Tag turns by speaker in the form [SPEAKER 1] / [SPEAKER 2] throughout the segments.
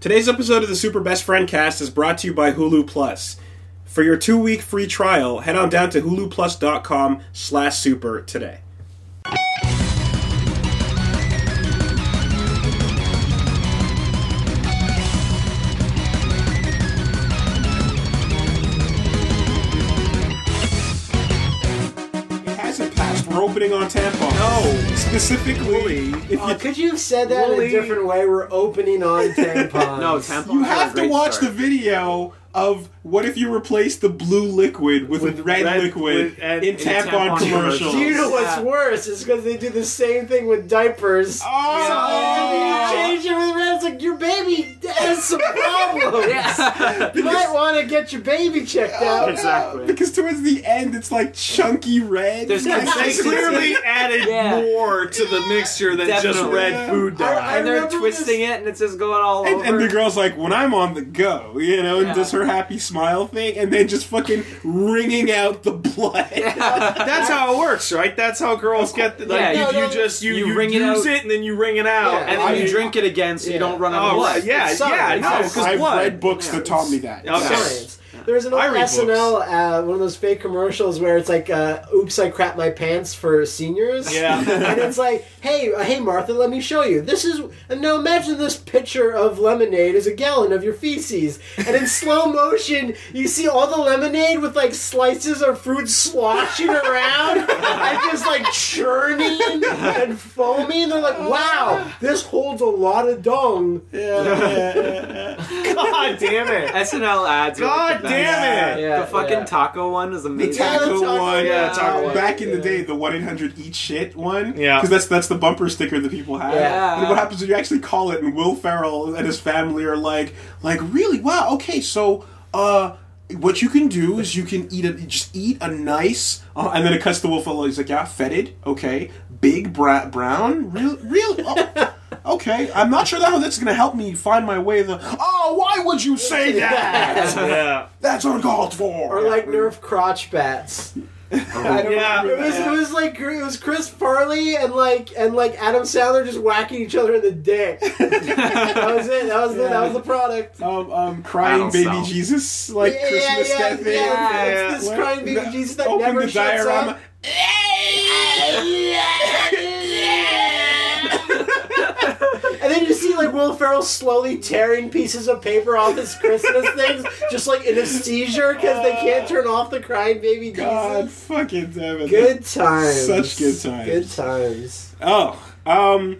[SPEAKER 1] Today's episode of the Super Best Friend Cast is brought to you by Hulu Plus. For your two-week free trial, head on down to huluplus.com slash super today. It hasn't passed. We're opening on tampons. No. Specifically, if you
[SPEAKER 2] Uh, could you have said that in
[SPEAKER 3] Wooly-
[SPEAKER 2] a different way? We're opening on tampons.
[SPEAKER 3] No, tampons.
[SPEAKER 1] You have to watch
[SPEAKER 3] start.
[SPEAKER 1] the video of what if you replace the blue liquid with,
[SPEAKER 3] With
[SPEAKER 1] red,
[SPEAKER 3] red
[SPEAKER 1] liquid
[SPEAKER 3] with- and-
[SPEAKER 1] in
[SPEAKER 3] in
[SPEAKER 1] tampon
[SPEAKER 3] tampon
[SPEAKER 1] commercials.
[SPEAKER 3] commercials.
[SPEAKER 2] Do you know what's
[SPEAKER 3] Yeah.
[SPEAKER 2] worse? It's because they do the same thing with diapers.
[SPEAKER 1] Oh!
[SPEAKER 2] You change it with red. It's like your baby has some problems.
[SPEAKER 3] Yeah.
[SPEAKER 2] You might want to get your baby checked out.
[SPEAKER 3] Exactly.
[SPEAKER 1] Because towards the end, it's like chunky red.
[SPEAKER 3] There's
[SPEAKER 1] And
[SPEAKER 2] consistency.
[SPEAKER 1] they clearly added
[SPEAKER 3] Yeah.
[SPEAKER 1] more to the mixture than
[SPEAKER 3] Definitely.
[SPEAKER 1] food
[SPEAKER 2] I- I-
[SPEAKER 3] and they're
[SPEAKER 2] remember
[SPEAKER 3] twisting it, and it's just going all
[SPEAKER 1] and,
[SPEAKER 3] over.
[SPEAKER 1] and the girl's like, when I'm on the go, you know, and
[SPEAKER 3] Yeah.
[SPEAKER 1] does her happy smile thing, and then just fucking wringing out the blood.
[SPEAKER 4] That's how it works, right? That's how girls get. The, like,
[SPEAKER 3] Yeah,
[SPEAKER 4] you,
[SPEAKER 2] no,
[SPEAKER 4] you
[SPEAKER 2] no,
[SPEAKER 4] just you,
[SPEAKER 3] you
[SPEAKER 4] you,
[SPEAKER 3] wring it
[SPEAKER 4] use
[SPEAKER 3] out.
[SPEAKER 4] and then you wring it out,
[SPEAKER 2] Yeah.
[SPEAKER 3] and then
[SPEAKER 1] I-
[SPEAKER 3] you drink it again, so
[SPEAKER 2] Yeah.
[SPEAKER 3] you don't run out
[SPEAKER 4] Oh,
[SPEAKER 3] of blood.
[SPEAKER 4] right. yeah,
[SPEAKER 2] It's solid.
[SPEAKER 4] yeah, no,
[SPEAKER 2] It's-
[SPEAKER 4] because
[SPEAKER 1] I've
[SPEAKER 4] blood.
[SPEAKER 1] read books that taught me that.
[SPEAKER 4] Okay.
[SPEAKER 2] Science. There's an old
[SPEAKER 4] I read
[SPEAKER 2] SNL, uh, one of those fake commercials where it's like, uh, "Oops, I crap my pants" for seniors.
[SPEAKER 4] Yeah.
[SPEAKER 2] and it's like, "Hey, uh, hey, Martha, let me show you. This is and now imagine this pitcher of lemonade is a gallon of your feces, and in slow motion you see all the lemonade with like slices of fruit sloshing around and just like churning and foaming. They're like, "Wow, this holds a lot of dung."
[SPEAKER 4] God damn it!
[SPEAKER 3] SNL ads. are
[SPEAKER 4] God
[SPEAKER 3] like the best.
[SPEAKER 4] damn it!
[SPEAKER 2] Yeah,
[SPEAKER 3] the fucking
[SPEAKER 2] yeah.
[SPEAKER 3] taco one is
[SPEAKER 1] The
[SPEAKER 3] amazing.
[SPEAKER 1] taco
[SPEAKER 2] taco
[SPEAKER 1] one,
[SPEAKER 3] Yeah, taco
[SPEAKER 2] one.
[SPEAKER 1] back in the day, the one eight hundred eat shit one,
[SPEAKER 4] Yeah.
[SPEAKER 1] because that's that's the bumper sticker that people have.
[SPEAKER 3] Yeah.
[SPEAKER 1] And what happens when you actually call it, and Will Ferrell and his family are like, like really, wow, okay, so, uh, what you can do is you can eat a just eat a nice, uh, and then it cuts to Will Ferrell. He's like, yeah, fetid, okay, big bra- brown, real, real. Oh. Okay, I'm not sure that how that's gonna help me find my way. The oh, why would you say that?
[SPEAKER 4] Yeah,
[SPEAKER 1] That's uncalled for.
[SPEAKER 2] Or like Nerf crotch bats. I don't
[SPEAKER 4] Yeah.
[SPEAKER 2] remember. Oh, It was, it was like it was Chris Farley and like and like Adam Sandler just whacking each other in the dick. that was it. That was the, that was the product.
[SPEAKER 1] um, um, crying
[SPEAKER 3] That'll
[SPEAKER 1] baby
[SPEAKER 3] sell.
[SPEAKER 1] Jesus, like
[SPEAKER 2] yeah,
[SPEAKER 1] Christmas
[SPEAKER 2] yeah,
[SPEAKER 1] that
[SPEAKER 2] yeah,
[SPEAKER 1] thing.
[SPEAKER 2] yeah,
[SPEAKER 3] Yeah.
[SPEAKER 2] It's this
[SPEAKER 1] Where-
[SPEAKER 2] crying baby
[SPEAKER 1] the-
[SPEAKER 2] Jesus that
[SPEAKER 1] open
[SPEAKER 2] never
[SPEAKER 1] the
[SPEAKER 2] shuts
[SPEAKER 1] diorama.
[SPEAKER 2] up. And then you see like Will Ferrell slowly tearing pieces of paper off his Christmas things, just like in a seizure because they can't turn off the crying baby
[SPEAKER 1] God,
[SPEAKER 2] Jesus.
[SPEAKER 1] fucking damn it!
[SPEAKER 2] Good times.
[SPEAKER 1] Such good times.
[SPEAKER 2] Good times.
[SPEAKER 1] Oh, um,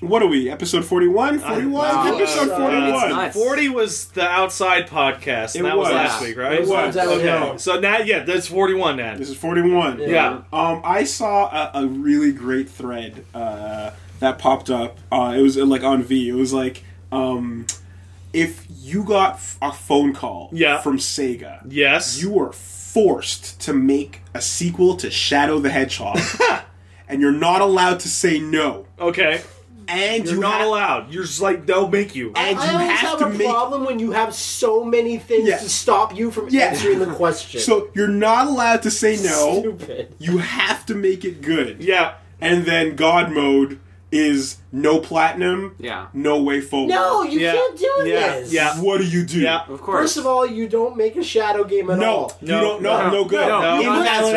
[SPEAKER 1] what are we? Episode forty-one. Forty-one.
[SPEAKER 3] wow.
[SPEAKER 1] Episode
[SPEAKER 2] Uh,
[SPEAKER 1] forty-one.
[SPEAKER 3] that's nice.
[SPEAKER 4] forty was the outside podcast.
[SPEAKER 1] It
[SPEAKER 4] and that was,
[SPEAKER 1] was.
[SPEAKER 4] last week, right?
[SPEAKER 1] It was.
[SPEAKER 2] That was
[SPEAKER 4] Okay.
[SPEAKER 2] all.
[SPEAKER 4] So now, yeah, that's forty-one now.
[SPEAKER 1] This is forty-one.
[SPEAKER 4] Yeah.
[SPEAKER 1] Um, I saw a, a really great thread uh, that popped up. Uh, it was uh, like on V. It was like um, if you got f- a phone call
[SPEAKER 4] Yeah.
[SPEAKER 1] from Sega,
[SPEAKER 4] Yes.
[SPEAKER 1] you were forced to make a sequel to Shadow the Hedgehog, and you're not allowed to say no.
[SPEAKER 4] okay?
[SPEAKER 1] And
[SPEAKER 4] You're
[SPEAKER 1] you
[SPEAKER 4] not
[SPEAKER 1] ha-
[SPEAKER 4] allowed. You're just like they'll make you.
[SPEAKER 1] And
[SPEAKER 2] I
[SPEAKER 1] you
[SPEAKER 2] always
[SPEAKER 1] have
[SPEAKER 2] have,
[SPEAKER 1] to
[SPEAKER 2] a
[SPEAKER 1] make.
[SPEAKER 2] problem when you have so many things
[SPEAKER 1] Yeah.
[SPEAKER 2] to stop you from
[SPEAKER 1] Yeah.
[SPEAKER 2] answering the question.
[SPEAKER 1] So you're not allowed to say no.
[SPEAKER 2] stupid.
[SPEAKER 1] You have to make it good.
[SPEAKER 4] Yeah.
[SPEAKER 1] And then God mode is no platinum.
[SPEAKER 3] Yeah.
[SPEAKER 1] No way forward.
[SPEAKER 2] No, you
[SPEAKER 4] Yeah.
[SPEAKER 2] can't do
[SPEAKER 4] Yeah.
[SPEAKER 2] this.
[SPEAKER 4] Yeah.
[SPEAKER 1] What do you do?
[SPEAKER 4] Yeah.
[SPEAKER 3] Of course.
[SPEAKER 2] First of all, you don't make a shadow game at
[SPEAKER 1] No,
[SPEAKER 2] all.
[SPEAKER 1] you
[SPEAKER 4] No,
[SPEAKER 1] don't. No, no,
[SPEAKER 3] no,
[SPEAKER 1] good.
[SPEAKER 4] no, no.
[SPEAKER 1] Invalid
[SPEAKER 3] non-answer.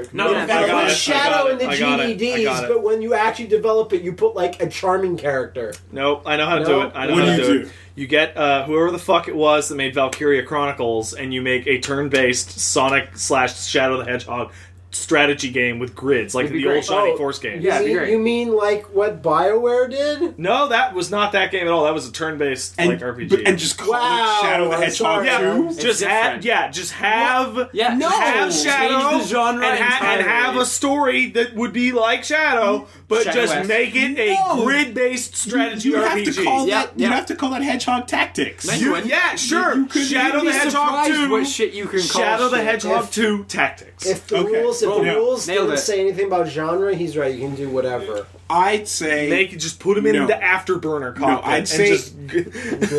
[SPEAKER 1] answer.
[SPEAKER 3] Non-answer.
[SPEAKER 4] No,
[SPEAKER 1] I
[SPEAKER 2] You
[SPEAKER 1] got
[SPEAKER 2] put
[SPEAKER 1] it, I
[SPEAKER 2] shadow
[SPEAKER 4] got
[SPEAKER 2] in the
[SPEAKER 4] it, I got it, I got
[SPEAKER 2] GEDs,
[SPEAKER 4] it.
[SPEAKER 2] but when you actually develop it, you put like a charming character.
[SPEAKER 4] Nope, I know how to
[SPEAKER 2] No?
[SPEAKER 4] do it. I know
[SPEAKER 1] What
[SPEAKER 4] how
[SPEAKER 1] do
[SPEAKER 4] to
[SPEAKER 1] you
[SPEAKER 4] do,
[SPEAKER 1] do?
[SPEAKER 4] it. You get uh, whoever the fuck it was that made Valkyria Chronicles, and you make a turn-based Sonic slash Shadow the Hedgehog strategy game with grids, like
[SPEAKER 3] It'd be
[SPEAKER 4] the
[SPEAKER 3] great.
[SPEAKER 4] old Shining
[SPEAKER 2] Oh,
[SPEAKER 4] Force game.
[SPEAKER 3] Yeah,
[SPEAKER 2] you,
[SPEAKER 3] it'd be
[SPEAKER 2] mean,
[SPEAKER 3] great.
[SPEAKER 2] you mean like what Bioware did?
[SPEAKER 4] No, that was not that game at all. That was a turn-based
[SPEAKER 1] And,
[SPEAKER 4] like RPG.
[SPEAKER 1] but- and just call
[SPEAKER 2] Wow,
[SPEAKER 1] it Shadow the
[SPEAKER 2] I'm
[SPEAKER 1] Hedgehog
[SPEAKER 2] sorry.
[SPEAKER 4] yeah,
[SPEAKER 1] too.
[SPEAKER 3] It's
[SPEAKER 4] just have
[SPEAKER 3] different.
[SPEAKER 4] yeah, just have
[SPEAKER 3] Yeah,
[SPEAKER 4] just
[SPEAKER 3] No!
[SPEAKER 4] have
[SPEAKER 3] Change
[SPEAKER 4] Shadow
[SPEAKER 3] the genre
[SPEAKER 4] and, ha- and
[SPEAKER 3] entirely.
[SPEAKER 4] have a story that would be like Shadow, but
[SPEAKER 3] Shadow
[SPEAKER 4] just
[SPEAKER 3] X.
[SPEAKER 4] make it a
[SPEAKER 1] No!
[SPEAKER 4] grid-based strategy
[SPEAKER 1] you
[SPEAKER 4] RPG.
[SPEAKER 1] have to call
[SPEAKER 3] Yeah,
[SPEAKER 1] that. You
[SPEAKER 3] yeah.
[SPEAKER 1] have to call that Hedgehog Tactics.
[SPEAKER 3] Then
[SPEAKER 1] You-
[SPEAKER 3] you-
[SPEAKER 4] yeah, sure.
[SPEAKER 1] you could-
[SPEAKER 4] Shadow
[SPEAKER 1] you'd
[SPEAKER 4] the
[SPEAKER 1] be
[SPEAKER 4] Hedgehog
[SPEAKER 3] surprised
[SPEAKER 4] two.
[SPEAKER 3] what shit you can call
[SPEAKER 4] Shadow the
[SPEAKER 3] shit.
[SPEAKER 4] Hedgehog
[SPEAKER 2] If-
[SPEAKER 4] two tactics.
[SPEAKER 2] If the
[SPEAKER 1] Okay.
[SPEAKER 2] rules, if
[SPEAKER 1] Boom.
[SPEAKER 2] the rules
[SPEAKER 3] Nailed
[SPEAKER 2] didn't
[SPEAKER 3] it.
[SPEAKER 2] say anything about genre, he's right. You can do whatever.
[SPEAKER 1] I'd say
[SPEAKER 4] They could just put him in
[SPEAKER 1] No.
[SPEAKER 4] the afterburner cockpit
[SPEAKER 1] I'd
[SPEAKER 4] and
[SPEAKER 1] say-
[SPEAKER 4] just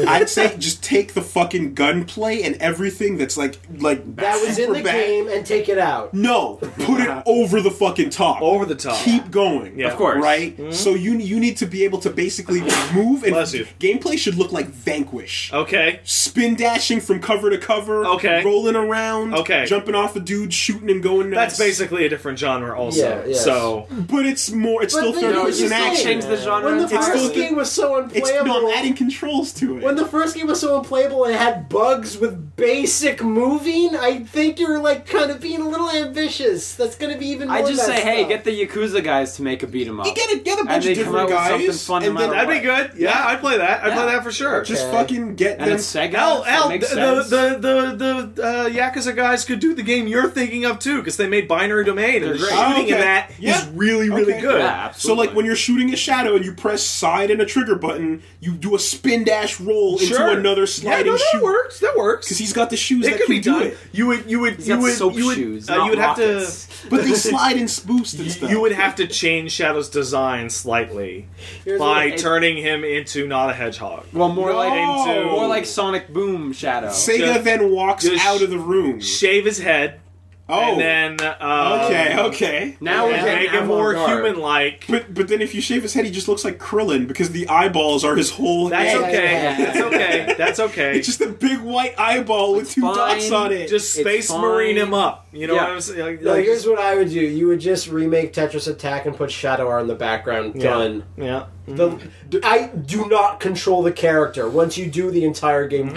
[SPEAKER 1] I'd say just take the fucking gunplay and everything that's like like
[SPEAKER 2] that was in
[SPEAKER 1] super
[SPEAKER 2] the
[SPEAKER 1] bad.
[SPEAKER 2] game and take it out.
[SPEAKER 1] No, put it over the fucking top.
[SPEAKER 4] over the top.
[SPEAKER 1] Keep going.
[SPEAKER 4] Oh, Yeah. Hmm?
[SPEAKER 3] Of course.
[SPEAKER 1] Right? So you you need to be able to basically move and
[SPEAKER 4] Bless you.
[SPEAKER 1] gameplay should look like Vanquish.
[SPEAKER 4] Okay.
[SPEAKER 1] Spin dashing from cover to cover,
[SPEAKER 4] Okay.
[SPEAKER 1] rolling around,
[SPEAKER 4] Okay.
[SPEAKER 1] jumping off a dude, shooting and going nuts.
[SPEAKER 4] That's basically a different genre also.
[SPEAKER 2] Yeah, yes.
[SPEAKER 4] So
[SPEAKER 1] But it's more it's
[SPEAKER 2] But
[SPEAKER 1] still
[SPEAKER 2] they-
[SPEAKER 1] third
[SPEAKER 2] No,
[SPEAKER 3] you
[SPEAKER 1] person
[SPEAKER 2] just
[SPEAKER 1] action.
[SPEAKER 3] change the genre
[SPEAKER 2] When the
[SPEAKER 1] It's
[SPEAKER 3] entirely.
[SPEAKER 2] first
[SPEAKER 1] still-
[SPEAKER 2] game was so
[SPEAKER 1] It's no,
[SPEAKER 2] unplayable,
[SPEAKER 1] I'm adding controls to it.
[SPEAKER 2] when the first game was so unplayable and had bugs with basic moving, I think you're like kind of being a little ambitious. That's going to be even. More
[SPEAKER 3] I just
[SPEAKER 2] messed
[SPEAKER 3] say, hey,
[SPEAKER 2] up.
[SPEAKER 3] get the Yakuza guys to make a beat 'em up.
[SPEAKER 1] you get a, get a bunch
[SPEAKER 3] they
[SPEAKER 1] of
[SPEAKER 3] come out
[SPEAKER 1] different
[SPEAKER 3] with something
[SPEAKER 1] guys,
[SPEAKER 3] fun no
[SPEAKER 1] and then
[SPEAKER 3] matter
[SPEAKER 4] that'd be good. Yeah, I'd play that. I'd
[SPEAKER 3] Yeah.
[SPEAKER 4] play that for sure.
[SPEAKER 1] just
[SPEAKER 2] Okay.
[SPEAKER 1] fucking get
[SPEAKER 3] and
[SPEAKER 1] them.
[SPEAKER 3] it's Sega.
[SPEAKER 4] Hell,
[SPEAKER 3] so it
[SPEAKER 4] hell, the,
[SPEAKER 3] makes sense.
[SPEAKER 4] the the the uh, Yakuza guys could do the game you're thinking of too, because they made Binary Domain, and the
[SPEAKER 3] They're great.
[SPEAKER 4] shooting
[SPEAKER 1] Oh, okay.
[SPEAKER 4] in that is
[SPEAKER 1] Yeah.
[SPEAKER 4] really really
[SPEAKER 1] Okay.
[SPEAKER 4] good.
[SPEAKER 3] yeah,
[SPEAKER 1] So
[SPEAKER 3] absolutely.
[SPEAKER 1] like when you're shooting a shadow and you press side and a trigger button, you do a spin dash roll
[SPEAKER 4] Sure.
[SPEAKER 1] into another
[SPEAKER 4] Yeah,
[SPEAKER 1] sliding
[SPEAKER 4] no, that
[SPEAKER 1] shoot.
[SPEAKER 4] works. That works.
[SPEAKER 1] Because he's got the shoes
[SPEAKER 4] it
[SPEAKER 1] that
[SPEAKER 4] could
[SPEAKER 1] can
[SPEAKER 4] be
[SPEAKER 1] do
[SPEAKER 4] done.
[SPEAKER 1] it.
[SPEAKER 4] You would, you would,
[SPEAKER 3] He's
[SPEAKER 4] you
[SPEAKER 3] got
[SPEAKER 4] would,
[SPEAKER 3] soap
[SPEAKER 4] you would,
[SPEAKER 3] shoes,
[SPEAKER 4] uh,
[SPEAKER 3] not
[SPEAKER 4] you would have
[SPEAKER 3] rockets.
[SPEAKER 4] to.
[SPEAKER 1] But they slide and boost and stuff.
[SPEAKER 4] You would have to change Shadow's design slightly
[SPEAKER 2] Here's
[SPEAKER 4] by
[SPEAKER 2] what-
[SPEAKER 4] turning him into not a hedgehog.
[SPEAKER 3] well, more like
[SPEAKER 1] No.
[SPEAKER 3] more like Sonic Boom Shadow.
[SPEAKER 1] Sega
[SPEAKER 4] Just-
[SPEAKER 1] then walks
[SPEAKER 4] just
[SPEAKER 1] out of the room.
[SPEAKER 4] Shave his head,
[SPEAKER 1] oh,
[SPEAKER 4] and then uh,
[SPEAKER 1] okay, okay.
[SPEAKER 3] now we're
[SPEAKER 4] and make
[SPEAKER 3] getting
[SPEAKER 4] him more
[SPEAKER 3] avant-garde.
[SPEAKER 4] human-like.
[SPEAKER 1] But but then if you shave his head, he just looks like Krillin because the eyeballs are his whole
[SPEAKER 4] That's
[SPEAKER 1] head.
[SPEAKER 4] okay.
[SPEAKER 2] yeah, yeah.
[SPEAKER 4] That's okay. That's okay.
[SPEAKER 1] It's just a big white eyeball with
[SPEAKER 3] It's
[SPEAKER 1] two dots
[SPEAKER 3] fine.
[SPEAKER 1] on it.
[SPEAKER 4] just
[SPEAKER 3] It's
[SPEAKER 4] space
[SPEAKER 3] fine.
[SPEAKER 4] marine him up. You know
[SPEAKER 3] Yeah.
[SPEAKER 4] what I'm saying? Like,
[SPEAKER 2] No,
[SPEAKER 4] like,
[SPEAKER 2] here's what I would do. You would just remake Tetris Attack and put Shadow R in the background.
[SPEAKER 4] yeah.
[SPEAKER 2] Done.
[SPEAKER 4] Yeah.
[SPEAKER 3] Mm-hmm.
[SPEAKER 2] The, I do not control the character. Once you do, the entire game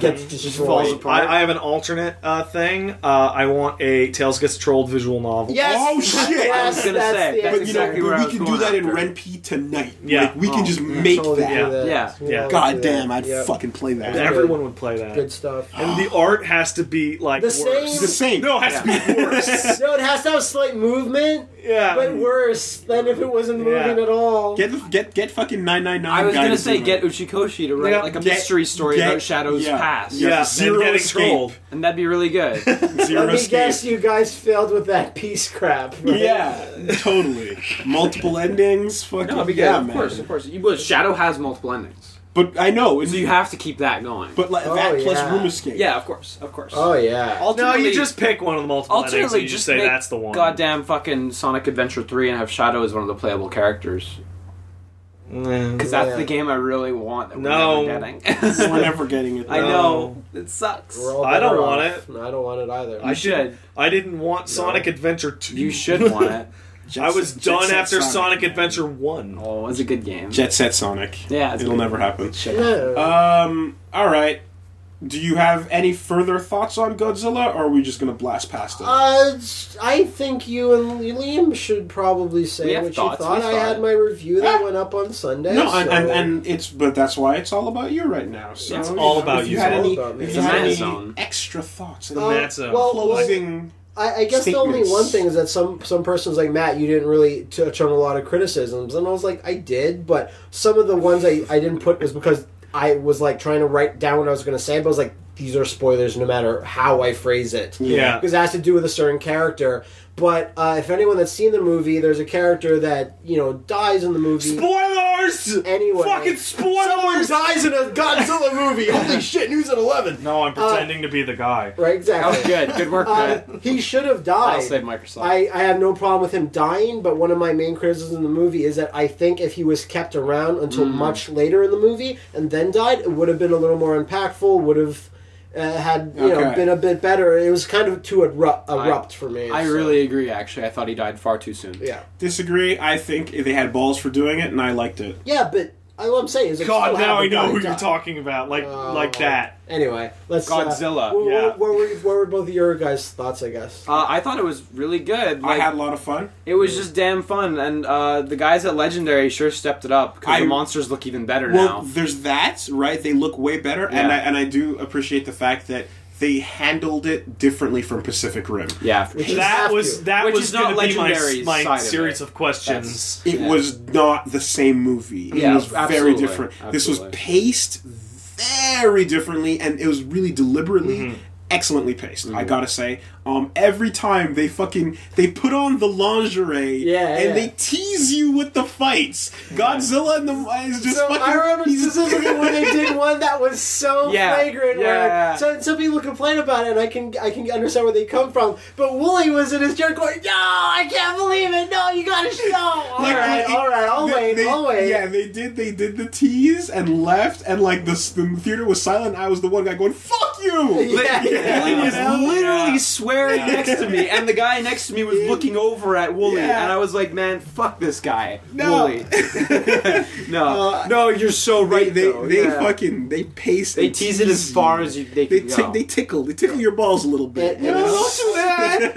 [SPEAKER 2] gets
[SPEAKER 3] falls
[SPEAKER 2] destroyed.
[SPEAKER 3] apart.
[SPEAKER 4] I, I have an alternate uh, thing. Uh, I want a Tales Gets Trolled visual novel.
[SPEAKER 2] Yes.
[SPEAKER 1] Oh, shit.
[SPEAKER 2] Yes,
[SPEAKER 1] I
[SPEAKER 3] was gonna
[SPEAKER 2] that's
[SPEAKER 3] say,
[SPEAKER 2] the
[SPEAKER 3] that's
[SPEAKER 1] but
[SPEAKER 2] answer.
[SPEAKER 1] you
[SPEAKER 3] exactly
[SPEAKER 1] know,
[SPEAKER 3] where
[SPEAKER 1] but
[SPEAKER 3] I
[SPEAKER 1] we
[SPEAKER 3] was
[SPEAKER 1] can do
[SPEAKER 3] going
[SPEAKER 1] that in
[SPEAKER 3] after.
[SPEAKER 1] Ren P tonight.
[SPEAKER 4] Yeah.
[SPEAKER 1] Like we can
[SPEAKER 3] Oh,
[SPEAKER 1] just
[SPEAKER 3] yeah.
[SPEAKER 1] make
[SPEAKER 2] Totally
[SPEAKER 1] that.
[SPEAKER 2] do that.
[SPEAKER 3] Yeah.
[SPEAKER 2] We
[SPEAKER 4] Yeah.
[SPEAKER 2] always
[SPEAKER 1] God
[SPEAKER 2] do
[SPEAKER 1] damn,
[SPEAKER 2] that.
[SPEAKER 1] I'd
[SPEAKER 2] Yep.
[SPEAKER 1] fucking play that.
[SPEAKER 2] Yeah.
[SPEAKER 4] Everyone would play that.
[SPEAKER 2] Good stuff.
[SPEAKER 4] And the art has to be like
[SPEAKER 2] The
[SPEAKER 4] worse.
[SPEAKER 2] same-
[SPEAKER 1] It's the same.
[SPEAKER 4] No, it has to be worse.
[SPEAKER 2] no, it has to have slight movement,
[SPEAKER 4] yeah.
[SPEAKER 2] but worse than if it wasn't moving
[SPEAKER 4] Yeah.
[SPEAKER 2] at all.
[SPEAKER 1] Get get get fucking nine nine nine.
[SPEAKER 3] I was gonna say get Uchikoshi to write
[SPEAKER 4] Yeah,
[SPEAKER 3] like a
[SPEAKER 1] get-
[SPEAKER 3] mystery story
[SPEAKER 1] get-
[SPEAKER 3] about Shadow's
[SPEAKER 1] yeah,
[SPEAKER 3] past,
[SPEAKER 1] yeah.
[SPEAKER 4] yeah.
[SPEAKER 1] Zero
[SPEAKER 4] and getting
[SPEAKER 1] escape.
[SPEAKER 4] trolled.
[SPEAKER 3] and that'd be really good.
[SPEAKER 1] zero
[SPEAKER 2] Let me
[SPEAKER 1] escape.
[SPEAKER 2] guess, you guys failed with that piece crap. right?
[SPEAKER 1] Yeah, totally. Multiple endings. Fucking yeah,
[SPEAKER 3] of
[SPEAKER 1] man.
[SPEAKER 3] course, of course. You- Well, Shadow has multiple endings,
[SPEAKER 1] But I know. It's,
[SPEAKER 3] so you have to keep that going.
[SPEAKER 1] but like,
[SPEAKER 2] Oh,
[SPEAKER 1] that plus
[SPEAKER 2] yeah.
[SPEAKER 1] room escape.
[SPEAKER 3] yeah, of course, of course.
[SPEAKER 2] Oh yeah.
[SPEAKER 4] No,
[SPEAKER 3] Ultimately-
[SPEAKER 4] you just pick one of the multiple endings and
[SPEAKER 3] Ultimately,
[SPEAKER 4] you just
[SPEAKER 3] just
[SPEAKER 4] say
[SPEAKER 3] make
[SPEAKER 4] that's the one.
[SPEAKER 3] Goddamn fucking Sonic Adventure 3 and have Shadow as one of the playable characters.
[SPEAKER 4] Mm.
[SPEAKER 3] Because that's
[SPEAKER 2] Yeah.
[SPEAKER 3] the game I really want that we're
[SPEAKER 4] No.
[SPEAKER 3] never getting.
[SPEAKER 1] we're never getting it.
[SPEAKER 3] I
[SPEAKER 1] though.
[SPEAKER 3] know. It sucks.
[SPEAKER 2] We're all
[SPEAKER 4] I don't
[SPEAKER 2] better
[SPEAKER 4] want
[SPEAKER 2] off. I don't want it either.
[SPEAKER 4] I
[SPEAKER 3] You should.
[SPEAKER 4] I didn't want Sonic Adventure 2.
[SPEAKER 3] You should want it.
[SPEAKER 1] Jet
[SPEAKER 4] I was
[SPEAKER 1] Set- Jet
[SPEAKER 4] done
[SPEAKER 1] Set
[SPEAKER 4] after Sonic,
[SPEAKER 1] man.
[SPEAKER 4] Adventure 1.
[SPEAKER 3] Oh, it's a good game.
[SPEAKER 1] Jet Set Sonic.
[SPEAKER 3] Yeah, it's
[SPEAKER 1] it'll
[SPEAKER 3] good.
[SPEAKER 1] never happen.
[SPEAKER 2] No.
[SPEAKER 1] Um. All right. Do you have any further thoughts on Godzilla, or are we just gonna blast past it?
[SPEAKER 2] Uh, I think you and Liam should probably
[SPEAKER 3] We
[SPEAKER 2] say
[SPEAKER 3] have
[SPEAKER 2] what you
[SPEAKER 3] thoughts,
[SPEAKER 2] thought.
[SPEAKER 3] we
[SPEAKER 2] I
[SPEAKER 3] thought.
[SPEAKER 2] had my review that
[SPEAKER 1] Ah.
[SPEAKER 2] went up on Sunday.
[SPEAKER 1] no, and,
[SPEAKER 2] so-
[SPEAKER 1] and, and it's but that's why it's all about you right now. So
[SPEAKER 3] It's
[SPEAKER 1] you
[SPEAKER 4] all
[SPEAKER 1] know,
[SPEAKER 4] about
[SPEAKER 1] if
[SPEAKER 4] you.
[SPEAKER 1] You had
[SPEAKER 4] It's
[SPEAKER 2] all
[SPEAKER 1] any,
[SPEAKER 2] about me.
[SPEAKER 1] if
[SPEAKER 2] It's
[SPEAKER 1] you
[SPEAKER 3] a
[SPEAKER 1] had
[SPEAKER 3] man
[SPEAKER 1] any
[SPEAKER 3] zone.
[SPEAKER 1] extra thoughts?
[SPEAKER 2] Uh,
[SPEAKER 4] That's a
[SPEAKER 2] well, well,
[SPEAKER 1] closing.
[SPEAKER 2] I, I guess the only
[SPEAKER 1] statements.
[SPEAKER 2] one thing is that some some persons like Matt, you didn't really touch on a lot of criticisms, and I was like, I did, but some of the ones I, I didn't put was because I was like trying to write down what I was going to say, but I was like, these are spoilers no matter how I phrase it.
[SPEAKER 4] Yeah.
[SPEAKER 2] because it has to do with a certain character. But uh, if anyone that's seen the movie, there's a character that you know dies in the movie.
[SPEAKER 4] Spoilers!
[SPEAKER 2] Anyway.
[SPEAKER 4] Fucking
[SPEAKER 2] Someone
[SPEAKER 4] spoilers!
[SPEAKER 2] dies in a Godzilla movie. Holy shit! News at eleven.
[SPEAKER 4] No, I'm pretending to be the guy.
[SPEAKER 2] Right,
[SPEAKER 3] That was
[SPEAKER 2] exactly.
[SPEAKER 3] good. Good work,
[SPEAKER 2] Uh,
[SPEAKER 3] Matt.
[SPEAKER 2] he should have died.
[SPEAKER 3] I'll save Microsoft.
[SPEAKER 2] I, I have no problem with him dying, but one of my main criticisms in the movie is that I think if he was kept around until
[SPEAKER 4] Mm-hmm.
[SPEAKER 2] much later in the movie and then died, it would have been a little more impactful. Would have uh, had you know
[SPEAKER 1] Okay.
[SPEAKER 2] been a bit better. It was kind of too abrupt, abrupt for me.
[SPEAKER 3] I
[SPEAKER 2] so,
[SPEAKER 3] really agree, actually. I thought he died far too soon.
[SPEAKER 2] yeah
[SPEAKER 1] Disagree. I think they had balls for doing it, and I liked it.
[SPEAKER 2] yeah, but I, what I'm saying is it
[SPEAKER 4] God,
[SPEAKER 2] still
[SPEAKER 4] now I
[SPEAKER 2] happened,
[SPEAKER 4] know
[SPEAKER 2] but
[SPEAKER 4] who
[SPEAKER 2] it
[SPEAKER 4] you're
[SPEAKER 2] died.
[SPEAKER 4] talking about. Like,
[SPEAKER 2] Oh,
[SPEAKER 4] like that.
[SPEAKER 2] Anyway, let's
[SPEAKER 3] Godzilla,
[SPEAKER 2] Uh, what,
[SPEAKER 4] yeah.
[SPEAKER 2] what, what, were, what were both of your guys' thoughts? I guess.
[SPEAKER 3] Uh, I thought it was really good. Like,
[SPEAKER 1] I had a lot of fun.
[SPEAKER 3] It was just damn fun, and uh, the guys at Legendary sure stepped it up because
[SPEAKER 1] I-
[SPEAKER 3] the monsters look even better
[SPEAKER 1] Well,
[SPEAKER 3] now.
[SPEAKER 1] there's that, right? They look way better, and
[SPEAKER 3] Yeah.
[SPEAKER 1] I and I do appreciate the fact that they handled it differently from Pacific Rim.
[SPEAKER 3] Yeah,
[SPEAKER 2] Which is-
[SPEAKER 4] That
[SPEAKER 2] have
[SPEAKER 4] was
[SPEAKER 2] to.
[SPEAKER 4] that
[SPEAKER 3] Which
[SPEAKER 4] was
[SPEAKER 3] is not
[SPEAKER 4] going to be my,
[SPEAKER 3] Legendary's
[SPEAKER 4] my
[SPEAKER 3] side of
[SPEAKER 4] series
[SPEAKER 3] it.
[SPEAKER 4] of questions.
[SPEAKER 1] It
[SPEAKER 3] Yeah.
[SPEAKER 1] was not the same movie. It
[SPEAKER 3] Yeah,
[SPEAKER 1] was very
[SPEAKER 3] absolutely.
[SPEAKER 1] different. This was
[SPEAKER 3] Absolutely.
[SPEAKER 2] Mm-hmm.
[SPEAKER 1] paced very differently, and it was really deliberately excellently paced. I gotta say, um, every time they fucking they put on the lingerie,
[SPEAKER 2] Yeah,
[SPEAKER 1] and
[SPEAKER 2] yeah.
[SPEAKER 1] they tease you with the fights. Godzilla and the is just
[SPEAKER 2] So
[SPEAKER 1] fucking.
[SPEAKER 2] I remember
[SPEAKER 1] he's-
[SPEAKER 2] specifically when they did one that was so
[SPEAKER 3] Yeah,
[SPEAKER 2] flagrant.
[SPEAKER 3] yeah.
[SPEAKER 2] Where so some people complain about it, and I can I can understand where they come from. But Wooly was in his chair going, "No, I can't believe it! No, you gotta sh- no! All
[SPEAKER 1] Like,
[SPEAKER 2] right,
[SPEAKER 1] it-
[SPEAKER 2] all right, I'll
[SPEAKER 1] they-
[SPEAKER 2] wait,
[SPEAKER 1] they-
[SPEAKER 2] I'll wait."
[SPEAKER 1] Yeah, they did. They did the tease and left, and like the, s- the theater was silent. I was the one guy going, "Fuck you!"
[SPEAKER 2] Yeah. Yeah.
[SPEAKER 3] Wooly was
[SPEAKER 1] Yeah.
[SPEAKER 3] literally
[SPEAKER 4] Yeah.
[SPEAKER 3] swearing
[SPEAKER 1] Yeah.
[SPEAKER 3] next to me, and the guy next to me was looking over at Wooly,
[SPEAKER 1] Yeah.
[SPEAKER 3] and I was like, "Man, fuck this guy,
[SPEAKER 1] No.
[SPEAKER 3] Wooly." no,
[SPEAKER 1] Uh,
[SPEAKER 3] no, you're so
[SPEAKER 1] Right,
[SPEAKER 3] right.
[SPEAKER 1] they
[SPEAKER 3] though.
[SPEAKER 1] they
[SPEAKER 3] Yeah.
[SPEAKER 1] fucking they pace.
[SPEAKER 3] they
[SPEAKER 1] and
[SPEAKER 3] tease it as
[SPEAKER 1] you.
[SPEAKER 3] far as you they
[SPEAKER 1] They
[SPEAKER 3] can
[SPEAKER 1] tick
[SPEAKER 3] go.
[SPEAKER 1] they tickle they tickle your balls a little bit.
[SPEAKER 2] And- and
[SPEAKER 1] you know?
[SPEAKER 2] it's- I,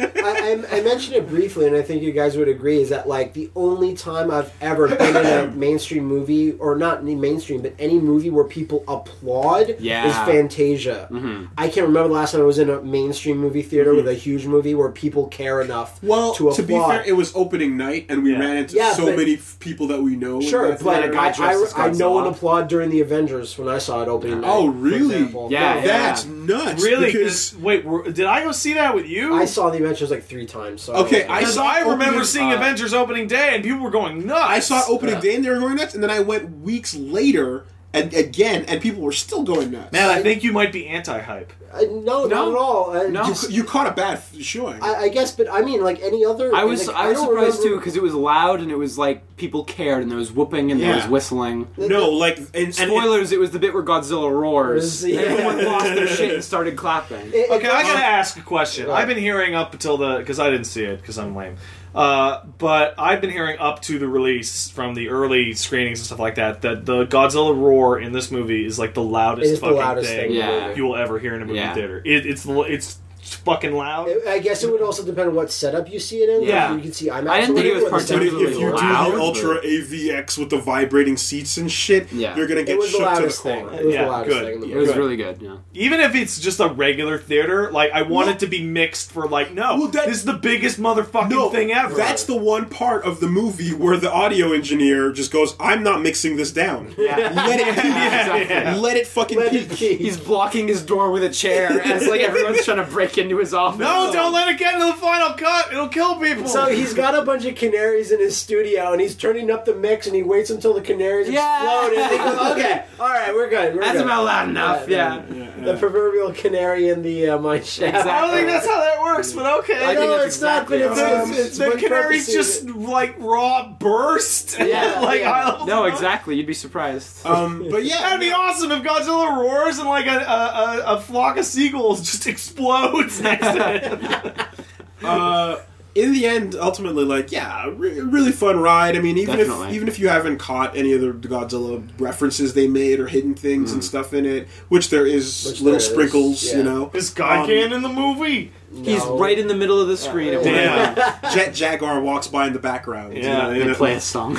[SPEAKER 2] I, I mentioned it briefly, and I think you guys would agree is that like the only time I've ever been in a mainstream movie, or not any mainstream, but any movie where people applaud,
[SPEAKER 3] Yeah.
[SPEAKER 2] is Fantasia.
[SPEAKER 3] Mm-hmm.
[SPEAKER 2] I can't remember the last time I was in a mainstream movie theater with a huge movie where people care enough
[SPEAKER 1] Well,
[SPEAKER 2] to
[SPEAKER 1] to,
[SPEAKER 2] applaud.
[SPEAKER 1] be fair, it was opening night, and we
[SPEAKER 4] Yeah.
[SPEAKER 1] ran into
[SPEAKER 2] Yeah,
[SPEAKER 1] so
[SPEAKER 2] but-
[SPEAKER 1] many f- people that we know. in
[SPEAKER 2] Sure,
[SPEAKER 1] that
[SPEAKER 2] but
[SPEAKER 1] theater.
[SPEAKER 3] a guy
[SPEAKER 2] I,
[SPEAKER 3] dressed
[SPEAKER 2] I, I
[SPEAKER 3] as
[SPEAKER 2] know
[SPEAKER 3] Godzilla.
[SPEAKER 2] one applaud during the Avengers when I saw it opening. Night,
[SPEAKER 1] Oh,
[SPEAKER 2] for
[SPEAKER 1] really?
[SPEAKER 2] example.
[SPEAKER 3] Yeah,
[SPEAKER 2] No,
[SPEAKER 3] yeah.
[SPEAKER 1] that's nuts.
[SPEAKER 4] Really?
[SPEAKER 1] Because
[SPEAKER 4] wait, were, did I go see that with you?
[SPEAKER 2] I saw the Avengers like three times. So
[SPEAKER 1] Okay,
[SPEAKER 2] I,
[SPEAKER 1] I
[SPEAKER 4] Because
[SPEAKER 1] saw
[SPEAKER 4] I,
[SPEAKER 1] opening-
[SPEAKER 4] remember seeing
[SPEAKER 3] uh,
[SPEAKER 4] Avengers opening day, and people were going nuts.
[SPEAKER 1] I saw it opening
[SPEAKER 2] Yeah.
[SPEAKER 1] day, and they were going nuts, and then I went weeks later, and again, and people were still going nuts.
[SPEAKER 4] Man, I think you might be anti-hype.
[SPEAKER 2] I, no, not
[SPEAKER 3] No.
[SPEAKER 2] at all. I,
[SPEAKER 3] No.
[SPEAKER 1] you, you caught a bad f- showing.
[SPEAKER 2] I, I guess, but I mean, like any other.
[SPEAKER 3] I was
[SPEAKER 2] like,
[SPEAKER 3] I was
[SPEAKER 2] don't
[SPEAKER 3] surprised too
[SPEAKER 2] remember-
[SPEAKER 3] because it was loud and it was like people cared and there was whooping and there was
[SPEAKER 1] Yeah.
[SPEAKER 3] whistling.
[SPEAKER 1] no, like and, and-
[SPEAKER 3] Spoilers! It was the bit where Godzilla roars.
[SPEAKER 2] Yeah.
[SPEAKER 3] Everyone lost their shit and started clapping.
[SPEAKER 2] It- it-
[SPEAKER 4] Okay, I gotta ask a question. I've been hearing up until the because I didn't see it because I'm lame. Uh, but I've been hearing up to the release from the early screenings and stuff like that that the Godzilla roar in this movie is like the loudest
[SPEAKER 2] It is the
[SPEAKER 4] fucking
[SPEAKER 2] loudest
[SPEAKER 4] thing,
[SPEAKER 2] thing
[SPEAKER 3] in the Yeah.
[SPEAKER 4] you will ever hear in a movie
[SPEAKER 3] Yeah.
[SPEAKER 4] theater. It, it's l- it's fucking loud.
[SPEAKER 2] It- I guess it would also depend on what setup you see it in.
[SPEAKER 4] Yeah.
[SPEAKER 2] like, you can see IMAX.
[SPEAKER 3] I didn't
[SPEAKER 2] or
[SPEAKER 3] think it
[SPEAKER 2] whatever,
[SPEAKER 3] was
[SPEAKER 2] what the
[SPEAKER 1] But if,
[SPEAKER 2] setup
[SPEAKER 1] if
[SPEAKER 2] is.
[SPEAKER 1] you
[SPEAKER 3] Loud,
[SPEAKER 1] do
[SPEAKER 3] but-
[SPEAKER 1] the ultra AVX with the vibrating seats and shit,
[SPEAKER 3] Yeah.
[SPEAKER 1] you're gonna
[SPEAKER 2] it
[SPEAKER 1] get
[SPEAKER 2] was the
[SPEAKER 1] shook to the
[SPEAKER 2] loudest thing. It
[SPEAKER 1] core.
[SPEAKER 2] was
[SPEAKER 4] Yeah,
[SPEAKER 2] the loudest
[SPEAKER 4] good.
[SPEAKER 2] thing. in the
[SPEAKER 3] It was
[SPEAKER 2] movie.
[SPEAKER 4] Good.
[SPEAKER 3] really good. Yeah.
[SPEAKER 4] Even if it's just a regular theater, like I want it to be mixed for like no,
[SPEAKER 1] Well, that-
[SPEAKER 4] this is the biggest motherfucking thing ever.
[SPEAKER 1] that's the one part of the movie where the audio engineer just goes, "I'm not mixing this down. Let it, peak.
[SPEAKER 3] Yeah.
[SPEAKER 1] let it fucking
[SPEAKER 2] Let it
[SPEAKER 1] peak."
[SPEAKER 2] be.
[SPEAKER 3] He's blocking his door with a chair, and it's like everyone's trying to break into his office.
[SPEAKER 4] no, don't let it get into the final cut. It'll kill people.
[SPEAKER 2] So he's got a bunch of canaries in his studio, and he's turning up the mix, and he waits until the canaries
[SPEAKER 3] Yeah.
[SPEAKER 2] explode, and they go, "Okay, all right, we're good." We're
[SPEAKER 3] That's
[SPEAKER 2] good.
[SPEAKER 3] about loud enough.
[SPEAKER 2] Yeah,
[SPEAKER 3] Yeah.
[SPEAKER 2] The proverbial canary in the uh, mine shaft.
[SPEAKER 4] I
[SPEAKER 3] Exactly.
[SPEAKER 4] don't think that's how that works, but okay.
[SPEAKER 3] I think um,
[SPEAKER 2] No,
[SPEAKER 3] that's
[SPEAKER 2] it's not, but
[SPEAKER 3] exactly
[SPEAKER 2] it's,
[SPEAKER 1] how it
[SPEAKER 2] it's,
[SPEAKER 1] works.
[SPEAKER 2] it's
[SPEAKER 4] the
[SPEAKER 2] one
[SPEAKER 4] canaries
[SPEAKER 2] purpose
[SPEAKER 4] just like raw burst. and,
[SPEAKER 3] Yeah,
[SPEAKER 4] like
[SPEAKER 2] yeah.
[SPEAKER 4] high levels
[SPEAKER 3] No,
[SPEAKER 4] of-
[SPEAKER 3] exactly. You'd be surprised.
[SPEAKER 1] Um, but yeah,
[SPEAKER 4] That'd be awesome if Godzilla roars and like a, a, a, a flock of seagulls just explodes next to it.
[SPEAKER 1] uh, in the end, ultimately, like, yeah, re- really fun ride. I mean, even if
[SPEAKER 3] Definitely.
[SPEAKER 1] even if you haven't caught any of the Godzilla references they made or hidden things
[SPEAKER 3] Mm.
[SPEAKER 1] and stuff in it, which there is
[SPEAKER 2] Which
[SPEAKER 1] little
[SPEAKER 2] there is,
[SPEAKER 1] sprinkles,
[SPEAKER 2] yeah.
[SPEAKER 1] you know.
[SPEAKER 4] Is
[SPEAKER 3] Um,
[SPEAKER 4] Gaigan in the movie?
[SPEAKER 2] is-
[SPEAKER 3] He's
[SPEAKER 2] No.
[SPEAKER 3] right in the middle of the screen. at one
[SPEAKER 4] Damn.
[SPEAKER 3] point.
[SPEAKER 1] Jet Jaguar walks by in the background.
[SPEAKER 4] Yeah,
[SPEAKER 1] you know,
[SPEAKER 3] They
[SPEAKER 1] and-
[SPEAKER 3] play a song.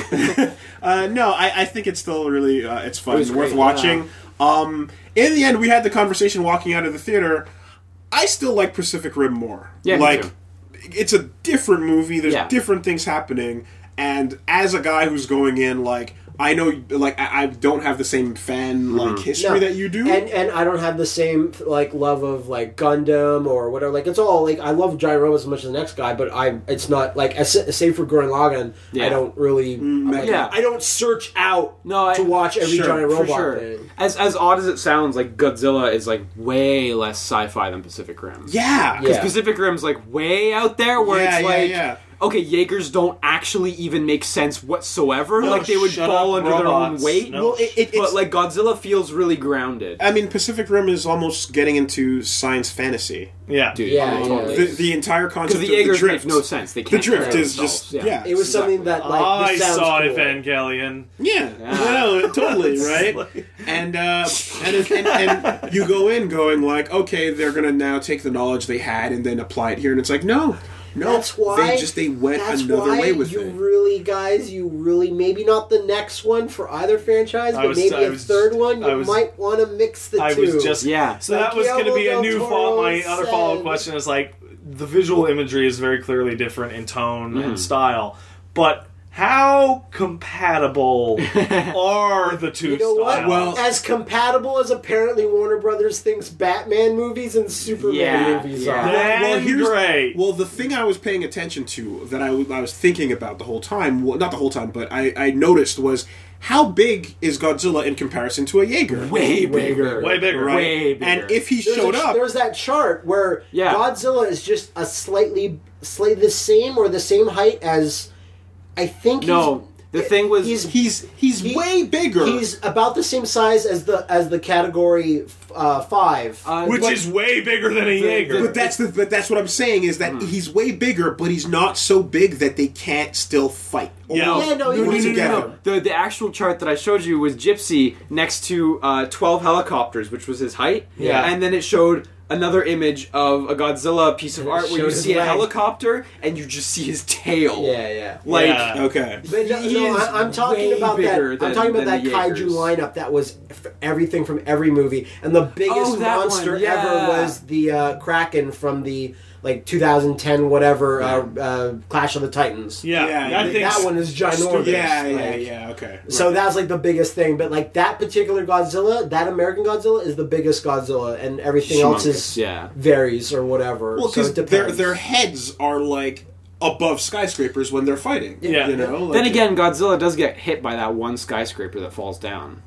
[SPEAKER 1] Uh, no, I, I think it's still really uh, it's fun,
[SPEAKER 3] It was
[SPEAKER 1] worth
[SPEAKER 3] great,
[SPEAKER 1] watching. Um, in the end, we had the conversation walking out of the theater. I still like Pacific Rim more.
[SPEAKER 3] Yeah, me
[SPEAKER 1] like
[SPEAKER 3] too.
[SPEAKER 1] it's a different movie. There's
[SPEAKER 3] Yeah.
[SPEAKER 1] different things happening, and as a guy who's going in, like I know, like I, I don't have the same
[SPEAKER 3] Mm-hmm.
[SPEAKER 1] fan like history that you do.
[SPEAKER 2] And and I don't have the same like love of like Gundam or whatever. Like it's all like I love Giant Robot as much as the next guy, but I it's not like as, save for Gurren Lagann. I
[SPEAKER 3] Yeah.
[SPEAKER 2] don't really.
[SPEAKER 3] Mm,
[SPEAKER 2] I'm like,
[SPEAKER 3] yeah.
[SPEAKER 2] I don't search out
[SPEAKER 3] No, I-
[SPEAKER 2] to watch every
[SPEAKER 1] Sure,
[SPEAKER 2] Giant
[SPEAKER 3] For
[SPEAKER 2] Robot
[SPEAKER 3] sure.
[SPEAKER 2] thing.
[SPEAKER 3] As as odd as it sounds, like Godzilla is like way less sci-fi than Pacific Rim.
[SPEAKER 1] yeah,
[SPEAKER 2] Yeah.
[SPEAKER 3] Pacific Rim's like way out there where
[SPEAKER 1] Yeah,
[SPEAKER 3] it's
[SPEAKER 1] yeah,
[SPEAKER 3] like
[SPEAKER 1] yeah.
[SPEAKER 3] okay, Jaegers don't actually even make sense whatsoever. like they would
[SPEAKER 4] shut
[SPEAKER 3] fall
[SPEAKER 4] up,
[SPEAKER 3] under
[SPEAKER 4] robots.
[SPEAKER 3] their own weight.
[SPEAKER 4] No.
[SPEAKER 1] Well, it, it,
[SPEAKER 3] But
[SPEAKER 1] it's Uh,
[SPEAKER 3] like Godzilla feels really grounded.
[SPEAKER 1] I mean, Pacific Rim is almost getting into science fantasy.
[SPEAKER 4] Yeah.
[SPEAKER 3] Dude,
[SPEAKER 2] Yeah,
[SPEAKER 3] yeah,
[SPEAKER 2] yeah.
[SPEAKER 3] totally.
[SPEAKER 1] The, the entire
[SPEAKER 3] Because
[SPEAKER 1] concept
[SPEAKER 3] the
[SPEAKER 1] of the
[SPEAKER 3] Jaegers
[SPEAKER 1] drift
[SPEAKER 3] make no sense. They
[SPEAKER 1] The
[SPEAKER 3] can't
[SPEAKER 1] drift
[SPEAKER 3] play
[SPEAKER 1] is
[SPEAKER 3] themselves.
[SPEAKER 1] just yeah.
[SPEAKER 2] It was something that like
[SPEAKER 4] I
[SPEAKER 2] this sounds
[SPEAKER 4] saw
[SPEAKER 2] cool.
[SPEAKER 4] Evangelion.
[SPEAKER 1] Yeah,
[SPEAKER 3] Yeah.
[SPEAKER 1] I know, totally,
[SPEAKER 4] It's
[SPEAKER 1] right?
[SPEAKER 4] like-
[SPEAKER 1] And, uh, and, it- and and you go in going like, okay, they're gonna now take the knowledge they had and then apply it here, and it's like, no, no,
[SPEAKER 2] That's why
[SPEAKER 1] they just they went
[SPEAKER 2] that's
[SPEAKER 1] another
[SPEAKER 2] why
[SPEAKER 1] way with
[SPEAKER 2] you
[SPEAKER 1] it.
[SPEAKER 2] really guys you really maybe not the next one for either franchise
[SPEAKER 4] I
[SPEAKER 2] but
[SPEAKER 4] was-
[SPEAKER 2] maybe
[SPEAKER 4] I
[SPEAKER 2] a
[SPEAKER 4] was-
[SPEAKER 2] third one
[SPEAKER 4] I
[SPEAKER 2] you
[SPEAKER 4] was-
[SPEAKER 2] might want to mix the
[SPEAKER 4] I
[SPEAKER 2] two
[SPEAKER 4] was just
[SPEAKER 3] Yeah.
[SPEAKER 4] So that was going to be a
[SPEAKER 2] Guillermo
[SPEAKER 4] new
[SPEAKER 2] del
[SPEAKER 4] follow. My
[SPEAKER 2] Toro
[SPEAKER 4] other follow up
[SPEAKER 2] said-
[SPEAKER 4] question is like the visual imagery is very clearly different in tone and style, but how compatible are the two
[SPEAKER 2] You know what?
[SPEAKER 4] styles?
[SPEAKER 1] Well-
[SPEAKER 2] as compatible as apparently Warner Brothers thinks Batman movies and Superman
[SPEAKER 3] Yeah,
[SPEAKER 2] movies
[SPEAKER 3] yeah.
[SPEAKER 2] are.
[SPEAKER 4] Then great.
[SPEAKER 1] Well, the thing I was paying attention to that I, w- I was thinking about the whole time, well, not the whole time, but I, I noticed was how big is Godzilla in comparison to a Jaeger?
[SPEAKER 2] Way
[SPEAKER 3] way bigger,
[SPEAKER 2] bigger.
[SPEAKER 4] Way bigger.
[SPEAKER 1] Right?
[SPEAKER 3] way bigger.
[SPEAKER 1] And if he
[SPEAKER 2] There's,
[SPEAKER 1] showed
[SPEAKER 2] a,
[SPEAKER 1] up,
[SPEAKER 2] there's that chart where
[SPEAKER 3] Yeah.
[SPEAKER 2] Godzilla is just a slightly, slightly the same or the same height as I think.
[SPEAKER 3] no, the thing was
[SPEAKER 2] he's, he's
[SPEAKER 1] he's he's
[SPEAKER 2] He-
[SPEAKER 1] way bigger.
[SPEAKER 2] he's about the same size as the as the category uh, five.
[SPEAKER 3] uh,
[SPEAKER 4] Which
[SPEAKER 3] what-
[SPEAKER 4] is way bigger than a Jaeger.
[SPEAKER 1] but that's the but that's what I'm saying is that he's way bigger, but he's not so big that they can't still fight. Or
[SPEAKER 4] Yeah.
[SPEAKER 2] yeah, no,
[SPEAKER 1] no,
[SPEAKER 2] you
[SPEAKER 1] no,
[SPEAKER 2] wouldn't-
[SPEAKER 1] no, no.
[SPEAKER 3] No, the the actual chart that I showed you was Gypsy next to uh, twelve helicopters, which was his height.
[SPEAKER 4] Yeah.
[SPEAKER 3] and then it showed another image of a Godzilla piece of
[SPEAKER 2] And it
[SPEAKER 3] art where you
[SPEAKER 2] showed his
[SPEAKER 3] see a
[SPEAKER 2] leg.
[SPEAKER 3] helicopter and you just see his tail.
[SPEAKER 2] Yeah, yeah.
[SPEAKER 3] like
[SPEAKER 4] Yeah.
[SPEAKER 1] Okay.
[SPEAKER 2] But no,
[SPEAKER 3] He
[SPEAKER 2] no,
[SPEAKER 3] is
[SPEAKER 2] I, I'm talking
[SPEAKER 3] way
[SPEAKER 2] about that.
[SPEAKER 3] bigger
[SPEAKER 2] I'm
[SPEAKER 3] than-
[SPEAKER 2] talking about that
[SPEAKER 3] than the
[SPEAKER 2] kaiju
[SPEAKER 3] Jaegers.
[SPEAKER 2] lineup that was f- everything from every movie, and the biggest
[SPEAKER 3] Oh, that one,
[SPEAKER 2] monster
[SPEAKER 3] yeah.
[SPEAKER 2] ever was the uh, Kraken from the like 2010 whatever uh, uh, Clash of the Titans.
[SPEAKER 1] Yeah,
[SPEAKER 4] yeah, that
[SPEAKER 1] yeah.
[SPEAKER 4] thing's
[SPEAKER 2] that one is ginormous.
[SPEAKER 1] Yeah,
[SPEAKER 2] like-
[SPEAKER 1] yeah, yeah. Okay.
[SPEAKER 2] So that's like the biggest thing, but like that particular Godzilla, that American Godzilla is the biggest Godzilla, and everything else
[SPEAKER 3] Humongous,
[SPEAKER 2] is
[SPEAKER 3] yeah.
[SPEAKER 2] varies or whatever.
[SPEAKER 1] Well,
[SPEAKER 2] so
[SPEAKER 1] because
[SPEAKER 2] it
[SPEAKER 1] their
[SPEAKER 2] depends.
[SPEAKER 1] their heads are like above skyscrapers when they're fighting.
[SPEAKER 4] Yeah.
[SPEAKER 1] you know. Like,
[SPEAKER 3] Then again, Godzilla does get hit by that one skyscraper that falls down.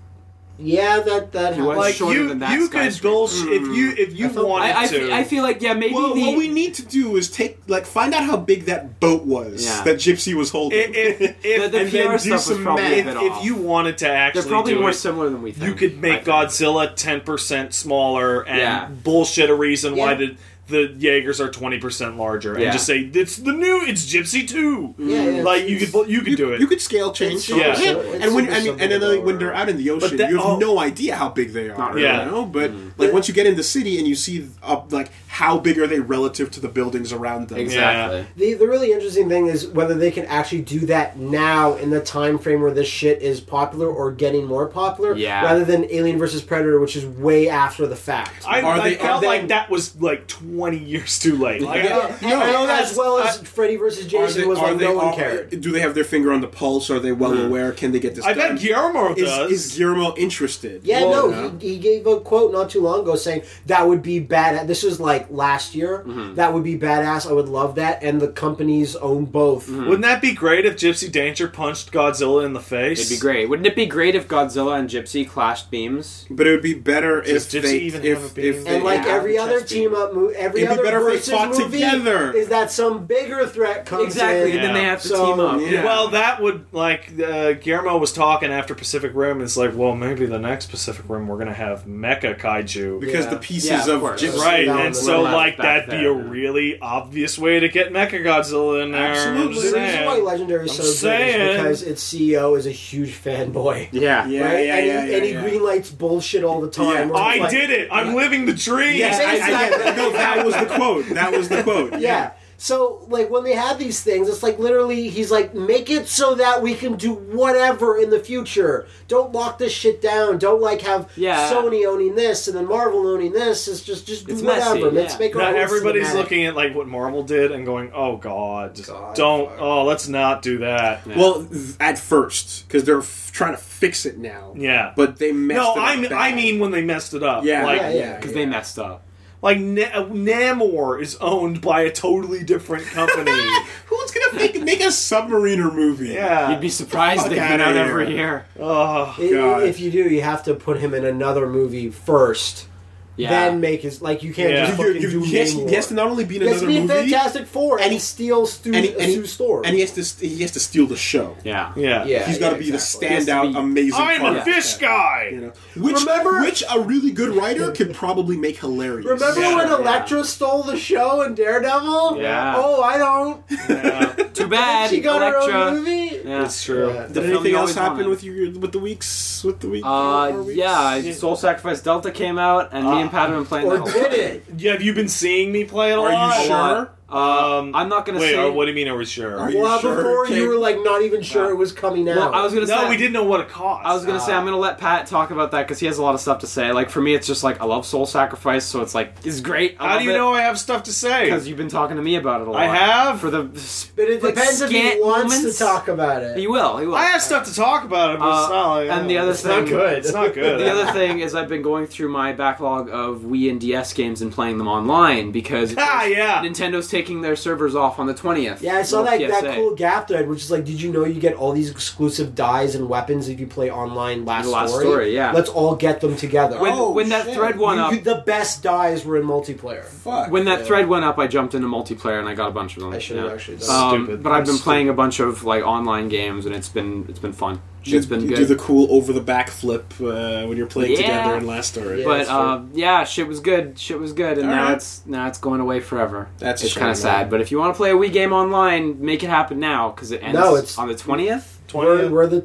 [SPEAKER 2] yeah, that that
[SPEAKER 3] was
[SPEAKER 2] happens.
[SPEAKER 4] like
[SPEAKER 3] shorter
[SPEAKER 4] you.
[SPEAKER 3] than that
[SPEAKER 4] you could
[SPEAKER 3] skyscraper.
[SPEAKER 4] bullshit if you if you
[SPEAKER 2] I felt-
[SPEAKER 4] wanted
[SPEAKER 3] I, I,
[SPEAKER 4] to.
[SPEAKER 3] fe- I feel like yeah, maybe
[SPEAKER 1] well,
[SPEAKER 3] the,
[SPEAKER 1] what we need to do is take like find out how big that boat was
[SPEAKER 3] Yeah.
[SPEAKER 1] that Gypsy was holding.
[SPEAKER 4] if, if, if,
[SPEAKER 3] the, the
[SPEAKER 1] and
[SPEAKER 3] PR
[SPEAKER 1] then do
[SPEAKER 3] stuff was
[SPEAKER 1] some
[SPEAKER 3] probably
[SPEAKER 1] math.
[SPEAKER 3] a
[SPEAKER 4] if,
[SPEAKER 3] bit
[SPEAKER 4] if
[SPEAKER 3] off.
[SPEAKER 4] you wanted to
[SPEAKER 3] They're
[SPEAKER 4] actually
[SPEAKER 3] probably
[SPEAKER 4] do
[SPEAKER 3] more
[SPEAKER 4] it,
[SPEAKER 3] similar than we think.
[SPEAKER 4] you could
[SPEAKER 3] I
[SPEAKER 4] make
[SPEAKER 3] think.
[SPEAKER 4] Godzilla ten percent smaller and
[SPEAKER 3] Yeah.
[SPEAKER 4] bullshit a reason why
[SPEAKER 2] Yeah.
[SPEAKER 4] the the Jaegers are twenty percent larger
[SPEAKER 3] Yeah.
[SPEAKER 4] and just say it's the new it's Gypsy two.
[SPEAKER 2] Yeah, yeah,
[SPEAKER 4] like
[SPEAKER 2] it's-
[SPEAKER 4] you could you could
[SPEAKER 1] you,
[SPEAKER 4] do it.
[SPEAKER 1] you could scale change,
[SPEAKER 2] It's super
[SPEAKER 4] Yeah.
[SPEAKER 2] similar- it's
[SPEAKER 1] and when
[SPEAKER 2] super
[SPEAKER 1] I mean, and then
[SPEAKER 2] similar.
[SPEAKER 1] like, when they're out in the ocean,
[SPEAKER 4] that-
[SPEAKER 1] you have
[SPEAKER 4] oh.
[SPEAKER 1] no idea how big they are.
[SPEAKER 3] really.
[SPEAKER 1] You
[SPEAKER 4] Yeah.
[SPEAKER 1] know? But
[SPEAKER 2] Mm-hmm.
[SPEAKER 1] like once you get in the city and you see up like how big are they relative to the buildings around them?
[SPEAKER 3] exactly.
[SPEAKER 2] The, the really interesting thing is whether they can actually do that now in the time frame where this shit is popular or getting more popular,
[SPEAKER 3] Yeah.
[SPEAKER 2] rather than Alien versus Predator, which is way after the fact.
[SPEAKER 4] I,
[SPEAKER 1] Are
[SPEAKER 4] I
[SPEAKER 1] they-
[SPEAKER 4] felt
[SPEAKER 1] are
[SPEAKER 4] like
[SPEAKER 1] they-
[SPEAKER 4] that was like twenty years too late. Like,
[SPEAKER 2] Yeah,
[SPEAKER 4] I-
[SPEAKER 2] and,
[SPEAKER 1] no,
[SPEAKER 2] and
[SPEAKER 1] no,
[SPEAKER 2] as
[SPEAKER 1] that's-
[SPEAKER 2] well as Freddy versus
[SPEAKER 1] Are
[SPEAKER 2] Jason
[SPEAKER 1] they-
[SPEAKER 2] was
[SPEAKER 1] are
[SPEAKER 2] like
[SPEAKER 1] they
[SPEAKER 2] no one
[SPEAKER 1] all-
[SPEAKER 2] cared.
[SPEAKER 1] Do they have their finger on the pulse? Are they
[SPEAKER 2] Mm.
[SPEAKER 1] well aware? Can they get this?
[SPEAKER 4] I
[SPEAKER 1] done?
[SPEAKER 4] bet Guillermo does.
[SPEAKER 1] is, is Guillermo interested?
[SPEAKER 2] Yeah,
[SPEAKER 3] Well,
[SPEAKER 2] no, he, he gave a quote not too long ago saying that would be bad. This was like last year. That would be badass. I would love that. And the companies own both.
[SPEAKER 4] Wouldn't that be great if Gypsy Danger punched Godzilla in the face?
[SPEAKER 3] It'd be great. Wouldn't it be great if Godzilla and Gypsy clashed beams?
[SPEAKER 1] But it would be better if
[SPEAKER 4] Does Gypsy
[SPEAKER 1] they
[SPEAKER 4] even have
[SPEAKER 1] if,
[SPEAKER 4] a beard?
[SPEAKER 1] if they
[SPEAKER 2] And like
[SPEAKER 3] Yeah,
[SPEAKER 2] every
[SPEAKER 3] the
[SPEAKER 2] other
[SPEAKER 3] chess
[SPEAKER 2] team
[SPEAKER 3] beat.
[SPEAKER 2] up movie, every
[SPEAKER 1] It'd be
[SPEAKER 2] other
[SPEAKER 1] better if they
[SPEAKER 2] versus
[SPEAKER 1] fought
[SPEAKER 2] movie
[SPEAKER 1] together.
[SPEAKER 2] is that some bigger threat comes
[SPEAKER 3] Exactly.
[SPEAKER 2] in.
[SPEAKER 3] And then they have to
[SPEAKER 2] So-
[SPEAKER 3] team up.
[SPEAKER 1] Yeah.
[SPEAKER 4] Well, that would like uh, Guillermo was talking after Pacific Rim. It's like, well, maybe the next Pacific Rim we're gonna have Mecha Kaiju,
[SPEAKER 1] because
[SPEAKER 2] Yeah.
[SPEAKER 1] the pieces
[SPEAKER 3] Yeah, of
[SPEAKER 1] of,
[SPEAKER 3] course.
[SPEAKER 1] Gypsy
[SPEAKER 4] right?
[SPEAKER 2] Down
[SPEAKER 4] And
[SPEAKER 2] the
[SPEAKER 4] so,
[SPEAKER 3] left
[SPEAKER 4] like,
[SPEAKER 3] back
[SPEAKER 4] that'd be
[SPEAKER 3] there,
[SPEAKER 4] a
[SPEAKER 3] yeah.
[SPEAKER 4] really obvious way to get Mecha Godzilla in there. I'm
[SPEAKER 1] Absolutely.
[SPEAKER 4] just
[SPEAKER 2] The reason why
[SPEAKER 4] saying.
[SPEAKER 2] Legendary is so
[SPEAKER 4] I'm
[SPEAKER 2] good
[SPEAKER 4] saying.
[SPEAKER 2] is because its CEO is a huge fanboy.
[SPEAKER 3] Yeah.
[SPEAKER 1] Yeah,
[SPEAKER 2] right?
[SPEAKER 1] yeah,
[SPEAKER 2] and
[SPEAKER 1] yeah,
[SPEAKER 2] he,
[SPEAKER 1] yeah,
[SPEAKER 2] and he
[SPEAKER 1] yeah.
[SPEAKER 2] greenlights bullshit all the time.
[SPEAKER 1] Yeah.
[SPEAKER 2] where it's
[SPEAKER 4] I
[SPEAKER 2] like-
[SPEAKER 4] did it. I'm living the dream.
[SPEAKER 1] Yes, I, I,
[SPEAKER 2] Exactly.
[SPEAKER 1] get- no, that was the quote. That was the quote.
[SPEAKER 2] Yeah. So like when they have these things, it's like literally he's like, make it so that we can do whatever in the future. Don't lock this shit down. Don't like have
[SPEAKER 3] Yeah.
[SPEAKER 2] Sony owning this and then Marvel owning this. It's just just do
[SPEAKER 3] It's
[SPEAKER 2] whatever.
[SPEAKER 3] messy,
[SPEAKER 2] Let's
[SPEAKER 3] yeah.
[SPEAKER 2] make our
[SPEAKER 4] Now
[SPEAKER 2] own
[SPEAKER 4] everybody's
[SPEAKER 2] cinematic.
[SPEAKER 4] looking at like what Marvel did and going, "Oh God, just
[SPEAKER 2] God,
[SPEAKER 4] don't.
[SPEAKER 2] fuck.
[SPEAKER 4] Oh, let's not do that."
[SPEAKER 1] Well, th- at first, because they're f- trying to fix it now.
[SPEAKER 4] Yeah.
[SPEAKER 1] But they messed
[SPEAKER 4] No,
[SPEAKER 1] it up
[SPEAKER 4] I mean,
[SPEAKER 1] bad.
[SPEAKER 4] I mean when they messed it up.
[SPEAKER 1] Yeah,
[SPEAKER 4] like,
[SPEAKER 1] yeah, yeah.
[SPEAKER 3] Because they messed up.
[SPEAKER 4] Like Na- Namor is owned by a totally different company.
[SPEAKER 1] Who's gonna make make a submariner movie?
[SPEAKER 4] yeah.
[SPEAKER 3] You'd be surprised
[SPEAKER 1] Fuck
[SPEAKER 3] they came
[SPEAKER 1] outta
[SPEAKER 3] out
[SPEAKER 1] here.
[SPEAKER 3] every year.
[SPEAKER 4] Ugh.
[SPEAKER 2] I-
[SPEAKER 1] Oh, God.
[SPEAKER 2] If you do, you have to put him in another movie first.
[SPEAKER 3] Yeah.
[SPEAKER 2] Then make his like you can't
[SPEAKER 4] Yeah.
[SPEAKER 2] just
[SPEAKER 1] You,
[SPEAKER 2] fucking
[SPEAKER 1] you, you,
[SPEAKER 2] do
[SPEAKER 1] he, has,
[SPEAKER 2] Namor.
[SPEAKER 1] he has to not only be in
[SPEAKER 2] He has to
[SPEAKER 1] another
[SPEAKER 2] be in
[SPEAKER 1] movie,
[SPEAKER 2] Fantastic Four and,
[SPEAKER 1] And
[SPEAKER 2] he
[SPEAKER 1] he-
[SPEAKER 2] steals Stu's,
[SPEAKER 1] and he, and, he,
[SPEAKER 2] Stu's story.
[SPEAKER 1] and he has to st- he has to steal the show.
[SPEAKER 3] Yeah.
[SPEAKER 4] Yeah.
[SPEAKER 2] Yeah.
[SPEAKER 1] He's got to be the
[SPEAKER 2] exactly.
[SPEAKER 3] He has to
[SPEAKER 1] standout,
[SPEAKER 3] be-
[SPEAKER 1] amazing.
[SPEAKER 4] I'm
[SPEAKER 1] part
[SPEAKER 4] a
[SPEAKER 1] of
[SPEAKER 4] fish
[SPEAKER 1] that,
[SPEAKER 4] guy.
[SPEAKER 1] You know, which
[SPEAKER 2] Remember-
[SPEAKER 1] which a really good writer could probably make hilarious.
[SPEAKER 2] Remember
[SPEAKER 4] Yeah.
[SPEAKER 2] when
[SPEAKER 3] Yeah.
[SPEAKER 2] Elektra stole the show in Daredevil?
[SPEAKER 3] Yeah.
[SPEAKER 2] Oh, I don't.
[SPEAKER 4] Yeah,
[SPEAKER 3] Too bad.
[SPEAKER 2] she got her own
[SPEAKER 3] Elektra.
[SPEAKER 2] movie.
[SPEAKER 3] Yeah.
[SPEAKER 4] That's true.
[SPEAKER 2] Yeah.
[SPEAKER 1] Did
[SPEAKER 3] The film
[SPEAKER 1] anything
[SPEAKER 3] you
[SPEAKER 1] else
[SPEAKER 3] always
[SPEAKER 1] happen
[SPEAKER 3] wanted.
[SPEAKER 1] with you with the weeks with the week?
[SPEAKER 3] Uh,
[SPEAKER 1] four weeks?
[SPEAKER 3] yeah, Soul Sacrifice Uh, Delta came out, and me and Pat have been playing
[SPEAKER 2] Or
[SPEAKER 3] that. whole
[SPEAKER 2] did
[SPEAKER 3] time.
[SPEAKER 2] it?
[SPEAKER 4] Yeah, have you been seeing me play it a
[SPEAKER 1] Are you
[SPEAKER 4] lot?
[SPEAKER 3] A lot.
[SPEAKER 1] Sure?
[SPEAKER 3] Uh,
[SPEAKER 4] Um,
[SPEAKER 3] I'm not gonna
[SPEAKER 4] wait,
[SPEAKER 3] say.
[SPEAKER 4] uh, what do you mean? Are we sure?
[SPEAKER 1] Are you-
[SPEAKER 2] Well,
[SPEAKER 1] sure
[SPEAKER 2] before
[SPEAKER 1] came-
[SPEAKER 2] you were like not even sure it was coming out.
[SPEAKER 3] well, I was gonna say.
[SPEAKER 4] no, we didn't know what it cost.
[SPEAKER 3] I was gonna say I'm gonna let Pat talk about that because he has a lot of stuff to say. Like for me, it's just like I love Soul Sacrifice, so it's like it's great. I
[SPEAKER 4] How do you know I have stuff to
[SPEAKER 3] Because
[SPEAKER 4] say?
[SPEAKER 3] you've been talking to me about it a lot.
[SPEAKER 4] I have.
[SPEAKER 3] for the.
[SPEAKER 2] But it
[SPEAKER 3] like,
[SPEAKER 2] depends if he
[SPEAKER 3] scant
[SPEAKER 2] wants
[SPEAKER 3] moments.
[SPEAKER 2] to talk about it.
[SPEAKER 3] He will. He will.
[SPEAKER 4] I have stuff to talk about. It, but
[SPEAKER 3] Uh,
[SPEAKER 4] it's not, like-
[SPEAKER 3] and the other
[SPEAKER 4] it's not
[SPEAKER 3] thing-
[SPEAKER 4] good. It's not good.
[SPEAKER 3] the other thing is I've been going through my backlog of Wii and DS games and playing them online because
[SPEAKER 4] Ah, yeah.
[SPEAKER 3] Nintendo's taking their servers off on the twentieth.
[SPEAKER 2] yeah, I saw that, that cool gap thread, which is like, did you know you get all these exclusive dies and weapons if you play online last,
[SPEAKER 3] Last Story, yeah.
[SPEAKER 2] Let's all get them together.
[SPEAKER 3] When,
[SPEAKER 1] Oh,
[SPEAKER 3] when that
[SPEAKER 1] shit.
[SPEAKER 3] thread went
[SPEAKER 2] You-
[SPEAKER 3] up,
[SPEAKER 2] you- the best dies were in multiplayer.
[SPEAKER 1] Fuck.
[SPEAKER 3] when that
[SPEAKER 2] Yeah.
[SPEAKER 3] thread went up, I jumped into multiplayer and I got a bunch of them.
[SPEAKER 2] I should have
[SPEAKER 3] yeah.
[SPEAKER 2] actually done.
[SPEAKER 4] Uh,
[SPEAKER 3] Um,
[SPEAKER 4] Stupid.
[SPEAKER 3] but I've been
[SPEAKER 4] That's
[SPEAKER 3] playing a bunch of like online games and it's been it's been fun.
[SPEAKER 1] you,
[SPEAKER 3] it's been
[SPEAKER 1] you
[SPEAKER 3] good.
[SPEAKER 1] do the cool over the back flip uh, when you're playing
[SPEAKER 3] Yeah.
[SPEAKER 1] together in Last Story.
[SPEAKER 2] Yeah.
[SPEAKER 3] but
[SPEAKER 2] that's
[SPEAKER 3] uh, yeah, shit was good. Shit was good, and
[SPEAKER 1] All
[SPEAKER 3] now
[SPEAKER 1] right.
[SPEAKER 3] it's now it's going away forever.
[SPEAKER 1] That's a
[SPEAKER 3] it's
[SPEAKER 1] shame,
[SPEAKER 3] kind
[SPEAKER 1] man.
[SPEAKER 3] of sad. But if you want to play a Wii game online, make it happen now because it ends
[SPEAKER 2] No, it's-
[SPEAKER 3] on the twentieth.
[SPEAKER 2] we're, we're the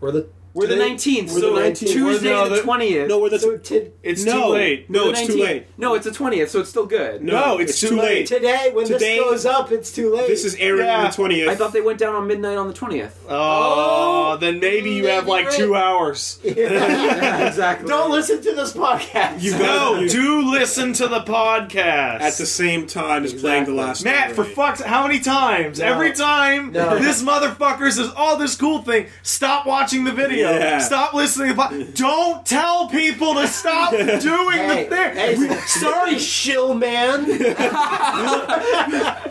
[SPEAKER 2] we're the
[SPEAKER 3] We're the
[SPEAKER 1] Today-
[SPEAKER 3] nineteenth.
[SPEAKER 1] we're the
[SPEAKER 3] So
[SPEAKER 1] 19th.
[SPEAKER 3] Tuesday
[SPEAKER 4] We're the-
[SPEAKER 3] the twentieth.
[SPEAKER 1] No, we're the
[SPEAKER 2] so t-
[SPEAKER 4] It's
[SPEAKER 1] no,
[SPEAKER 4] too late.
[SPEAKER 1] No, it's too late.
[SPEAKER 3] No, it's the twentieth, so it's still good.
[SPEAKER 1] No, it's, too late.
[SPEAKER 2] today when
[SPEAKER 1] Today-
[SPEAKER 2] this goes up, it's too late.
[SPEAKER 1] This is airing on
[SPEAKER 4] Yeah.
[SPEAKER 1] the twentieth.
[SPEAKER 3] I thought they went down on midnight on the twentieth.
[SPEAKER 4] Oh, then maybe you have
[SPEAKER 2] maybe
[SPEAKER 4] like two hours.
[SPEAKER 3] exactly.
[SPEAKER 2] Don't listen to this podcast.
[SPEAKER 1] You got
[SPEAKER 4] No,
[SPEAKER 1] you-
[SPEAKER 4] do listen to the podcast.
[SPEAKER 1] at the same time as playing the
[SPEAKER 3] Exactly.
[SPEAKER 1] last.
[SPEAKER 4] Matt, for
[SPEAKER 1] Story.
[SPEAKER 4] fuck's how many times? Every time
[SPEAKER 2] No.
[SPEAKER 4] this motherfucker says, "Oh, this cool thing," stop watching the video.
[SPEAKER 1] Yeah.
[SPEAKER 4] Stop listening. To the po- Don't tell people to stop doing
[SPEAKER 2] Hey,
[SPEAKER 4] the thing.
[SPEAKER 2] hey, sorry, shill man.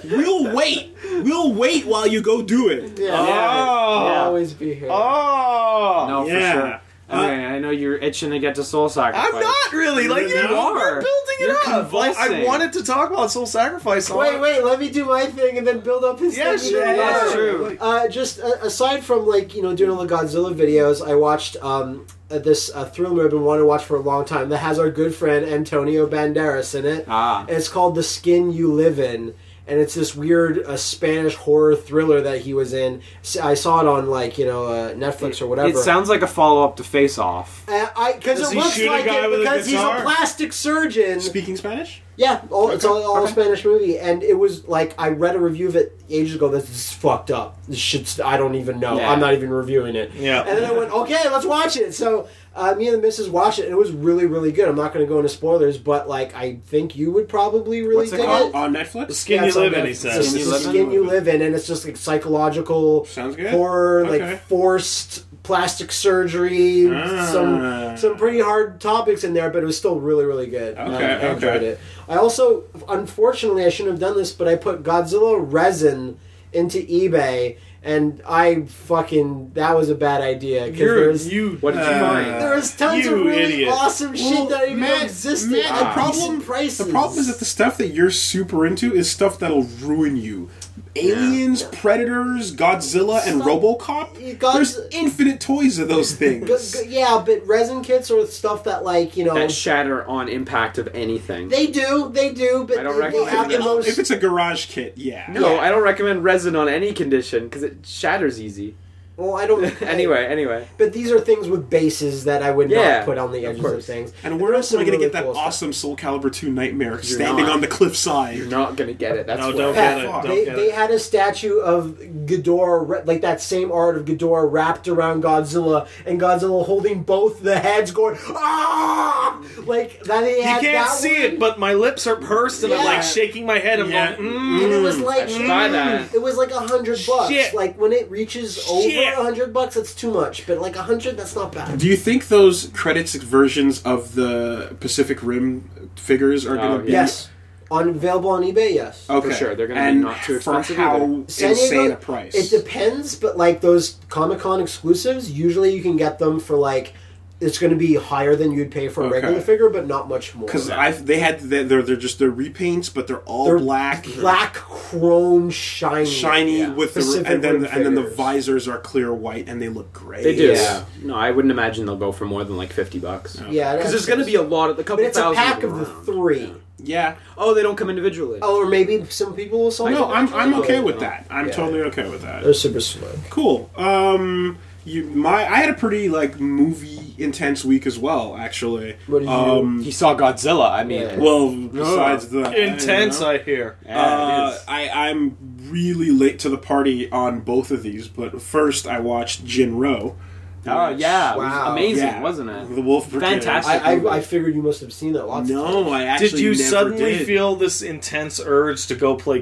[SPEAKER 1] We'll wait. We'll wait while you go do it.
[SPEAKER 2] Yeah. I'll
[SPEAKER 4] Oh,
[SPEAKER 2] always be here.
[SPEAKER 4] oh,
[SPEAKER 3] No,
[SPEAKER 1] Yeah.
[SPEAKER 3] for sure.
[SPEAKER 1] Uh,
[SPEAKER 3] Okay, I know you're itching to get to Soul Sacrifice.
[SPEAKER 4] I'm not really like you.
[SPEAKER 1] You
[SPEAKER 4] know,
[SPEAKER 3] are.
[SPEAKER 4] We're building it
[SPEAKER 3] You're
[SPEAKER 4] up. Like, I
[SPEAKER 3] convulsing.
[SPEAKER 4] wanted to talk about soul sacrifice. I
[SPEAKER 2] Wait,
[SPEAKER 4] wanna-
[SPEAKER 2] wait. Let me do my thing and then build up his.
[SPEAKER 4] Yeah,
[SPEAKER 2] thing
[SPEAKER 4] sure.
[SPEAKER 2] even more.
[SPEAKER 3] That's true.
[SPEAKER 2] Uh, just uh, aside from like you know doing all the Godzilla videos, I watched um, uh, this uh, thriller I've been wanting to watch for a long time that has our good friend Antonio Banderas in it.
[SPEAKER 3] Ah.
[SPEAKER 2] And it's called The Skin You Live In, and it's this weird uh, Spanish horror thriller that he was in. S- I saw it on like you know uh, Netflix or whatever.
[SPEAKER 3] It sounds like a follow up to Face Off.
[SPEAKER 2] Uh, I because
[SPEAKER 4] Does
[SPEAKER 2] it
[SPEAKER 4] he
[SPEAKER 2] looks
[SPEAKER 4] shoot a
[SPEAKER 2] like
[SPEAKER 4] guy
[SPEAKER 2] it
[SPEAKER 4] with a
[SPEAKER 2] because he's a
[SPEAKER 4] guitar?
[SPEAKER 2] plastic surgeon.
[SPEAKER 1] Speaking Spanish?
[SPEAKER 2] Yeah, all, it's all, all
[SPEAKER 3] okay.
[SPEAKER 2] a Spanish movie, and it was like I read a review of it ages ago. This is fucked up. This shit's I don't even know.
[SPEAKER 3] Yeah.
[SPEAKER 2] I'm not even reviewing it.
[SPEAKER 4] Yeah.
[SPEAKER 2] And then I went, okay, let's watch it. So uh, me and the missus watched it, and it was really, really good. I'm not going to go into spoilers, but like I think you would probably really
[SPEAKER 3] What's it
[SPEAKER 2] dig
[SPEAKER 3] called?
[SPEAKER 2] it.
[SPEAKER 1] On Netflix?
[SPEAKER 4] Skin
[SPEAKER 2] Yeah,
[SPEAKER 4] you
[SPEAKER 2] it's on
[SPEAKER 4] live in,
[SPEAKER 2] Netflix.
[SPEAKER 4] he
[SPEAKER 2] It's
[SPEAKER 3] Skin
[SPEAKER 4] says.
[SPEAKER 3] You
[SPEAKER 2] just the
[SPEAKER 3] Live In?
[SPEAKER 2] skin you live in, and it's just like psychological
[SPEAKER 1] Sounds good.
[SPEAKER 2] horror,
[SPEAKER 1] Okay.
[SPEAKER 2] like forced plastic surgery,
[SPEAKER 1] Ah.
[SPEAKER 2] some some pretty hard topics in there, but it was still really really good.
[SPEAKER 1] Okay,
[SPEAKER 2] I, I enjoyed
[SPEAKER 1] okay.
[SPEAKER 2] it. I also, unfortunately, I shouldn't have done this, but I put Godzilla resin into eBay, and I fucking that was a bad idea because
[SPEAKER 4] You're,
[SPEAKER 2] there's
[SPEAKER 4] you.
[SPEAKER 3] What did you
[SPEAKER 1] Uh,
[SPEAKER 3] find?
[SPEAKER 2] there was tons
[SPEAKER 4] You
[SPEAKER 2] of really
[SPEAKER 4] idiot.
[SPEAKER 2] awesome shit
[SPEAKER 1] Well,
[SPEAKER 2] that I didn't
[SPEAKER 1] Matt-
[SPEAKER 2] know existed
[SPEAKER 1] Matt, the
[SPEAKER 2] at
[SPEAKER 1] problem-
[SPEAKER 2] decent prices.
[SPEAKER 1] The problem is that the stuff that you're super into is stuff that'll ruin you. Aliens, Predators, Godzilla, and
[SPEAKER 2] Stop. You
[SPEAKER 1] RoboCop.
[SPEAKER 2] got-
[SPEAKER 1] There's infinite toys of those
[SPEAKER 2] G-
[SPEAKER 1] things.
[SPEAKER 2] g- yeah, but resin kits are stuff that, like, you know,
[SPEAKER 3] That shatter on impact of anything.
[SPEAKER 2] they do, they do, but
[SPEAKER 3] I don't
[SPEAKER 2] they, they
[SPEAKER 3] recommend
[SPEAKER 2] have the
[SPEAKER 3] it.
[SPEAKER 2] most.
[SPEAKER 1] If it's a garage kit, yeah.
[SPEAKER 3] no,
[SPEAKER 2] Yeah.
[SPEAKER 3] I don't recommend resin on any condition because it shatters easy.
[SPEAKER 2] well, I don't.
[SPEAKER 3] anyway, anyway.
[SPEAKER 2] but these are things with bases that I would
[SPEAKER 3] Yeah,
[SPEAKER 2] not put on the edges of,
[SPEAKER 3] course.
[SPEAKER 2] things.
[SPEAKER 1] And where else am I going to get that
[SPEAKER 2] awesome?
[SPEAKER 1] awesome Soul Calibur 2 nightmare standing
[SPEAKER 3] not.
[SPEAKER 1] on the cliffside?
[SPEAKER 3] You're not gonna get it. That's
[SPEAKER 4] No,
[SPEAKER 3] what-
[SPEAKER 4] don't get it. Don't
[SPEAKER 2] they,
[SPEAKER 4] get
[SPEAKER 2] they
[SPEAKER 4] it.
[SPEAKER 2] had a statue of Ghidorah, wra- like that same art of Ghidorah wrapped around Godzilla, and Godzilla holding both the heads, going ah, like that. They
[SPEAKER 4] You
[SPEAKER 2] had
[SPEAKER 4] can't
[SPEAKER 2] that
[SPEAKER 4] see
[SPEAKER 2] one.
[SPEAKER 4] it, but my lips are pursed and I'm
[SPEAKER 2] Yeah.
[SPEAKER 4] like shaking my head. I'm
[SPEAKER 1] Yeah.
[SPEAKER 4] like, mm.
[SPEAKER 2] and it was like Mm.
[SPEAKER 3] I should buy that.
[SPEAKER 2] it was like a hundred bucks.
[SPEAKER 4] Shit.
[SPEAKER 2] Like when it reaches
[SPEAKER 4] Shit.
[SPEAKER 2] over a hundred bucks, that's too much. But like a hundred, that's not bad.
[SPEAKER 1] Do you think those credits versions of the Pacific Rim figures are going
[SPEAKER 3] Oh,
[SPEAKER 1] to be
[SPEAKER 2] Yes, on available on eBay. Yes.
[SPEAKER 1] Okay.
[SPEAKER 3] For sure, they're gonna be
[SPEAKER 1] And
[SPEAKER 3] not too expensive
[SPEAKER 1] for how
[SPEAKER 3] either.
[SPEAKER 2] San Diego-
[SPEAKER 1] insane a price.
[SPEAKER 2] It depends, but like those Comic Con exclusives, usually you can get them for like it's going to be higher than you'd pay for a
[SPEAKER 1] Okay.
[SPEAKER 2] regular figure, but not much more.
[SPEAKER 1] Because I they had they're they're just they're repaints, but they're all
[SPEAKER 2] They're
[SPEAKER 1] black,
[SPEAKER 2] black chrome, shiny,
[SPEAKER 1] shiny
[SPEAKER 3] Yeah.
[SPEAKER 1] with the
[SPEAKER 2] Pacific
[SPEAKER 1] and then
[SPEAKER 2] Rim
[SPEAKER 1] and then the
[SPEAKER 2] figures.
[SPEAKER 1] visors are clear white and they look great.
[SPEAKER 3] They do.
[SPEAKER 2] Yeah.
[SPEAKER 3] No, I wouldn't imagine they'll go for more than like fifty bucks.
[SPEAKER 2] Yeah,
[SPEAKER 3] Because there's going to be a lot of the couple
[SPEAKER 2] But it's a
[SPEAKER 3] thousand
[SPEAKER 2] pack of the
[SPEAKER 3] around.
[SPEAKER 2] three.
[SPEAKER 1] Yeah.
[SPEAKER 3] Oh, they don't come individually.
[SPEAKER 2] Oh, or maybe some people will sell.
[SPEAKER 1] No,
[SPEAKER 2] them.
[SPEAKER 1] I'm I'm okay
[SPEAKER 2] But-
[SPEAKER 1] with that. I'm
[SPEAKER 2] Yeah.
[SPEAKER 1] totally okay with that.
[SPEAKER 2] They're super slick.
[SPEAKER 1] Cool. Um. you, my I had a pretty like movie intense week as well. Actually,
[SPEAKER 2] What did you
[SPEAKER 1] um,
[SPEAKER 3] He saw Godzilla. I mean,
[SPEAKER 2] Yeah.
[SPEAKER 1] well, besides that,
[SPEAKER 4] Intense,
[SPEAKER 1] you know?
[SPEAKER 4] I hear.
[SPEAKER 3] Oh, yeah, it
[SPEAKER 1] Uh,
[SPEAKER 3] is.
[SPEAKER 1] I, I'm really late to the party on both of these, but first I watched Jinro.
[SPEAKER 3] oh yeah, Uh, it was
[SPEAKER 2] Wow.
[SPEAKER 3] amazing,
[SPEAKER 1] Yeah.
[SPEAKER 3] wasn't it?
[SPEAKER 1] The Wolf Brigade.
[SPEAKER 3] Fantastic.
[SPEAKER 2] I, I, I figured you must have seen that lots of times.
[SPEAKER 1] No, I actually
[SPEAKER 4] Did you
[SPEAKER 1] never
[SPEAKER 4] suddenly
[SPEAKER 1] did.
[SPEAKER 4] feel this intense urge to go play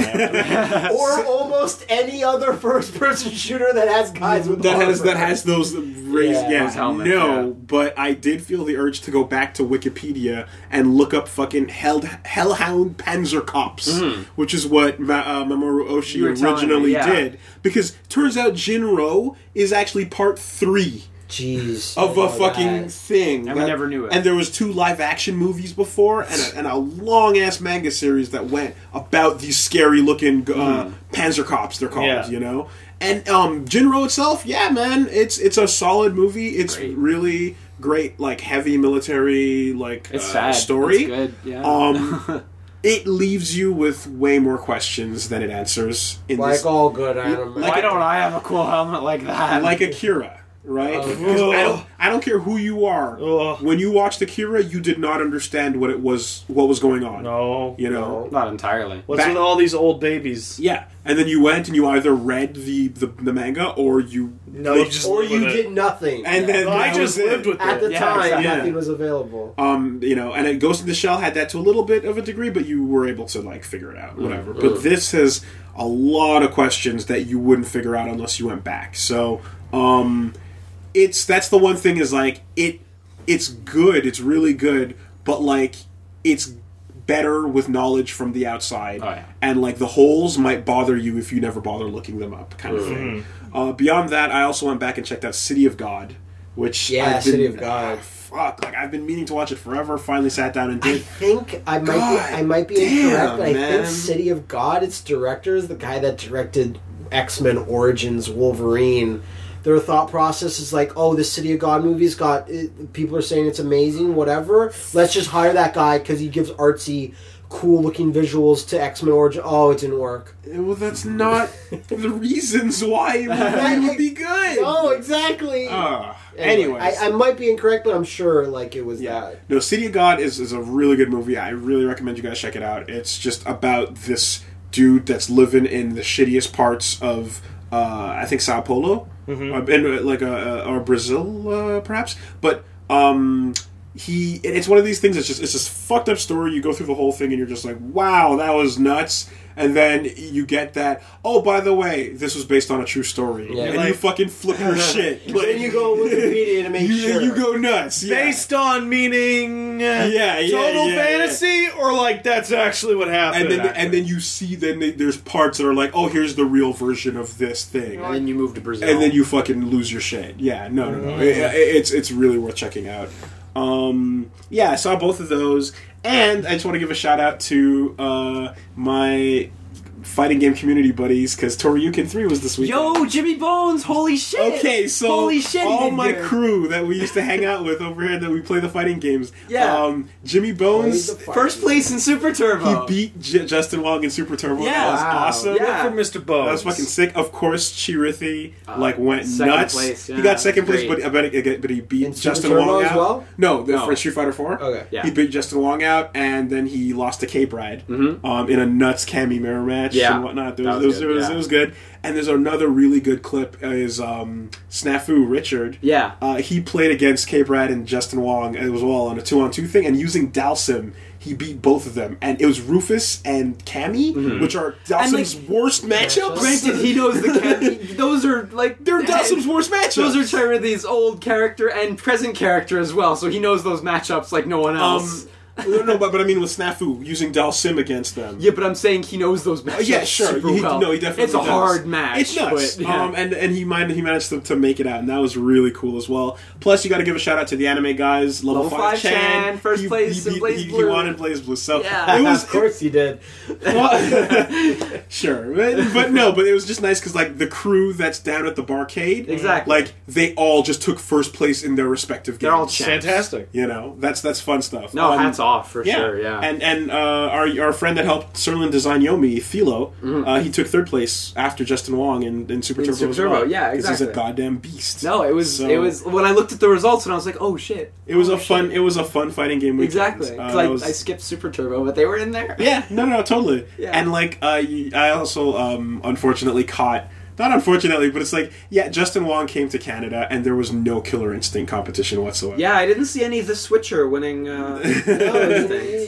[SPEAKER 4] after?
[SPEAKER 2] Or almost any other first person shooter that has guys with
[SPEAKER 1] that has
[SPEAKER 2] armor.
[SPEAKER 1] that has those raised
[SPEAKER 2] Yeah.
[SPEAKER 1] yeah,
[SPEAKER 3] Those helmets,
[SPEAKER 1] no
[SPEAKER 3] yeah.
[SPEAKER 1] but i did feel the urge to go back to wikipedia and look up fucking Hell, hellhound panzer cops which is what Ma- uh, mamoru oshii
[SPEAKER 3] Mm-hmm. You were telling me,
[SPEAKER 1] originally
[SPEAKER 3] yeah.
[SPEAKER 1] did because turns out jinro is actually part three
[SPEAKER 2] Jeez.
[SPEAKER 1] of a
[SPEAKER 2] Oh,
[SPEAKER 1] fucking
[SPEAKER 2] guys.
[SPEAKER 1] thing,
[SPEAKER 3] And we never knew it.
[SPEAKER 1] And there was two live action movies before, and a, and a long ass manga series that went about these scary looking
[SPEAKER 3] Hmm.
[SPEAKER 1] uh, Panzer cops. They're called,
[SPEAKER 4] Yeah.
[SPEAKER 1] you know. And um, Jinro itself, yeah, man, it's it's a solid movie. It's
[SPEAKER 3] Great.
[SPEAKER 1] really great, like heavy military, like
[SPEAKER 3] It's
[SPEAKER 1] uh,
[SPEAKER 3] sad.
[SPEAKER 1] story.
[SPEAKER 3] It's good. Yeah.
[SPEAKER 1] Um, it leaves you with way more questions than it answers. In this,
[SPEAKER 2] Like all good anime.
[SPEAKER 1] like-
[SPEAKER 3] Why don't I have a cool helmet like that?
[SPEAKER 1] like Akira, right?
[SPEAKER 2] Oh.
[SPEAKER 1] 'Cause I, don't, I don't care who you are.
[SPEAKER 4] Ugh.
[SPEAKER 1] When you watched Akira, you did not understand what it was, what was going on.
[SPEAKER 4] no.
[SPEAKER 1] you know,
[SPEAKER 3] not entirely.
[SPEAKER 4] What's
[SPEAKER 1] Back-
[SPEAKER 4] with all these old babies?
[SPEAKER 1] yeah. And then you went and you either read the the, the manga or you
[SPEAKER 4] No, you just
[SPEAKER 2] or
[SPEAKER 4] live with
[SPEAKER 2] you
[SPEAKER 4] it.
[SPEAKER 2] did nothing.
[SPEAKER 1] and then
[SPEAKER 4] Well, I
[SPEAKER 1] that
[SPEAKER 4] just
[SPEAKER 1] was it.
[SPEAKER 4] lived with
[SPEAKER 2] At the
[SPEAKER 4] it.
[SPEAKER 3] uh, Yeah,
[SPEAKER 2] time,
[SPEAKER 3] exactly.
[SPEAKER 2] nothing was available.
[SPEAKER 1] um, you know, and it Ghost in the Shell had that to a little bit of a degree, but you were able to like figure it out,
[SPEAKER 3] Mm,
[SPEAKER 1] whatever. But this has a lot of questions that you wouldn't figure out unless you went back. So, um, it's that's the one thing is like it, it's good, it's really good, but like it's better with knowledge from the outside,
[SPEAKER 3] Oh, yeah.
[SPEAKER 1] and like the holes might bother you if you never bother looking them up, kind
[SPEAKER 3] Mm.
[SPEAKER 1] of thing. Uh, beyond that, I also went back and checked out City of God, which
[SPEAKER 2] Yeah,
[SPEAKER 1] I've been-
[SPEAKER 2] City of God.
[SPEAKER 1] fuck, like I've been meaning to watch it forever. Finally sat down and
[SPEAKER 2] I
[SPEAKER 1] did.
[SPEAKER 2] think I might
[SPEAKER 1] God
[SPEAKER 2] be, I might be
[SPEAKER 1] damn,
[SPEAKER 2] incorrect, but I
[SPEAKER 1] man.
[SPEAKER 2] think City of God, its director is the guy that directed X Men Origins Wolverine. Their thought process is like, oh, the City of God movie's got it, people are saying it's amazing, whatever. Let's just hire that guy because he gives artsy, cool looking visuals to X Men Origin. Oh, it didn't work.
[SPEAKER 1] well, that's not the reasons why it would- it would be good.
[SPEAKER 2] Oh, exactly.
[SPEAKER 1] Ugh.
[SPEAKER 2] Anyway,
[SPEAKER 1] anyways.
[SPEAKER 2] I, I might be incorrect, but I'm sure like it was
[SPEAKER 1] Yeah.
[SPEAKER 2] that.
[SPEAKER 1] No, City of God is, is a really good movie. I really recommend you guys check it out. It's just about this dude that's living in the shittiest parts of, uh, I think, Sao Paulo. Uh, and, uh, like, uh, uh, or Brazil, uh, perhaps. But, um,. He, and it's one of these things. It's just, it's just fucked up story. You go through the whole thing, and you're just like, "Wow, that was nuts." And then you get that. Oh, by the way, this was based on a true story,
[SPEAKER 2] Yeah.
[SPEAKER 1] and you
[SPEAKER 4] Like-
[SPEAKER 1] fucking flip your shit. Like,
[SPEAKER 2] Then you go on Wikipedia to make
[SPEAKER 1] you,
[SPEAKER 2] sure.
[SPEAKER 1] you go nuts. Yeah.
[SPEAKER 4] Based on meaning, uh,
[SPEAKER 1] Yeah, yeah,
[SPEAKER 4] total
[SPEAKER 1] yeah, yeah.
[SPEAKER 4] fantasy, or like that's actually what
[SPEAKER 1] and
[SPEAKER 4] happened.
[SPEAKER 1] then and then you see then they, there's parts that are like oh here's the real version of this thing
[SPEAKER 3] and then you move to Brazil.
[SPEAKER 1] and then you fucking lose your shit yeah no no no It- it- it's it's really worth checking out um yeah I saw both of those and I just want to give a shout out to uh my fighting game community buddies because Toriyukin three was this weekend
[SPEAKER 3] Yo, Jimmy Bones! Holy shit!
[SPEAKER 1] Okay, so
[SPEAKER 3] holy shit, he
[SPEAKER 1] all
[SPEAKER 3] did
[SPEAKER 1] my
[SPEAKER 3] good.
[SPEAKER 1] crew that we used to hang out with over here that we play the fighting games.
[SPEAKER 3] Yeah.
[SPEAKER 1] Um, Jimmy Bones,
[SPEAKER 2] Play the
[SPEAKER 3] first place in Super
[SPEAKER 1] he
[SPEAKER 3] Turbo.
[SPEAKER 1] beat J- Justin Wong in Super Turbo.
[SPEAKER 3] Yeah.
[SPEAKER 1] That was
[SPEAKER 2] Wow.
[SPEAKER 1] awesome.
[SPEAKER 3] Yeah.
[SPEAKER 4] for Mr. Bones.
[SPEAKER 1] That was fucking sick. Of course, Chirithi like went
[SPEAKER 3] Uh, second
[SPEAKER 1] nuts.
[SPEAKER 3] place, yeah,
[SPEAKER 1] he got second
[SPEAKER 3] that's
[SPEAKER 1] place, but I bet he, but he beat
[SPEAKER 2] In Super
[SPEAKER 1] Justin
[SPEAKER 2] Turbo
[SPEAKER 1] Wong
[SPEAKER 2] as
[SPEAKER 1] out.
[SPEAKER 2] well?
[SPEAKER 1] No, the
[SPEAKER 3] No.
[SPEAKER 1] for Street Fighter Four.
[SPEAKER 2] Okay.
[SPEAKER 3] Yeah.
[SPEAKER 1] He beat Justin Wong out, and then he lost to Cape Ride um, in a nuts cami mirror match
[SPEAKER 3] Mm-hmm. Yeah.
[SPEAKER 1] and whatnot. There
[SPEAKER 3] That
[SPEAKER 1] was,
[SPEAKER 3] was
[SPEAKER 1] there
[SPEAKER 3] good,
[SPEAKER 1] was-
[SPEAKER 3] yeah.
[SPEAKER 1] it was good. And there's another really good clip is um, Snafu Richard.
[SPEAKER 3] yeah.
[SPEAKER 1] Uh, he played against Cape Rad and Justin Wong as well on a two on two thing, and using Dalsim, he beat both of them. And it was Rufus and Cammy, which are Dalsim's
[SPEAKER 3] like-
[SPEAKER 1] worst matchups.
[SPEAKER 3] Granted, he knows the cat. those are like
[SPEAKER 1] They're Dalsim's worst matchups.
[SPEAKER 3] Those are sort of these old character and present character as well, so he knows those matchups like no one else.
[SPEAKER 1] um, no, no, but, but I mean with Snafu using Dalsim against them.
[SPEAKER 3] yeah, but I'm saying he knows those matchups.
[SPEAKER 1] yeah, sure.
[SPEAKER 3] Super
[SPEAKER 1] He-
[SPEAKER 3] well.
[SPEAKER 1] No, he definitely.
[SPEAKER 3] It's a
[SPEAKER 1] does.
[SPEAKER 3] hard match.
[SPEAKER 1] It's nuts.
[SPEAKER 3] but, yeah.
[SPEAKER 1] Um, and and he managed he managed to, to make it out, and that was really cool as well. Plus, you got to give a shout out to the anime guys, level,
[SPEAKER 3] Level Five
[SPEAKER 1] Chan,
[SPEAKER 3] Chan, first
[SPEAKER 1] He-
[SPEAKER 3] place
[SPEAKER 1] He,
[SPEAKER 3] in
[SPEAKER 1] beat-
[SPEAKER 3] Blaze
[SPEAKER 1] he, he
[SPEAKER 3] Blue.
[SPEAKER 1] wanted Blaze Blue, so
[SPEAKER 3] Yeah.
[SPEAKER 1] it was
[SPEAKER 2] of course he did.
[SPEAKER 1] Well, sure, but, but no, but it was just nice because like the crew that's down at the barcade,
[SPEAKER 3] Exactly.
[SPEAKER 1] Like they all just took first place in their respective games.
[SPEAKER 3] They're all champs.
[SPEAKER 4] fantastic.
[SPEAKER 1] you know, that's that's fun stuff.
[SPEAKER 3] no,
[SPEAKER 1] Um,
[SPEAKER 3] hats off for sure. Yeah,
[SPEAKER 1] And and uh, our our friend that helped Serlin design Yomi, Philo, uh, he took third place after Justin Wong in, in Super
[SPEAKER 3] Mm-hmm.
[SPEAKER 1] Turbo.
[SPEAKER 3] In Super
[SPEAKER 1] as well,
[SPEAKER 3] Turbo, yeah,
[SPEAKER 1] 'cause He's
[SPEAKER 3] exactly.
[SPEAKER 1] a goddamn beast.
[SPEAKER 3] no, it was
[SPEAKER 1] So-
[SPEAKER 3] it was when I looked at the results and I was like, oh shit,
[SPEAKER 1] It was
[SPEAKER 3] Oh,
[SPEAKER 1] a fun.
[SPEAKER 3] shit.
[SPEAKER 1] It was a fun fighting game. Weekend.
[SPEAKER 3] exactly.
[SPEAKER 1] Uh,
[SPEAKER 3] 'Cause I,
[SPEAKER 1] it was-
[SPEAKER 3] I skipped Super Turbo, but they were in there.
[SPEAKER 1] yeah. No. No. no, Totally.
[SPEAKER 3] Yeah.
[SPEAKER 1] And like, uh, you- I also um, unfortunately caught. Not unfortunately, but it's like, yeah, Justin Wong came to Canada and there was no Killer Instinct competition whatsoever.
[SPEAKER 3] Yeah, I didn't see any of the Switcher winning. Uh,
[SPEAKER 2] No,
[SPEAKER 3] things.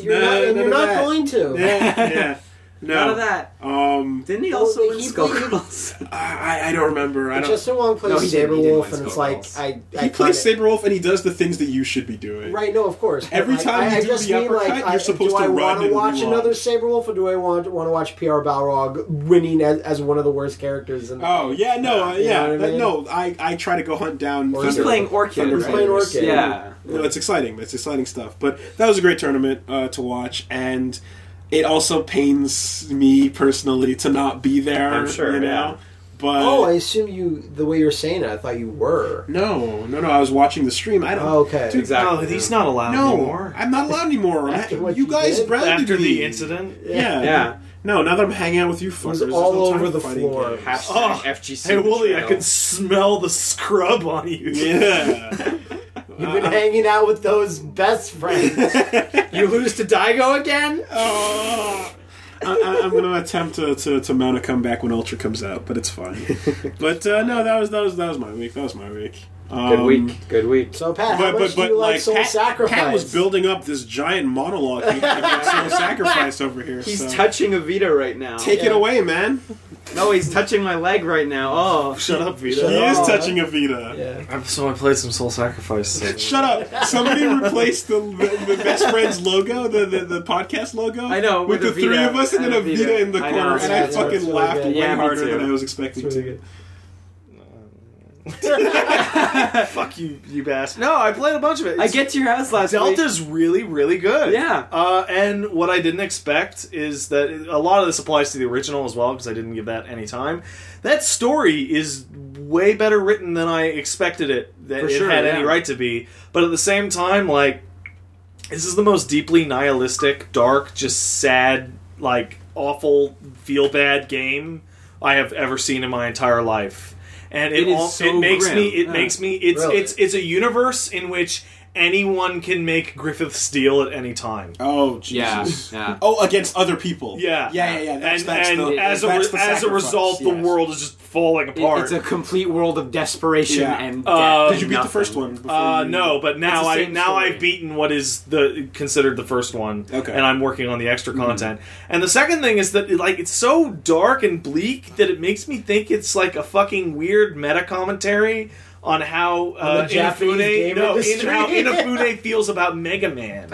[SPEAKER 2] you're
[SPEAKER 1] No,
[SPEAKER 2] not, and
[SPEAKER 1] none
[SPEAKER 2] you're
[SPEAKER 1] of
[SPEAKER 2] not
[SPEAKER 1] that.
[SPEAKER 2] going to.
[SPEAKER 1] Yeah. yeah. No.
[SPEAKER 3] None of that.
[SPEAKER 1] Um,
[SPEAKER 3] Didn't he
[SPEAKER 2] Well,
[SPEAKER 3] also win
[SPEAKER 2] he
[SPEAKER 3] Skullgirls?
[SPEAKER 1] I, I don't remember. I
[SPEAKER 2] But
[SPEAKER 1] don't.
[SPEAKER 2] Justin Wong plays
[SPEAKER 3] No, he didn't. He didn't
[SPEAKER 2] Saberwolf,
[SPEAKER 3] win
[SPEAKER 2] and it's
[SPEAKER 3] Skullgirls.
[SPEAKER 2] like I. I
[SPEAKER 1] he plays
[SPEAKER 2] kinda-
[SPEAKER 1] Saberwolf and he does the things that you should be doing.
[SPEAKER 2] Right, no, of course. But,
[SPEAKER 1] Every
[SPEAKER 2] like,
[SPEAKER 1] time
[SPEAKER 2] I,
[SPEAKER 1] you
[SPEAKER 2] I
[SPEAKER 1] do
[SPEAKER 2] just
[SPEAKER 1] the
[SPEAKER 2] mean,
[SPEAKER 1] uppercut,
[SPEAKER 2] like, I,
[SPEAKER 1] you're supposed
[SPEAKER 2] do
[SPEAKER 1] to
[SPEAKER 2] I
[SPEAKER 1] run
[SPEAKER 2] wanna
[SPEAKER 1] and
[SPEAKER 2] watch
[SPEAKER 1] reload.
[SPEAKER 2] another Saberwolf, or do I want want to watch Pierre Balrog winning as, as one of the worst characters? In the
[SPEAKER 1] Oh yeah, no, uh,
[SPEAKER 2] You
[SPEAKER 1] yeah,
[SPEAKER 2] know what I
[SPEAKER 1] that-
[SPEAKER 2] mean?
[SPEAKER 1] no. I, I try to go hunt down.
[SPEAKER 2] Or
[SPEAKER 3] He's
[SPEAKER 1] Thunder-
[SPEAKER 3] playing Orchid.
[SPEAKER 1] Thunder
[SPEAKER 3] right?
[SPEAKER 2] playing Orchid.
[SPEAKER 3] Yeah.
[SPEAKER 1] No, it's exciting. It's exciting stuff. But that was a great tournament uh, to watch, and it also pains me personally to not be there.
[SPEAKER 3] I'm sure,
[SPEAKER 1] you know.
[SPEAKER 3] yeah.
[SPEAKER 1] But
[SPEAKER 2] Oh, I assume you. The way you're saying it, I thought you were.
[SPEAKER 1] no, no, no. I was watching the stream. I don't.
[SPEAKER 2] Oh, okay.
[SPEAKER 1] Dude,
[SPEAKER 4] No,
[SPEAKER 3] Exactly.
[SPEAKER 4] he's not allowed
[SPEAKER 1] No,
[SPEAKER 4] anymore.
[SPEAKER 1] I'm not allowed anymore.
[SPEAKER 2] After
[SPEAKER 1] you
[SPEAKER 2] what you
[SPEAKER 1] guys
[SPEAKER 2] did?
[SPEAKER 1] branded
[SPEAKER 4] After
[SPEAKER 1] me.
[SPEAKER 4] the incident.
[SPEAKER 1] Yeah.
[SPEAKER 3] Yeah.
[SPEAKER 1] No, now that I'm hanging out with you fuckers,
[SPEAKER 2] was
[SPEAKER 1] there's
[SPEAKER 2] all
[SPEAKER 1] no time
[SPEAKER 2] over
[SPEAKER 1] for
[SPEAKER 2] the
[SPEAKER 1] fighting
[SPEAKER 2] floor.
[SPEAKER 1] games.
[SPEAKER 3] Hashtag
[SPEAKER 4] Oh.
[SPEAKER 3] FGC.
[SPEAKER 4] Hey, Wooly, I
[SPEAKER 3] betrayal.
[SPEAKER 4] can smell the scrub on you.
[SPEAKER 1] Yeah.
[SPEAKER 2] You've
[SPEAKER 1] Uh,
[SPEAKER 2] been hanging out with those best friends.
[SPEAKER 3] You lose to Daigo again?
[SPEAKER 1] Oh. I, I, I'm going to attempt to, to, to mount a comeback when Ultra comes out, but it's fine. but uh, no, that was that was that was my week. That was my week. Um,
[SPEAKER 3] Good week. Good week.
[SPEAKER 2] so Pat, how
[SPEAKER 1] But
[SPEAKER 2] much
[SPEAKER 1] but but
[SPEAKER 2] do you like,
[SPEAKER 1] like
[SPEAKER 2] Soul
[SPEAKER 1] Pat,
[SPEAKER 2] Sacrifice?
[SPEAKER 1] Pat was building up this giant monologue he had about soul sacrifice over here.
[SPEAKER 3] He's
[SPEAKER 1] so.
[SPEAKER 3] touching Avita right now.
[SPEAKER 1] Take it
[SPEAKER 2] Yeah.
[SPEAKER 1] away, man.
[SPEAKER 3] No, he's touching my leg right now. Oh.
[SPEAKER 4] Shut up, Vita.
[SPEAKER 1] He
[SPEAKER 2] Shut
[SPEAKER 1] is
[SPEAKER 2] up.
[SPEAKER 1] touching Avita.
[SPEAKER 2] Yeah.
[SPEAKER 4] I'm- So I played some Soul Sacrifice.
[SPEAKER 1] Shut up! Somebody replaced the, the, the best friends logo, the, the the podcast logo.
[SPEAKER 3] I know,
[SPEAKER 1] with,
[SPEAKER 3] with
[SPEAKER 1] the
[SPEAKER 3] a
[SPEAKER 1] three
[SPEAKER 3] Vita
[SPEAKER 1] of us and then
[SPEAKER 3] and
[SPEAKER 1] a
[SPEAKER 3] a Vita.
[SPEAKER 1] Vita in the
[SPEAKER 3] I
[SPEAKER 1] corner,
[SPEAKER 3] know,
[SPEAKER 1] and
[SPEAKER 2] yeah,
[SPEAKER 1] I
[SPEAKER 2] it's-
[SPEAKER 1] fucking
[SPEAKER 2] it's really
[SPEAKER 1] laughed
[SPEAKER 2] good.
[SPEAKER 1] way
[SPEAKER 3] Yeah, me
[SPEAKER 1] harder
[SPEAKER 3] too.
[SPEAKER 1] than I was expecting
[SPEAKER 2] It's really
[SPEAKER 1] to.
[SPEAKER 2] good.
[SPEAKER 4] Fuck you, you bastard. No, I played a bunch of it.
[SPEAKER 3] I get to your house last week.
[SPEAKER 4] Delta's really, really good.
[SPEAKER 3] Yeah.
[SPEAKER 4] Uh, and what I didn't expect is that a lot of this applies to the original as well because I didn't give that any time. That story is way better written than I expected it that
[SPEAKER 3] For
[SPEAKER 4] it
[SPEAKER 3] sure,
[SPEAKER 4] had any
[SPEAKER 3] yeah.
[SPEAKER 4] right to be. But at the same time, like this is the most deeply nihilistic, dark, just sad, like awful, feel bad game I have ever seen in my entire life. And it,
[SPEAKER 3] It is
[SPEAKER 4] all,
[SPEAKER 3] so
[SPEAKER 4] it makes
[SPEAKER 3] grim.
[SPEAKER 4] me it
[SPEAKER 3] Yeah.
[SPEAKER 4] makes me it's
[SPEAKER 2] Really?
[SPEAKER 4] it's it's a universe in which anyone can make Griffith Steel at any time.
[SPEAKER 1] Oh
[SPEAKER 3] Yeah,
[SPEAKER 1] Jesus!
[SPEAKER 3] yeah.
[SPEAKER 1] Oh, against other people.
[SPEAKER 4] Yeah,
[SPEAKER 1] yeah, yeah. yeah. That's,
[SPEAKER 4] and
[SPEAKER 1] that's
[SPEAKER 4] and
[SPEAKER 1] the,
[SPEAKER 4] as a
[SPEAKER 1] that's
[SPEAKER 4] re-
[SPEAKER 1] the
[SPEAKER 4] as a
[SPEAKER 1] sacrifice,
[SPEAKER 4] result, the
[SPEAKER 1] yes.
[SPEAKER 4] world is just falling apart.
[SPEAKER 3] It's a complete world of desperation
[SPEAKER 1] Yeah.
[SPEAKER 3] and death.
[SPEAKER 4] Uh,
[SPEAKER 1] Did you beat the first one? before
[SPEAKER 4] Uh,
[SPEAKER 1] you-
[SPEAKER 4] no, but now
[SPEAKER 3] the
[SPEAKER 4] I
[SPEAKER 3] same
[SPEAKER 4] now
[SPEAKER 3] story.
[SPEAKER 4] I've beaten what is the considered the first one,
[SPEAKER 1] Okay.
[SPEAKER 4] and I'm working on the extra content. And the second thing is that like it's so dark and bleak that it makes me think it's like a fucking weird meta commentary on how uh,
[SPEAKER 2] Japanese
[SPEAKER 4] Inafune
[SPEAKER 2] game
[SPEAKER 4] no in,
[SPEAKER 2] industry.
[SPEAKER 4] how Inafune feels about Mega Man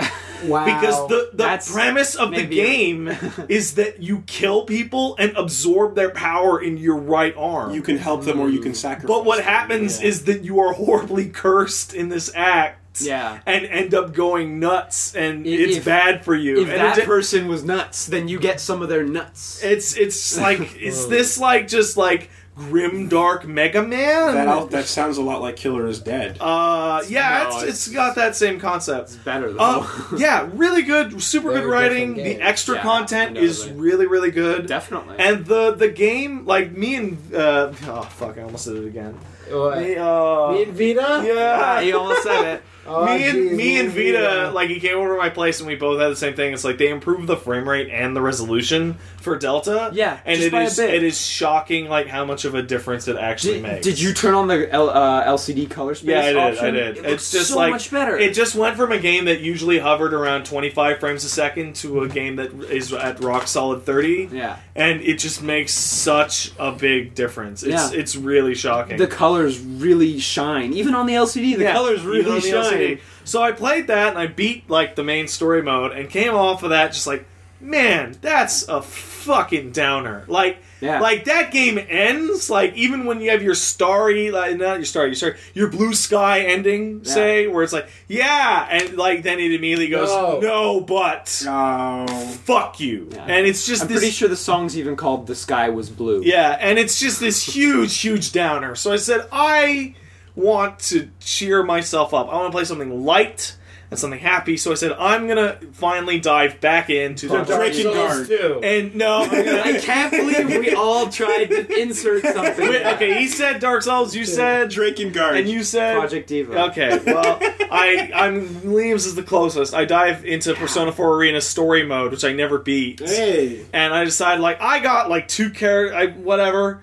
[SPEAKER 2] Wow.
[SPEAKER 4] because the the
[SPEAKER 3] That's
[SPEAKER 4] premise of the
[SPEAKER 3] maybe-
[SPEAKER 4] game is that you kill people and absorb their power in your right arm.
[SPEAKER 1] You can help them or you can sacrifice.
[SPEAKER 4] But what
[SPEAKER 1] them.
[SPEAKER 4] happens
[SPEAKER 1] Yeah.
[SPEAKER 4] is that you are horribly cursed in this act.
[SPEAKER 3] Yeah.
[SPEAKER 4] And end up going nuts and
[SPEAKER 3] I-
[SPEAKER 4] it's
[SPEAKER 3] if-
[SPEAKER 4] bad for you.
[SPEAKER 3] If
[SPEAKER 4] and
[SPEAKER 3] that
[SPEAKER 4] it-
[SPEAKER 3] person was nuts, then you get some of their nuts.
[SPEAKER 4] it's it's like is this like just like grim dark Mega Man?
[SPEAKER 1] that out, that sounds a lot like Killer is Dead.
[SPEAKER 4] uh yeah,
[SPEAKER 3] No,
[SPEAKER 4] it's,
[SPEAKER 3] it's-
[SPEAKER 4] it's got that same concept.
[SPEAKER 3] It's better though.
[SPEAKER 4] Uh, yeah, really good, super
[SPEAKER 2] Very
[SPEAKER 4] good writing.
[SPEAKER 2] different
[SPEAKER 4] The
[SPEAKER 2] game.
[SPEAKER 4] extra
[SPEAKER 3] Yeah, I
[SPEAKER 4] content
[SPEAKER 3] know,
[SPEAKER 4] is
[SPEAKER 3] right.
[SPEAKER 4] really, really good.
[SPEAKER 3] Definitely.
[SPEAKER 4] And the the game, like me and uh, oh fuck, I almost did it again.
[SPEAKER 2] What?
[SPEAKER 4] Me, uh,
[SPEAKER 2] Me and Vita.
[SPEAKER 4] yeah,
[SPEAKER 3] Ah, you almost said it.
[SPEAKER 2] Oh,
[SPEAKER 4] me and
[SPEAKER 2] geez,
[SPEAKER 4] me and Vita, like he came over to my place and we both had the same thing. It's like they improved the frame rate and the resolution for Delta.
[SPEAKER 3] Yeah,
[SPEAKER 4] and
[SPEAKER 3] just
[SPEAKER 4] it
[SPEAKER 3] by a
[SPEAKER 4] is
[SPEAKER 3] bit.
[SPEAKER 4] it is shocking like how much of a difference it actually
[SPEAKER 3] Did,
[SPEAKER 4] makes.
[SPEAKER 3] did you turn on the L, uh, LCD color space?
[SPEAKER 4] Yeah, I did. I
[SPEAKER 3] option?
[SPEAKER 4] did.
[SPEAKER 3] It looks
[SPEAKER 4] it's just
[SPEAKER 3] so
[SPEAKER 4] like
[SPEAKER 3] much better.
[SPEAKER 4] It just went from a game that usually hovered around 25 frames a second to a game that is at rock solid 30.
[SPEAKER 3] Yeah.
[SPEAKER 4] and it just makes such a big difference. It's
[SPEAKER 3] Yeah.
[SPEAKER 4] it's really shocking.
[SPEAKER 3] the colors really shine, even on the LCD. The
[SPEAKER 4] Yeah,
[SPEAKER 3] colors
[SPEAKER 4] even
[SPEAKER 3] really
[SPEAKER 4] on the LCD.
[SPEAKER 3] shine.
[SPEAKER 4] So I played that and I beat like the main story mode and came off of that just like, man, that's a fucking downer. Like,
[SPEAKER 3] Yeah.
[SPEAKER 4] like that game ends like even when you have your starry, like not your starry, your starry, your blue sky ending,
[SPEAKER 3] Yeah.
[SPEAKER 4] say where it's like, yeah, and like then it immediately goes, no,
[SPEAKER 2] No.
[SPEAKER 4] but
[SPEAKER 1] oh,
[SPEAKER 4] fuck you,
[SPEAKER 3] Yeah.
[SPEAKER 4] and it's just
[SPEAKER 3] I'm
[SPEAKER 4] this
[SPEAKER 3] pretty sure the song's even called "The Sky Was Blue."
[SPEAKER 4] yeah, and it's just this huge, huge downer. So I said, I want to cheer myself up. I want to play something light. and something happy. So I said, I'm gonna finally dive back into
[SPEAKER 1] The
[SPEAKER 4] the
[SPEAKER 1] Dark Draken Guard.
[SPEAKER 2] too.
[SPEAKER 4] And no, I'm gonna-
[SPEAKER 3] I can't believe we all tried to insert something.
[SPEAKER 4] Wait, okay, he said Dark Souls. You said
[SPEAKER 1] Drakengard.
[SPEAKER 4] and you said
[SPEAKER 3] Project Diva.
[SPEAKER 4] Okay, well, I I'm Liam's is the closest. I dive into Persona 4 Arena story mode, which I never beat,
[SPEAKER 1] Hey.
[SPEAKER 4] and I decide like I got like two character, I, whatever.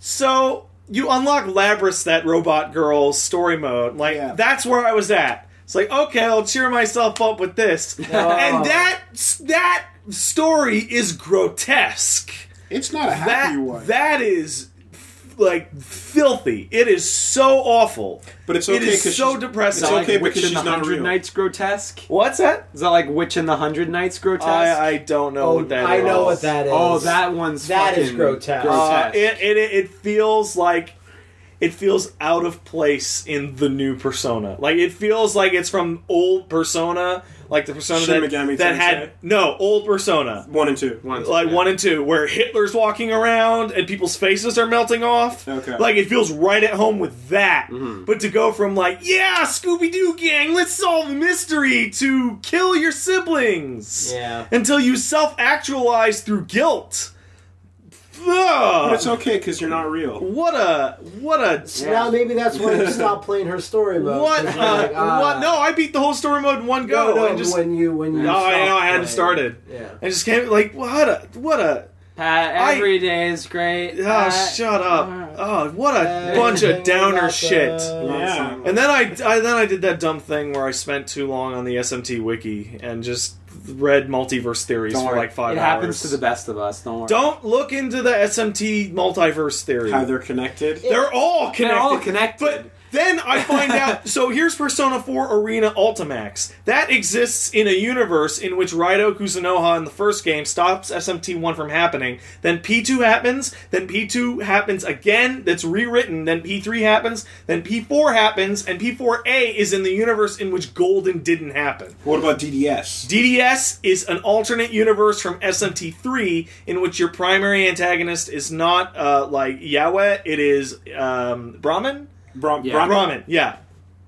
[SPEAKER 4] So you unlock Labrys, that robot girl story mode. Like
[SPEAKER 1] Yeah.
[SPEAKER 4] that's where I was at. It's like okay, I'll cheer myself up with
[SPEAKER 2] Oh.
[SPEAKER 4] this, and that that story is grotesque
[SPEAKER 1] It's not a happy
[SPEAKER 4] that
[SPEAKER 1] one.
[SPEAKER 4] that is f- like filthy. It is so awful.
[SPEAKER 1] but it's
[SPEAKER 4] It
[SPEAKER 1] okay
[SPEAKER 4] is
[SPEAKER 1] because
[SPEAKER 4] so
[SPEAKER 1] she's,
[SPEAKER 4] depressing.
[SPEAKER 1] it's okay
[SPEAKER 3] like Witch
[SPEAKER 1] because
[SPEAKER 3] in
[SPEAKER 1] she's
[SPEAKER 3] the
[SPEAKER 1] not
[SPEAKER 3] Hundred
[SPEAKER 1] real.
[SPEAKER 3] Nights grotesque?
[SPEAKER 4] What's that?
[SPEAKER 3] Is that like Witch in the Hundred Nights grotesque?
[SPEAKER 4] I, I don't know
[SPEAKER 2] Oh,
[SPEAKER 4] what that
[SPEAKER 2] I
[SPEAKER 4] is.
[SPEAKER 2] know what that is.
[SPEAKER 3] oh, that one's
[SPEAKER 2] That is
[SPEAKER 3] fucking
[SPEAKER 2] grotesque.
[SPEAKER 4] Uh, it, it it feels like it feels out of place in the new Persona. Like it feels like it's from old Persona, like the Persona
[SPEAKER 1] Shin
[SPEAKER 4] that,
[SPEAKER 1] Megami
[SPEAKER 4] that had
[SPEAKER 1] Tensei.
[SPEAKER 4] no old Persona.
[SPEAKER 1] One and two.
[SPEAKER 3] One, two,
[SPEAKER 4] Like
[SPEAKER 3] yeah.
[SPEAKER 4] one and two, where Hitler's walking around and people's faces are melting off.
[SPEAKER 1] Okay. Mm-hmm.
[SPEAKER 4] Like it feels right at home with that. But to go from like, yeah, Scooby Doo gang, let's solve the mystery to kill your siblings.
[SPEAKER 2] Yeah.
[SPEAKER 4] Until you self actualize through guilt. Ugh. Uh,
[SPEAKER 1] But it's okay because you're not real.
[SPEAKER 4] What a what a
[SPEAKER 2] So now maybe that's why you stopped playing her story mode.
[SPEAKER 4] what
[SPEAKER 2] 'cause
[SPEAKER 4] a
[SPEAKER 2] you're like, ah.
[SPEAKER 4] what? No, I beat the whole story mode in one
[SPEAKER 2] No,
[SPEAKER 4] go.
[SPEAKER 2] no,
[SPEAKER 4] and just
[SPEAKER 2] when you when you.
[SPEAKER 4] no, I
[SPEAKER 2] stopped
[SPEAKER 4] know I hadn't
[SPEAKER 2] playing.
[SPEAKER 4] started.
[SPEAKER 2] Yeah.
[SPEAKER 4] I just came like what a what a
[SPEAKER 3] Pat,
[SPEAKER 4] I-
[SPEAKER 3] every day is great.
[SPEAKER 4] oh
[SPEAKER 2] Uh,
[SPEAKER 3] Pat. uh,
[SPEAKER 4] shut up oh what a
[SPEAKER 2] Hey,
[SPEAKER 4] bunch
[SPEAKER 2] everything
[SPEAKER 4] of downer
[SPEAKER 2] uh, about
[SPEAKER 4] shit.
[SPEAKER 2] the-
[SPEAKER 1] Yeah.
[SPEAKER 4] And then I, I then I did that dumb thing where I spent too long on the SMT wiki and just read multiverse theories
[SPEAKER 3] Don't
[SPEAKER 4] for
[SPEAKER 3] worry.
[SPEAKER 4] like five
[SPEAKER 3] It
[SPEAKER 4] hours.
[SPEAKER 3] happens to the best of us. Don't worry.
[SPEAKER 4] Don't look into the SMT multiverse theory.
[SPEAKER 1] How they're connected.
[SPEAKER 4] They're all connected.
[SPEAKER 3] They're all connected.
[SPEAKER 4] But then I find out. So here's Persona 4 Arena Ultimax. That exists in a universe in which Raido Kuzunoha in the first game stops SMT1 from happening. Then P2 happens. Then P2 happens again. That's rewritten. Then P3 happens. Then P4 happens. And P4A is in the universe in which Golden didn't happen.
[SPEAKER 1] What about DDS?
[SPEAKER 4] DDS is an alternate universe from SMT3 in which your primary antagonist is not uh, like Yahweh, it is um, Brahmin?
[SPEAKER 1] Bra-
[SPEAKER 3] Yeah.
[SPEAKER 1] Bra-
[SPEAKER 4] Brahmin, yeah.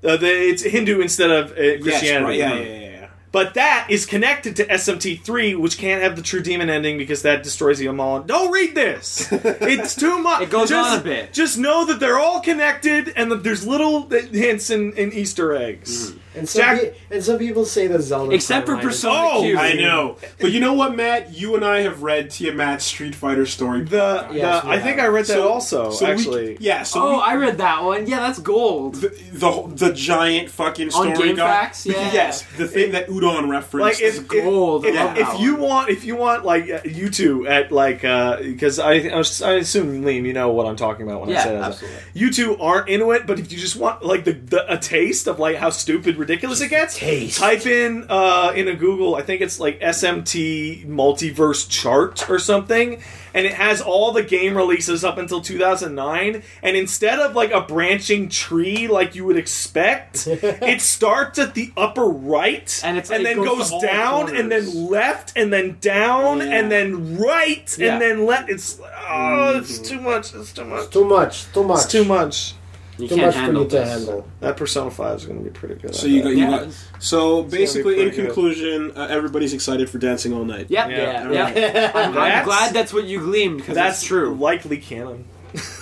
[SPEAKER 4] Uh, the, it's Hindu instead of uh,
[SPEAKER 1] Yes,
[SPEAKER 4] Christianity.
[SPEAKER 1] right, yeah, yeah, yeah, yeah.
[SPEAKER 4] But that is connected to SMT3, which can't have the True Demon ending because that destroys the Amalan. Don't read this. It's too much.
[SPEAKER 3] It goes
[SPEAKER 4] just,
[SPEAKER 3] on a bit.
[SPEAKER 4] Just know that they're all connected and that there's little hints and, and Easter eggs.
[SPEAKER 2] And some,
[SPEAKER 4] Jack-
[SPEAKER 2] pe- and some people say the Zelda.
[SPEAKER 3] Except for
[SPEAKER 2] timeline is-
[SPEAKER 3] Persona
[SPEAKER 4] Oh,
[SPEAKER 3] Q.
[SPEAKER 1] I know. But you know what, Matt? You and I have read Tiamat's Street Fighter story.
[SPEAKER 4] The,
[SPEAKER 2] Yes,
[SPEAKER 4] the
[SPEAKER 2] we
[SPEAKER 4] I think
[SPEAKER 2] have.
[SPEAKER 4] I read that
[SPEAKER 1] So-
[SPEAKER 4] also.
[SPEAKER 1] so we-
[SPEAKER 4] actually,
[SPEAKER 1] yeah, so
[SPEAKER 3] oh,
[SPEAKER 1] we-
[SPEAKER 3] I read that one. Yeah, that's gold.
[SPEAKER 1] the, the whole- the giant fucking story
[SPEAKER 3] On Game
[SPEAKER 1] guy-
[SPEAKER 3] Facts? Yeah.
[SPEAKER 1] Yes, the thing that Udon referenced.
[SPEAKER 4] like if,
[SPEAKER 1] is-
[SPEAKER 4] if,
[SPEAKER 3] gold.
[SPEAKER 4] if,
[SPEAKER 1] I love
[SPEAKER 4] if
[SPEAKER 3] that
[SPEAKER 4] you
[SPEAKER 3] one.
[SPEAKER 4] want if you want like uh, you two at like because I I was- I assume Liam you know what I'm talking about when I
[SPEAKER 3] Yeah,
[SPEAKER 4] say that
[SPEAKER 3] absolutely.
[SPEAKER 4] you two aren't into it but if you just want like the, the a taste of like how stupid ridiculous it gets
[SPEAKER 2] taste.
[SPEAKER 4] type in uh in a Google I think it's like SMT multiverse chart or something and it has all the game releases up until 2009 and instead of like a branching tree like you would expect it starts at the upper right
[SPEAKER 3] And it's-
[SPEAKER 4] and
[SPEAKER 3] it
[SPEAKER 4] then
[SPEAKER 3] goes
[SPEAKER 4] goes
[SPEAKER 3] to all
[SPEAKER 4] down and
[SPEAKER 3] corners.
[SPEAKER 4] then left and then down and then right
[SPEAKER 3] Yeah.
[SPEAKER 4] and
[SPEAKER 3] Mm-hmm.
[SPEAKER 4] then left. It's oh, it's too much. It's too much.
[SPEAKER 2] Too much. Too much.
[SPEAKER 4] It's too much.
[SPEAKER 3] You
[SPEAKER 2] Too
[SPEAKER 3] can't
[SPEAKER 2] much for
[SPEAKER 3] handle
[SPEAKER 2] you to
[SPEAKER 3] this.
[SPEAKER 2] handle.
[SPEAKER 4] That Persona Five is going to be pretty good.
[SPEAKER 1] so you got, you
[SPEAKER 3] Yeah.
[SPEAKER 1] got so basically in
[SPEAKER 4] pretty good.
[SPEAKER 1] conclusion, uh, everybody's excited for Dancing All Night.
[SPEAKER 3] Yep,
[SPEAKER 4] Yeah.
[SPEAKER 3] yeah, yeah. I'm, I'm
[SPEAKER 4] That's-
[SPEAKER 3] glad that's what you gleamed because
[SPEAKER 4] That's
[SPEAKER 3] that's true.
[SPEAKER 4] Likely canon.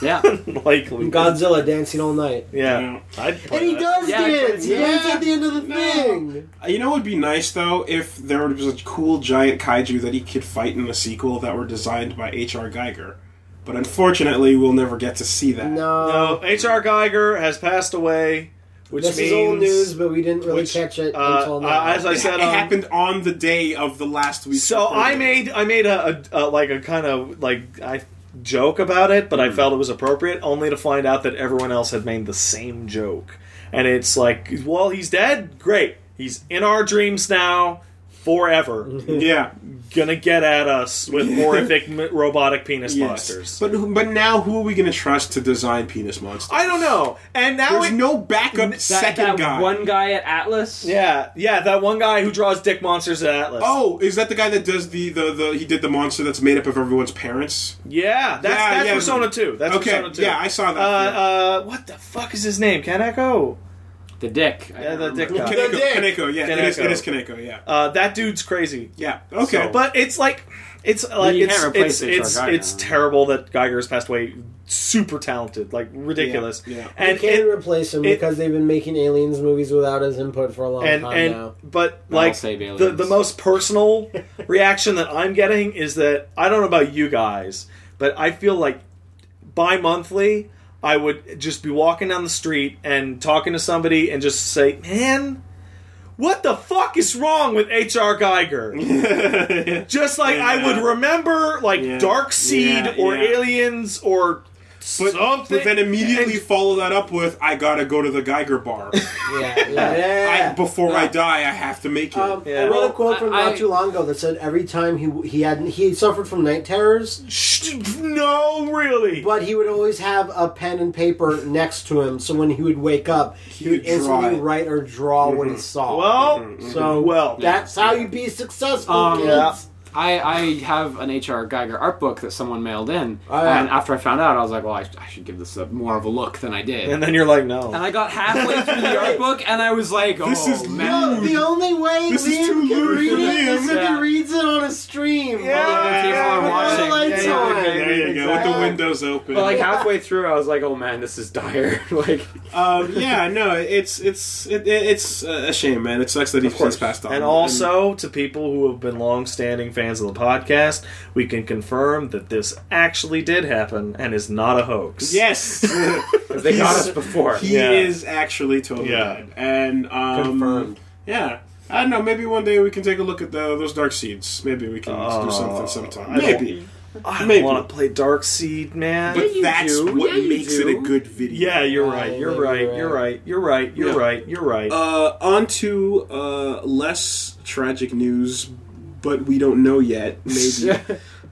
[SPEAKER 3] Yeah.
[SPEAKER 4] likely.
[SPEAKER 2] Godzilla dancing all night.
[SPEAKER 4] Yeah. I'd play
[SPEAKER 2] And he
[SPEAKER 4] that.
[SPEAKER 2] does
[SPEAKER 3] Yeah,
[SPEAKER 2] dance. He
[SPEAKER 3] yeah.
[SPEAKER 2] dance at the end of the
[SPEAKER 1] No.
[SPEAKER 2] thing.
[SPEAKER 1] Uh, You know, it would be nice though if there was a cool giant kaiju that he could fight in a sequel that were designed by H.R. Geiger. But unfortunately, we'll never get to see that.
[SPEAKER 4] No, H.R. Geiger has passed away, which
[SPEAKER 2] this
[SPEAKER 4] means
[SPEAKER 2] is old news, but we didn't really
[SPEAKER 4] which,
[SPEAKER 2] catch it
[SPEAKER 4] uh,
[SPEAKER 2] until now.
[SPEAKER 4] uh, as I
[SPEAKER 1] It,
[SPEAKER 4] said,
[SPEAKER 1] it
[SPEAKER 4] on-
[SPEAKER 1] happened on the day of the last week.
[SPEAKER 4] So I made I made a, a, a like a kind of like I joke about it,
[SPEAKER 1] Hmm.
[SPEAKER 4] but I felt it was appropriate, only to find out that everyone else had made the same joke. And it's like, well, he's dead. Great, he's in our dreams now, forever.
[SPEAKER 1] yeah,
[SPEAKER 4] Gonna get at us with horrific m- robotic penis
[SPEAKER 1] yes.
[SPEAKER 4] monsters.
[SPEAKER 1] But who- but now who are we going to trust to design penis monsters?
[SPEAKER 4] I don't know. And now
[SPEAKER 1] There's
[SPEAKER 4] it,
[SPEAKER 1] no backup
[SPEAKER 3] That,
[SPEAKER 1] second
[SPEAKER 3] that
[SPEAKER 1] guy.
[SPEAKER 3] one guy at Atlas.
[SPEAKER 4] yeah, yeah, that one guy who draws dick monsters at Atlas.
[SPEAKER 1] Oh, is that the guy that does the, the, the he did the monster that's made up of everyone's parents?
[SPEAKER 4] yeah, that's
[SPEAKER 1] Yeah,
[SPEAKER 4] that's
[SPEAKER 1] yeah.
[SPEAKER 4] Persona Two. That's
[SPEAKER 1] okay,
[SPEAKER 4] Persona Two.
[SPEAKER 1] yeah, I saw
[SPEAKER 4] Uh,
[SPEAKER 1] that.
[SPEAKER 4] uh, what the fuck is his name? Kaneko.
[SPEAKER 3] The dick. Um, I
[SPEAKER 4] Yeah, uh, the
[SPEAKER 3] remember.
[SPEAKER 4] dick guy.
[SPEAKER 1] Kaneko,
[SPEAKER 2] dick.
[SPEAKER 1] Kaneko, yeah, it is,
[SPEAKER 4] Kaneko.
[SPEAKER 1] it is Kaneko, yeah,
[SPEAKER 4] Uh, that dude's crazy.
[SPEAKER 1] yeah, okay,
[SPEAKER 4] So, but it's like it's like
[SPEAKER 3] you
[SPEAKER 4] it's
[SPEAKER 3] can't
[SPEAKER 4] it's
[SPEAKER 3] replace H.R.
[SPEAKER 4] it's,
[SPEAKER 3] Geiger.
[SPEAKER 4] it's terrible that Geiger's passed away. Super talented, like ridiculous.
[SPEAKER 1] Yeah, yeah.
[SPEAKER 4] And
[SPEAKER 2] you can't
[SPEAKER 4] it-
[SPEAKER 2] replace him
[SPEAKER 4] it-
[SPEAKER 2] because they've been making aliens movies without his input for a long
[SPEAKER 4] and
[SPEAKER 2] time
[SPEAKER 4] and
[SPEAKER 2] now.
[SPEAKER 4] but
[SPEAKER 3] I'll
[SPEAKER 4] like
[SPEAKER 3] save
[SPEAKER 4] the,
[SPEAKER 3] aliens.
[SPEAKER 4] the most personal reaction that I'm getting is that I don't know about you guys, but I feel like bi-monthly I would just be walking down the street and talking to somebody and just say, "Man, what the fuck is wrong with H.R. Geiger?" just like I
[SPEAKER 1] Yeah.
[SPEAKER 4] would remember like
[SPEAKER 1] Yeah.
[SPEAKER 4] Dark Seed
[SPEAKER 1] Yeah,
[SPEAKER 4] or
[SPEAKER 1] yeah.
[SPEAKER 4] Aliens or
[SPEAKER 1] but,
[SPEAKER 4] something.
[SPEAKER 1] but then immediately
[SPEAKER 4] And-
[SPEAKER 1] follow that up with I gotta go to the Geiger bar.
[SPEAKER 2] Yeah, yeah. yeah.
[SPEAKER 1] I, before I
[SPEAKER 3] Yeah.
[SPEAKER 1] die, I have to make it.
[SPEAKER 2] Um,
[SPEAKER 4] Yeah.
[SPEAKER 2] I read
[SPEAKER 4] Well,
[SPEAKER 2] a quote from
[SPEAKER 3] I-
[SPEAKER 2] not
[SPEAKER 3] I-
[SPEAKER 2] too long ago that said every time he he had he suffered from night terrors,
[SPEAKER 4] Shh, no, really.
[SPEAKER 2] but he would always have a pen and paper next to him. So when he would wake up, he,
[SPEAKER 1] He
[SPEAKER 2] would
[SPEAKER 1] would draw
[SPEAKER 2] instantly
[SPEAKER 1] it.
[SPEAKER 2] write or draw what he saw.
[SPEAKER 4] Mm-hmm.
[SPEAKER 1] Mm-hmm.
[SPEAKER 4] well,
[SPEAKER 2] so
[SPEAKER 4] well,
[SPEAKER 2] that's how you be successful,
[SPEAKER 3] Um,
[SPEAKER 2] kids.
[SPEAKER 4] yeah.
[SPEAKER 3] I, I have an H.R. Geiger art book that someone mailed in,
[SPEAKER 2] Oh, yeah.
[SPEAKER 3] and after I found out, I was like, well, I, sh- I should give this a, more of a look than I did.
[SPEAKER 4] and then you're like, no.
[SPEAKER 3] And I got halfway through the art book, and I was like, "Oh
[SPEAKER 1] This is
[SPEAKER 2] No,
[SPEAKER 3] man,
[SPEAKER 2] the only way
[SPEAKER 1] This is
[SPEAKER 2] Liam
[SPEAKER 1] too
[SPEAKER 2] can
[SPEAKER 1] lewd
[SPEAKER 2] read
[SPEAKER 1] for
[SPEAKER 2] it is
[SPEAKER 1] Liam.
[SPEAKER 2] if
[SPEAKER 3] Yeah.
[SPEAKER 2] he reads it on a stream.
[SPEAKER 3] other people are
[SPEAKER 4] yeah,
[SPEAKER 3] watching.
[SPEAKER 4] yeah,
[SPEAKER 2] Lights
[SPEAKER 4] yeah,
[SPEAKER 2] on.
[SPEAKER 4] okay,
[SPEAKER 1] there you go, with the
[SPEAKER 2] exactly.
[SPEAKER 1] windows open.
[SPEAKER 3] But like halfway through, I was like, "Oh man, this is dire." like,
[SPEAKER 1] um, yeah, no, it's it's it, it's uh, a shame, man. It sucks that he's
[SPEAKER 4] Of course.
[SPEAKER 1] since passed on.
[SPEAKER 4] And also to people who have been long-standing fans of the podcast, we can confirm that this actually did happen and is not a hoax.
[SPEAKER 1] yes,
[SPEAKER 3] they got
[SPEAKER 1] He's-
[SPEAKER 3] us before.
[SPEAKER 1] he
[SPEAKER 4] Yeah.
[SPEAKER 1] is actually totally
[SPEAKER 4] Yeah.
[SPEAKER 1] dead. And um,
[SPEAKER 2] Confirmed.
[SPEAKER 1] Yeah. I don't know. Maybe one day we can take a look at the, those dark seeds. Maybe we can do something sometime.
[SPEAKER 4] Oh, I don't-
[SPEAKER 1] Maybe,
[SPEAKER 4] I
[SPEAKER 1] Maybe.
[SPEAKER 4] want to play Dark Seed, man.
[SPEAKER 1] but
[SPEAKER 3] you
[SPEAKER 1] that's
[SPEAKER 3] do.
[SPEAKER 1] what
[SPEAKER 3] Yeah, you
[SPEAKER 1] makes it
[SPEAKER 3] do.
[SPEAKER 1] a good video.
[SPEAKER 4] yeah, you're
[SPEAKER 2] Oh,
[SPEAKER 4] right. You're
[SPEAKER 2] maybe
[SPEAKER 4] right.
[SPEAKER 2] you're
[SPEAKER 4] You're
[SPEAKER 2] right.
[SPEAKER 4] right. You're right. You're
[SPEAKER 1] Yeah.
[SPEAKER 4] right. You're right.
[SPEAKER 1] Uh, on to uh, less tragic news, but we don't know yet. Maybe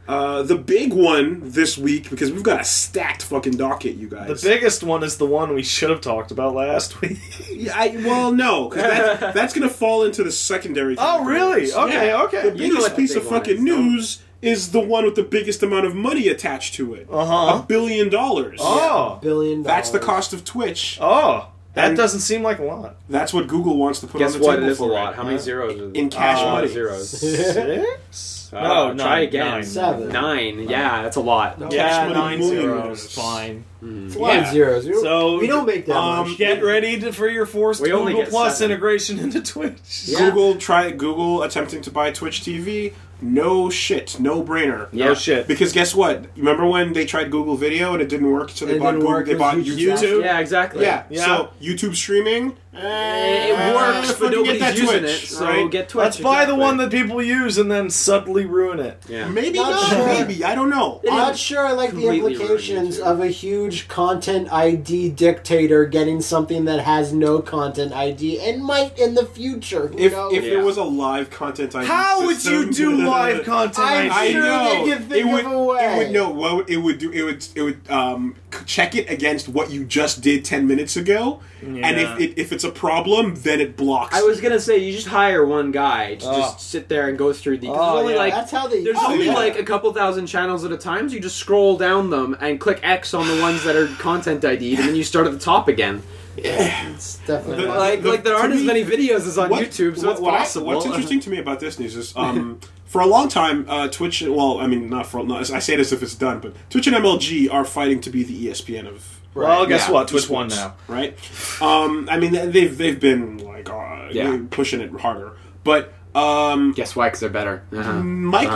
[SPEAKER 1] uh, the big one this week because we've got a stacked fucking docket, you
[SPEAKER 4] the
[SPEAKER 1] guys.
[SPEAKER 4] biggest one is the one we should have talked about last week.
[SPEAKER 1] Yeah, I, well, no, 'cause that's, that's going to fall into the secondary.
[SPEAKER 4] oh,
[SPEAKER 1] category.
[SPEAKER 4] really? Okay,
[SPEAKER 1] Yeah. The
[SPEAKER 4] okay.
[SPEAKER 3] You know
[SPEAKER 1] biggest
[SPEAKER 3] what the
[SPEAKER 1] piece
[SPEAKER 3] big
[SPEAKER 1] of
[SPEAKER 3] one
[SPEAKER 1] fucking
[SPEAKER 3] is, though.
[SPEAKER 1] news is the one with the biggest amount of money attached to it.
[SPEAKER 4] Uh-huh.
[SPEAKER 1] A billion dollars.
[SPEAKER 4] oh.
[SPEAKER 2] Billion.
[SPEAKER 1] That's the
[SPEAKER 2] dollars.
[SPEAKER 1] cost of Twitch.
[SPEAKER 4] Oh. That
[SPEAKER 1] And-
[SPEAKER 4] doesn't seem like a lot.
[SPEAKER 1] That's what Google wants to put
[SPEAKER 3] Guess
[SPEAKER 1] on the
[SPEAKER 3] what? It
[SPEAKER 1] table
[SPEAKER 3] is a
[SPEAKER 1] for
[SPEAKER 3] lot. How many
[SPEAKER 4] Huh?
[SPEAKER 3] zeros? Are there?
[SPEAKER 1] In cash
[SPEAKER 3] Uh,
[SPEAKER 1] money.
[SPEAKER 3] zeros.
[SPEAKER 4] Six?
[SPEAKER 3] Oh,
[SPEAKER 4] no, Uh,
[SPEAKER 3] try
[SPEAKER 4] nine,
[SPEAKER 3] again.
[SPEAKER 4] nine.
[SPEAKER 2] Seven.
[SPEAKER 3] Nine. Yeah, that's a lot.
[SPEAKER 2] No.
[SPEAKER 1] Cash
[SPEAKER 4] Yeah,
[SPEAKER 1] money
[SPEAKER 4] nine
[SPEAKER 1] millions.
[SPEAKER 4] zeros. Fine.
[SPEAKER 2] It's a lot of
[SPEAKER 1] Yeah.
[SPEAKER 2] zeros. We-
[SPEAKER 4] So-
[SPEAKER 2] we don't make that
[SPEAKER 1] Um,
[SPEAKER 2] much.
[SPEAKER 4] Get ready to, for your forced
[SPEAKER 3] We only
[SPEAKER 4] Google
[SPEAKER 3] get
[SPEAKER 4] Plus
[SPEAKER 3] seven.
[SPEAKER 4] integration into Twitch.
[SPEAKER 3] Yeah.
[SPEAKER 1] Google try Google attempting to buy Twitch TV. No shit, no brainer.
[SPEAKER 3] Yeah.
[SPEAKER 4] No shit.
[SPEAKER 1] Because guess what? Remember when they tried Google Video and it didn't work, so they
[SPEAKER 2] It
[SPEAKER 1] bought
[SPEAKER 2] didn't
[SPEAKER 1] Google,
[SPEAKER 2] work,
[SPEAKER 1] they
[SPEAKER 2] it
[SPEAKER 1] bought
[SPEAKER 2] was
[SPEAKER 1] YouTube.
[SPEAKER 2] YouTube.
[SPEAKER 3] Yeah, exactly.
[SPEAKER 1] Yeah.
[SPEAKER 4] Yeah.
[SPEAKER 1] So YouTube streaming, eh,
[SPEAKER 3] It works,
[SPEAKER 1] fucking
[SPEAKER 3] but
[SPEAKER 1] get
[SPEAKER 3] nobody's
[SPEAKER 1] that
[SPEAKER 3] using
[SPEAKER 1] Twitch,
[SPEAKER 3] it. So
[SPEAKER 1] right?
[SPEAKER 3] get Twitch.
[SPEAKER 4] Let's buy the
[SPEAKER 3] exactly.
[SPEAKER 4] one that people use and then subtly ruin it.
[SPEAKER 3] Yeah.
[SPEAKER 1] maybe
[SPEAKER 2] Not
[SPEAKER 1] not.
[SPEAKER 2] sure.
[SPEAKER 1] Maybe I don't know.
[SPEAKER 2] I'm
[SPEAKER 1] I'm-
[SPEAKER 2] not sure I like the
[SPEAKER 3] Completely
[SPEAKER 2] implications
[SPEAKER 3] ruined
[SPEAKER 2] of
[SPEAKER 3] YouTube.
[SPEAKER 2] a huge content ID dictator getting something that has no content ID and might in the future. Who
[SPEAKER 1] if
[SPEAKER 2] knows?
[SPEAKER 1] if
[SPEAKER 3] Yeah.
[SPEAKER 1] there was a live content, ID
[SPEAKER 4] How would you
[SPEAKER 1] system-
[SPEAKER 4] do live content?
[SPEAKER 2] I'm
[SPEAKER 1] I
[SPEAKER 4] ID?
[SPEAKER 2] sure
[SPEAKER 1] know.
[SPEAKER 2] they could think
[SPEAKER 1] it would,
[SPEAKER 2] of a way.
[SPEAKER 1] It would know what it would do. It would it would um, c- check it against what you just did ten minutes ago, and
[SPEAKER 4] Yeah.
[SPEAKER 1] if it, if it's a problem, then it blocks.
[SPEAKER 3] I was gonna say you just hire one guy to
[SPEAKER 4] Oh.
[SPEAKER 3] just sit there and go through the. 'cause
[SPEAKER 4] Oh,
[SPEAKER 3] there's only
[SPEAKER 4] yeah.
[SPEAKER 3] like
[SPEAKER 2] that's how they.
[SPEAKER 3] There's
[SPEAKER 1] Oh,
[SPEAKER 3] only
[SPEAKER 1] yeah.
[SPEAKER 3] like a couple thousand channels at a time, so you just scroll down them and click X on the ones that are content ID'd, and then you start at the top again.
[SPEAKER 2] It's definitely
[SPEAKER 1] The-
[SPEAKER 2] not.
[SPEAKER 3] Like,
[SPEAKER 1] the-
[SPEAKER 3] like there
[SPEAKER 1] to
[SPEAKER 3] aren't as
[SPEAKER 1] me-
[SPEAKER 3] many videos as on
[SPEAKER 1] What-
[SPEAKER 3] YouTube, so
[SPEAKER 1] what-
[SPEAKER 3] it's
[SPEAKER 1] what I-
[SPEAKER 3] possible.
[SPEAKER 1] what's interesting to me about this news is, um, for a long time, uh, Twitch. Well, I mean, not for. Not, I say this if it's done, but Twitch and MLG are fighting to be the E ESPN of.
[SPEAKER 4] Well, guess
[SPEAKER 3] yeah,
[SPEAKER 4] what? Twitch
[SPEAKER 1] esports,
[SPEAKER 4] won now.
[SPEAKER 1] right? Um, I mean, they've they've been like uh,
[SPEAKER 3] Yeah.
[SPEAKER 1] pushing it harder, but um,
[SPEAKER 3] Guess why? Because they're better. Uh-huh.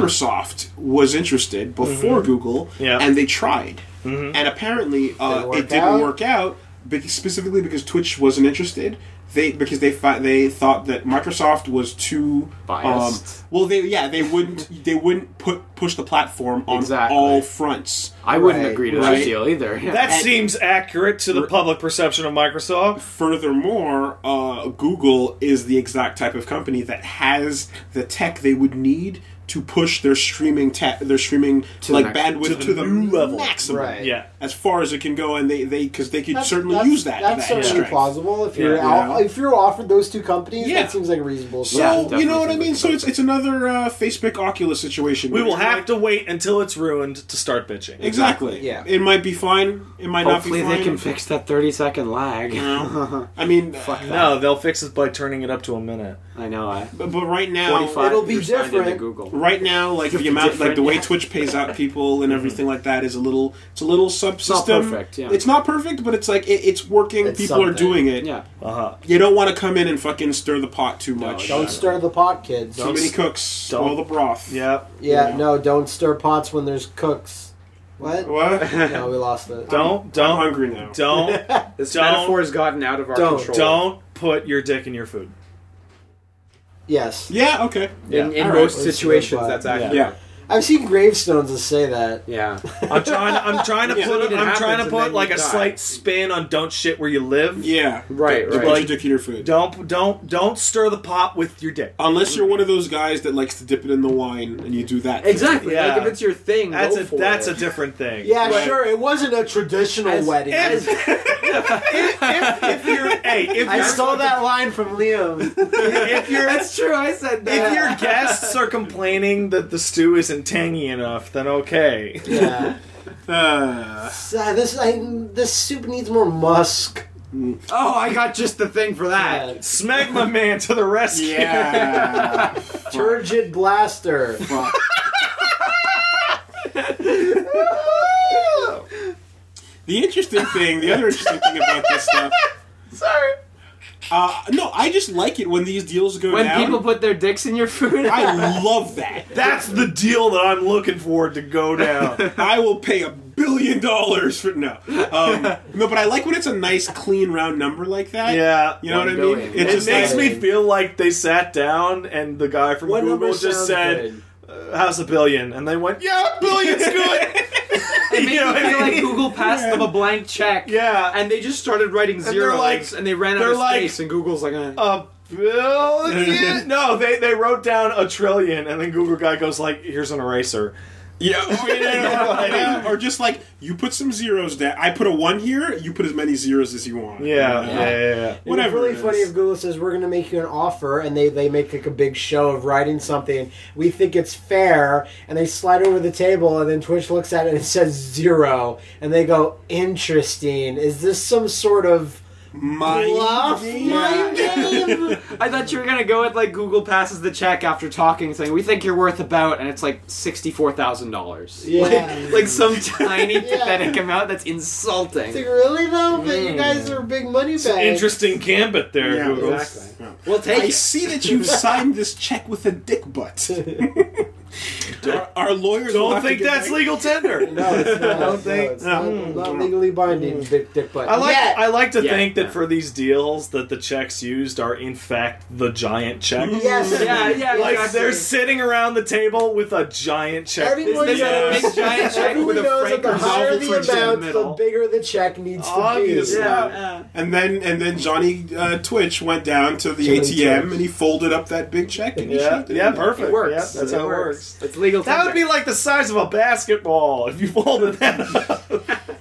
[SPEAKER 1] Microsoft was interested before Google,
[SPEAKER 4] Yeah.
[SPEAKER 1] and they tried, and apparently uh,
[SPEAKER 2] Didn't work
[SPEAKER 1] it didn't
[SPEAKER 2] out?
[SPEAKER 1] work out. bec- specifically because Twitch wasn't interested, they because they fi- they thought that Microsoft was too
[SPEAKER 3] Biased.
[SPEAKER 1] Um, well, they yeah they wouldn't they wouldn't put push the platform on
[SPEAKER 3] Exactly.
[SPEAKER 1] all fronts.
[SPEAKER 3] I wouldn't
[SPEAKER 2] Right,
[SPEAKER 3] agree to
[SPEAKER 1] right.
[SPEAKER 3] that deal either. Yeah.
[SPEAKER 4] That seems accurate to the public perception of Microsoft.
[SPEAKER 1] Furthermore, uh, Google is the exact type of company that has the tech they would need to push their streaming ta- their streaming like
[SPEAKER 3] max-
[SPEAKER 1] bandwidth to
[SPEAKER 4] to
[SPEAKER 1] the,
[SPEAKER 4] the
[SPEAKER 1] new
[SPEAKER 4] new level.
[SPEAKER 1] maximum
[SPEAKER 2] Right.
[SPEAKER 4] Yeah.
[SPEAKER 1] as far as it can go, and they they because they could
[SPEAKER 2] That's-
[SPEAKER 1] certainly
[SPEAKER 2] that's-
[SPEAKER 1] use that
[SPEAKER 2] That's
[SPEAKER 1] that
[SPEAKER 2] certainly
[SPEAKER 1] strength.
[SPEAKER 2] plausible. If you're
[SPEAKER 1] Yeah.
[SPEAKER 2] out, if you're offered those two companies,
[SPEAKER 1] Yeah.
[SPEAKER 2] that seems like a reasonable.
[SPEAKER 1] So
[SPEAKER 3] Yeah,
[SPEAKER 1] you
[SPEAKER 3] definitely
[SPEAKER 1] know what I
[SPEAKER 3] think
[SPEAKER 1] mean.
[SPEAKER 3] that's
[SPEAKER 1] So it's it's another uh, Facebook Oculus situation.
[SPEAKER 4] We
[SPEAKER 1] where
[SPEAKER 4] will
[SPEAKER 1] it's
[SPEAKER 4] have
[SPEAKER 1] like-
[SPEAKER 4] to wait until it's ruined to start bitching.
[SPEAKER 1] exactly.
[SPEAKER 2] Yeah.
[SPEAKER 1] it might be fine. It might
[SPEAKER 3] Hopefully
[SPEAKER 1] not be fine.
[SPEAKER 3] they can fix that 30 second lag.
[SPEAKER 1] I mean,
[SPEAKER 4] No, they'll fix it by turning it up to a minute.
[SPEAKER 3] I know. I,
[SPEAKER 1] but, but right now
[SPEAKER 3] 45
[SPEAKER 2] it'll be
[SPEAKER 3] you're signed into
[SPEAKER 2] different.
[SPEAKER 3] Google.
[SPEAKER 1] right now like the
[SPEAKER 3] Fifty
[SPEAKER 1] amount like the way
[SPEAKER 3] different.
[SPEAKER 1] twitch pays out people and everything like that is a little it's a little subsystem
[SPEAKER 3] not perfect, yeah.
[SPEAKER 1] It's not perfect, but it's like it, it's working
[SPEAKER 2] It's
[SPEAKER 1] people are
[SPEAKER 2] something.
[SPEAKER 1] doing it
[SPEAKER 3] Yeah.
[SPEAKER 4] Uh huh.
[SPEAKER 1] you don't want to come in and fucking stir the pot too much
[SPEAKER 2] Don't stir the pot, kids.
[SPEAKER 1] too many cooks
[SPEAKER 4] don't-
[SPEAKER 1] all the broth
[SPEAKER 4] Yeah.
[SPEAKER 2] yeah, no, don't stir pots when there's cooks. What?
[SPEAKER 1] what
[SPEAKER 2] No, we lost it.
[SPEAKER 4] Don't
[SPEAKER 1] i'm
[SPEAKER 4] don't
[SPEAKER 1] hungry now
[SPEAKER 4] don't
[SPEAKER 3] This
[SPEAKER 4] Don't-
[SPEAKER 3] metaphor has gotten out of our
[SPEAKER 2] Don't-
[SPEAKER 3] control.
[SPEAKER 4] don't put your dick in your food.
[SPEAKER 2] Yes,
[SPEAKER 1] yeah okay Yeah.
[SPEAKER 3] In, in
[SPEAKER 1] All
[SPEAKER 3] most
[SPEAKER 2] right.
[SPEAKER 3] situations, that's
[SPEAKER 4] Yeah.
[SPEAKER 3] accurate.
[SPEAKER 1] yeah
[SPEAKER 2] I've seen gravestones that say that.
[SPEAKER 3] Yeah.
[SPEAKER 4] I'm trying. I'm trying to
[SPEAKER 1] Yeah.
[SPEAKER 4] put.
[SPEAKER 3] It
[SPEAKER 4] I'm trying
[SPEAKER 3] happens
[SPEAKER 4] to
[SPEAKER 3] and
[SPEAKER 4] put
[SPEAKER 3] then
[SPEAKER 4] like
[SPEAKER 3] you
[SPEAKER 4] a
[SPEAKER 3] die.
[SPEAKER 4] slight spin on don't shit where you live.
[SPEAKER 1] yeah
[SPEAKER 3] Right,
[SPEAKER 1] Don't
[SPEAKER 3] right.
[SPEAKER 1] put your dick in your food
[SPEAKER 4] Don't don't don't stir the pot with your dick.
[SPEAKER 1] unless you're one of those guys that likes to dip it in the wine and you do that
[SPEAKER 3] Exactly.
[SPEAKER 4] Yeah.
[SPEAKER 3] Like if it's your thing,
[SPEAKER 4] That's
[SPEAKER 3] go
[SPEAKER 4] a
[SPEAKER 3] for
[SPEAKER 4] that's
[SPEAKER 3] it.
[SPEAKER 4] a different thing.
[SPEAKER 2] Yeah,
[SPEAKER 1] Right.
[SPEAKER 2] sure. It wasn't a traditional
[SPEAKER 3] As-
[SPEAKER 2] wedding.
[SPEAKER 4] If, if, if you're hey if
[SPEAKER 2] I
[SPEAKER 4] you're-
[SPEAKER 2] stole that line from Liam.
[SPEAKER 4] if you're
[SPEAKER 3] That's true. I said that.
[SPEAKER 4] if your guests are complaining that the stew isn't tangy enough, then okay.
[SPEAKER 2] yeah.
[SPEAKER 1] uh,
[SPEAKER 2] So this I, this soup needs more musk.
[SPEAKER 3] oh, I got just the thing for that.
[SPEAKER 2] Yeah.
[SPEAKER 4] Smeg my man to the rescue.
[SPEAKER 1] yeah
[SPEAKER 2] Turgid blaster.
[SPEAKER 1] Fuck. the interesting thing, the other interesting thing about this stuff,
[SPEAKER 3] Sorry.
[SPEAKER 1] uh, no, I just like it when these deals go
[SPEAKER 3] When
[SPEAKER 1] down.
[SPEAKER 3] people put their dicks in your food,
[SPEAKER 1] I love that.
[SPEAKER 4] That's the deal that I'm looking forward to go down.
[SPEAKER 1] I will pay a billion dollars for no, um, no. But I like when it's a nice, clean, round number like that.
[SPEAKER 4] Yeah.
[SPEAKER 1] you know what I
[SPEAKER 3] One
[SPEAKER 1] mean.
[SPEAKER 3] billion.
[SPEAKER 1] It's
[SPEAKER 4] it
[SPEAKER 1] just
[SPEAKER 4] makes
[SPEAKER 1] like,
[SPEAKER 4] me feel like they sat down and the guy from
[SPEAKER 2] What number
[SPEAKER 4] Google just
[SPEAKER 2] sounds
[SPEAKER 4] said,
[SPEAKER 2] good?
[SPEAKER 4] uh, "How's a billion? And they went, "Yeah, a billion's good."
[SPEAKER 3] it made
[SPEAKER 4] you know
[SPEAKER 3] me
[SPEAKER 4] what I
[SPEAKER 3] feel like
[SPEAKER 4] mean?
[SPEAKER 3] Google passed them a blank check.
[SPEAKER 4] Yeah.
[SPEAKER 3] And they just started writing
[SPEAKER 4] they're
[SPEAKER 3] zeros, and,
[SPEAKER 4] like-
[SPEAKER 3] they ran out
[SPEAKER 4] they're
[SPEAKER 3] of
[SPEAKER 4] like-
[SPEAKER 3] space, and Google's like, eh.
[SPEAKER 4] a billion? No, they they wrote down a trillion, and then Google guy goes like, "Here's an eraser."
[SPEAKER 1] yeah, or, yeah, or just like you put some zeros down. I put a one here. You put as many zeros as you want.
[SPEAKER 4] Yeah,
[SPEAKER 1] You know?
[SPEAKER 4] yeah, yeah. yeah.
[SPEAKER 2] It was
[SPEAKER 1] Whatever
[SPEAKER 2] really
[SPEAKER 1] it is.
[SPEAKER 2] funny if Google says we're going to make you an offer, and they they make like a big show of writing something. We think it's fair, and they slide over the table, and then Twitch looks at it and it says zero, and they go, "Interesting. Is this some sort of
[SPEAKER 1] Mind
[SPEAKER 2] bluff
[SPEAKER 1] game.
[SPEAKER 2] mind game?"
[SPEAKER 3] I thought you were gonna go with like Google passes the check after talking, saying we think you're worth about, and it's like sixty four thousand dollars.
[SPEAKER 2] Yeah.
[SPEAKER 3] Like, like some tiny
[SPEAKER 2] Yeah.
[SPEAKER 3] pathetic amount that's
[SPEAKER 2] It's like,
[SPEAKER 3] insulting.
[SPEAKER 2] really though, but you guys are big money bags.
[SPEAKER 4] Interesting gambit there,
[SPEAKER 1] Yeah,
[SPEAKER 4] Google.
[SPEAKER 1] exactly. Yeah.
[SPEAKER 3] We'll take
[SPEAKER 1] I
[SPEAKER 3] it.
[SPEAKER 1] see that you've signed this check with a dick butt. our, our lawyers will
[SPEAKER 4] Don't
[SPEAKER 1] have to
[SPEAKER 4] think
[SPEAKER 1] get
[SPEAKER 4] that's
[SPEAKER 1] back-
[SPEAKER 4] legal tender.
[SPEAKER 2] No, it's not.
[SPEAKER 4] don't
[SPEAKER 2] No,
[SPEAKER 4] think- Hmm.
[SPEAKER 2] it's not,
[SPEAKER 1] Mm.
[SPEAKER 2] not legally binding. Dick, dick butt.
[SPEAKER 4] I like
[SPEAKER 2] Yet.
[SPEAKER 4] I like to
[SPEAKER 3] Yeah.
[SPEAKER 4] think that
[SPEAKER 3] Yeah.
[SPEAKER 4] for these deals that the checks used are in fact the giant check.
[SPEAKER 2] Yes.
[SPEAKER 3] Yeah, yeah,
[SPEAKER 4] Like
[SPEAKER 3] exactly.
[SPEAKER 4] they're sitting around the table with a giant check.
[SPEAKER 2] Everyone
[SPEAKER 3] This is
[SPEAKER 1] a
[SPEAKER 2] knows,
[SPEAKER 1] big
[SPEAKER 3] giant check
[SPEAKER 2] everyone
[SPEAKER 3] with a
[SPEAKER 2] knows
[SPEAKER 3] Frank
[SPEAKER 2] that the
[SPEAKER 3] or
[SPEAKER 2] higher
[SPEAKER 3] Zoll's
[SPEAKER 2] the
[SPEAKER 3] friction in the
[SPEAKER 2] amount, the,
[SPEAKER 3] middle.
[SPEAKER 2] bigger the check needs
[SPEAKER 4] Obviously.
[SPEAKER 2] to be.
[SPEAKER 3] yeah.
[SPEAKER 4] Yeah.
[SPEAKER 1] And then and then Johnny uh, Twitch went down to the
[SPEAKER 2] Johnny
[SPEAKER 1] ATM
[SPEAKER 2] Twitch.
[SPEAKER 1] and he folded up that big check and he
[SPEAKER 4] Yeah,
[SPEAKER 1] shoved it
[SPEAKER 4] yeah,
[SPEAKER 1] in there.
[SPEAKER 4] perfect.
[SPEAKER 3] It works.
[SPEAKER 4] Yeah, that's how it works.
[SPEAKER 3] It's legal.
[SPEAKER 4] That would
[SPEAKER 3] tender.
[SPEAKER 4] be like the size of a basketball if you folded that up.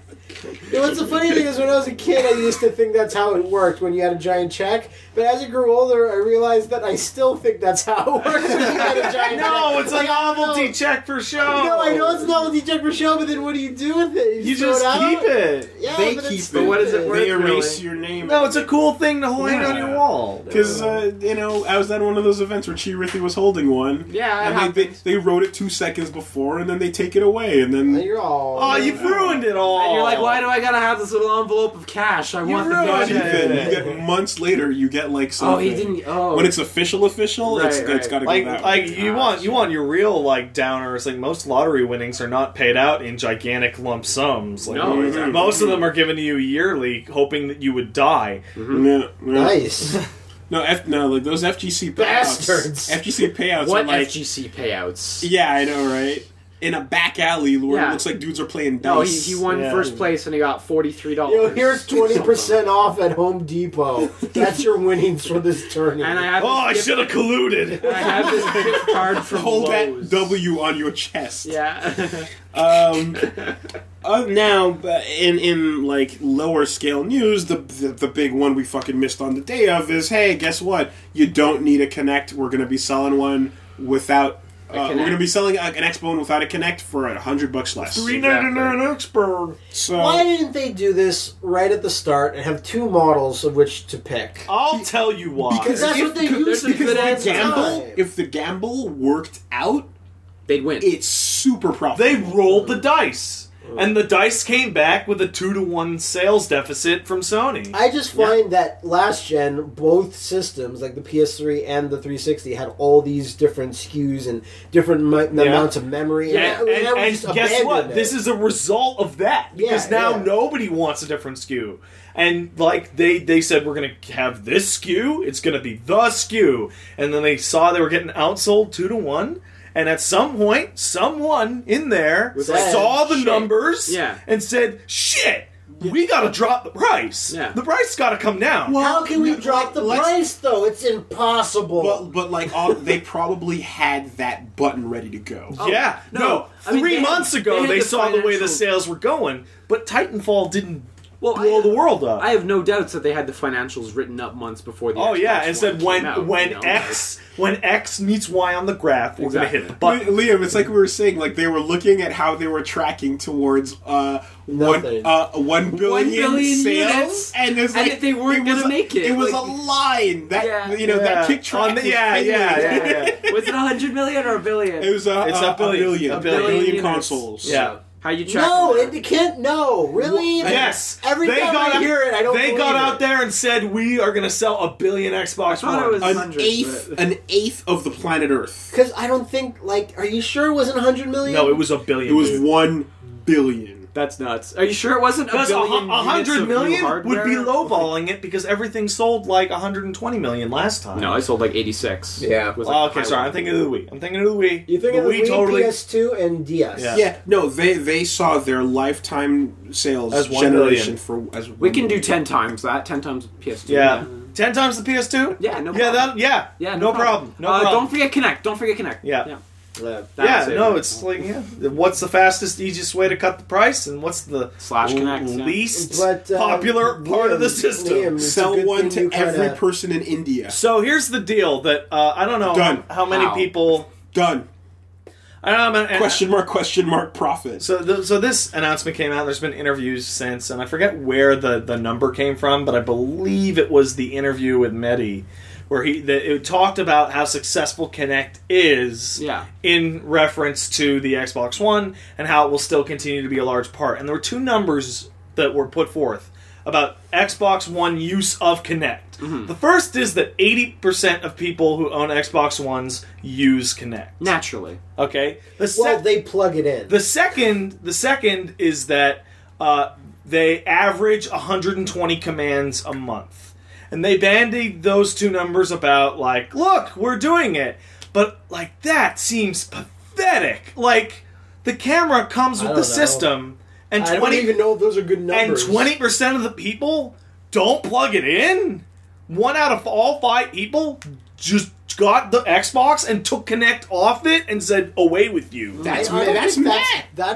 [SPEAKER 2] You know, what's the funny thing is, when I was a kid, I used to think that's how it worked when you had a giant check. But as I grew older, I realized that I still think that's how it works when you had a giant check.
[SPEAKER 4] no, it's a
[SPEAKER 2] Like, I know-
[SPEAKER 4] novelty check for show.
[SPEAKER 2] No, I know it's a novelty check for show, but then what do you do with it?
[SPEAKER 4] You
[SPEAKER 2] throw
[SPEAKER 4] just
[SPEAKER 2] it out?
[SPEAKER 4] keep it.
[SPEAKER 2] Yeah,
[SPEAKER 1] They
[SPEAKER 2] but
[SPEAKER 1] keep
[SPEAKER 2] it's
[SPEAKER 1] it.
[SPEAKER 3] But what is it
[SPEAKER 2] stupid.
[SPEAKER 3] worth?
[SPEAKER 1] They erase
[SPEAKER 3] really.
[SPEAKER 1] your name.
[SPEAKER 4] No, it's a cool thing to hang on your wall.
[SPEAKER 1] because uh, you know I was at one of those events where Chi Rithy was holding one.
[SPEAKER 3] Yeah, it
[SPEAKER 1] and they, they
[SPEAKER 3] happens.
[SPEAKER 1] they wrote it two seconds before and then they take it away and then
[SPEAKER 2] And You're all.
[SPEAKER 4] Oh, you've ruined it all.
[SPEAKER 3] And you're like, why do I gotta have this little envelope of cash? I want the
[SPEAKER 4] ruined
[SPEAKER 1] not
[SPEAKER 3] dog.
[SPEAKER 4] it.
[SPEAKER 1] even.
[SPEAKER 4] yeah,
[SPEAKER 1] You
[SPEAKER 4] yeah.
[SPEAKER 1] get months later, you get like something.
[SPEAKER 3] Oh, he didn't. Oh,
[SPEAKER 1] When it's official, official, it's,
[SPEAKER 3] Right,
[SPEAKER 1] it's
[SPEAKER 3] right.
[SPEAKER 1] got to go
[SPEAKER 4] like
[SPEAKER 1] that way.
[SPEAKER 4] like you want you want your real like downers like most lottery winnings are not paid out in gigantic lump sums like
[SPEAKER 3] No,
[SPEAKER 1] exactly.
[SPEAKER 4] most of them are given to you yearly hoping that you would die
[SPEAKER 1] Yeah, yeah.
[SPEAKER 2] Nice.
[SPEAKER 1] No, F, no, like those FGC payouts.
[SPEAKER 2] Bastards.
[SPEAKER 1] FGC payouts
[SPEAKER 3] what
[SPEAKER 1] are like.
[SPEAKER 3] FGC payouts?
[SPEAKER 1] Yeah, I know, right? in a back alley where
[SPEAKER 3] Yeah.
[SPEAKER 1] it looks like dudes are playing dice.
[SPEAKER 3] No, he, he won
[SPEAKER 4] Yeah.
[SPEAKER 3] first place and he got forty three
[SPEAKER 2] You
[SPEAKER 3] dollars.
[SPEAKER 2] know, here's twenty percent off at Home Depot. That's your winnings for this tournament.
[SPEAKER 3] And I have
[SPEAKER 4] Oh, I
[SPEAKER 3] this
[SPEAKER 4] should
[SPEAKER 3] gift,
[SPEAKER 4] have colluded.
[SPEAKER 3] I have this gift card from
[SPEAKER 1] Hold
[SPEAKER 3] Lowe's.
[SPEAKER 1] that W on your chest.
[SPEAKER 3] Yeah.
[SPEAKER 1] Um, uh, now, uh, in in like lower scale news, the, the the big one we fucking missed on the day of is, hey, guess what? You don't need a Connect. We're gonna be selling one without. Uh, we're
[SPEAKER 3] Kinect.
[SPEAKER 1] gonna be selling a, an Xbone without a Connect for a hundred bucks less.
[SPEAKER 4] expert.
[SPEAKER 1] So
[SPEAKER 2] Why didn't they do this right at the start and have two models of which to pick?
[SPEAKER 4] I'll tell you why.
[SPEAKER 2] Because that's
[SPEAKER 1] if-
[SPEAKER 2] what they
[SPEAKER 3] there's
[SPEAKER 2] used
[SPEAKER 3] a
[SPEAKER 2] to
[SPEAKER 3] good
[SPEAKER 1] the
[SPEAKER 2] at
[SPEAKER 3] answer.
[SPEAKER 2] the
[SPEAKER 1] gamble,
[SPEAKER 2] time.
[SPEAKER 1] if the gamble worked out,
[SPEAKER 3] They'd win.
[SPEAKER 1] it's super profitable.
[SPEAKER 4] they rolled the dice. And the dice came back with a two to one sales deficit from Sony.
[SPEAKER 2] I just find that last gen, both systems, like the PS3 and the 360, had all these different SKUs and different mi- amounts of memory.
[SPEAKER 4] and,
[SPEAKER 2] I- I
[SPEAKER 4] and-
[SPEAKER 2] would
[SPEAKER 4] and
[SPEAKER 2] just
[SPEAKER 4] guess
[SPEAKER 2] abandon
[SPEAKER 4] what?
[SPEAKER 2] it.
[SPEAKER 4] This is a result of that because
[SPEAKER 2] Yeah,
[SPEAKER 4] now
[SPEAKER 2] yeah.
[SPEAKER 4] nobody wants a different skew. And like they they said, we're gonna have this skew. It's gonna be the skew. And then they saw they were getting outsold two to one. And at some point, someone in there
[SPEAKER 2] like,
[SPEAKER 4] saw the
[SPEAKER 3] shit.
[SPEAKER 4] numbers
[SPEAKER 3] Yeah.
[SPEAKER 4] and said, "Shit, we gotta drop the price.
[SPEAKER 3] Yeah.
[SPEAKER 4] The price gotta come down."
[SPEAKER 2] How can we
[SPEAKER 1] Well,
[SPEAKER 2] drop the
[SPEAKER 1] let's-
[SPEAKER 2] price though? It's impossible.
[SPEAKER 1] But, but like all, they probably had that button ready to go.
[SPEAKER 4] yeah,
[SPEAKER 3] Oh, no.
[SPEAKER 4] no.
[SPEAKER 3] I mean,
[SPEAKER 4] Three
[SPEAKER 3] they had-
[SPEAKER 4] months ago,
[SPEAKER 3] they
[SPEAKER 4] they,
[SPEAKER 3] had the
[SPEAKER 4] saw the way the
[SPEAKER 3] financial-
[SPEAKER 4] sales were going, but Titanfall didn't
[SPEAKER 3] Well,
[SPEAKER 4] blow
[SPEAKER 3] I-
[SPEAKER 4] the world up.
[SPEAKER 3] I have no doubts that they had the financials written up months before the.
[SPEAKER 4] Oh
[SPEAKER 3] Xbox
[SPEAKER 4] yeah,
[SPEAKER 3] One
[SPEAKER 4] and said
[SPEAKER 3] came
[SPEAKER 4] when
[SPEAKER 3] out,
[SPEAKER 4] when
[SPEAKER 3] you know,
[SPEAKER 4] X when X meets Y on the graph, we're
[SPEAKER 3] Exactly.
[SPEAKER 4] gonna hit the
[SPEAKER 1] But
[SPEAKER 4] button.
[SPEAKER 1] Liam, it's like we were saying, like they were looking at how they were tracking towards uh, one
[SPEAKER 2] Nothing.
[SPEAKER 1] uh, one billion,
[SPEAKER 3] billion
[SPEAKER 1] sales,
[SPEAKER 3] units.
[SPEAKER 1] and it's
[SPEAKER 3] And
[SPEAKER 1] like
[SPEAKER 3] if they weren't
[SPEAKER 1] was
[SPEAKER 3] gonna
[SPEAKER 1] a-
[SPEAKER 3] make it,
[SPEAKER 1] It was
[SPEAKER 3] like-
[SPEAKER 1] a line that
[SPEAKER 3] Yeah.
[SPEAKER 1] you know that kick track.
[SPEAKER 4] On the-
[SPEAKER 1] was
[SPEAKER 4] yeah, yeah,
[SPEAKER 1] failing.
[SPEAKER 4] yeah, yeah.
[SPEAKER 3] like- was it hundred million or a billion?
[SPEAKER 1] It was a,
[SPEAKER 4] It's
[SPEAKER 1] a,
[SPEAKER 4] a billion.
[SPEAKER 1] billion,
[SPEAKER 4] A billion
[SPEAKER 3] units.
[SPEAKER 1] consoles.
[SPEAKER 4] Yeah.
[SPEAKER 3] How you track?
[SPEAKER 2] no, it
[SPEAKER 3] that?
[SPEAKER 2] it can't. No, really.
[SPEAKER 4] Yes,
[SPEAKER 2] Every
[SPEAKER 4] they
[SPEAKER 2] time
[SPEAKER 4] got
[SPEAKER 2] I
[SPEAKER 4] out-
[SPEAKER 2] hear it, I don't.
[SPEAKER 4] They
[SPEAKER 2] believe
[SPEAKER 4] got out
[SPEAKER 2] it.
[SPEAKER 4] there and said we are gonna sell a billion Xbox
[SPEAKER 3] thought it
[SPEAKER 4] One."
[SPEAKER 3] was-
[SPEAKER 1] an
[SPEAKER 3] 100,
[SPEAKER 1] eighth,
[SPEAKER 3] but-
[SPEAKER 1] an eighth of the planet Earth.
[SPEAKER 2] Because I don't think, like, are you sure it wasn't 100 million?
[SPEAKER 4] no, it was a billion.
[SPEAKER 1] It was
[SPEAKER 4] dude.
[SPEAKER 1] one billion.
[SPEAKER 3] That's nuts. Are you sure it wasn't a
[SPEAKER 4] Because a
[SPEAKER 3] billion?
[SPEAKER 4] hu- a
[SPEAKER 3] units
[SPEAKER 4] hundred
[SPEAKER 3] of new
[SPEAKER 4] million would be
[SPEAKER 3] hardware?
[SPEAKER 4] lowballing it because everything sold like 120 million last time.
[SPEAKER 3] No, I sold like eighty six.
[SPEAKER 2] Yeah.
[SPEAKER 3] Was
[SPEAKER 4] oh,
[SPEAKER 3] like
[SPEAKER 4] okay,
[SPEAKER 3] high
[SPEAKER 4] sorry. I'm
[SPEAKER 3] one.
[SPEAKER 4] thinking of the Wii. I'm thinking of the Wii.
[SPEAKER 2] You think
[SPEAKER 4] the
[SPEAKER 2] of the Wii,
[SPEAKER 4] totally
[SPEAKER 2] PS2, and DS.
[SPEAKER 4] Yeah.
[SPEAKER 1] Yeah, no, they they saw their lifetime sales
[SPEAKER 4] As one
[SPEAKER 1] generation for as
[SPEAKER 3] we
[SPEAKER 1] one
[SPEAKER 3] can do
[SPEAKER 1] billion.
[SPEAKER 3] ten times that. Ten times PS2.
[SPEAKER 4] Yeah. Ten times the PS2.
[SPEAKER 3] Yeah, no
[SPEAKER 4] Yeah.
[SPEAKER 3] problem.
[SPEAKER 4] That. Yeah.
[SPEAKER 3] Yeah,
[SPEAKER 4] No, problem. No
[SPEAKER 3] uh,
[SPEAKER 4] problem.
[SPEAKER 3] Don't forget Connect. Don't forget Connect.
[SPEAKER 4] Yeah.
[SPEAKER 2] Yeah.
[SPEAKER 4] yeah,
[SPEAKER 3] That's it.
[SPEAKER 4] no, it's like yeah. What's the fastest, easiest way to cut the price, and what's the
[SPEAKER 3] Slash connect, yeah.
[SPEAKER 4] least
[SPEAKER 2] But, um,
[SPEAKER 4] popular part of the
[SPEAKER 2] Liam-
[SPEAKER 4] system?
[SPEAKER 2] Liam, it's a
[SPEAKER 1] Sell
[SPEAKER 2] good
[SPEAKER 1] one
[SPEAKER 2] thing
[SPEAKER 1] to
[SPEAKER 2] you
[SPEAKER 1] every
[SPEAKER 2] kinda-
[SPEAKER 1] person in India.
[SPEAKER 4] So here's the deal that uh, I don't know
[SPEAKER 1] Done.
[SPEAKER 4] how many
[SPEAKER 3] How?
[SPEAKER 4] people.
[SPEAKER 1] Done.
[SPEAKER 4] I don't know, and- and-
[SPEAKER 1] Question mark? Question mark? Profit.
[SPEAKER 4] So, th- so this announcement came out. There's been interviews since, and I forget where the, the number came from, but I believe it was the interview with Mehdi, where he the, it talked about how successful Connect is,
[SPEAKER 3] Yeah.
[SPEAKER 4] in reference to the Xbox One, and how it will still continue to be a large part. And there were two numbers that were put forth about Xbox One use of Connect. The first is that 80% of people who own Xbox Ones use Connect.
[SPEAKER 3] Naturally.
[SPEAKER 4] Okay. The
[SPEAKER 2] Well,
[SPEAKER 4] sec-
[SPEAKER 2] they plug it in.
[SPEAKER 4] the second, the second is that uh, they average 120 commands a month, and they bandied those two numbers about like, look, we're doing it, but like that seems pathetic. Like the camera comes with
[SPEAKER 2] don't
[SPEAKER 4] the
[SPEAKER 2] know.
[SPEAKER 4] system, and
[SPEAKER 2] I don't
[SPEAKER 4] 20
[SPEAKER 2] even know if those are good
[SPEAKER 4] and
[SPEAKER 2] numbers.
[SPEAKER 4] twenty percent of the people don't plug it in. One out of all five people just got the Xbox and took Connect off it and said, "Away with you."
[SPEAKER 2] I- I
[SPEAKER 1] That's
[SPEAKER 2] don't think
[SPEAKER 1] that's mad.
[SPEAKER 2] That,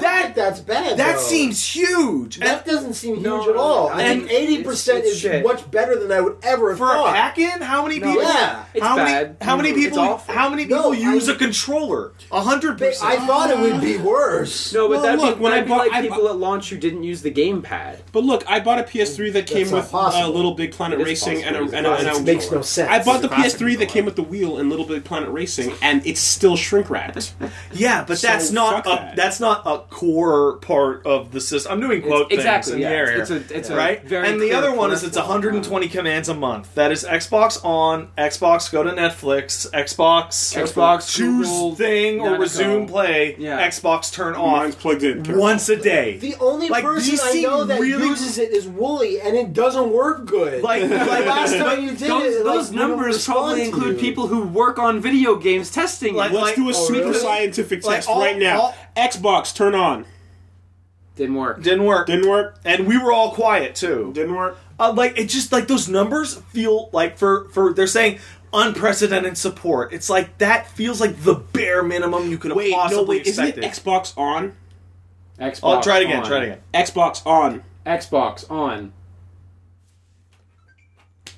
[SPEAKER 4] That-
[SPEAKER 2] that, that's bad.
[SPEAKER 4] That
[SPEAKER 2] though.
[SPEAKER 4] seems huge.
[SPEAKER 2] That
[SPEAKER 4] And
[SPEAKER 2] doesn't seem huge
[SPEAKER 3] No,
[SPEAKER 2] at all. I
[SPEAKER 4] and
[SPEAKER 2] think eighty percent
[SPEAKER 3] it's-
[SPEAKER 2] is
[SPEAKER 3] it's shit.
[SPEAKER 2] much better than I would ever have
[SPEAKER 4] for a
[SPEAKER 2] thought.
[SPEAKER 4] pack-in, how many
[SPEAKER 3] No,
[SPEAKER 4] people?
[SPEAKER 2] yeah.
[SPEAKER 3] It's
[SPEAKER 4] how
[SPEAKER 3] bad.
[SPEAKER 4] many? How many
[SPEAKER 3] It's
[SPEAKER 4] people?
[SPEAKER 3] awful.
[SPEAKER 4] How many people
[SPEAKER 2] No,
[SPEAKER 4] use
[SPEAKER 2] I-
[SPEAKER 4] a controller? A hundred
[SPEAKER 2] But I
[SPEAKER 4] percent.
[SPEAKER 2] thought it would be worse.
[SPEAKER 3] No, but
[SPEAKER 1] Well,
[SPEAKER 3] that'd,
[SPEAKER 1] look,
[SPEAKER 3] be,
[SPEAKER 1] when I
[SPEAKER 3] that'd be
[SPEAKER 1] bought-
[SPEAKER 3] like
[SPEAKER 1] I
[SPEAKER 3] people
[SPEAKER 1] bought-
[SPEAKER 3] at launch who didn't use the gamepad.
[SPEAKER 1] But look, I bought a PS3 that came
[SPEAKER 2] Mm, That's not
[SPEAKER 1] with uh,
[SPEAKER 2] possible.
[SPEAKER 1] Little Big Planet
[SPEAKER 3] It is
[SPEAKER 1] Racing and a,
[SPEAKER 3] possible.
[SPEAKER 1] and a, and a-
[SPEAKER 2] it makes no sense.
[SPEAKER 1] I bought the
[SPEAKER 3] It's a
[SPEAKER 1] PS3 that
[SPEAKER 3] classic.
[SPEAKER 1] came with the wheel and Little Big Planet Racing, and it's still shrink wrapped.
[SPEAKER 4] Yeah, but
[SPEAKER 1] So
[SPEAKER 4] that's not a,
[SPEAKER 1] fuck that.
[SPEAKER 4] that's not a core part of the system. I'm doing quote
[SPEAKER 3] It's- exactly,
[SPEAKER 4] things in
[SPEAKER 3] yeah.
[SPEAKER 4] the area,
[SPEAKER 3] It's a- it's a
[SPEAKER 4] right?
[SPEAKER 3] very
[SPEAKER 4] and the
[SPEAKER 3] clear
[SPEAKER 4] other one is it's
[SPEAKER 3] peripheral.
[SPEAKER 4] 120 commands a month. That is Xbox on, Xbox go to Netflix, Xbox
[SPEAKER 3] Xbox,
[SPEAKER 4] choose
[SPEAKER 3] Google,
[SPEAKER 4] thing or
[SPEAKER 3] Nanoco.
[SPEAKER 4] resume play,
[SPEAKER 3] Yeah.
[SPEAKER 4] Xbox turn
[SPEAKER 1] Mine's
[SPEAKER 4] off
[SPEAKER 1] plugged in. Careful.
[SPEAKER 4] once a day.
[SPEAKER 2] The only
[SPEAKER 4] Like,
[SPEAKER 2] person
[SPEAKER 4] these
[SPEAKER 2] I
[SPEAKER 4] seem
[SPEAKER 2] know that
[SPEAKER 4] really-
[SPEAKER 2] uses it is Wooly, and it doesn't work good.
[SPEAKER 4] Like-
[SPEAKER 2] last time you did
[SPEAKER 3] Those,
[SPEAKER 2] it,
[SPEAKER 3] those
[SPEAKER 2] like, you don't
[SPEAKER 3] numbers
[SPEAKER 2] respond
[SPEAKER 3] probably
[SPEAKER 2] to
[SPEAKER 3] include
[SPEAKER 2] you.
[SPEAKER 3] people who work on video games testing
[SPEAKER 4] Like-
[SPEAKER 3] it.
[SPEAKER 1] Let's do a
[SPEAKER 2] oh,
[SPEAKER 1] super
[SPEAKER 2] really?
[SPEAKER 1] scientific
[SPEAKER 4] Like,
[SPEAKER 1] test
[SPEAKER 4] all-
[SPEAKER 1] right now.
[SPEAKER 4] all-
[SPEAKER 1] Xbox, turn on.
[SPEAKER 3] Didn't work.
[SPEAKER 4] Didn't work.
[SPEAKER 1] Didn't work.
[SPEAKER 4] and we were all quiet too.
[SPEAKER 1] Didn't work.
[SPEAKER 4] uh, like it just like those numbers feel like for for they're saying unprecedented support. It's like that feels like the bare minimum you could have
[SPEAKER 1] Wait, no,
[SPEAKER 4] possibly
[SPEAKER 1] wait. Isn't it
[SPEAKER 4] expected.
[SPEAKER 1] Xbox on?
[SPEAKER 3] Xbox.
[SPEAKER 4] oh, try it again.
[SPEAKER 3] on.
[SPEAKER 4] Try it again.
[SPEAKER 1] Xbox on.
[SPEAKER 3] Xbox on.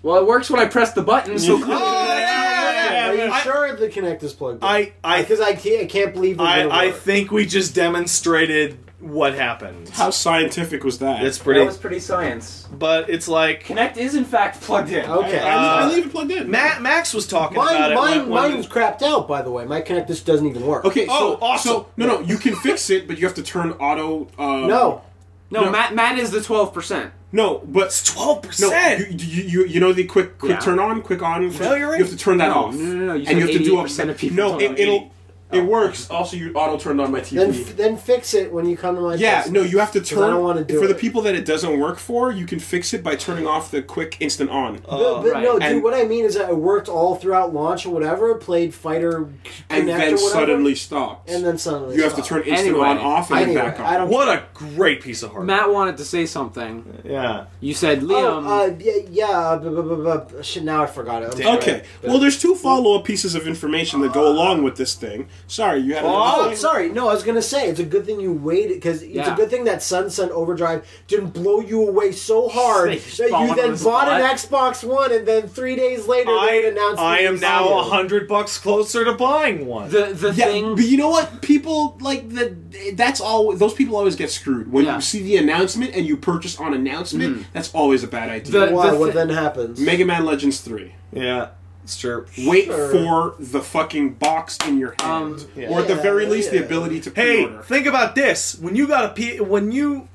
[SPEAKER 3] Well, it works when I press the button. So
[SPEAKER 2] Are you
[SPEAKER 4] I-
[SPEAKER 2] sure the Kinect is plugged in?
[SPEAKER 4] I I
[SPEAKER 2] because I can't, I can't believe it didn't
[SPEAKER 4] I, I
[SPEAKER 2] work.
[SPEAKER 4] think we just demonstrated what happened.
[SPEAKER 1] How scientific was that?
[SPEAKER 4] It's
[SPEAKER 3] that
[SPEAKER 4] pretty,
[SPEAKER 3] was pretty science.
[SPEAKER 4] but it's like
[SPEAKER 3] Connect is in fact plugged in.
[SPEAKER 1] I,
[SPEAKER 2] okay.
[SPEAKER 1] I,
[SPEAKER 4] Uh,
[SPEAKER 1] leave, I leave it plugged in.
[SPEAKER 4] Ma- Max was talking about
[SPEAKER 2] mine,
[SPEAKER 4] it.
[SPEAKER 2] mine,
[SPEAKER 4] when- when-
[SPEAKER 2] mine's crapped out. By the way, my Kinect just doesn't even work.
[SPEAKER 1] Okay,
[SPEAKER 4] Oh,
[SPEAKER 1] so,
[SPEAKER 4] awesome.
[SPEAKER 1] so no, no, you can fix it, but you have to turn auto. Uh,
[SPEAKER 2] No.
[SPEAKER 3] No,
[SPEAKER 1] No.
[SPEAKER 3] Matt. Matt is the twelve percent.
[SPEAKER 1] no, but
[SPEAKER 4] it's twelve
[SPEAKER 1] No,
[SPEAKER 4] percent.
[SPEAKER 1] you, you, you, you know the quick quick
[SPEAKER 3] Yeah.
[SPEAKER 1] turn on, quick on.
[SPEAKER 4] Failure rate?
[SPEAKER 1] You have to turn that
[SPEAKER 3] No,
[SPEAKER 1] off.
[SPEAKER 3] no, no, no, you said
[SPEAKER 1] and you have to do
[SPEAKER 3] 88% of people
[SPEAKER 1] No,
[SPEAKER 3] don't have
[SPEAKER 1] it, will
[SPEAKER 3] 80.
[SPEAKER 1] it works. Also, you auto turned on my
[SPEAKER 2] Oh. Then,
[SPEAKER 1] TV.
[SPEAKER 2] then fix it when you come to my.
[SPEAKER 1] yeah,
[SPEAKER 2] place.
[SPEAKER 1] no, you have to
[SPEAKER 2] 'Cause I
[SPEAKER 1] turn
[SPEAKER 2] don't wanna do
[SPEAKER 1] for the
[SPEAKER 2] it.
[SPEAKER 1] people that it doesn't work for. You can fix it by turning off the quick instant on.
[SPEAKER 2] No, but
[SPEAKER 3] right.
[SPEAKER 2] no, dude.
[SPEAKER 1] Oh, And-
[SPEAKER 2] what I mean is, that it worked all throughout launch or whatever. Played fighter,
[SPEAKER 1] and
[SPEAKER 2] Kinect
[SPEAKER 1] then
[SPEAKER 2] or whatever,
[SPEAKER 1] suddenly stopped.
[SPEAKER 2] and then suddenly
[SPEAKER 1] you have to
[SPEAKER 2] stopped.
[SPEAKER 1] turn instant
[SPEAKER 3] Anyway,
[SPEAKER 1] on off and
[SPEAKER 2] anyway,
[SPEAKER 1] then back on.
[SPEAKER 2] I don't-
[SPEAKER 4] What a great piece of hardware.
[SPEAKER 3] Matt wanted to say something.
[SPEAKER 4] Yeah.
[SPEAKER 3] You said Liam.
[SPEAKER 2] Oh, uh, yeah, yeah. uh, bu- bu- bu- bu- shit, now I forgot it. I'm sorry.
[SPEAKER 1] Okay. Well, there's two follow-up pieces of information that go along with this thing. Sorry, you had. another
[SPEAKER 2] Oh,
[SPEAKER 1] thing?
[SPEAKER 2] sorry. No, I was gonna say it's a good thing you waited because it's
[SPEAKER 3] Yeah.
[SPEAKER 2] a good thing that Sun Sun Overdrive didn't blow you away so hard
[SPEAKER 3] They
[SPEAKER 2] that
[SPEAKER 3] spawned
[SPEAKER 2] you then
[SPEAKER 3] on the
[SPEAKER 2] bought an
[SPEAKER 3] spot.
[SPEAKER 2] Xbox One and then three days later they
[SPEAKER 4] I,
[SPEAKER 2] announced.
[SPEAKER 4] I
[SPEAKER 2] the
[SPEAKER 4] am now
[SPEAKER 2] Xbox.
[SPEAKER 4] a hundred bucks closer to buying one.
[SPEAKER 3] the the
[SPEAKER 1] Yeah,
[SPEAKER 3] thing.
[SPEAKER 1] but you know what? People like the that's all. Those people always get screwed when
[SPEAKER 3] Yeah. Mm.
[SPEAKER 1] you see the announcement and you purchase on announcement. That's always a bad idea.
[SPEAKER 3] The-
[SPEAKER 2] Why? What
[SPEAKER 3] thi-
[SPEAKER 2] then happens?
[SPEAKER 1] Mega Man Legends Three.
[SPEAKER 4] yeah, it's true.
[SPEAKER 1] Wait
[SPEAKER 2] Sure.
[SPEAKER 1] for the fucking box in your hand,
[SPEAKER 3] Um,
[SPEAKER 4] Yeah.
[SPEAKER 1] or at the
[SPEAKER 2] Yeah,
[SPEAKER 1] very least,
[SPEAKER 2] yeah.
[SPEAKER 1] the ability to
[SPEAKER 4] Hey,
[SPEAKER 1] pre-order.
[SPEAKER 4] think about this. When you got a P- when you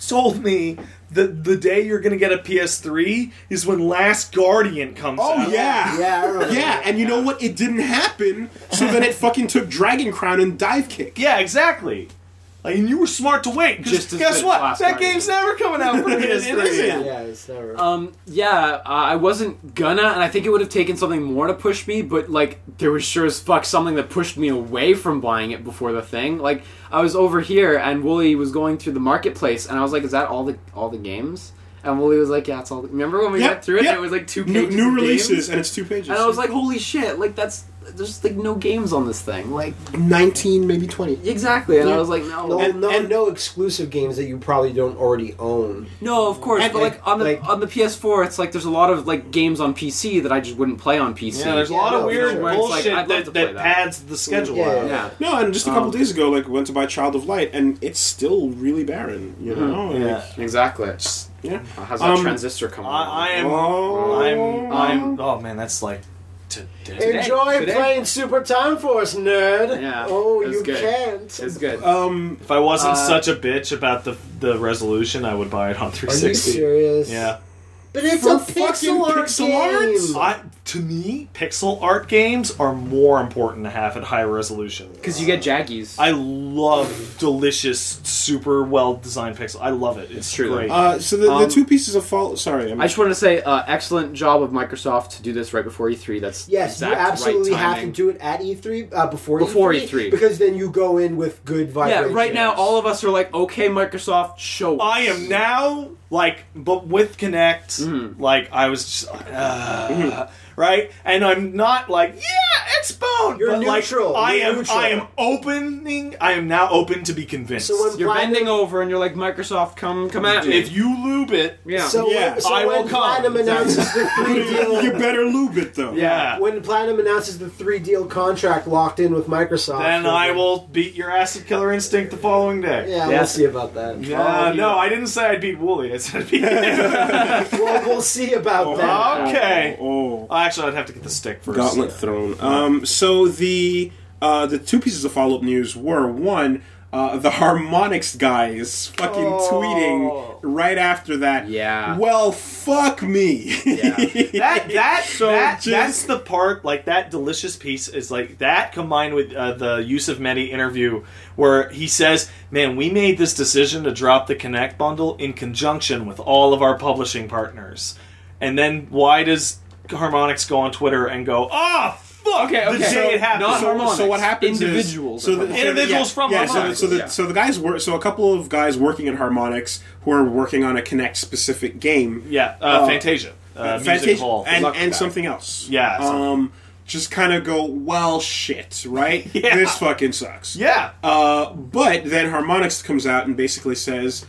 [SPEAKER 4] told me that the day you're going to get a PS3 is when Last Guardian comes
[SPEAKER 1] oh
[SPEAKER 4] out.
[SPEAKER 1] yeah,
[SPEAKER 2] Yeah, I remember
[SPEAKER 1] yeah.
[SPEAKER 2] that.
[SPEAKER 1] And you know what? It didn't happen. So then it fucking took Dragon Crown and Dive Kick.
[SPEAKER 4] Yeah, exactly. Like, and you were smart to wait. 'cause
[SPEAKER 3] Just as good
[SPEAKER 4] guess
[SPEAKER 3] as
[SPEAKER 4] what?
[SPEAKER 3] Last
[SPEAKER 4] that
[SPEAKER 3] Guardian.
[SPEAKER 4] game's never coming out for PS3.
[SPEAKER 1] It isn't.
[SPEAKER 2] Yeah, it's never.
[SPEAKER 3] Um, yeah, I I wasn't gonna, and I think it would have taken something more to push me, but like there was sure as fuck something that pushed me away from buying it before the thing. Like I was over here, and Wooly was going through the marketplace, and I was like, "Is that all the all the games?" And Wooly was like, "Yeah, it's all." The... Remember when we
[SPEAKER 1] Yep,
[SPEAKER 3] went through it?
[SPEAKER 1] yep.
[SPEAKER 3] And it was like two
[SPEAKER 1] New,
[SPEAKER 3] pages
[SPEAKER 1] new
[SPEAKER 3] of
[SPEAKER 1] releases,
[SPEAKER 3] games?
[SPEAKER 1] and it's two pages.
[SPEAKER 3] and I was like, "Holy shit!" Like that's there's like no games on this thing. Like
[SPEAKER 1] nineteen, maybe twenty.
[SPEAKER 3] exactly, Oh, and I
[SPEAKER 1] Yeah.
[SPEAKER 3] was like,
[SPEAKER 2] no,
[SPEAKER 3] "No, no,
[SPEAKER 1] and-
[SPEAKER 2] no,
[SPEAKER 1] and-
[SPEAKER 2] no exclusive games that you probably don't already own.
[SPEAKER 3] of course."
[SPEAKER 1] and-
[SPEAKER 3] but like on the
[SPEAKER 2] like-
[SPEAKER 3] on the PS4, it's like there's a lot of like games on PC that I just wouldn't play on PC.
[SPEAKER 4] Yeah, there's a lot
[SPEAKER 2] Yeah,
[SPEAKER 4] of weird
[SPEAKER 2] no, where
[SPEAKER 3] it's like,
[SPEAKER 4] bullshit
[SPEAKER 3] I'd love to
[SPEAKER 4] that,
[SPEAKER 3] play
[SPEAKER 4] that
[SPEAKER 3] that.
[SPEAKER 4] pads the schedule
[SPEAKER 2] Yeah.
[SPEAKER 4] out.
[SPEAKER 3] yeah.
[SPEAKER 1] No, and just a couple
[SPEAKER 3] Um,
[SPEAKER 1] days ago, like went to buy Child of Light, and it's still really barren. You know,
[SPEAKER 4] Yeah.
[SPEAKER 1] Like,
[SPEAKER 3] Exactly.
[SPEAKER 1] yeah.
[SPEAKER 3] How's
[SPEAKER 1] that
[SPEAKER 3] that
[SPEAKER 1] Um,
[SPEAKER 3] transistor coming?
[SPEAKER 4] I, I am.
[SPEAKER 1] Oh.
[SPEAKER 4] I'm. I'm. Oh man, that's like. To, today.
[SPEAKER 2] Enjoy
[SPEAKER 4] Today.
[SPEAKER 2] playing Super Time Force, nerd.
[SPEAKER 3] Yeah,
[SPEAKER 2] Oh,
[SPEAKER 3] it was
[SPEAKER 2] you
[SPEAKER 3] good.
[SPEAKER 2] can't.
[SPEAKER 3] It's good.
[SPEAKER 1] Um,
[SPEAKER 4] If I wasn't
[SPEAKER 3] Uh,
[SPEAKER 4] such a bitch about the the resolution, I would buy it on
[SPEAKER 2] Are you
[SPEAKER 4] 360.
[SPEAKER 2] serious?
[SPEAKER 4] Yeah.
[SPEAKER 2] But it's
[SPEAKER 1] For
[SPEAKER 2] a
[SPEAKER 1] fucking
[SPEAKER 2] pixel art
[SPEAKER 1] pixel
[SPEAKER 2] game.
[SPEAKER 4] I, to me, pixel art games are more important to have at high resolution.
[SPEAKER 3] Because you get jaggies.
[SPEAKER 4] I love delicious, super well designed pixel. I love it. It's,
[SPEAKER 3] true,
[SPEAKER 4] Great.
[SPEAKER 1] uh, so the, the
[SPEAKER 3] Um,
[SPEAKER 1] two pieces of follow. Sorry, I'm,
[SPEAKER 3] I just want to say, uh, excellent job of Microsoft to do this right before E3. That's
[SPEAKER 2] Yes,
[SPEAKER 3] exact
[SPEAKER 2] you absolutely
[SPEAKER 3] right
[SPEAKER 2] have to
[SPEAKER 3] timing.
[SPEAKER 2] do it at E3 uh, before
[SPEAKER 3] Before
[SPEAKER 4] E
[SPEAKER 2] E3,
[SPEAKER 3] E3.
[SPEAKER 2] because then you go in with good
[SPEAKER 3] Yeah,
[SPEAKER 2] vibrations.
[SPEAKER 3] right now all of us are like, okay, Microsoft, show.
[SPEAKER 4] I
[SPEAKER 3] us."
[SPEAKER 4] am now like, but with Connect, like I was just like, uh, right, and I'm not like yeah, Xbone.
[SPEAKER 2] You're
[SPEAKER 4] but, like,
[SPEAKER 2] neutral.
[SPEAKER 4] I
[SPEAKER 2] You're
[SPEAKER 4] am.
[SPEAKER 2] neutral.
[SPEAKER 4] I am opening. I am now open to be convinced.
[SPEAKER 2] So when
[SPEAKER 3] You're
[SPEAKER 2] Platinum-
[SPEAKER 3] bending over and you're like, Microsoft, come, come at me.
[SPEAKER 4] if you lube it,
[SPEAKER 3] yeah.
[SPEAKER 2] So,
[SPEAKER 1] Yeah,
[SPEAKER 2] when, so
[SPEAKER 4] I
[SPEAKER 2] when
[SPEAKER 4] will come.
[SPEAKER 2] Platinum announces the three
[SPEAKER 1] you,
[SPEAKER 2] deal,
[SPEAKER 1] better lube it though.
[SPEAKER 4] yeah,
[SPEAKER 2] when Platinum announces the three deal contract locked in with Microsoft,
[SPEAKER 4] then I
[SPEAKER 2] then-
[SPEAKER 4] will beat your ass at Killer Instinct the following day.
[SPEAKER 2] Yeah,
[SPEAKER 3] Yeah.
[SPEAKER 2] we'll see about that.
[SPEAKER 4] Yeah,
[SPEAKER 3] Oh, you-
[SPEAKER 4] no, I didn't say I'd beat Wooly. I said I'd beat.
[SPEAKER 2] Well, we'll see about that.
[SPEAKER 4] okay.
[SPEAKER 1] Oh,
[SPEAKER 4] Oh, actually, I'd have to get the stick first.
[SPEAKER 1] Gauntlet Throne. Um, so the uh, the two pieces of follow up news were one. Uh, the harmonics guy is fucking
[SPEAKER 4] Oh.
[SPEAKER 1] tweeting right after that.
[SPEAKER 3] Yeah.
[SPEAKER 1] Well, fuck me.
[SPEAKER 3] Yeah.
[SPEAKER 4] that that that
[SPEAKER 1] just-
[SPEAKER 4] that's the part like that delicious piece is like that combined with uh, the use of Medi interview where he says, "Man, we made this decision to drop the Connect bundle in conjunction with all of our publishing partners." And then why does Harmonix go on Twitter and go, "Ah, fuck
[SPEAKER 3] Okay,
[SPEAKER 4] the
[SPEAKER 3] okay.
[SPEAKER 4] day it happened.
[SPEAKER 3] Not
[SPEAKER 4] So-
[SPEAKER 3] harmonics.
[SPEAKER 1] So what happens
[SPEAKER 3] Individuals
[SPEAKER 1] Is, so the,
[SPEAKER 3] are from
[SPEAKER 4] Individuals from
[SPEAKER 1] yeah,
[SPEAKER 4] Harmonix.
[SPEAKER 1] So, the, so, the,
[SPEAKER 3] Yeah.
[SPEAKER 1] so the guys were so a couple of guys working at Harmonix who are working on a Connect specific game.
[SPEAKER 4] yeah, uh, Fantasia, uh,
[SPEAKER 1] Oh. Fantasia-
[SPEAKER 4] Music Hall,
[SPEAKER 1] and,
[SPEAKER 3] Luck
[SPEAKER 1] and
[SPEAKER 3] back.
[SPEAKER 1] something else.
[SPEAKER 4] Yeah, something.
[SPEAKER 1] Um, just kind of go well shit, right?
[SPEAKER 4] Yeah.
[SPEAKER 1] This fucking sucks.
[SPEAKER 4] yeah,
[SPEAKER 1] Uh, but then Harmonix comes out and basically says,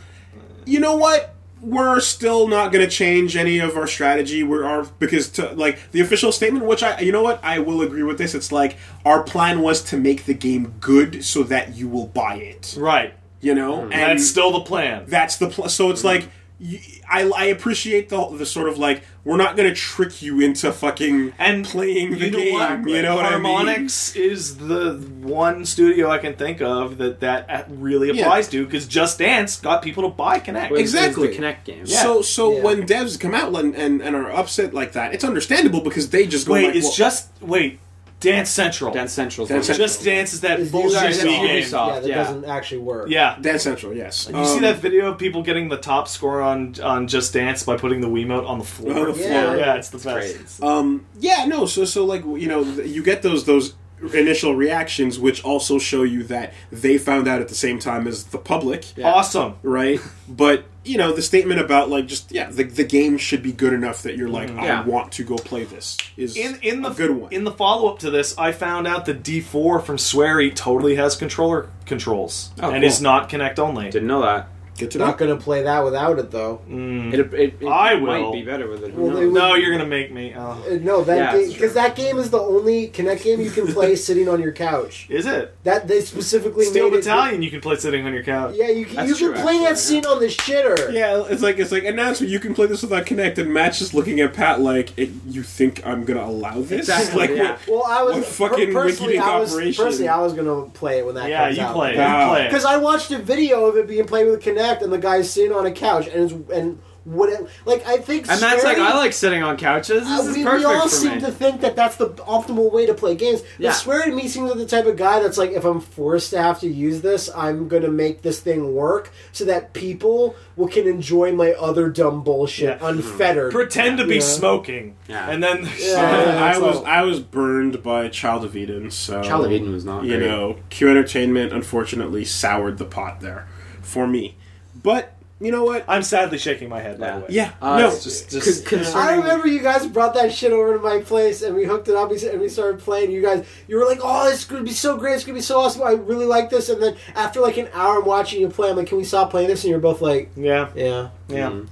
[SPEAKER 1] you know what? We're still not going to change any of our strategy. We're our because to, like the official statement, which I you know what I will agree with this. It's like our plan was to make the game good so that you will buy it.
[SPEAKER 4] right.
[SPEAKER 1] You know, and
[SPEAKER 4] Hmm. That's Hmm. still the plan.
[SPEAKER 1] that's the pl- so it's like. y- I, I appreciate the the sort of like we're not gonna trick you into fucking
[SPEAKER 4] and
[SPEAKER 1] playing the
[SPEAKER 4] you know
[SPEAKER 1] game.
[SPEAKER 4] what?
[SPEAKER 1] you know what I mean?
[SPEAKER 4] Harmonix is the one studio I can think of that that at- really
[SPEAKER 1] Yeah.
[SPEAKER 4] applies to because Just Dance got people to buy Connect.
[SPEAKER 3] Was- was
[SPEAKER 1] Exactly.
[SPEAKER 3] the Connect game.
[SPEAKER 4] Yeah.
[SPEAKER 1] So so
[SPEAKER 2] Yeah.
[SPEAKER 1] when devs come out and, and, and are upset like that, it's understandable because they just go
[SPEAKER 4] Wait,
[SPEAKER 1] like,
[SPEAKER 4] it's
[SPEAKER 1] well-
[SPEAKER 4] just wait, Dance Central.
[SPEAKER 3] Dance Central.
[SPEAKER 1] Dance Central.
[SPEAKER 4] Just Dance is that
[SPEAKER 2] Is
[SPEAKER 4] bullshit
[SPEAKER 2] Ubisoft.
[SPEAKER 4] CD game.
[SPEAKER 3] Ubisoft.
[SPEAKER 2] Yeah, that
[SPEAKER 3] yeah.
[SPEAKER 2] doesn't actually work.
[SPEAKER 4] Yeah.
[SPEAKER 1] Dance Central, yes.
[SPEAKER 4] You see that video of people getting the top score on on Just Dance by putting the Wiimote on the floor?
[SPEAKER 1] On the
[SPEAKER 2] Yeah.
[SPEAKER 4] yeah.
[SPEAKER 2] floor.
[SPEAKER 4] it's the best.
[SPEAKER 1] Um, yeah, no. So so like you know you get those those initial reactions, which also show you that they found out at the same time as the public,
[SPEAKER 3] Yeah.
[SPEAKER 4] Awesome.
[SPEAKER 1] right? But you know the statement about like just yeah the, the game should be good enough that you're like I
[SPEAKER 3] Yeah.
[SPEAKER 1] want to go play this is
[SPEAKER 4] In in the
[SPEAKER 1] a good one.
[SPEAKER 4] in the follow up to this, I found out the D4 from Swery totally has controller controls
[SPEAKER 3] Oh,
[SPEAKER 4] and
[SPEAKER 3] cool.
[SPEAKER 4] is not Connect only.
[SPEAKER 3] Didn't know that.
[SPEAKER 1] good to know.
[SPEAKER 2] Not gonna play that without it though.
[SPEAKER 3] It, it, it
[SPEAKER 4] I will.
[SPEAKER 3] might be better with it. Who
[SPEAKER 2] Well,
[SPEAKER 3] knows?
[SPEAKER 2] they would-
[SPEAKER 4] Mm. No, you're gonna make me. Oh.
[SPEAKER 2] Uh, No, that
[SPEAKER 3] Yeah,
[SPEAKER 2] because
[SPEAKER 3] that's true.
[SPEAKER 2] that game is the only Kinect game you can play sitting on your couch.
[SPEAKER 4] Is it
[SPEAKER 2] That they specifically
[SPEAKER 4] Steel
[SPEAKER 2] made
[SPEAKER 4] Battalion? You can play sitting on your couch.
[SPEAKER 2] It, yeah, you can,
[SPEAKER 3] That's
[SPEAKER 2] you can
[SPEAKER 3] true,
[SPEAKER 2] play that
[SPEAKER 3] actually,
[SPEAKER 2] scene on the shitter.
[SPEAKER 1] Yeah, it's like it's like announcement. You can play this without Connect, and Matt's just looking at Pat like, it, "You think I'm gonna allow this?"
[SPEAKER 3] Exactly,
[SPEAKER 1] like,
[SPEAKER 3] yeah.
[SPEAKER 2] Well, I was
[SPEAKER 1] What fucking
[SPEAKER 2] personally,
[SPEAKER 1] WikiLeaks
[SPEAKER 2] I was
[SPEAKER 1] operation.
[SPEAKER 2] personally I was gonna play it when that
[SPEAKER 4] Yeah,
[SPEAKER 2] comes
[SPEAKER 4] you
[SPEAKER 2] out.
[SPEAKER 4] play. it.
[SPEAKER 1] Wow.
[SPEAKER 4] You play.
[SPEAKER 2] Because I watched a video of it being played with Kinect, and the guy's sitting on a couch, and it's, and what it, like I think
[SPEAKER 3] and that's like
[SPEAKER 2] Swery-
[SPEAKER 3] I like sitting on couches. This
[SPEAKER 2] Uh,
[SPEAKER 3] is
[SPEAKER 2] we,
[SPEAKER 3] perfect
[SPEAKER 2] we all
[SPEAKER 3] for
[SPEAKER 2] seem
[SPEAKER 3] me.
[SPEAKER 2] to think that that's the optimal way to play games. But
[SPEAKER 3] Yeah.
[SPEAKER 2] Swearing me seems like the type of guy that's like, if I'm forced to have to use this, I'm gonna make this thing work so that people will can enjoy my other dumb bullshit
[SPEAKER 4] Yeah.
[SPEAKER 2] unfettered.
[SPEAKER 4] Pretend to be
[SPEAKER 2] Yeah.
[SPEAKER 4] smoking,
[SPEAKER 3] Yeah.
[SPEAKER 4] and then
[SPEAKER 1] Uh,
[SPEAKER 2] Yeah.
[SPEAKER 1] I
[SPEAKER 2] so-
[SPEAKER 1] was I was burned by Child of Eden, so
[SPEAKER 3] Child of Eden was not
[SPEAKER 1] You
[SPEAKER 3] great.
[SPEAKER 1] know, Q Entertainment unfortunately soured the pot there for me, but you know what?
[SPEAKER 4] I'm sadly shaking my head. By
[SPEAKER 3] Yeah.
[SPEAKER 4] the way,
[SPEAKER 1] Yeah,
[SPEAKER 3] Uh,
[SPEAKER 1] no,
[SPEAKER 3] it's
[SPEAKER 4] just
[SPEAKER 3] Con-
[SPEAKER 4] just
[SPEAKER 2] I
[SPEAKER 3] concerning-
[SPEAKER 2] remember you guys brought that shit over to my place and we hooked it up we s- and we started playing. You guys, you were like, "Oh, this is gonna be so great! It's gonna be so awesome! I really like this." And then after like an hour of watching you play, I'm like, "Can we stop playing this?" And you're both like,
[SPEAKER 4] yeah,
[SPEAKER 2] "Yeah."
[SPEAKER 4] yeah.
[SPEAKER 3] Mm-hmm.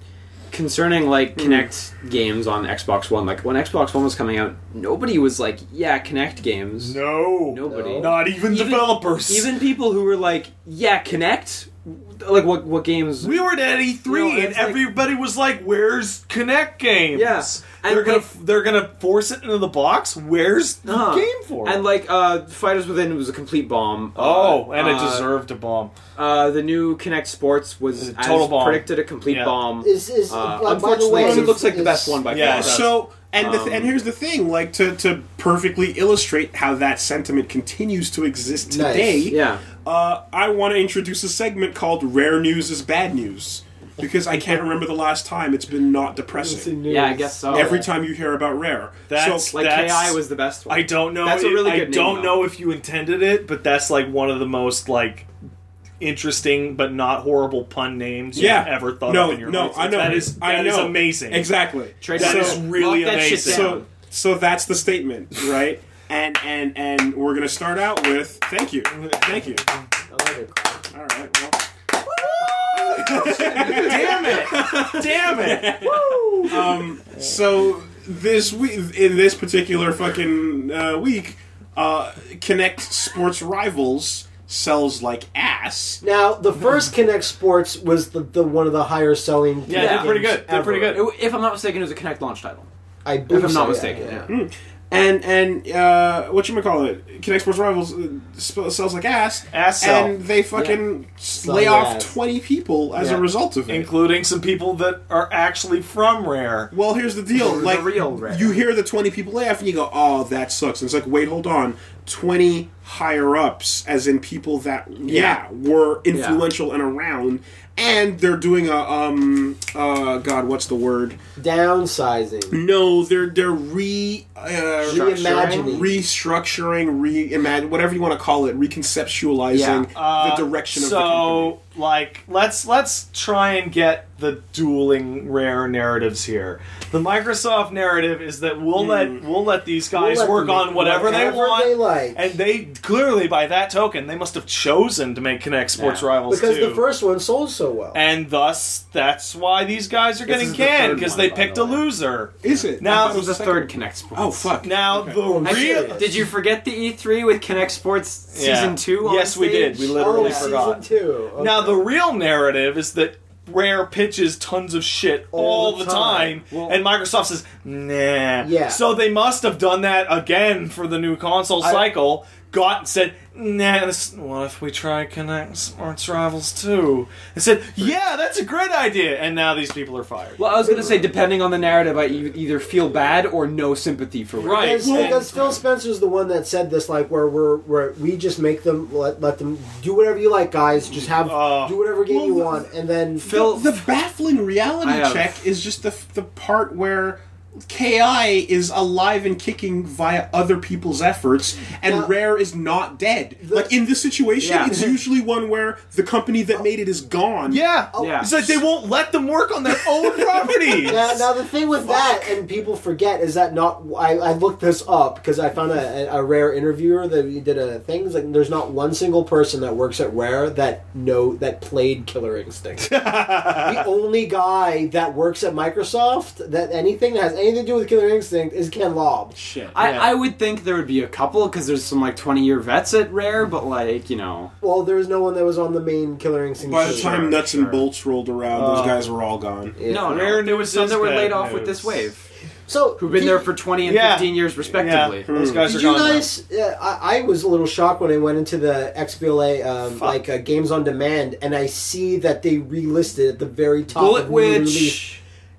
[SPEAKER 3] concerning
[SPEAKER 2] Hmm.
[SPEAKER 3] like Kinect games on Xbox One. Like when Xbox One was coming out, nobody was like, "Yeah, Kinect games."
[SPEAKER 4] No,
[SPEAKER 3] Nobody.
[SPEAKER 4] not even,
[SPEAKER 3] Even-
[SPEAKER 4] developers.
[SPEAKER 3] Even people who were like, "Yeah, Kinect." Like what? What games?
[SPEAKER 4] we were at E3,
[SPEAKER 3] No,
[SPEAKER 4] and
[SPEAKER 3] it's like-
[SPEAKER 4] everybody was like, "Where's Connect games?
[SPEAKER 3] Yeah. And
[SPEAKER 4] they're gonna
[SPEAKER 3] like-
[SPEAKER 4] they're gonna force it into the box. Where's the
[SPEAKER 3] Uh-huh.
[SPEAKER 4] game for? it?
[SPEAKER 3] And like uh Fighters Within was a complete bomb.
[SPEAKER 4] oh, and it
[SPEAKER 3] uh,
[SPEAKER 4] deserved a bomb.
[SPEAKER 3] Uh, the new Kinect Sports was
[SPEAKER 4] It's a total
[SPEAKER 3] as
[SPEAKER 4] bomb.
[SPEAKER 3] predicted a complete
[SPEAKER 4] Yeah.
[SPEAKER 3] bomb.
[SPEAKER 2] Is is
[SPEAKER 3] Uh,
[SPEAKER 2] uh, by the
[SPEAKER 3] unfortunately,
[SPEAKER 2] way,
[SPEAKER 3] it looks like the
[SPEAKER 2] is-
[SPEAKER 3] best one by
[SPEAKER 4] Yeah,
[SPEAKER 3] far.
[SPEAKER 4] it does.
[SPEAKER 1] So and the th-
[SPEAKER 3] Um,
[SPEAKER 1] and here's the thing, like to to perfectly illustrate how that sentiment continues to exist
[SPEAKER 2] Nice.
[SPEAKER 1] today.
[SPEAKER 3] Yeah.
[SPEAKER 1] Uh, I want to introduce a segment called "Rare News is Bad News" because I can't remember the last time it's been not depressing.
[SPEAKER 3] Yeah, I guess so.
[SPEAKER 1] Every time you hear about rare,
[SPEAKER 4] That's-
[SPEAKER 1] so
[SPEAKER 3] Like
[SPEAKER 4] That's-
[SPEAKER 3] KI was the best one.
[SPEAKER 4] I don't know.
[SPEAKER 3] That's a
[SPEAKER 4] if-
[SPEAKER 3] really
[SPEAKER 4] I
[SPEAKER 3] good name,
[SPEAKER 4] don't
[SPEAKER 3] though.
[SPEAKER 4] know if you intended it, but that's like one of the most like interesting but not horrible pun names
[SPEAKER 1] yeah,
[SPEAKER 4] you've ever thought
[SPEAKER 1] no,
[SPEAKER 4] of in your
[SPEAKER 1] no,
[SPEAKER 4] life.
[SPEAKER 1] I know
[SPEAKER 4] That is
[SPEAKER 1] I
[SPEAKER 4] that is
[SPEAKER 1] know.
[SPEAKER 4] amazing.
[SPEAKER 1] Exactly.
[SPEAKER 3] Trade
[SPEAKER 4] That
[SPEAKER 1] so,
[SPEAKER 4] is really
[SPEAKER 3] Lock that shit
[SPEAKER 4] amazing.
[SPEAKER 3] down.
[SPEAKER 1] so so that's the statement, right? and and and we're gonna start out with thank you, thank you. All right. Well.
[SPEAKER 4] Damn it! Damn it!
[SPEAKER 3] Uh,
[SPEAKER 1] Um, so this week, in this particular fucking uh, week, uh, Connect Sports Rivals sells like ass.
[SPEAKER 2] Now, the first Kinect Sports was the, the one of the higher selling.
[SPEAKER 4] Yeah,
[SPEAKER 2] Kinect
[SPEAKER 3] they're pretty
[SPEAKER 2] games
[SPEAKER 4] good. They're pretty
[SPEAKER 2] ever.
[SPEAKER 4] good.
[SPEAKER 3] It- if I'm not mistaken, it was a Kinect launch title.
[SPEAKER 2] I
[SPEAKER 3] If
[SPEAKER 2] believe
[SPEAKER 3] I'm
[SPEAKER 2] so,
[SPEAKER 3] not
[SPEAKER 2] yeah,
[SPEAKER 3] mistaken,
[SPEAKER 2] yeah.
[SPEAKER 4] Hmm.
[SPEAKER 3] yeah.
[SPEAKER 1] And and uh, what you call it? Connect Sports Rivals uh, sp- sells like ass,
[SPEAKER 4] Ass sell.
[SPEAKER 1] and they fucking s lay
[SPEAKER 2] Sell
[SPEAKER 1] off
[SPEAKER 2] ass.
[SPEAKER 1] twenty people as
[SPEAKER 2] Yeah.
[SPEAKER 1] a result of it.
[SPEAKER 4] Including some people that are actually from Rare.
[SPEAKER 1] well, here's the deal.
[SPEAKER 3] The
[SPEAKER 1] Like,
[SPEAKER 3] real Rare.
[SPEAKER 1] you hear the twenty people laugh, and you go, "Oh, that sucks." And it's like, "Wait, hold on. 20 higher ups, as in people that, yeah, were influential and around. And they're doing a, um, uh, God, what's the word?
[SPEAKER 2] Downsizing.
[SPEAKER 1] No, they're they're re uh,
[SPEAKER 2] Reimagining.
[SPEAKER 1] restructuring, reimagine, whatever you want to call it, reconceptualizing
[SPEAKER 2] Yeah.
[SPEAKER 4] Uh,
[SPEAKER 1] the direction of the company.
[SPEAKER 4] so like let's let's try and get the dueling rare narratives here the microsoft narrative is that
[SPEAKER 3] Hmm.
[SPEAKER 4] we'll let we'll let these guys
[SPEAKER 2] let
[SPEAKER 4] work
[SPEAKER 2] them
[SPEAKER 4] on whatever, they
[SPEAKER 2] whatever
[SPEAKER 4] want
[SPEAKER 2] they like.
[SPEAKER 4] and they clearly by that token they must have chosen to make connect sports
[SPEAKER 3] Yeah.
[SPEAKER 4] rivals
[SPEAKER 2] Because
[SPEAKER 4] too.
[SPEAKER 2] the first one sold so well.
[SPEAKER 4] and thus that's why these guys are getting
[SPEAKER 3] is the
[SPEAKER 4] canned
[SPEAKER 3] third
[SPEAKER 4] because
[SPEAKER 3] one,
[SPEAKER 4] they
[SPEAKER 3] by
[SPEAKER 4] picked
[SPEAKER 3] the
[SPEAKER 4] a
[SPEAKER 3] way.
[SPEAKER 4] loser
[SPEAKER 1] Is it
[SPEAKER 4] Now-
[SPEAKER 1] I
[SPEAKER 3] That
[SPEAKER 1] thought it
[SPEAKER 3] was the
[SPEAKER 1] second
[SPEAKER 3] third
[SPEAKER 1] one.
[SPEAKER 3] Connect Sports.
[SPEAKER 1] Oh fuck!
[SPEAKER 4] now
[SPEAKER 1] Okay.
[SPEAKER 4] the
[SPEAKER 2] I see
[SPEAKER 4] real
[SPEAKER 2] it.
[SPEAKER 3] Did you forget the E3 with Connect Sports
[SPEAKER 4] Yeah.
[SPEAKER 3] season two? On
[SPEAKER 4] yes we
[SPEAKER 3] stage?
[SPEAKER 4] did we literally
[SPEAKER 2] oh,
[SPEAKER 4] forgot
[SPEAKER 2] Season two. Okay.
[SPEAKER 4] Now the real narrative is that Rare pitches tons of shit all, the time,
[SPEAKER 3] Well-
[SPEAKER 4] and Microsoft says, "Nah."
[SPEAKER 2] Yeah.
[SPEAKER 4] So they must have done that again for the new console cycle. Got and said, "Nah." This, what if we try Connect Sports Rivals too? They said, "Yeah, that's a great idea." And now these people are fired.
[SPEAKER 3] Well, I was going to say, depending on the narrative, I e- either feel bad or no sympathy for it.
[SPEAKER 4] Right.
[SPEAKER 2] Because,
[SPEAKER 4] Well-
[SPEAKER 2] because Phil Spencer's the one that said this, like where we're where we just make them let, let them do whatever you like, guys. Just have
[SPEAKER 4] Oh.
[SPEAKER 2] do whatever game you
[SPEAKER 1] Well,
[SPEAKER 2] want, and then
[SPEAKER 3] Phil,
[SPEAKER 1] the baffling reality
[SPEAKER 3] I have-
[SPEAKER 1] check is just the the part where KI is alive and kicking via other people's efforts, and
[SPEAKER 2] Now-
[SPEAKER 1] Rare is not dead.
[SPEAKER 2] The-
[SPEAKER 1] like in this situation,
[SPEAKER 3] Yeah.
[SPEAKER 1] it's usually one where the company that made it is gone.
[SPEAKER 4] yeah.
[SPEAKER 3] Yeah.
[SPEAKER 4] It's like they won't let them work on their own properties.
[SPEAKER 2] Now, now the thing with that, and people forget, is that not. I, I looked this up because I found a, a rare interviewer that he did a thing. It's like, there's not one single person that works at Rare that know that played Killer Instinct. the only guy that works at Microsoft that anything that has anything to do with Killer Instinct is Ken Lobb.
[SPEAKER 1] Shit.
[SPEAKER 3] I,
[SPEAKER 4] Yeah.
[SPEAKER 3] I would think there would be a couple because there's some like 20 year vets at Rare, but like you know,
[SPEAKER 2] Well, there was no one that was on the main Killer Instinct.
[SPEAKER 1] By the
[SPEAKER 2] team.
[SPEAKER 1] time nuts and
[SPEAKER 3] sure.
[SPEAKER 1] bolts rolled around,
[SPEAKER 4] Uh,
[SPEAKER 1] those guys were all gone.
[SPEAKER 2] Yeah.
[SPEAKER 3] no,
[SPEAKER 4] Rare
[SPEAKER 3] no, there was
[SPEAKER 4] news
[SPEAKER 3] some
[SPEAKER 4] is
[SPEAKER 3] that were
[SPEAKER 4] bad
[SPEAKER 3] laid off with
[SPEAKER 4] news.
[SPEAKER 3] this wave,
[SPEAKER 2] So
[SPEAKER 3] who've been
[SPEAKER 2] did-
[SPEAKER 3] there for 20 and
[SPEAKER 4] Yeah.
[SPEAKER 3] 15 years
[SPEAKER 4] Yeah,
[SPEAKER 3] respectively.
[SPEAKER 4] those guys
[SPEAKER 2] Did
[SPEAKER 4] are
[SPEAKER 2] you
[SPEAKER 4] gone. now.
[SPEAKER 2] guys? Uh, I, I was a little shocked when I went into the XBLA um,
[SPEAKER 4] Fuck.
[SPEAKER 2] like uh, games on demand, and I see that they relisted at the very top.
[SPEAKER 3] Bullet
[SPEAKER 2] of new
[SPEAKER 3] Witch.
[SPEAKER 2] release.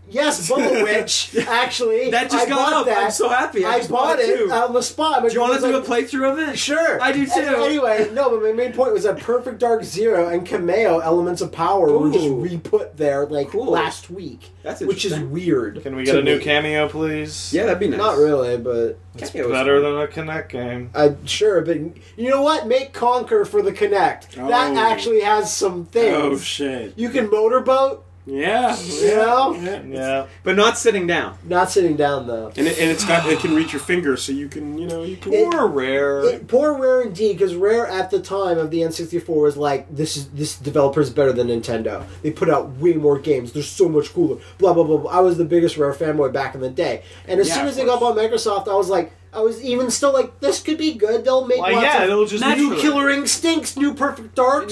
[SPEAKER 2] yes, Bullet Witch. Actually,
[SPEAKER 3] That just
[SPEAKER 2] I
[SPEAKER 3] got
[SPEAKER 2] bought
[SPEAKER 3] up.
[SPEAKER 2] That.
[SPEAKER 3] I'm so happy. I,
[SPEAKER 2] I
[SPEAKER 3] just
[SPEAKER 2] bought it
[SPEAKER 3] too.
[SPEAKER 2] on the spot. My
[SPEAKER 3] do you want to
[SPEAKER 2] girl
[SPEAKER 3] do a
[SPEAKER 2] was like,
[SPEAKER 3] plaything of it?
[SPEAKER 2] Sure,
[SPEAKER 3] I do
[SPEAKER 2] And-
[SPEAKER 3] too.
[SPEAKER 2] anyway, no, but my main point was that Perfect Dark Zero and Cameo Elements of Power were just
[SPEAKER 3] Ooh.
[SPEAKER 2] re-put there like
[SPEAKER 3] Cool.
[SPEAKER 2] last week,
[SPEAKER 3] That's
[SPEAKER 2] which is
[SPEAKER 3] interesting.
[SPEAKER 2] weird.
[SPEAKER 4] Can we
[SPEAKER 2] to
[SPEAKER 4] get a new
[SPEAKER 2] me.
[SPEAKER 4] cameo, please?
[SPEAKER 3] Yeah, that'd be nice.
[SPEAKER 2] Not really, but
[SPEAKER 3] It's
[SPEAKER 4] Better than a Connect game.
[SPEAKER 2] I sure, but you know what? Make Conquer for the Connect. That
[SPEAKER 1] Oh.
[SPEAKER 2] actually has some things.
[SPEAKER 1] Oh shit!
[SPEAKER 2] you can motorboat,
[SPEAKER 1] Yeah,
[SPEAKER 2] Yeah.
[SPEAKER 4] Yeah.
[SPEAKER 3] but not sitting down.
[SPEAKER 2] not sitting down though.
[SPEAKER 1] And it, and it's got it can reach your finger, so you can you know you can.
[SPEAKER 2] It-
[SPEAKER 4] Or Rare.
[SPEAKER 2] It, poor Rare indeed, because Rare at the time of the N64 was like, this is this developer's better than Nintendo. They put out way more games. They're so much cooler. Blah blah blah. blah. I was the biggest Rare fanboy back in the day, and as
[SPEAKER 3] Yeah,
[SPEAKER 2] soon
[SPEAKER 3] of
[SPEAKER 2] as they got bought Microsoft, I was like, I was even still like, this could be good. They'll make
[SPEAKER 4] Why,
[SPEAKER 2] lots
[SPEAKER 4] yeah,
[SPEAKER 2] of
[SPEAKER 4] it'll just
[SPEAKER 3] Naturally.
[SPEAKER 2] New Killer Instincts, New Perfect Darks. and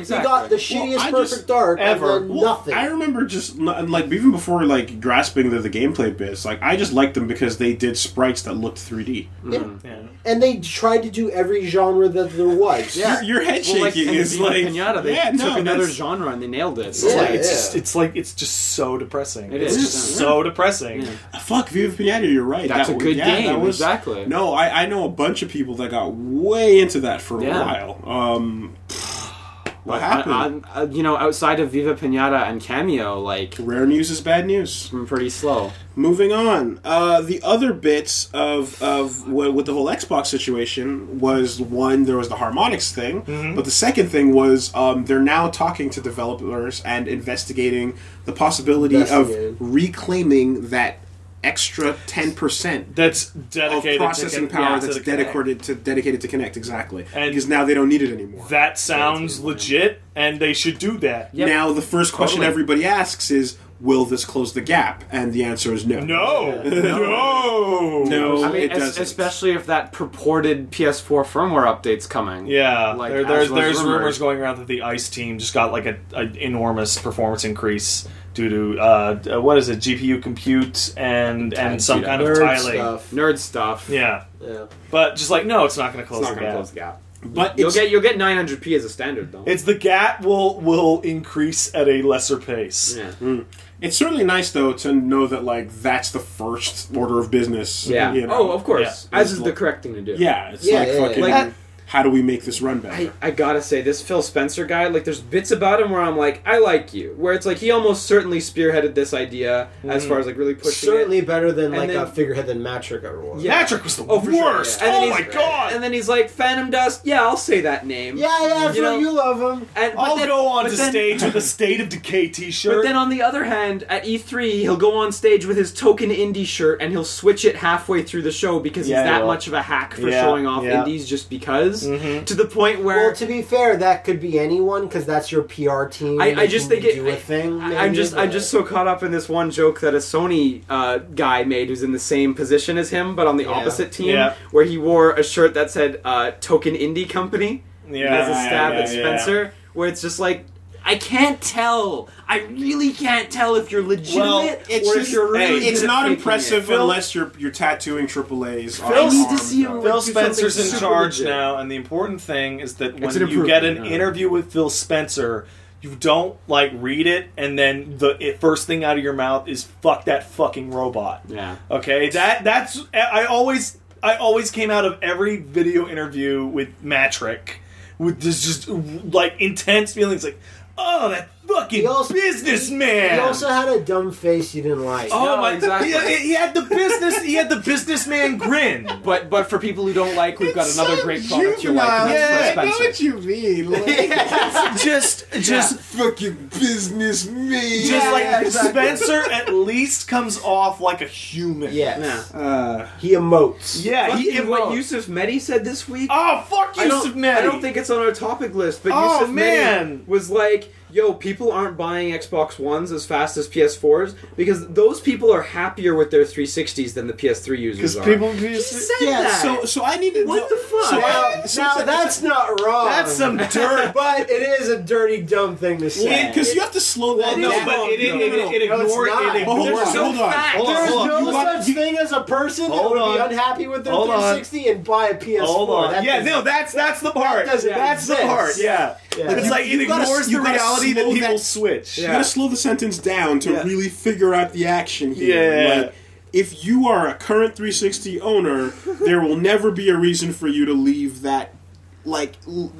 [SPEAKER 2] We got the
[SPEAKER 1] exactly.
[SPEAKER 2] shittiest
[SPEAKER 1] Well, I
[SPEAKER 2] Perfect
[SPEAKER 1] just-
[SPEAKER 2] Dark and
[SPEAKER 4] ever.
[SPEAKER 2] then
[SPEAKER 1] Well,
[SPEAKER 2] nothing.
[SPEAKER 1] I remember just n- like even before like grasping the, the gameplay bits, like I just liked them because they did sprites that looked 3D.
[SPEAKER 3] Mm-hmm.
[SPEAKER 4] Yeah.
[SPEAKER 2] and they tried to do every genre that there was.
[SPEAKER 3] Yeah.
[SPEAKER 1] Your, your head
[SPEAKER 3] Well,
[SPEAKER 1] shaking is like
[SPEAKER 3] Pinata. They
[SPEAKER 1] yeah,
[SPEAKER 3] took
[SPEAKER 1] no,
[SPEAKER 3] another
[SPEAKER 1] that's-
[SPEAKER 3] genre and they nailed it.
[SPEAKER 4] It's
[SPEAKER 2] Yeah,
[SPEAKER 4] like it's
[SPEAKER 2] yeah.
[SPEAKER 4] just it's like it's just so depressing.
[SPEAKER 3] It
[SPEAKER 4] it's
[SPEAKER 3] is.
[SPEAKER 4] just so depressing.
[SPEAKER 3] Yeah.
[SPEAKER 1] Fuck, Viva Pinata, you're right.
[SPEAKER 3] That's
[SPEAKER 1] That
[SPEAKER 3] a
[SPEAKER 1] wa-
[SPEAKER 3] good
[SPEAKER 1] yeah, that
[SPEAKER 3] game,
[SPEAKER 1] was-
[SPEAKER 3] exactly.
[SPEAKER 1] No, I, I know a bunch of people that got way into that for a
[SPEAKER 3] Yeah.
[SPEAKER 1] while. Um, what
[SPEAKER 3] I-
[SPEAKER 1] happened?
[SPEAKER 3] I- I- you know, outside of Viva Pinata and Cameo, like
[SPEAKER 1] Rare news is bad news.
[SPEAKER 3] I'm pretty slow.
[SPEAKER 1] Moving on, uh, the other bits of of w- with the whole Xbox situation was one there was the harmonics thing,
[SPEAKER 4] Mm-hmm.
[SPEAKER 1] but the second thing was um, they're now talking to developers and investigating the possibility of
[SPEAKER 2] Investigating.
[SPEAKER 1] reclaiming that extra ten percent
[SPEAKER 4] That's
[SPEAKER 1] of
[SPEAKER 4] dedicated
[SPEAKER 1] processing
[SPEAKER 4] to,
[SPEAKER 1] power
[SPEAKER 4] yeah, to
[SPEAKER 1] that's
[SPEAKER 4] the Kinect.
[SPEAKER 1] dedicated to dedicated to Connect exactly
[SPEAKER 4] And-
[SPEAKER 1] because now they don't need it anymore.
[SPEAKER 4] That sounds legit, and they should do that.
[SPEAKER 3] Yep.
[SPEAKER 1] Now the first question
[SPEAKER 3] Totally.
[SPEAKER 1] everybody asks is, "Will this close the gap?" And the answer is no.
[SPEAKER 4] No, no,
[SPEAKER 1] No.
[SPEAKER 3] I mean,
[SPEAKER 1] It
[SPEAKER 3] es-
[SPEAKER 1] doesn't.
[SPEAKER 3] especially if that purported PS4 firmware update's coming.
[SPEAKER 4] Yeah,
[SPEAKER 3] Like,
[SPEAKER 4] there,
[SPEAKER 3] as
[SPEAKER 4] there's
[SPEAKER 3] was
[SPEAKER 4] there's rumors.
[SPEAKER 3] rumored.
[SPEAKER 4] going around that the Ice team just got like a, a enormous performance increase due to uh, uh, what is it, GPU compute and and some
[SPEAKER 3] Nerd
[SPEAKER 4] kind of
[SPEAKER 2] Nerd
[SPEAKER 4] tiling.
[SPEAKER 2] stuff.
[SPEAKER 3] Nerd stuff.
[SPEAKER 4] Yeah,
[SPEAKER 2] Yeah.
[SPEAKER 4] but just like no, it's not going to
[SPEAKER 3] It's
[SPEAKER 4] close
[SPEAKER 3] not
[SPEAKER 4] the
[SPEAKER 3] gonna
[SPEAKER 4] gap.
[SPEAKER 3] close the gap.
[SPEAKER 1] but
[SPEAKER 3] You'll
[SPEAKER 1] it's-
[SPEAKER 3] get you'll get 900p as a standard though.
[SPEAKER 4] It's the gap will will increase at a lesser pace.
[SPEAKER 3] yeah.
[SPEAKER 1] It's certainly nice though to know that like that's the first order of business.
[SPEAKER 3] Yeah.
[SPEAKER 1] you know?
[SPEAKER 3] Oh, of course.
[SPEAKER 1] Yeah.
[SPEAKER 3] As is the correct thing to do.
[SPEAKER 1] Yeah, it's
[SPEAKER 2] Yeah,
[SPEAKER 1] like
[SPEAKER 2] yeah, yeah.
[SPEAKER 1] fucking.
[SPEAKER 3] Like-
[SPEAKER 1] how do we make this run better?
[SPEAKER 3] I, I gotta say, this Phil Spencer guy, like, there's bits about him where I'm like, I like you. Where it's like he almost certainly spearheaded this idea as
[SPEAKER 4] Mm.
[SPEAKER 3] far as like really pushing it.
[SPEAKER 2] Certainly better than like
[SPEAKER 3] then-
[SPEAKER 2] a figurehead than Matrick ever was.
[SPEAKER 3] Yeah.
[SPEAKER 4] Patrick was the
[SPEAKER 3] Oh, for sure,
[SPEAKER 4] worst.
[SPEAKER 3] yeah. And then
[SPEAKER 4] Oh my
[SPEAKER 3] he's-
[SPEAKER 4] god.
[SPEAKER 3] And then he's like, Phantom Dust, yeah, I'll say that name.
[SPEAKER 2] yeah, yeah.
[SPEAKER 3] You
[SPEAKER 2] You,
[SPEAKER 3] know-
[SPEAKER 2] you love him.
[SPEAKER 3] And, but
[SPEAKER 4] I'll
[SPEAKER 3] then-
[SPEAKER 4] go on
[SPEAKER 3] but
[SPEAKER 4] to
[SPEAKER 3] then-
[SPEAKER 4] stage with a State of Decay T-shirt.
[SPEAKER 3] But then on the other hand, at E3, he'll go on stage with his token indie shirt and he'll switch it halfway through the show because
[SPEAKER 4] Yeah,
[SPEAKER 3] he's that
[SPEAKER 4] yeah.
[SPEAKER 3] much of a hack for
[SPEAKER 4] Yeah,
[SPEAKER 3] showing off
[SPEAKER 4] yeah. Mm.
[SPEAKER 3] indies just because.
[SPEAKER 4] Mm-hmm.
[SPEAKER 3] To the point where.
[SPEAKER 2] Well, to be fair, that could be anyone because that's your PR team.
[SPEAKER 3] I, I
[SPEAKER 2] They
[SPEAKER 3] just
[SPEAKER 2] can
[SPEAKER 3] think it.
[SPEAKER 2] do a thing.
[SPEAKER 3] I, am
[SPEAKER 2] maybe,
[SPEAKER 3] just I'm
[SPEAKER 2] but-
[SPEAKER 3] just so caught up in this one joke that a Sony uh, guy made who's in the same position as him but on the opposite team,
[SPEAKER 4] Yeah.
[SPEAKER 3] where he wore a shirt that said uh, "Token Indie Company"
[SPEAKER 4] yeah,
[SPEAKER 3] as a stab
[SPEAKER 4] yeah,
[SPEAKER 3] at
[SPEAKER 4] yeah.
[SPEAKER 3] Spencer, where it's just like. I can't tell. I really can't tell if you're legitimate
[SPEAKER 4] Well,
[SPEAKER 1] it's
[SPEAKER 3] or if
[SPEAKER 1] just-
[SPEAKER 3] you're really.
[SPEAKER 4] hey,
[SPEAKER 1] it's
[SPEAKER 3] good at
[SPEAKER 1] not
[SPEAKER 3] faking it.
[SPEAKER 1] impressive
[SPEAKER 4] Phil-
[SPEAKER 1] unless you're you're tattooing triple A's. on
[SPEAKER 3] I
[SPEAKER 1] your
[SPEAKER 3] need
[SPEAKER 1] arm,
[SPEAKER 3] to see him
[SPEAKER 1] though.
[SPEAKER 3] like-
[SPEAKER 4] Phil
[SPEAKER 3] do something
[SPEAKER 4] Spencer's in
[SPEAKER 3] super
[SPEAKER 4] charge
[SPEAKER 3] legit.
[SPEAKER 4] now, and the important thing is that
[SPEAKER 3] It's
[SPEAKER 4] when
[SPEAKER 3] an
[SPEAKER 4] you get an
[SPEAKER 3] improvement, yeah.
[SPEAKER 4] interview with Phil Spencer, you don't like read it, and then the it, first thing out of your mouth is "fuck that fucking robot."
[SPEAKER 3] Yeah.
[SPEAKER 4] Okay, that that's I always I always came out of every video interview with Matrick with this just like intense feelings like, oh that fucking
[SPEAKER 2] He also-
[SPEAKER 4] businessman.
[SPEAKER 2] He also had a dumb face you didn't like.
[SPEAKER 4] oh
[SPEAKER 3] No,
[SPEAKER 4] my
[SPEAKER 3] exactly.
[SPEAKER 4] he, he had the business he had the businessman grin.
[SPEAKER 3] But but for people who don't like, we've got
[SPEAKER 1] It's
[SPEAKER 3] another
[SPEAKER 1] so
[SPEAKER 3] great product you like.
[SPEAKER 1] juvenile.
[SPEAKER 3] and that's
[SPEAKER 1] I
[SPEAKER 3] Phil
[SPEAKER 1] know what
[SPEAKER 3] Spencer.
[SPEAKER 1] you mean. Like,
[SPEAKER 4] just just
[SPEAKER 1] fucking businessman.
[SPEAKER 4] just
[SPEAKER 2] Yeah,
[SPEAKER 4] like
[SPEAKER 2] yeah, exactly.
[SPEAKER 4] Spencer at least comes off like a human.
[SPEAKER 2] Yes.
[SPEAKER 1] Uh,
[SPEAKER 2] He emotes.
[SPEAKER 4] Yeah, he
[SPEAKER 3] Fucking what
[SPEAKER 4] emotes.
[SPEAKER 3] Yusuf Mehdi said this week.
[SPEAKER 4] Oh fuck
[SPEAKER 3] I
[SPEAKER 4] you,
[SPEAKER 3] don't,
[SPEAKER 4] Submit.
[SPEAKER 3] I don't think it's on our topic list, but
[SPEAKER 4] Oh,
[SPEAKER 3] Yusuf Mehdi
[SPEAKER 4] man.
[SPEAKER 3] was like, "Yo, people aren't buying Xbox Ones as fast as PS4s because those people are happier with their 360s than the PS3 users are."
[SPEAKER 4] He
[SPEAKER 3] He said
[SPEAKER 1] yeah,
[SPEAKER 3] that.
[SPEAKER 1] so so I need to.
[SPEAKER 3] What
[SPEAKER 1] know-
[SPEAKER 3] the fuck?
[SPEAKER 1] So
[SPEAKER 2] Now,
[SPEAKER 1] I, so
[SPEAKER 2] now
[SPEAKER 1] it's like-
[SPEAKER 2] that's not wrong.
[SPEAKER 4] that's some dirt.
[SPEAKER 2] But it is a dirty, dumb thing to say.
[SPEAKER 1] because you have to slow that
[SPEAKER 4] no,
[SPEAKER 1] down.
[SPEAKER 4] but it, it,
[SPEAKER 3] No,
[SPEAKER 4] it,
[SPEAKER 3] no,
[SPEAKER 4] it,
[SPEAKER 2] no, it's
[SPEAKER 4] ignored.
[SPEAKER 2] not.
[SPEAKER 4] It
[SPEAKER 1] But hold
[SPEAKER 4] ignored.
[SPEAKER 1] on,
[SPEAKER 3] So
[SPEAKER 1] hold on,
[SPEAKER 3] fact.
[SPEAKER 1] hold on,
[SPEAKER 2] There's
[SPEAKER 1] hold on.
[SPEAKER 2] no
[SPEAKER 1] You got-
[SPEAKER 2] such
[SPEAKER 1] you-
[SPEAKER 2] thing as a person that
[SPEAKER 4] Hold
[SPEAKER 2] would be
[SPEAKER 4] on.
[SPEAKER 2] unhappy with their
[SPEAKER 4] Hold on.
[SPEAKER 2] 360 and buy a PS4.
[SPEAKER 4] Hold on.
[SPEAKER 2] That
[SPEAKER 4] yeah,
[SPEAKER 2] doesn't-
[SPEAKER 4] no, that's that's the part.
[SPEAKER 2] That doesn't
[SPEAKER 4] that's the
[SPEAKER 2] exist.
[SPEAKER 4] part. Yeah,
[SPEAKER 2] Yeah.
[SPEAKER 4] it's
[SPEAKER 2] You-
[SPEAKER 4] like it
[SPEAKER 1] you gotta-
[SPEAKER 4] ignores
[SPEAKER 1] you
[SPEAKER 4] the
[SPEAKER 1] gotta
[SPEAKER 4] reality that
[SPEAKER 1] slow
[SPEAKER 4] people
[SPEAKER 1] that-
[SPEAKER 4] switch.
[SPEAKER 1] You
[SPEAKER 3] Yeah.
[SPEAKER 1] gotta slow the sentence down to
[SPEAKER 4] Yeah.
[SPEAKER 1] really figure out the action here.
[SPEAKER 4] Yeah.
[SPEAKER 1] Like, if you are a current 360 owner, there will never be a reason for you to leave that, like, l-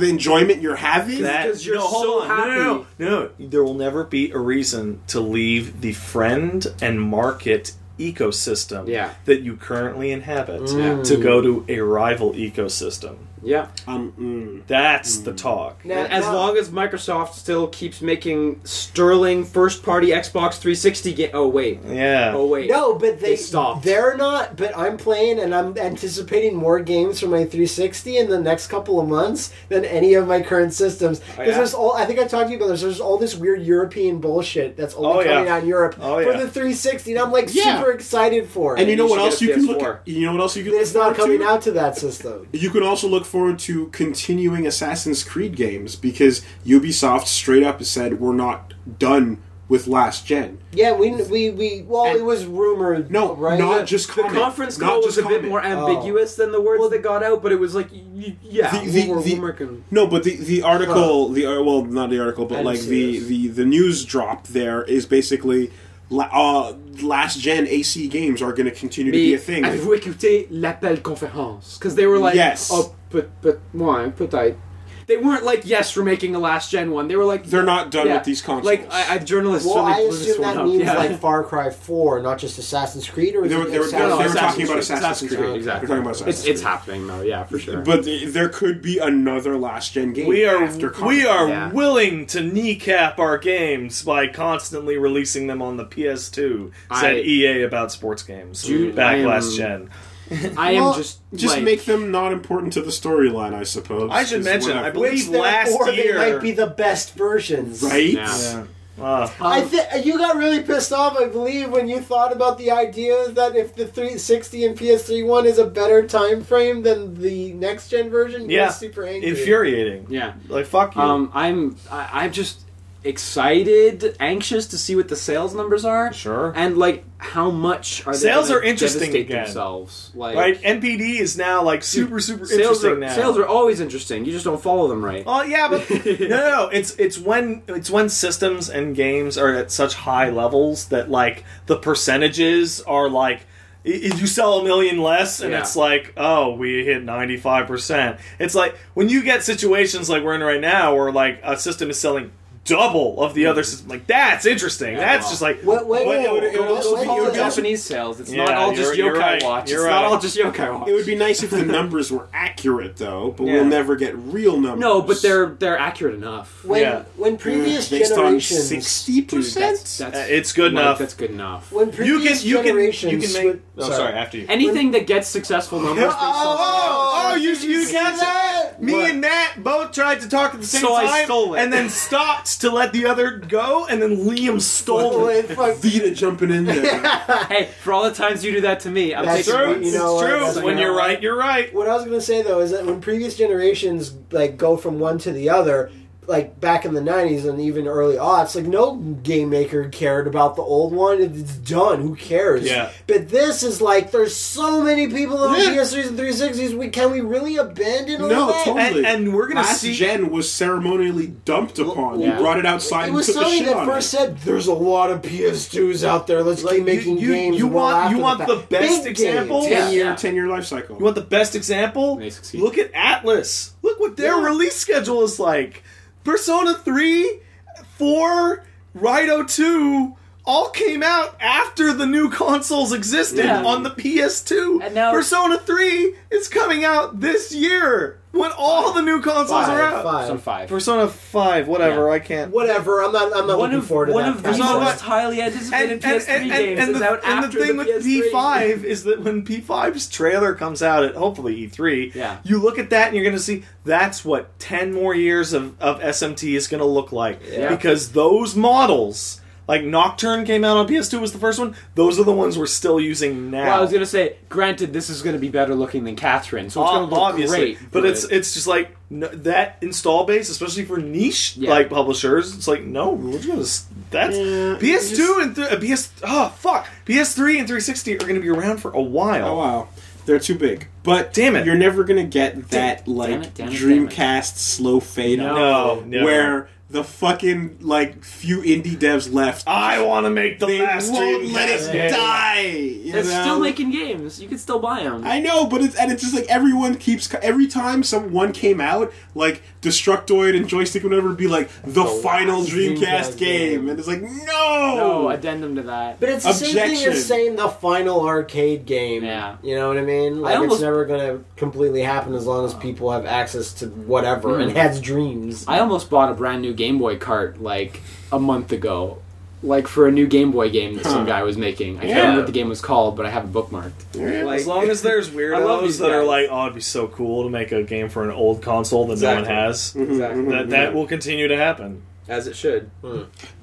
[SPEAKER 1] the enjoyment you're having.
[SPEAKER 4] That-
[SPEAKER 3] because you're
[SPEAKER 4] no, hold
[SPEAKER 3] so
[SPEAKER 4] on. No, No, no, no, no. There will never be a reason to leave the friend and market ecosystem
[SPEAKER 3] Yeah.
[SPEAKER 4] that you currently inhabit
[SPEAKER 3] Yeah.
[SPEAKER 4] to go to a rival ecosystem.
[SPEAKER 3] yeah.
[SPEAKER 1] um, mm.
[SPEAKER 4] That's the talk.
[SPEAKER 2] Now-
[SPEAKER 3] And as
[SPEAKER 2] now-
[SPEAKER 3] long as Microsoft still keeps making sterling first-party Xbox 360 game, oh wait,
[SPEAKER 4] Yeah.
[SPEAKER 3] oh wait,
[SPEAKER 2] No, but they,
[SPEAKER 3] They stopped.
[SPEAKER 2] They're not. But I'm playing, and I'm anticipating more games for my 360 in the next couple of months than any of my current systems. Because
[SPEAKER 3] yeah?
[SPEAKER 2] there's all. I think I talked to you about this. There's all this weird European bullshit that's
[SPEAKER 4] Oh,
[SPEAKER 2] only
[SPEAKER 4] yeah.
[SPEAKER 2] coming out in Europe
[SPEAKER 4] Oh,
[SPEAKER 2] for
[SPEAKER 4] yeah.
[SPEAKER 2] the 360, and I'm like
[SPEAKER 1] Yeah.
[SPEAKER 2] super excited for it.
[SPEAKER 1] And you know
[SPEAKER 3] you
[SPEAKER 1] what
[SPEAKER 3] should
[SPEAKER 1] else
[SPEAKER 3] get
[SPEAKER 1] you
[SPEAKER 3] a
[SPEAKER 1] can look
[SPEAKER 3] PS4.
[SPEAKER 1] at? You know what else you can
[SPEAKER 2] It's
[SPEAKER 1] look
[SPEAKER 2] not
[SPEAKER 1] forward
[SPEAKER 2] coming
[SPEAKER 1] to?
[SPEAKER 2] out to that system.
[SPEAKER 1] You can also look forward to continuing Assassin's Creed games because Ubisoft straight up has said we're not done with last gen.
[SPEAKER 2] Yeah, we we we. Well,
[SPEAKER 1] And-
[SPEAKER 2] it was rumored.
[SPEAKER 1] No,
[SPEAKER 2] right?
[SPEAKER 1] not just
[SPEAKER 3] The
[SPEAKER 1] comment.
[SPEAKER 3] conference
[SPEAKER 1] not
[SPEAKER 3] call
[SPEAKER 1] just
[SPEAKER 3] was a bit
[SPEAKER 1] comment.
[SPEAKER 3] more
[SPEAKER 4] Oh.
[SPEAKER 3] ambiguous than the words that got out, but it was like, y- y- yeah,
[SPEAKER 1] The- the-
[SPEAKER 3] we're,
[SPEAKER 1] the-
[SPEAKER 3] we're working.
[SPEAKER 1] No, but the the article, the uh, well, not the article,
[SPEAKER 2] I
[SPEAKER 1] but
[SPEAKER 2] didn't
[SPEAKER 1] like
[SPEAKER 2] see
[SPEAKER 1] the,
[SPEAKER 2] this.
[SPEAKER 1] the the news drop there is basically la- uh, last gen AC games are going to continue to be a thing.
[SPEAKER 3] avez-vous écouté l'appel conférence? Because they were like,
[SPEAKER 1] Yes.
[SPEAKER 3] oh, but but moi, peut-être. They weren't like, yes, we're making a last gen one. They were like,
[SPEAKER 1] They're not done
[SPEAKER 3] yeah.
[SPEAKER 1] with these consoles.
[SPEAKER 3] Like, I, I journalists.
[SPEAKER 2] Well, I
[SPEAKER 3] really blew this
[SPEAKER 2] assume
[SPEAKER 3] one
[SPEAKER 2] that
[SPEAKER 3] up.
[SPEAKER 2] means
[SPEAKER 3] yeah.
[SPEAKER 2] like Far Cry 4, not just Assassin's Creed, or is
[SPEAKER 1] they were,
[SPEAKER 2] it
[SPEAKER 1] they were, they were-
[SPEAKER 2] Assassin's
[SPEAKER 3] No,
[SPEAKER 1] they were
[SPEAKER 3] Assassin's
[SPEAKER 1] talking about
[SPEAKER 3] Creed,
[SPEAKER 1] Assassin's,
[SPEAKER 3] Assassin's
[SPEAKER 1] Creed.
[SPEAKER 3] Creed,
[SPEAKER 1] They're
[SPEAKER 3] exactly.
[SPEAKER 1] talking about Assassin's
[SPEAKER 3] it's, it's
[SPEAKER 1] Creed.
[SPEAKER 3] happening though, yeah, for sure.
[SPEAKER 1] But the, there could be another last gen game.
[SPEAKER 4] We are
[SPEAKER 1] after
[SPEAKER 4] we
[SPEAKER 1] Conquer.
[SPEAKER 4] are
[SPEAKER 3] Yeah.
[SPEAKER 4] willing to kneecap our games by constantly releasing them on the PS2. Said
[SPEAKER 3] I-
[SPEAKER 4] EA about sports games
[SPEAKER 3] Dude,
[SPEAKER 4] back
[SPEAKER 3] I am-
[SPEAKER 4] last gen.
[SPEAKER 3] I am
[SPEAKER 1] Well,
[SPEAKER 3] just
[SPEAKER 1] just
[SPEAKER 3] like,
[SPEAKER 1] make them not important to the storyline. I suppose.
[SPEAKER 4] I should
[SPEAKER 1] is
[SPEAKER 4] mention,
[SPEAKER 1] what
[SPEAKER 4] I believe-
[SPEAKER 2] Which
[SPEAKER 4] last
[SPEAKER 2] therefore
[SPEAKER 4] year-
[SPEAKER 2] they might be the best versions.
[SPEAKER 1] right.
[SPEAKER 3] Yeah.
[SPEAKER 4] Uh,
[SPEAKER 2] I
[SPEAKER 3] um,
[SPEAKER 2] think you got really pissed off, I believe, when you thought about the idea that if the 360 and PS3 one is a better time frame than the next gen version, you
[SPEAKER 4] Yeah.
[SPEAKER 2] were super angry.
[SPEAKER 4] infuriating.
[SPEAKER 3] yeah.
[SPEAKER 4] Like fuck you.
[SPEAKER 3] Um, I'm I, I'm just excited, anxious to see what the sales numbers are.
[SPEAKER 4] Sure.
[SPEAKER 3] And like how much are they
[SPEAKER 4] Sales
[SPEAKER 3] gonna
[SPEAKER 4] are interesting
[SPEAKER 3] devastate
[SPEAKER 4] again.
[SPEAKER 3] themselves? Like
[SPEAKER 4] Right? NPD is now like super, super
[SPEAKER 3] sales
[SPEAKER 4] interesting
[SPEAKER 3] are,
[SPEAKER 4] now.
[SPEAKER 3] Sales are always interesting. You just don't follow them right.
[SPEAKER 4] Oh yeah, but no, no, no. It's it's when it's when systems and games are at such high levels that like the percentages are like i- if you sell a million less and
[SPEAKER 3] Yeah.
[SPEAKER 4] it's like oh we hit 95% it's like when you get situations like we're in right now where like a system is selling double of the other system like that's interesting that's
[SPEAKER 3] wow.
[SPEAKER 4] just like
[SPEAKER 2] What, what,
[SPEAKER 1] Well, it would- it would
[SPEAKER 2] what-
[SPEAKER 1] also
[SPEAKER 2] what-
[SPEAKER 1] be your
[SPEAKER 3] Follow
[SPEAKER 2] what-
[SPEAKER 1] job-
[SPEAKER 3] Japanese sales. It's not
[SPEAKER 4] Yeah,
[SPEAKER 3] all just
[SPEAKER 4] you're-
[SPEAKER 3] yokai
[SPEAKER 4] you're right.
[SPEAKER 3] watch.
[SPEAKER 4] You're
[SPEAKER 3] it's not
[SPEAKER 4] right.
[SPEAKER 3] all just yokai watch.
[SPEAKER 1] It would be nice if the numbers were accurate, though, but
[SPEAKER 4] Yeah.
[SPEAKER 1] we'll never get real numbers.
[SPEAKER 3] no, but they're they're accurate enough.
[SPEAKER 2] when,
[SPEAKER 4] Yeah.
[SPEAKER 2] when previous
[SPEAKER 1] based on
[SPEAKER 2] generations...
[SPEAKER 1] sixty
[SPEAKER 3] Dude,
[SPEAKER 1] percent.
[SPEAKER 3] that's- that's-
[SPEAKER 4] Uh, it's good
[SPEAKER 3] like,
[SPEAKER 4] enough.
[SPEAKER 3] That's good enough.
[SPEAKER 4] you
[SPEAKER 2] when
[SPEAKER 4] can
[SPEAKER 2] previous
[SPEAKER 4] you can you
[SPEAKER 2] generations...
[SPEAKER 4] can make
[SPEAKER 2] would-
[SPEAKER 4] oh, sorry. after you
[SPEAKER 3] Anything that gets successful numbers. based on-
[SPEAKER 4] Oh, you, you
[SPEAKER 2] see
[SPEAKER 4] got
[SPEAKER 2] that?
[SPEAKER 4] that? Me
[SPEAKER 1] What?
[SPEAKER 4] and Matt both tried to talk at the same
[SPEAKER 3] So I
[SPEAKER 4] time,
[SPEAKER 3] stole it.
[SPEAKER 4] and then stopped to let the other go, and then Liam stole it.
[SPEAKER 2] Holy fuck.
[SPEAKER 1] Vita jumping in there.
[SPEAKER 3] Hey, for all the times you do that to me, I'm
[SPEAKER 2] That's
[SPEAKER 3] taking
[SPEAKER 2] true.
[SPEAKER 3] points.
[SPEAKER 2] You know, uh,
[SPEAKER 4] it's
[SPEAKER 2] that's
[SPEAKER 4] true. When
[SPEAKER 2] what-
[SPEAKER 4] you're right, you're right.
[SPEAKER 2] What I was gonna say though is that when previous generations like go from one to the other, like back in the '90s and even early aughts, like no game maker cared about the old one. It- It's done. Who cares?
[SPEAKER 4] Yeah.
[SPEAKER 2] But this is like there's so many people on
[SPEAKER 1] Yeah.
[SPEAKER 2] PS3s and 360s. We can we really abandon all
[SPEAKER 1] No,
[SPEAKER 2] that?
[SPEAKER 1] totally.
[SPEAKER 4] And, and we're gonna
[SPEAKER 1] Last
[SPEAKER 4] see.
[SPEAKER 1] gen was ceremonially dumped upon.
[SPEAKER 3] Yeah.
[SPEAKER 1] You brought it outside
[SPEAKER 2] It
[SPEAKER 1] and
[SPEAKER 2] was
[SPEAKER 1] took the
[SPEAKER 2] Sony
[SPEAKER 1] shit
[SPEAKER 2] that
[SPEAKER 1] on
[SPEAKER 2] first
[SPEAKER 1] it.
[SPEAKER 2] said, "There's a lot of PS2s out there. Let's
[SPEAKER 4] Like,
[SPEAKER 2] keep making
[SPEAKER 4] you- you-
[SPEAKER 2] games."
[SPEAKER 4] you
[SPEAKER 2] well
[SPEAKER 4] want-
[SPEAKER 2] after
[SPEAKER 4] you want
[SPEAKER 2] fact."
[SPEAKER 4] the best
[SPEAKER 2] Big games.
[SPEAKER 4] example?
[SPEAKER 3] Yeah.
[SPEAKER 1] Ten year, ten year life cycle.
[SPEAKER 4] You want the best example?
[SPEAKER 3] They succeed.
[SPEAKER 4] Look at Atlas. Look what their
[SPEAKER 2] Yeah.
[SPEAKER 4] release schedule is like. Persona 3, 4, Rido 2 all came out after the new consoles existed
[SPEAKER 3] Yeah.
[SPEAKER 4] on the PS2.
[SPEAKER 3] And now-
[SPEAKER 4] Persona 3 is coming out this year when all the new consoles
[SPEAKER 2] Five,
[SPEAKER 4] are out.
[SPEAKER 2] five.
[SPEAKER 3] Some five.
[SPEAKER 4] Persona 5, whatever,
[SPEAKER 3] Yeah.
[SPEAKER 4] I can't.
[SPEAKER 2] Whatever. I'm not. I'm not
[SPEAKER 3] one
[SPEAKER 2] looking
[SPEAKER 3] of
[SPEAKER 2] forward to
[SPEAKER 3] one
[SPEAKER 2] that.
[SPEAKER 3] of the
[SPEAKER 2] kind
[SPEAKER 4] You know what?
[SPEAKER 3] most highly anticipated PS3 games is
[SPEAKER 4] the,
[SPEAKER 3] out
[SPEAKER 4] and the
[SPEAKER 3] after
[SPEAKER 4] thing
[SPEAKER 3] the
[SPEAKER 4] with
[SPEAKER 3] PS3.
[SPEAKER 4] P5 is that when P5's trailer comes out at hopefully E3,
[SPEAKER 3] Yeah.
[SPEAKER 4] you look at that and you're going to see that's what 10 more years of, of SMT is going to look like.
[SPEAKER 3] Yeah.
[SPEAKER 4] Because those models, like Nocturne came out on PS2 was the first one, those are the ones we're still using now.
[SPEAKER 3] Well, I was gonna say, granted, this is gonna be better looking than Catherine, so it's gonna
[SPEAKER 4] Ob-
[SPEAKER 3] look great.
[SPEAKER 4] but, it's it's just like no, that install base, especially for niche
[SPEAKER 3] Yeah.
[SPEAKER 4] like publishers. It's like no, we're just that's
[SPEAKER 1] Yeah,
[SPEAKER 4] PS2
[SPEAKER 1] just-
[SPEAKER 4] and th- uh, PS oh fuck PS3 and 360 are going to be around for a while.
[SPEAKER 1] Oh wow, they're too big. But
[SPEAKER 4] Damn it.
[SPEAKER 1] you're never gonna get that like
[SPEAKER 3] it, damn it, damn it.
[SPEAKER 1] Dreamcast slow fade
[SPEAKER 3] No.
[SPEAKER 1] up
[SPEAKER 4] No, no.
[SPEAKER 1] where the fucking like few indie devs left.
[SPEAKER 4] I want to make the
[SPEAKER 1] they
[SPEAKER 4] last
[SPEAKER 1] won't
[SPEAKER 4] dream
[SPEAKER 1] let
[SPEAKER 4] cast.
[SPEAKER 1] it die. you
[SPEAKER 3] it's
[SPEAKER 1] know?
[SPEAKER 3] still making games. You can still buy them.
[SPEAKER 1] I know, but it's and it's just like everyone keeps every time someone came out, like Destructoid and Joystick would never be like the, final
[SPEAKER 2] last
[SPEAKER 1] Dreamcast,
[SPEAKER 2] Dreamcast
[SPEAKER 1] game.
[SPEAKER 2] game.
[SPEAKER 1] and it's like no,
[SPEAKER 3] no addendum to that.
[SPEAKER 2] But it's the same thing
[SPEAKER 1] Objection.
[SPEAKER 2] as saying the final arcade game.
[SPEAKER 3] Yeah.
[SPEAKER 2] You know what I mean? Like
[SPEAKER 3] almost-
[SPEAKER 2] it's never gonna completely happen as long as people have access to whatever and has dreams.
[SPEAKER 3] Hmm. I almost bought a brand new Game Boy cart like a month ago, like for a new Game Boy game that some
[SPEAKER 1] Huh.
[SPEAKER 3] guy was making. I can't
[SPEAKER 1] Yeah.
[SPEAKER 3] remember what the game was called, but I have it bookmarked.
[SPEAKER 1] Yeah,
[SPEAKER 3] Like-
[SPEAKER 4] As long as there's
[SPEAKER 3] I love these
[SPEAKER 4] weirdos that are
[SPEAKER 3] guys.
[SPEAKER 4] like, oh, it'd be so cool to make a game for an old console that no
[SPEAKER 3] Exactly. Mm-hmm.
[SPEAKER 4] one has.
[SPEAKER 1] Mm-hmm,
[SPEAKER 3] Exactly.
[SPEAKER 4] That that will continue to happen.
[SPEAKER 3] As it should.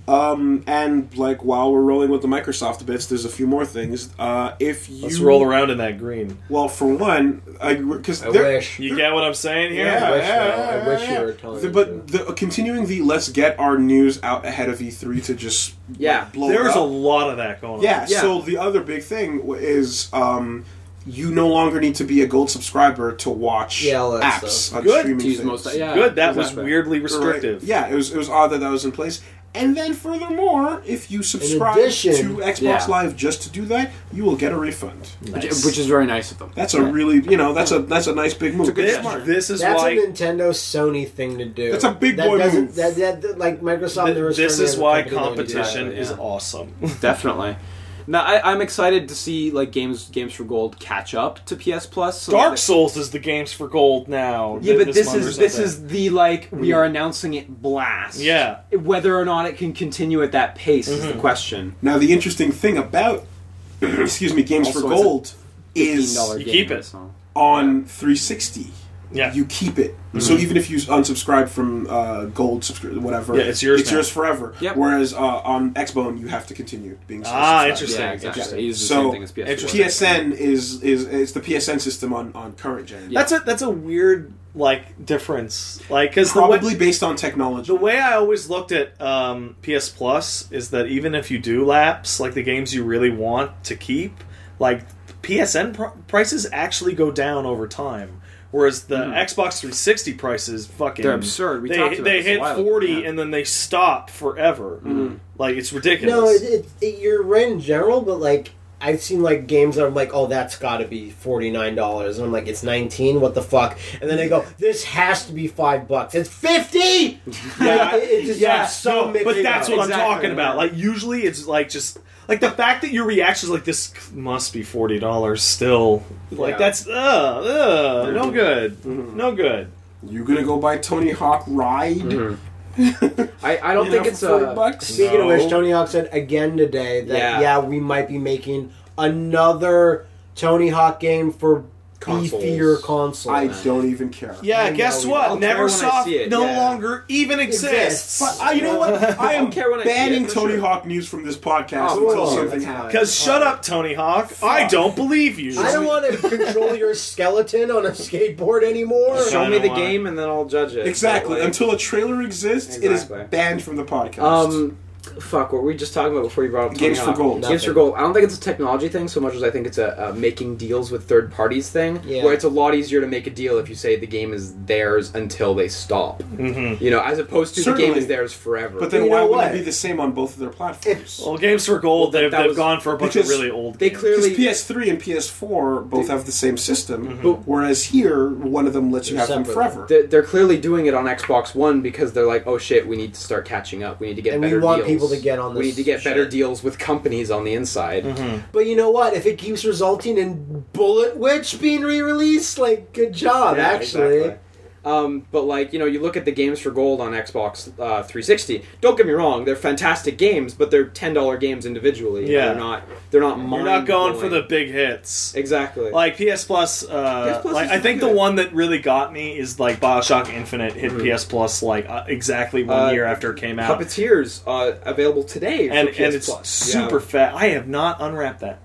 [SPEAKER 1] Um, and like while we're rolling with the Microsoft bits, there's a few more things. Uh, if you
[SPEAKER 4] Let's roll around in that green.
[SPEAKER 1] well, for one, because
[SPEAKER 2] I
[SPEAKER 1] there-
[SPEAKER 2] wish.
[SPEAKER 4] You get what I'm saying here?
[SPEAKER 2] I wish,
[SPEAKER 1] yeah,
[SPEAKER 2] though. I wish
[SPEAKER 1] yeah,
[SPEAKER 2] you were telling
[SPEAKER 1] the-
[SPEAKER 2] me
[SPEAKER 1] but the, continuing the let's get our news out ahead of E3 to just
[SPEAKER 3] Yeah.
[SPEAKER 1] blow it
[SPEAKER 4] There's
[SPEAKER 1] up.
[SPEAKER 4] a lot of that going on.
[SPEAKER 1] Yeah,
[SPEAKER 3] Yeah.
[SPEAKER 1] So the other big thing w- is um, you no longer need to be a gold subscriber to watch
[SPEAKER 2] Yeah, all that
[SPEAKER 1] apps
[SPEAKER 2] stuff.
[SPEAKER 1] on
[SPEAKER 4] Good.
[SPEAKER 1] streaming.
[SPEAKER 3] To use
[SPEAKER 1] things.
[SPEAKER 3] most. Yeah.
[SPEAKER 4] Good. That was
[SPEAKER 3] exactly.
[SPEAKER 4] weirdly
[SPEAKER 1] Right.
[SPEAKER 4] restrictive.
[SPEAKER 1] Yeah, it was it was odd that that was in place. And then furthermore, if you subscribe
[SPEAKER 2] addition-
[SPEAKER 1] to Xbox
[SPEAKER 3] Yeah.
[SPEAKER 1] Live just to do that, you will get a refund.
[SPEAKER 3] Which, which is very nice of them.
[SPEAKER 1] That's a really you know that's a that's a nice big move.
[SPEAKER 4] This,
[SPEAKER 1] Smart.
[SPEAKER 4] this is
[SPEAKER 2] That's
[SPEAKER 4] why.
[SPEAKER 2] a Nintendo Sony thing to do.
[SPEAKER 1] That's a big
[SPEAKER 2] that
[SPEAKER 1] boy
[SPEAKER 2] doesn't-
[SPEAKER 1] move.
[SPEAKER 2] That, that, that- like Microsoft.
[SPEAKER 4] th-
[SPEAKER 2] never
[SPEAKER 4] this
[SPEAKER 2] started
[SPEAKER 4] is
[SPEAKER 2] as a
[SPEAKER 4] why
[SPEAKER 2] company that did that.
[SPEAKER 4] competition
[SPEAKER 3] that,
[SPEAKER 4] is
[SPEAKER 3] yeah.
[SPEAKER 4] awesome.
[SPEAKER 3] Definitely. Now I, I'm excited to see like games games for gold catch up to PS Plus. so
[SPEAKER 4] Dark
[SPEAKER 3] that-
[SPEAKER 4] Souls is the games for gold now.
[SPEAKER 3] Yeah,
[SPEAKER 4] th-
[SPEAKER 3] but this
[SPEAKER 4] month or
[SPEAKER 3] is this
[SPEAKER 4] something.
[SPEAKER 3] is the like we are announcing it blast.
[SPEAKER 4] Yeah.
[SPEAKER 3] Whether or not it can continue at that pace is the question.
[SPEAKER 1] Now the interesting thing about excuse me games
[SPEAKER 3] Also,
[SPEAKER 1] for
[SPEAKER 3] it's a
[SPEAKER 1] gold is
[SPEAKER 3] $15
[SPEAKER 4] You
[SPEAKER 3] game,
[SPEAKER 4] keep it.
[SPEAKER 3] so-
[SPEAKER 1] on 360.
[SPEAKER 4] Yeah. Mm-hmm.
[SPEAKER 1] you keep it. So even if you unsubscribe from uh, gold, subscri- whatever,
[SPEAKER 4] Yeah, it's yours
[SPEAKER 1] It's
[SPEAKER 4] now.
[SPEAKER 1] yours forever.
[SPEAKER 3] Yep.
[SPEAKER 1] Whereas uh, on Xbone, you have to continue being.
[SPEAKER 4] Ah,
[SPEAKER 1] subscribed.
[SPEAKER 4] interesting.
[SPEAKER 3] Yeah, exactly.
[SPEAKER 1] Interesting.
[SPEAKER 3] It uses the
[SPEAKER 1] So,
[SPEAKER 3] same thing as PS4.
[SPEAKER 4] interesting.
[SPEAKER 1] PSN is is it's the PSN system on on current gen.
[SPEAKER 3] Yeah.
[SPEAKER 4] That's a that's a weird
[SPEAKER 5] like difference. Like because
[SPEAKER 1] Probably based on technology.
[SPEAKER 5] The way I always looked at um, PS Plus is that even if you do lapse, like the games you really want to keep, like PSN pr- prices actually go down over time. Whereas the
[SPEAKER 2] Hmm.
[SPEAKER 5] Xbox 360 prices, fucking,
[SPEAKER 3] They're absurd. We
[SPEAKER 5] they
[SPEAKER 3] talked about
[SPEAKER 5] they
[SPEAKER 3] this a
[SPEAKER 5] hit
[SPEAKER 3] while ago, Hmm.
[SPEAKER 5] 40
[SPEAKER 3] yeah.
[SPEAKER 5] and then they stop forever. Like it's ridiculous.
[SPEAKER 2] No, it, it, it, you're right in general, but like I've seen like games that I'm like, oh, that's got to be forty nine dollars, and I'm like, it's nineteen. What the fuck? And then I go, this has to be five bucks. It's fifty.
[SPEAKER 5] Yeah,
[SPEAKER 2] It- it just
[SPEAKER 5] yeah,
[SPEAKER 2] is so
[SPEAKER 5] no,
[SPEAKER 2] mixed
[SPEAKER 5] but that's
[SPEAKER 2] up.
[SPEAKER 5] what
[SPEAKER 3] Exactly,
[SPEAKER 5] I'm talking about.
[SPEAKER 3] yeah.
[SPEAKER 5] Like Uh, usually it's like just like the fact that your reaction is like this must be forty dollars still. Like
[SPEAKER 2] Yeah. Mm-hmm.
[SPEAKER 5] that's uh, uh no good, no good.
[SPEAKER 1] You gonna go buy Tony Hawk Ride?
[SPEAKER 3] Mm-hmm. I, I don't
[SPEAKER 1] You
[SPEAKER 3] think
[SPEAKER 1] know,
[SPEAKER 3] it's uh,
[SPEAKER 1] for 40
[SPEAKER 3] a.
[SPEAKER 1] bucks?
[SPEAKER 2] Speaking of
[SPEAKER 5] No.
[SPEAKER 2] which, Tony Hawk said again today that yeah.
[SPEAKER 3] Yeah.
[SPEAKER 2] we might be making another Tony Hawk game for
[SPEAKER 3] Consoles.
[SPEAKER 2] beefier consoles.
[SPEAKER 1] I don't even care.
[SPEAKER 5] Yeah,
[SPEAKER 2] I
[SPEAKER 5] guess
[SPEAKER 2] know,
[SPEAKER 5] what?
[SPEAKER 3] I'll care when I
[SPEAKER 5] NeverSoft
[SPEAKER 3] see it,
[SPEAKER 5] no
[SPEAKER 3] yeah.
[SPEAKER 5] longer even
[SPEAKER 2] Exists.
[SPEAKER 5] exists. Uh,
[SPEAKER 1] But I, you know what? I am
[SPEAKER 3] I'll care when I see it,
[SPEAKER 1] banning
[SPEAKER 3] for
[SPEAKER 1] Tony
[SPEAKER 3] sure.
[SPEAKER 1] Hawk news from this podcast
[SPEAKER 3] Oh,
[SPEAKER 1] until
[SPEAKER 2] cool.
[SPEAKER 1] something
[SPEAKER 2] That's
[SPEAKER 1] happens.
[SPEAKER 5] Because shut up, Tony Hawk. I don't believe you.
[SPEAKER 2] I don't want to control your skeleton on a skateboard anymore.
[SPEAKER 5] Sure.
[SPEAKER 3] Show me the
[SPEAKER 5] I don't want it.
[SPEAKER 3] game and then I'll judge it.
[SPEAKER 1] Exactly.
[SPEAKER 3] But, like,
[SPEAKER 1] Until a trailer exists, it
[SPEAKER 3] Exactly.
[SPEAKER 1] is banned from the podcast.
[SPEAKER 3] Um, fuck. What were we just talking about before you brought up Tony
[SPEAKER 1] Games for
[SPEAKER 3] Hawk?
[SPEAKER 1] gold.
[SPEAKER 3] Games for
[SPEAKER 2] Nothing.
[SPEAKER 3] gold. I don't think it's a technology thing so much as I think it's a, a making deals with third parties thing.
[SPEAKER 2] Yeah.
[SPEAKER 3] Where it's a lot easier to make a deal if you say the game is theirs until they stop. You know, as opposed to the game
[SPEAKER 1] Mm-hmm. Certainly.
[SPEAKER 3] is theirs forever.
[SPEAKER 1] but then
[SPEAKER 2] you
[SPEAKER 1] why
[SPEAKER 2] know
[SPEAKER 1] would
[SPEAKER 2] what?
[SPEAKER 1] it be the same on both of their platforms?
[SPEAKER 5] Well, Games for Gold,
[SPEAKER 3] Well, that-
[SPEAKER 5] they've,
[SPEAKER 3] that
[SPEAKER 5] they've
[SPEAKER 3] was-
[SPEAKER 5] gone for a bunch of
[SPEAKER 1] because
[SPEAKER 5] really old
[SPEAKER 3] they
[SPEAKER 5] games.
[SPEAKER 1] Because
[SPEAKER 3] clearly
[SPEAKER 1] PS3 and PS4 both have the same system,
[SPEAKER 3] But-
[SPEAKER 1] whereas here one of them lets you
[SPEAKER 2] They're
[SPEAKER 1] have them
[SPEAKER 2] separate.
[SPEAKER 1] forever.
[SPEAKER 3] they're, they're clearly doing it on Xbox One because they're like, oh shit, we need to start catching up. We need to get
[SPEAKER 2] And we
[SPEAKER 3] better
[SPEAKER 2] want
[SPEAKER 3] deals.
[SPEAKER 2] people to get on this
[SPEAKER 3] We need to get better
[SPEAKER 2] shit."
[SPEAKER 3] deals with companies on the inside.
[SPEAKER 5] Mm-hmm.
[SPEAKER 2] But you know what? If it keeps resulting in Bullet Witch being re-released, like good job,
[SPEAKER 3] Yeah,
[SPEAKER 2] actually.
[SPEAKER 3] exactly. Um, but like you know, you look at the games for gold on Xbox uh, 360. Don't get me wrong; they're fantastic games, but they're ten dollar games individually.
[SPEAKER 5] Yeah.
[SPEAKER 3] they're not. They're not.
[SPEAKER 5] You're not going for the
[SPEAKER 3] mind-blowing.
[SPEAKER 5] big hits.
[SPEAKER 3] exactly.
[SPEAKER 5] Like PS Plus, uh,
[SPEAKER 3] PS Plus
[SPEAKER 5] like
[SPEAKER 3] is
[SPEAKER 5] I think
[SPEAKER 3] good.
[SPEAKER 5] the one that really got me is like Bioshock Infinite hit PS Plus like uh, exactly one
[SPEAKER 3] Mm. Uh,
[SPEAKER 5] year after it came out,
[SPEAKER 3] Puppeteers uh, available today for
[SPEAKER 5] and
[SPEAKER 3] PS
[SPEAKER 5] and it's
[SPEAKER 3] Plus.
[SPEAKER 5] super fat. I have not unwrapped that.
[SPEAKER 3] yeah.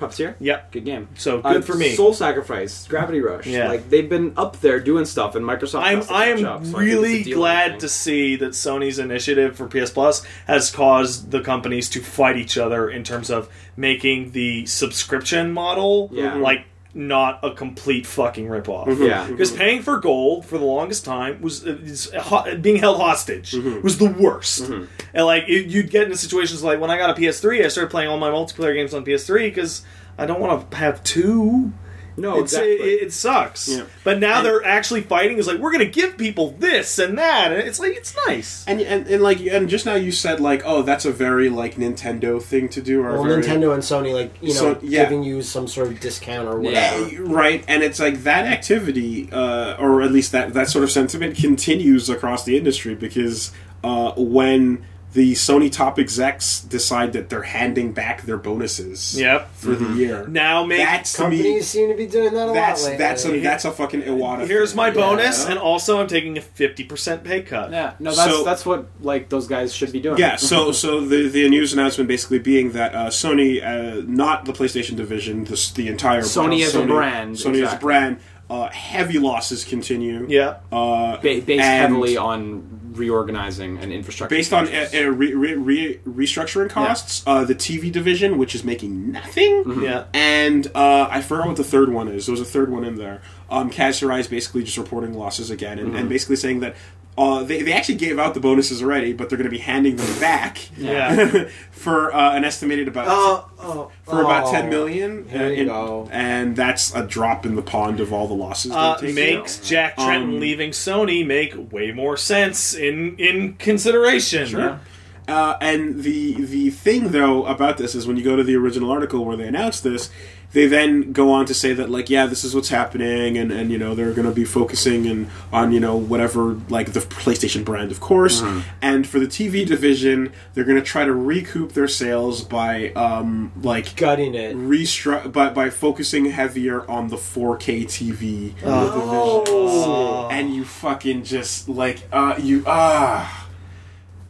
[SPEAKER 3] Puppeteer.
[SPEAKER 5] Yep.
[SPEAKER 3] Good game.
[SPEAKER 5] So good
[SPEAKER 3] Uh,
[SPEAKER 5] for me.
[SPEAKER 3] Soul Sacrifice, Gravity Rush.
[SPEAKER 5] Yeah.
[SPEAKER 3] Like they've been up there doing stuff, and Microsoft.
[SPEAKER 5] I'm
[SPEAKER 3] has to
[SPEAKER 5] I
[SPEAKER 3] catch up, so
[SPEAKER 5] am
[SPEAKER 3] think
[SPEAKER 5] really
[SPEAKER 3] it's a deal
[SPEAKER 5] glad
[SPEAKER 3] thing.
[SPEAKER 5] to see that Sony's initiative for PS Plus has caused the companies to fight each other in terms of making the subscription model
[SPEAKER 3] Yeah. Mm-hmm.
[SPEAKER 5] like not a complete fucking ripoff.
[SPEAKER 3] Yeah.
[SPEAKER 5] Because paying for gold for the longest time was uh, is ho- being held hostage
[SPEAKER 3] Mm-hmm.
[SPEAKER 5] was the worst. And like it, you'd get into situations like when I got a PS3, I started playing all my multiplayer games on PS3 because I don't want to have two.
[SPEAKER 3] No,
[SPEAKER 5] It's,
[SPEAKER 3] exactly.
[SPEAKER 5] it, it sucks.
[SPEAKER 1] Oh, Yeah.
[SPEAKER 5] But now
[SPEAKER 1] And-
[SPEAKER 5] they're actually fighting. Is like we're going to give people this and that, and it's like it's nice.
[SPEAKER 1] And, and and like and just now you said like oh that's a very like Nintendo thing to do or a
[SPEAKER 2] Well,
[SPEAKER 1] very-
[SPEAKER 2] Nintendo and Sony, like you know,
[SPEAKER 1] So, yeah.
[SPEAKER 2] giving you some sort of discount or
[SPEAKER 3] Yeah.
[SPEAKER 2] whatever.
[SPEAKER 1] Eh, right and it's like that activity uh, or at least that that sort of sentiment continues across the industry because uh, when the Sony top execs decide that they're handing back their bonuses
[SPEAKER 5] Yep.
[SPEAKER 1] for
[SPEAKER 3] Mm-hmm.
[SPEAKER 1] the year
[SPEAKER 5] Now make
[SPEAKER 1] that's to
[SPEAKER 2] Companies
[SPEAKER 1] me
[SPEAKER 2] seem to be doing that a
[SPEAKER 1] that's
[SPEAKER 2] lot lately.
[SPEAKER 1] that's a that's a fucking Iwata
[SPEAKER 5] here's
[SPEAKER 1] thing.
[SPEAKER 5] my bonus,
[SPEAKER 1] Yeah.
[SPEAKER 5] and also I'm taking a fifty percent pay cut.
[SPEAKER 3] Yeah, no, that's
[SPEAKER 1] So-
[SPEAKER 3] that's what like those guys should be doing.
[SPEAKER 1] Yeah, so so the the news announcement basically being that uh, Sony, uh, not the PlayStation division, the, s- the entire
[SPEAKER 3] Sony as a
[SPEAKER 1] Sony
[SPEAKER 3] brand,
[SPEAKER 1] as a
[SPEAKER 3] exactly.
[SPEAKER 1] brand, uh, heavy losses continue.
[SPEAKER 5] Yeah.
[SPEAKER 1] uh,
[SPEAKER 3] ba- based
[SPEAKER 1] and
[SPEAKER 3] heavily on reorganizing and infrastructure.
[SPEAKER 1] based on uh,
[SPEAKER 3] changes.
[SPEAKER 1] uh, re, re, re, restructuring costs. Uh, the TV division, which is making nothing,
[SPEAKER 5] Yeah.
[SPEAKER 1] and uh, I forgot what the third one is. There was a third one in there. Um, Kaz Sarai is basically just reporting losses again, and, and basically saying that. Uh, they, they actually gave out the bonuses already, but they're going to be handing them back
[SPEAKER 5] Yeah.
[SPEAKER 1] for uh, an estimated about
[SPEAKER 2] Oh, oh,
[SPEAKER 1] for about
[SPEAKER 2] oh.
[SPEAKER 1] ten million.
[SPEAKER 2] Here
[SPEAKER 1] uh,
[SPEAKER 2] you
[SPEAKER 1] in-
[SPEAKER 2] go.
[SPEAKER 1] and that's a drop in the pond of all the losses.
[SPEAKER 5] Uh,
[SPEAKER 1] they've taken.
[SPEAKER 5] makes Jack Trenton
[SPEAKER 1] Um,
[SPEAKER 5] leaving Sony make way more sense in in consideration.
[SPEAKER 1] Sure. Uh, and the the thing though about this is when you go to the original article where they announced this, they then go on to say that like yeah this is what's happening and and you know they're going to be focusing and on you know whatever like the PlayStation brand of course, and for the TV division they're going to try to recoup their sales by um like
[SPEAKER 2] gutting it.
[SPEAKER 1] restru- by, by focusing heavier on the 4K TV
[SPEAKER 2] Oh.
[SPEAKER 1] and you fucking just like uh you ah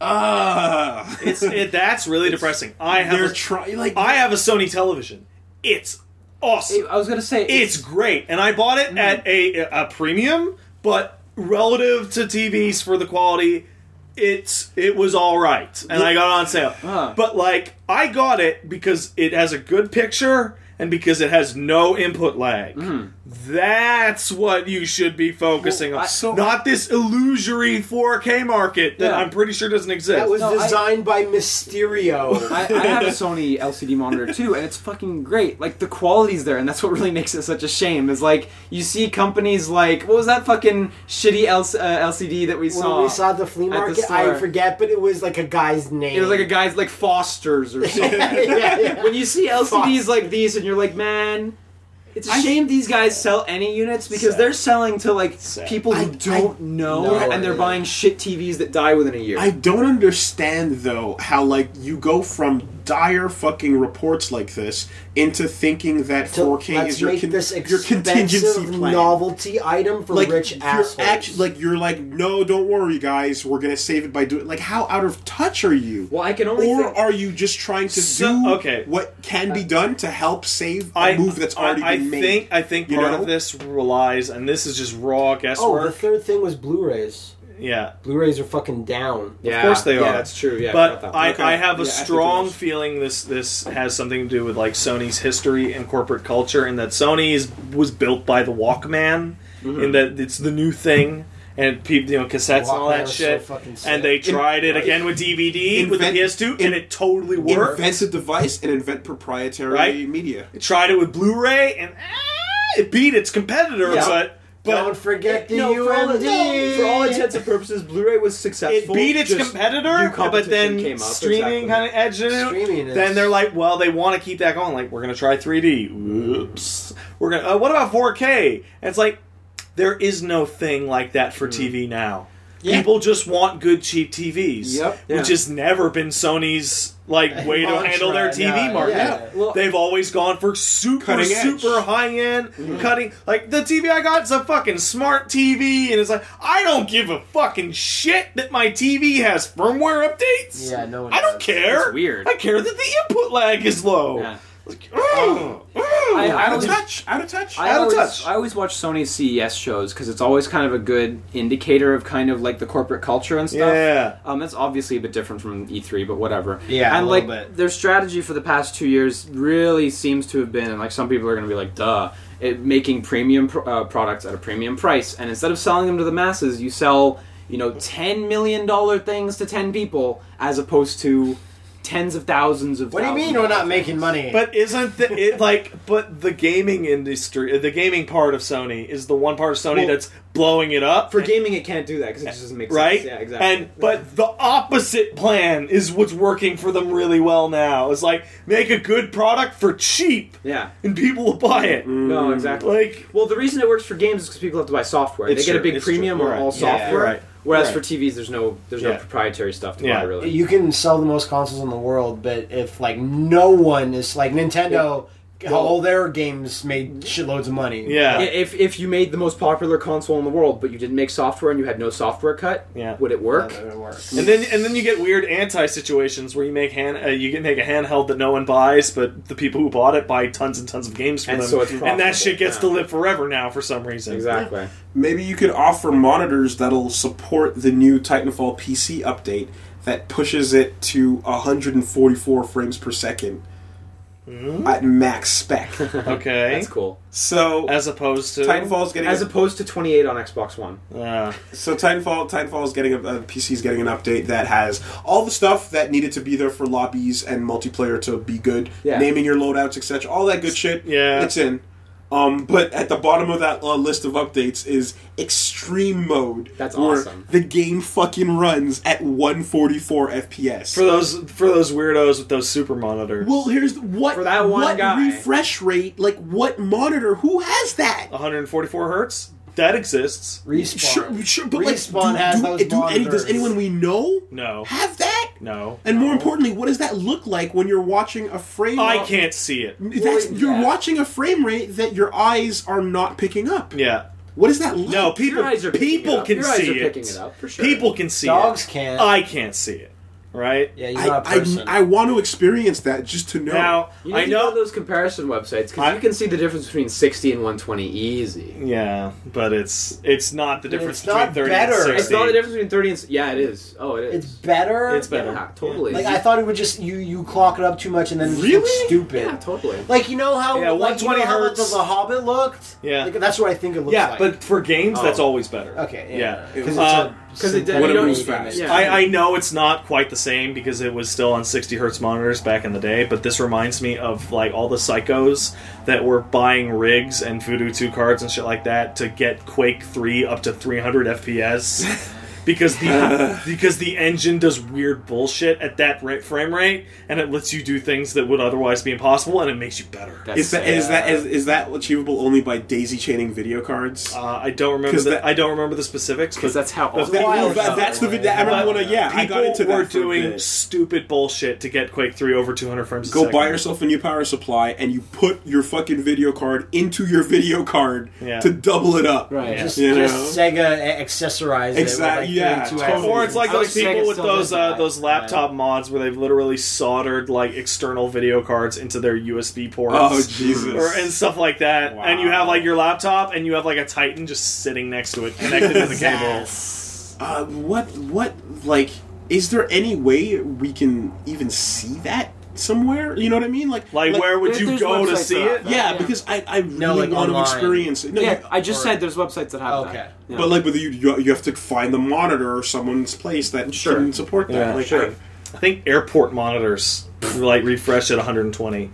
[SPEAKER 1] ah
[SPEAKER 5] It's it, that's really depressing. I have
[SPEAKER 1] they're
[SPEAKER 5] a,
[SPEAKER 1] trying like
[SPEAKER 5] I have a Sony television. It's awesome.
[SPEAKER 3] I was gonna say
[SPEAKER 5] It's great, and I bought it at a a premium
[SPEAKER 4] but relative to TVs for the quality, it's it was all right, and I got it on sale.
[SPEAKER 3] Huh.
[SPEAKER 4] But like, I got it because it has a good picture and because it has no input lag. That's what you should be focusing
[SPEAKER 3] Well,
[SPEAKER 4] on,
[SPEAKER 3] I- so-
[SPEAKER 4] not this illusory 4K market that
[SPEAKER 3] Yeah.
[SPEAKER 4] I'm pretty sure doesn't exist.
[SPEAKER 2] That was
[SPEAKER 3] No, I-
[SPEAKER 2] designed by Mysterio.
[SPEAKER 3] I, I have a Sony LCD monitor too, and it's fucking great. Like the quality's there, and that's what really makes it such a shame. Is like you see companies like what was that fucking shitty L- uh, LCD that we saw?
[SPEAKER 2] when we saw the flea
[SPEAKER 3] at the
[SPEAKER 2] market,
[SPEAKER 3] store.
[SPEAKER 2] I forget, but it was like a guy's name.
[SPEAKER 3] it was like a guy's like Foster's or something.
[SPEAKER 2] yeah, yeah.
[SPEAKER 3] when you see LCDs like these, and you're like, man. It's a
[SPEAKER 1] I-
[SPEAKER 3] shame these guys sell any units because
[SPEAKER 4] Sad.
[SPEAKER 3] they're selling to like
[SPEAKER 1] Sad.
[SPEAKER 3] people who
[SPEAKER 1] I- I-
[SPEAKER 3] don't know,
[SPEAKER 2] No,
[SPEAKER 3] and they're
[SPEAKER 2] yeah.
[SPEAKER 3] buying shit TVs that die within a year.
[SPEAKER 1] I don't understand though how like you go from dire fucking reports like this into thinking that
[SPEAKER 2] So
[SPEAKER 1] 4K
[SPEAKER 2] let's
[SPEAKER 1] is your
[SPEAKER 2] make
[SPEAKER 1] con-
[SPEAKER 2] this
[SPEAKER 1] your contingency
[SPEAKER 2] expensive
[SPEAKER 1] plan.
[SPEAKER 2] novelty item for rich
[SPEAKER 1] you're
[SPEAKER 2] assholes.
[SPEAKER 1] act- like you're like no, don't worry, guys. We're gonna save it by doing. Like how out of touch are you?
[SPEAKER 3] well, I can only
[SPEAKER 1] or
[SPEAKER 3] think-
[SPEAKER 1] are you just trying to
[SPEAKER 4] So-
[SPEAKER 1] do
[SPEAKER 4] okay.
[SPEAKER 1] what can be done to help save a
[SPEAKER 4] I,
[SPEAKER 1] move that's already
[SPEAKER 4] I, I
[SPEAKER 1] been made?
[SPEAKER 4] think I think
[SPEAKER 1] you
[SPEAKER 4] part
[SPEAKER 1] know?
[SPEAKER 4] of this relies, and this is just raw
[SPEAKER 2] oh, the
[SPEAKER 4] guesswork.
[SPEAKER 2] third thing was Blu-rays.
[SPEAKER 4] yeah,
[SPEAKER 2] Blu-rays are fucking down.
[SPEAKER 3] Yeah,
[SPEAKER 4] Of course they
[SPEAKER 3] yeah,
[SPEAKER 4] are.
[SPEAKER 3] That's true. Yeah,
[SPEAKER 4] but
[SPEAKER 3] forgot that.
[SPEAKER 4] I,
[SPEAKER 3] Okay.
[SPEAKER 4] I have a
[SPEAKER 3] Yeah, think it
[SPEAKER 4] strong
[SPEAKER 3] was.
[SPEAKER 4] feeling this this has something to do with like Sony's history and corporate culture, and that Sony is, was built by the Walkman,
[SPEAKER 3] Mm-hmm.
[SPEAKER 4] and that it's the new thing, and people you know cassettes and all
[SPEAKER 2] Walkman
[SPEAKER 4] that
[SPEAKER 2] was so
[SPEAKER 4] shit,
[SPEAKER 2] fucking sick.
[SPEAKER 4] and they tried it
[SPEAKER 1] right.
[SPEAKER 4] again with DVD with the
[SPEAKER 1] Invent-
[SPEAKER 4] PS2,
[SPEAKER 1] in-
[SPEAKER 4] and it totally worked.
[SPEAKER 1] invent a device and invent proprietary
[SPEAKER 4] Right?
[SPEAKER 1] media.
[SPEAKER 4] tried it with Blu-ray, and ah, it beat its competitor,
[SPEAKER 3] Yeah.
[SPEAKER 4] but but
[SPEAKER 2] Don't forget the
[SPEAKER 3] no, for all,
[SPEAKER 2] UMD.
[SPEAKER 3] no, for all intents and purposes, Blu-ray was
[SPEAKER 4] it
[SPEAKER 3] successful.
[SPEAKER 4] beat its
[SPEAKER 3] just new
[SPEAKER 4] competitor, but
[SPEAKER 3] competition
[SPEAKER 4] then
[SPEAKER 3] came up,
[SPEAKER 4] streaming
[SPEAKER 3] exactly.
[SPEAKER 4] kind of edged it.
[SPEAKER 2] Streaming is-
[SPEAKER 4] Then they're like, well, they want to keep that going. Like, we're gonna try 3D. Oops. We're gonna. Uh, what about 4K? And it's like there is no thing like that
[SPEAKER 3] Hmm.
[SPEAKER 4] for TV now.
[SPEAKER 2] Yeah.
[SPEAKER 4] People just want good cheap TVs,
[SPEAKER 3] Yep.
[SPEAKER 4] which
[SPEAKER 3] Yeah.
[SPEAKER 4] has never been Sony's like way to
[SPEAKER 2] Mantra,
[SPEAKER 4] handle their TV
[SPEAKER 2] yeah,
[SPEAKER 4] market.
[SPEAKER 2] yeah.
[SPEAKER 3] Well-
[SPEAKER 4] They've always gone for super,
[SPEAKER 1] Cutting edge.
[SPEAKER 4] super high end
[SPEAKER 3] Mm-hmm.
[SPEAKER 4] cutting. Like the TV I got is a fucking smart TV, and it's like I don't give a fucking shit that my TV has firmware updates.
[SPEAKER 2] Yeah, no one
[SPEAKER 4] I don't
[SPEAKER 2] does.
[SPEAKER 4] care.
[SPEAKER 3] It's weird.
[SPEAKER 4] I care that the input lag is low. Mm,
[SPEAKER 3] Yeah. Oh.
[SPEAKER 4] Like, ugh, ugh.
[SPEAKER 1] Out
[SPEAKER 3] I
[SPEAKER 1] of
[SPEAKER 3] always-
[SPEAKER 1] touch. Out of touch.
[SPEAKER 3] I
[SPEAKER 4] Out of
[SPEAKER 3] always,
[SPEAKER 4] touch.
[SPEAKER 3] I always watch Sony's CES shows because it's always kind of a good indicator of kind of like the corporate culture and stuff.
[SPEAKER 4] Yeah.
[SPEAKER 3] Um, that's obviously a bit different from E3, but whatever.
[SPEAKER 2] Yeah,
[SPEAKER 3] And
[SPEAKER 2] a
[SPEAKER 3] like
[SPEAKER 2] little bit.
[SPEAKER 3] their strategy for the past two years really seems to have been, and like some people are going to be like, duh, it, making premium pr- uh, products at a premium price, and instead of selling them to the masses, you sell you know ten million dollar things to ten people as opposed to tens of thousands of.
[SPEAKER 2] What do you mean we're not making money?
[SPEAKER 4] But isn't the, it like? But the gaming industry, the gaming part of Sony is the one part of Sony
[SPEAKER 3] Well-
[SPEAKER 4] that's blowing it up
[SPEAKER 3] For gaming, it can't do that because it just doesn't make sense.
[SPEAKER 4] right?
[SPEAKER 3] Yeah, exactly.
[SPEAKER 4] And but the opposite plan is what's working for them really well now. It's like make a good product for cheap,
[SPEAKER 3] yeah.
[SPEAKER 4] and people will buy it.
[SPEAKER 3] No, exactly.
[SPEAKER 4] Like
[SPEAKER 3] Well, the reason it works for games is because people have to buy software.
[SPEAKER 4] It's
[SPEAKER 3] they get
[SPEAKER 4] true,
[SPEAKER 3] a big
[SPEAKER 4] it's
[SPEAKER 3] premium
[SPEAKER 4] true.
[SPEAKER 3] on
[SPEAKER 4] You're
[SPEAKER 3] all
[SPEAKER 4] right.
[SPEAKER 2] Yeah,
[SPEAKER 3] software.
[SPEAKER 4] you're right.
[SPEAKER 3] Whereas
[SPEAKER 4] Right.
[SPEAKER 3] for TVs, there's no there's
[SPEAKER 4] Yeah.
[SPEAKER 3] no proprietary stuff to
[SPEAKER 4] Yeah.
[SPEAKER 3] buy really.
[SPEAKER 2] you can sell the most consoles in the world, but if like no one is like Nintendo, all their games made shitloads of money.
[SPEAKER 4] Yeah.
[SPEAKER 3] I- If if you made the most popular console in the world, but you didn't make software and you had no software cut,
[SPEAKER 4] Yeah.
[SPEAKER 3] would it work?
[SPEAKER 2] That would work.
[SPEAKER 4] and then and then you get weird anti situations where you make hand uh, you get make a handheld that no one buys, but the people who bought it buy tons and tons of games for
[SPEAKER 3] And
[SPEAKER 4] them,
[SPEAKER 3] so it's
[SPEAKER 4] and that
[SPEAKER 3] profitable,
[SPEAKER 4] shit gets
[SPEAKER 3] yeah.
[SPEAKER 4] to live forever now for some reason.
[SPEAKER 3] Exactly.
[SPEAKER 1] Maybe you could offer monitors that'll support the new Titanfall PC update that pushes it to 144 frames per second at max spec.
[SPEAKER 4] Okay,
[SPEAKER 3] That's cool.
[SPEAKER 1] so
[SPEAKER 4] as opposed to
[SPEAKER 1] Titanfall's getting
[SPEAKER 3] As
[SPEAKER 1] a-
[SPEAKER 3] opposed to 28 on Xbox One.
[SPEAKER 4] Yeah.
[SPEAKER 1] so Titanfall Titanfall's getting a uh, PC's getting an update that has all the stuff that needed to be there for lobbies and multiplayer to be good,
[SPEAKER 3] Yeah.
[SPEAKER 1] naming your loadouts, etc. All that good shit.
[SPEAKER 4] Yeah.
[SPEAKER 1] it's in. Um, but at the bottom of that uh, list of updates is extreme mode.
[SPEAKER 3] That's
[SPEAKER 1] where
[SPEAKER 3] awesome.
[SPEAKER 1] The game fucking runs at 144 FPS.
[SPEAKER 4] for those for those weirdos with those super monitors.
[SPEAKER 1] well, here's what
[SPEAKER 3] For that one
[SPEAKER 1] what
[SPEAKER 3] guy.
[SPEAKER 1] refresh rate, like what monitor? Who has that?
[SPEAKER 4] 144 hertz that exists.
[SPEAKER 2] Respawn.
[SPEAKER 1] Sure, sure, but like,
[SPEAKER 2] Respawn
[SPEAKER 1] do,
[SPEAKER 2] has
[SPEAKER 1] do-
[SPEAKER 2] those
[SPEAKER 1] do any, does
[SPEAKER 2] monitors.
[SPEAKER 1] anyone we know
[SPEAKER 4] No,
[SPEAKER 1] have that?
[SPEAKER 4] no,
[SPEAKER 1] And more importantly, what does that look like when you're watching a frame?
[SPEAKER 4] I can't see it.
[SPEAKER 1] That's,
[SPEAKER 3] Well,
[SPEAKER 1] you're
[SPEAKER 3] yeah.
[SPEAKER 1] watching a frame rate that your eyes are not picking up.
[SPEAKER 4] Yeah.
[SPEAKER 1] What does that look?
[SPEAKER 4] No, people
[SPEAKER 3] Your eyes are picking
[SPEAKER 4] people
[SPEAKER 3] it up.
[SPEAKER 4] can
[SPEAKER 3] Your eyes
[SPEAKER 4] see
[SPEAKER 3] are
[SPEAKER 4] it.
[SPEAKER 3] picking it up for sure.
[SPEAKER 4] People can see
[SPEAKER 2] Dogs
[SPEAKER 4] it.
[SPEAKER 2] can't.
[SPEAKER 4] I can't see it.
[SPEAKER 5] right?
[SPEAKER 2] Yeah, you're
[SPEAKER 1] I,
[SPEAKER 2] not a person.
[SPEAKER 1] I, I want to experience that just to know.
[SPEAKER 5] Now
[SPEAKER 3] You need
[SPEAKER 5] I
[SPEAKER 3] to go
[SPEAKER 5] know
[SPEAKER 3] to those comparison websites because
[SPEAKER 5] I-
[SPEAKER 3] you can see the difference between 60 and 120 easy.
[SPEAKER 5] Yeah, but it's it's not the
[SPEAKER 2] But
[SPEAKER 5] difference
[SPEAKER 2] it's
[SPEAKER 5] between
[SPEAKER 2] not
[SPEAKER 5] thirty
[SPEAKER 2] better.
[SPEAKER 5] and sixty.
[SPEAKER 2] It's
[SPEAKER 3] It's not the difference between 30 and. s- Yeah, it is. Oh, it is.
[SPEAKER 2] it's better.
[SPEAKER 5] It's better.
[SPEAKER 3] Yeah, totally.
[SPEAKER 2] Like I thought it would just you you clock it up too much and then it just looks
[SPEAKER 1] Really?
[SPEAKER 2] stupid.
[SPEAKER 3] yeah, totally.
[SPEAKER 2] Like you know how
[SPEAKER 5] Yeah,
[SPEAKER 2] like, you
[SPEAKER 5] 120
[SPEAKER 2] know how the,
[SPEAKER 5] hertz.
[SPEAKER 2] the Hobbit looked.
[SPEAKER 5] Yeah.
[SPEAKER 2] Like, that's what I think it looks
[SPEAKER 5] Yeah,
[SPEAKER 2] like.
[SPEAKER 5] but for games, that's
[SPEAKER 3] Oh.
[SPEAKER 5] always better.
[SPEAKER 2] okay,
[SPEAKER 5] Yeah.
[SPEAKER 2] yeah,
[SPEAKER 1] It-
[SPEAKER 5] Uh,
[SPEAKER 3] Because it
[SPEAKER 1] When it
[SPEAKER 3] did. You don't
[SPEAKER 1] moves
[SPEAKER 3] need
[SPEAKER 1] fast.
[SPEAKER 3] Yeah.
[SPEAKER 5] I, I know it's not quite the same because it was still on 60 hertz monitors back in the day, but this reminds me of like all the psychos that were buying rigs and Voodoo 2 cards and shit like that to get Quake 3 up to 300 FPS. Because the because the engine does weird bullshit at that rate, frame rate, and it lets you do things that would otherwise be impossible, and it makes you better.
[SPEAKER 3] That's
[SPEAKER 1] Is that is
[SPEAKER 2] Yeah.
[SPEAKER 1] that is, is that achievable only by daisy chaining video cards?
[SPEAKER 5] Uh, I don't remember
[SPEAKER 1] 'Cause
[SPEAKER 5] the,
[SPEAKER 1] that-
[SPEAKER 5] I don't remember the specifics, but
[SPEAKER 3] because that's how.
[SPEAKER 5] That's
[SPEAKER 1] That-
[SPEAKER 2] wild
[SPEAKER 1] that-
[SPEAKER 2] stuff,
[SPEAKER 1] that's the
[SPEAKER 2] right?
[SPEAKER 1] video. I remember
[SPEAKER 5] But
[SPEAKER 1] when I yeah I
[SPEAKER 5] people
[SPEAKER 1] got into that.
[SPEAKER 5] were
[SPEAKER 1] for a
[SPEAKER 5] doing
[SPEAKER 1] bit.
[SPEAKER 5] stupid bullshit to get Quake 3 over 200 frames a
[SPEAKER 1] Go
[SPEAKER 5] second.
[SPEAKER 1] buy yourself a new power supply, and you put your fucking video card into your video card
[SPEAKER 5] Yeah.
[SPEAKER 1] to double it up.
[SPEAKER 3] Right.
[SPEAKER 2] Just,
[SPEAKER 1] You
[SPEAKER 2] just Sega a- accessorize
[SPEAKER 1] Exact-
[SPEAKER 2] it.
[SPEAKER 1] yeah,
[SPEAKER 2] With, like, 32
[SPEAKER 1] totally.
[SPEAKER 2] hours.
[SPEAKER 5] Or it's like
[SPEAKER 3] I
[SPEAKER 5] those
[SPEAKER 3] was saying
[SPEAKER 5] people
[SPEAKER 3] it
[SPEAKER 5] with
[SPEAKER 3] still
[SPEAKER 5] those
[SPEAKER 3] does
[SPEAKER 5] uh,
[SPEAKER 3] that.
[SPEAKER 5] those laptop mods where they've literally soldered like external video cards into their USB ports
[SPEAKER 1] Oh Jesus!
[SPEAKER 5] or, and stuff like that.
[SPEAKER 1] Wow.
[SPEAKER 5] And you have like your laptop and you have like a Titan just sitting next to it connected to the cable.
[SPEAKER 1] uh, what what like is there any way we can even see that somewhere? You know what I mean? Like
[SPEAKER 5] Like, where would
[SPEAKER 3] there-
[SPEAKER 5] you
[SPEAKER 3] there's
[SPEAKER 5] go to
[SPEAKER 3] websites
[SPEAKER 5] see
[SPEAKER 3] for
[SPEAKER 5] it?
[SPEAKER 3] that.
[SPEAKER 1] Yeah,
[SPEAKER 3] Yeah.
[SPEAKER 1] because I I really
[SPEAKER 2] No, like,
[SPEAKER 1] want
[SPEAKER 2] online.
[SPEAKER 1] to experience it. No,
[SPEAKER 3] Yeah,
[SPEAKER 1] you-
[SPEAKER 3] I just
[SPEAKER 2] or-
[SPEAKER 3] said there's websites that have
[SPEAKER 2] Okay.
[SPEAKER 3] that. Yeah.
[SPEAKER 1] But like, but you you you have to find the monitor or someone's place that
[SPEAKER 3] Sure.
[SPEAKER 1] can support that.
[SPEAKER 5] Yeah,
[SPEAKER 1] like,
[SPEAKER 5] sure.
[SPEAKER 1] I-
[SPEAKER 5] I think airport monitors like refresh at 120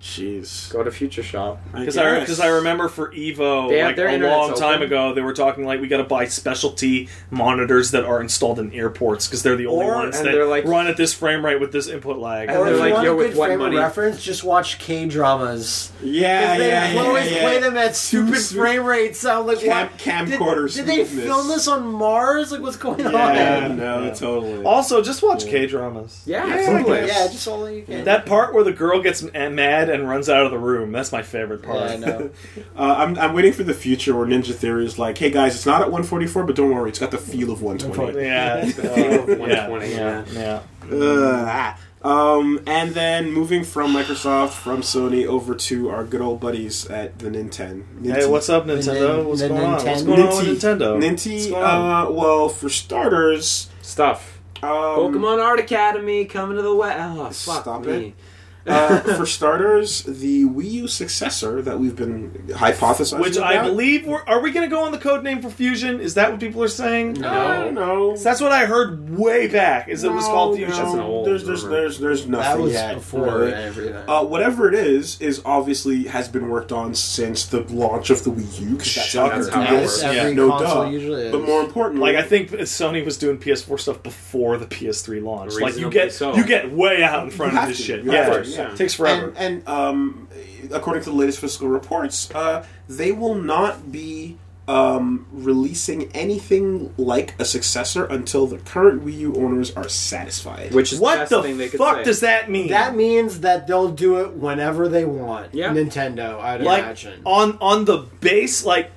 [SPEAKER 1] Jeez.
[SPEAKER 3] go to Future Shop.
[SPEAKER 5] because I because I
[SPEAKER 1] guess.
[SPEAKER 5] remember for Evo
[SPEAKER 3] They have
[SPEAKER 5] like
[SPEAKER 3] their
[SPEAKER 5] a
[SPEAKER 3] internets
[SPEAKER 5] long time
[SPEAKER 3] open.
[SPEAKER 5] ago they were talking like we got to buy specialty monitors that are installed in airports because they're the only
[SPEAKER 2] Or-
[SPEAKER 5] ones
[SPEAKER 3] and
[SPEAKER 5] that
[SPEAKER 3] they're, like-
[SPEAKER 5] run at this frame rate with this input lag.
[SPEAKER 3] And
[SPEAKER 2] Or
[SPEAKER 3] they're
[SPEAKER 2] if
[SPEAKER 3] like,
[SPEAKER 2] you want
[SPEAKER 3] yo,
[SPEAKER 2] a
[SPEAKER 3] with
[SPEAKER 2] good
[SPEAKER 3] what
[SPEAKER 2] frame of
[SPEAKER 3] money?
[SPEAKER 2] reference, just watch K dramas.
[SPEAKER 1] Yeah,
[SPEAKER 2] they
[SPEAKER 1] yeah, yeah,
[SPEAKER 2] always
[SPEAKER 1] yeah.
[SPEAKER 2] play them at stupid
[SPEAKER 1] sm-
[SPEAKER 2] frame rates. Sound like
[SPEAKER 1] Cam-
[SPEAKER 2] what?
[SPEAKER 1] camcorder
[SPEAKER 2] Did, did they
[SPEAKER 1] smoothness.
[SPEAKER 2] film this on Mars? Like, what's going
[SPEAKER 1] Yeah,
[SPEAKER 2] on?
[SPEAKER 1] no,
[SPEAKER 5] Yeah.
[SPEAKER 1] totally.
[SPEAKER 5] Also, just watch K dramas.
[SPEAKER 3] Yeah,
[SPEAKER 1] Yeah,
[SPEAKER 3] absolutely.
[SPEAKER 1] I guess.
[SPEAKER 2] Yeah, just all you can.
[SPEAKER 5] That part where the girl gets m- mad and runs out of the room, that's my favorite
[SPEAKER 2] yeah,
[SPEAKER 5] part.
[SPEAKER 2] I know.
[SPEAKER 1] Uh, I'm, I'm waiting for the future where Ninja Theory is like, hey guys, it's not at 144, but don't worry, it's got the feel of 120.
[SPEAKER 5] Yeah.
[SPEAKER 3] The feel of
[SPEAKER 5] Yeah,
[SPEAKER 3] 120,
[SPEAKER 5] yeah,
[SPEAKER 3] man.
[SPEAKER 5] yeah.
[SPEAKER 1] Ugh, ah. um, and then moving from Microsoft, from Sony, over to our good old buddies at the Nintendo.
[SPEAKER 5] Hey, what's up, Nintendo?
[SPEAKER 2] Nin-
[SPEAKER 5] What's
[SPEAKER 2] the
[SPEAKER 5] going on? What's
[SPEAKER 2] Ninten-
[SPEAKER 5] going on with Nintendo? What's
[SPEAKER 1] Ninty,
[SPEAKER 5] going on?
[SPEAKER 1] uh, well, for starters,
[SPEAKER 3] Stuff.
[SPEAKER 1] um,
[SPEAKER 3] Pokemon Art Academy coming to the West. Oh, fuck
[SPEAKER 1] Stop
[SPEAKER 3] me.
[SPEAKER 1] uh, for starters, the Wii U successor that we've been hypothesizing
[SPEAKER 5] Which I
[SPEAKER 1] about-
[SPEAKER 5] believe we're, are we going to go on the code name for fusion? Is that what people are saying?
[SPEAKER 1] I don't know.
[SPEAKER 5] So that's what I heard way back. Is it was called
[SPEAKER 1] No,
[SPEAKER 5] fusion?
[SPEAKER 1] no,
[SPEAKER 3] That's an old
[SPEAKER 1] there's, there's,
[SPEAKER 3] rumor.
[SPEAKER 1] there's, there's nothing
[SPEAKER 2] That was
[SPEAKER 1] yet.
[SPEAKER 2] before
[SPEAKER 1] really.
[SPEAKER 2] everything.
[SPEAKER 1] Uh, whatever it is, is obviously has been worked on since the launch of the Wii U. 'cause that's
[SPEAKER 5] Sure,
[SPEAKER 1] how
[SPEAKER 3] that's
[SPEAKER 1] they
[SPEAKER 3] how
[SPEAKER 1] do
[SPEAKER 3] it
[SPEAKER 1] this.
[SPEAKER 3] works.
[SPEAKER 2] Every
[SPEAKER 1] no
[SPEAKER 2] console
[SPEAKER 1] duh.
[SPEAKER 2] usually is.
[SPEAKER 1] But more importantly,
[SPEAKER 5] Like I think Sony was doing PS4 stuff before the PS3 launch. Like you
[SPEAKER 3] Reasonably
[SPEAKER 5] get
[SPEAKER 3] so.
[SPEAKER 5] you get way out in front
[SPEAKER 1] You
[SPEAKER 5] of
[SPEAKER 1] have
[SPEAKER 5] this
[SPEAKER 1] to.
[SPEAKER 5] shit.
[SPEAKER 1] You
[SPEAKER 5] Yeah,
[SPEAKER 1] have
[SPEAKER 5] it
[SPEAKER 1] to, yeah.
[SPEAKER 5] takes forever.
[SPEAKER 1] and, and um, according to the latest fiscal reports, uh, they will not be um, releasing anything like a successor until the current Wii U owners are satisfied.
[SPEAKER 3] Which is
[SPEAKER 5] what
[SPEAKER 3] the best
[SPEAKER 5] the
[SPEAKER 3] thing they could
[SPEAKER 5] fuck
[SPEAKER 3] say.
[SPEAKER 5] does that mean?
[SPEAKER 2] That means that they'll do it whenever they want.
[SPEAKER 3] Yeah. oh,
[SPEAKER 2] Nintendo, I'd
[SPEAKER 5] like
[SPEAKER 2] imagine.
[SPEAKER 5] on on the base, like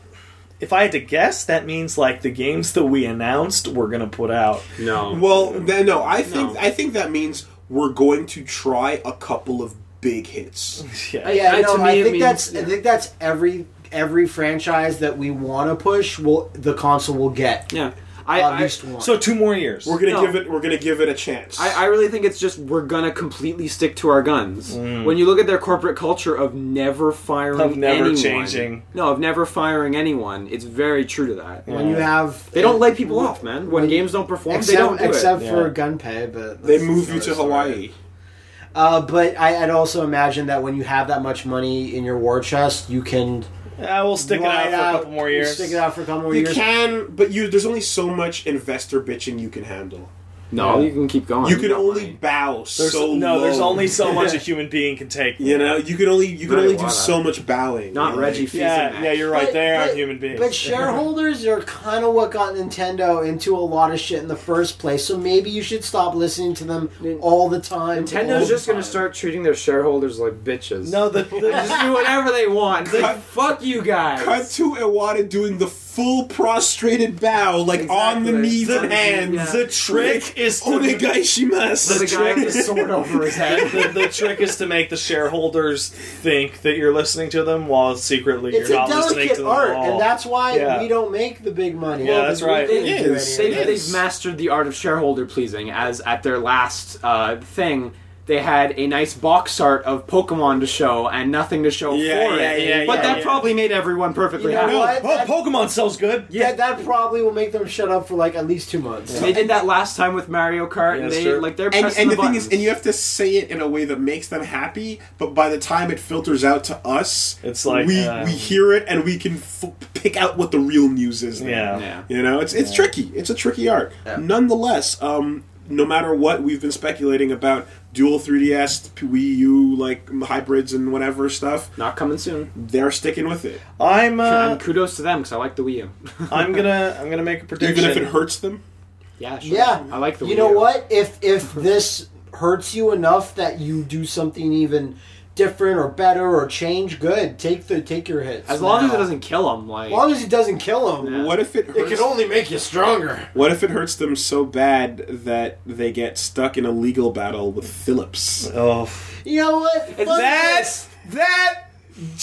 [SPEAKER 5] if I had to guess, that means like the games that we announced we're gonna put out.
[SPEAKER 3] No.
[SPEAKER 1] Well, then, no, I think
[SPEAKER 3] No.
[SPEAKER 1] I think that means we're going to try a couple of big hits.
[SPEAKER 5] Yeah.
[SPEAKER 2] yeah,
[SPEAKER 3] I-
[SPEAKER 2] no,
[SPEAKER 3] to me
[SPEAKER 2] I
[SPEAKER 3] it
[SPEAKER 2] think
[SPEAKER 3] means-
[SPEAKER 2] that's I
[SPEAKER 3] yeah.
[SPEAKER 2] think that's every every franchise that we want to push will the console will get
[SPEAKER 3] yeah. I,
[SPEAKER 2] at
[SPEAKER 3] I,
[SPEAKER 2] least one.
[SPEAKER 5] So two more years.
[SPEAKER 1] We're gonna
[SPEAKER 3] No.
[SPEAKER 1] give it. We're gonna give it a chance.
[SPEAKER 3] I, I really think it's just we're gonna completely stick to our guns. When you look at their corporate culture of never firing,
[SPEAKER 5] Mm. Of never
[SPEAKER 3] anyone-
[SPEAKER 5] changing.
[SPEAKER 3] no, of never firing anyone, it's very true to that.
[SPEAKER 2] when you have
[SPEAKER 3] They don't lay people off, man. When
[SPEAKER 2] When-
[SPEAKER 3] games don't perform,
[SPEAKER 2] except,
[SPEAKER 3] they don't do
[SPEAKER 2] except
[SPEAKER 3] it.
[SPEAKER 2] for
[SPEAKER 5] Yeah.
[SPEAKER 2] gunpei, but
[SPEAKER 1] they
[SPEAKER 2] that's
[SPEAKER 1] move you
[SPEAKER 2] another
[SPEAKER 1] to
[SPEAKER 2] story.
[SPEAKER 1] Hawaii.
[SPEAKER 2] Uh, but I, I'd also imagine that when you have that much money in your war chest, you can
[SPEAKER 5] Ah, we'll stick it
[SPEAKER 2] ride
[SPEAKER 5] out for a couple more
[SPEAKER 2] you
[SPEAKER 5] years.
[SPEAKER 2] Stick it out for a couple more
[SPEAKER 1] You
[SPEAKER 2] years.
[SPEAKER 1] can, but you there's only so much investor bitching you can handle.
[SPEAKER 3] No,
[SPEAKER 5] Yeah.
[SPEAKER 3] you can keep going.
[SPEAKER 1] You can
[SPEAKER 3] got
[SPEAKER 1] only
[SPEAKER 3] money.
[SPEAKER 1] bow
[SPEAKER 5] There's,
[SPEAKER 1] so
[SPEAKER 5] no, there's
[SPEAKER 1] low.
[SPEAKER 5] only so much a human being can take.
[SPEAKER 1] You know, you can only you can
[SPEAKER 3] Right,
[SPEAKER 1] only do
[SPEAKER 3] why not?
[SPEAKER 1] so much bowing.
[SPEAKER 3] not
[SPEAKER 1] Like,
[SPEAKER 3] Reggie. Fils-Aimé.
[SPEAKER 5] Yeah, yeah, you're right.
[SPEAKER 2] But-
[SPEAKER 5] They are
[SPEAKER 2] but-
[SPEAKER 5] human beings.
[SPEAKER 2] But shareholders are kind of what got Nintendo into a lot of shit in the first place. So maybe you should stop listening to them all the time. all
[SPEAKER 3] Nintendo's just
[SPEAKER 2] the
[SPEAKER 3] gonna
[SPEAKER 2] time.
[SPEAKER 3] start treating their shareholders like bitches.
[SPEAKER 5] no, the, the
[SPEAKER 3] They just do whatever they want. It's like,
[SPEAKER 1] Cut-
[SPEAKER 3] fuck you guys.
[SPEAKER 1] Cut to Iwata doing the full prostrated bow, like on the
[SPEAKER 3] Exactly.
[SPEAKER 1] knees
[SPEAKER 3] The-
[SPEAKER 1] and hands.
[SPEAKER 3] yeah.
[SPEAKER 4] The trick is
[SPEAKER 1] Oh
[SPEAKER 4] to
[SPEAKER 1] Onegaishimasu.
[SPEAKER 3] the guy with the sword over his head.
[SPEAKER 4] the, the trick is to make the shareholders think that you're listening to them while secretly
[SPEAKER 2] It's
[SPEAKER 4] you're
[SPEAKER 2] a
[SPEAKER 4] not listening to
[SPEAKER 2] delicate
[SPEAKER 4] them
[SPEAKER 2] art,
[SPEAKER 4] at all.
[SPEAKER 2] and that's why
[SPEAKER 4] Yeah.
[SPEAKER 2] we don't make the big money.
[SPEAKER 4] Yeah, that's right.
[SPEAKER 2] We didn't
[SPEAKER 1] It
[SPEAKER 2] do
[SPEAKER 1] is.
[SPEAKER 2] any
[SPEAKER 3] they,
[SPEAKER 2] of that.
[SPEAKER 3] they've mastered the art of shareholder pleasing as at their last uh, thing they had a nice box art of pokemon to show and nothing to show
[SPEAKER 1] Yeah,
[SPEAKER 3] for
[SPEAKER 1] yeah,
[SPEAKER 3] it
[SPEAKER 1] yeah,
[SPEAKER 3] but
[SPEAKER 1] yeah,
[SPEAKER 3] that
[SPEAKER 1] yeah.
[SPEAKER 3] probably made everyone perfectly
[SPEAKER 2] You know
[SPEAKER 3] happy
[SPEAKER 1] no,
[SPEAKER 2] what?
[SPEAKER 4] oh, Pokemon sells good.
[SPEAKER 2] That, that probably will make them shut up for like at least two months.
[SPEAKER 3] they did that last time with mario kart
[SPEAKER 4] Yeah,
[SPEAKER 3] and
[SPEAKER 4] that's
[SPEAKER 3] they
[SPEAKER 4] true.
[SPEAKER 3] like they're
[SPEAKER 1] and,
[SPEAKER 3] pressing
[SPEAKER 1] and
[SPEAKER 3] the,
[SPEAKER 1] the, thing is,
[SPEAKER 3] buttons.
[SPEAKER 1] and you have to say it in a way that makes them happy. But by the time it filters out to us,
[SPEAKER 4] It's like,
[SPEAKER 1] we
[SPEAKER 4] uh,
[SPEAKER 1] we hear it and we can f- pick out what the real news is. then.
[SPEAKER 4] Yeah.
[SPEAKER 3] yeah
[SPEAKER 1] You know, it's it's tricky. It's a tricky art. Nonetheless, um, no matter what, we've been speculating about dual 3DS, Wii U, like hybrids and whatever stuff.
[SPEAKER 3] not coming soon
[SPEAKER 1] They're sticking with it,
[SPEAKER 4] I'm uh,
[SPEAKER 3] and kudos to them because i like the wii u
[SPEAKER 4] I'm gonna I'm gonna make a prediction.
[SPEAKER 1] even if it hurts them.
[SPEAKER 3] yeah sure.
[SPEAKER 2] Yeah,
[SPEAKER 3] i like the
[SPEAKER 2] You
[SPEAKER 3] wii
[SPEAKER 2] know
[SPEAKER 3] U.
[SPEAKER 2] what? If if this hurts you enough that you do something even different or better or change, good. Take the take your hits.
[SPEAKER 3] as long as
[SPEAKER 2] now.
[SPEAKER 3] it doesn't kill them like
[SPEAKER 2] as long as it doesn't kill him,
[SPEAKER 3] Yeah.
[SPEAKER 1] What if it hurts?
[SPEAKER 2] only make you stronger.
[SPEAKER 1] what if it hurts them so bad that they get stuck in a legal battle with Phillips?
[SPEAKER 4] Oh,
[SPEAKER 2] You know what? Fuck
[SPEAKER 4] that's that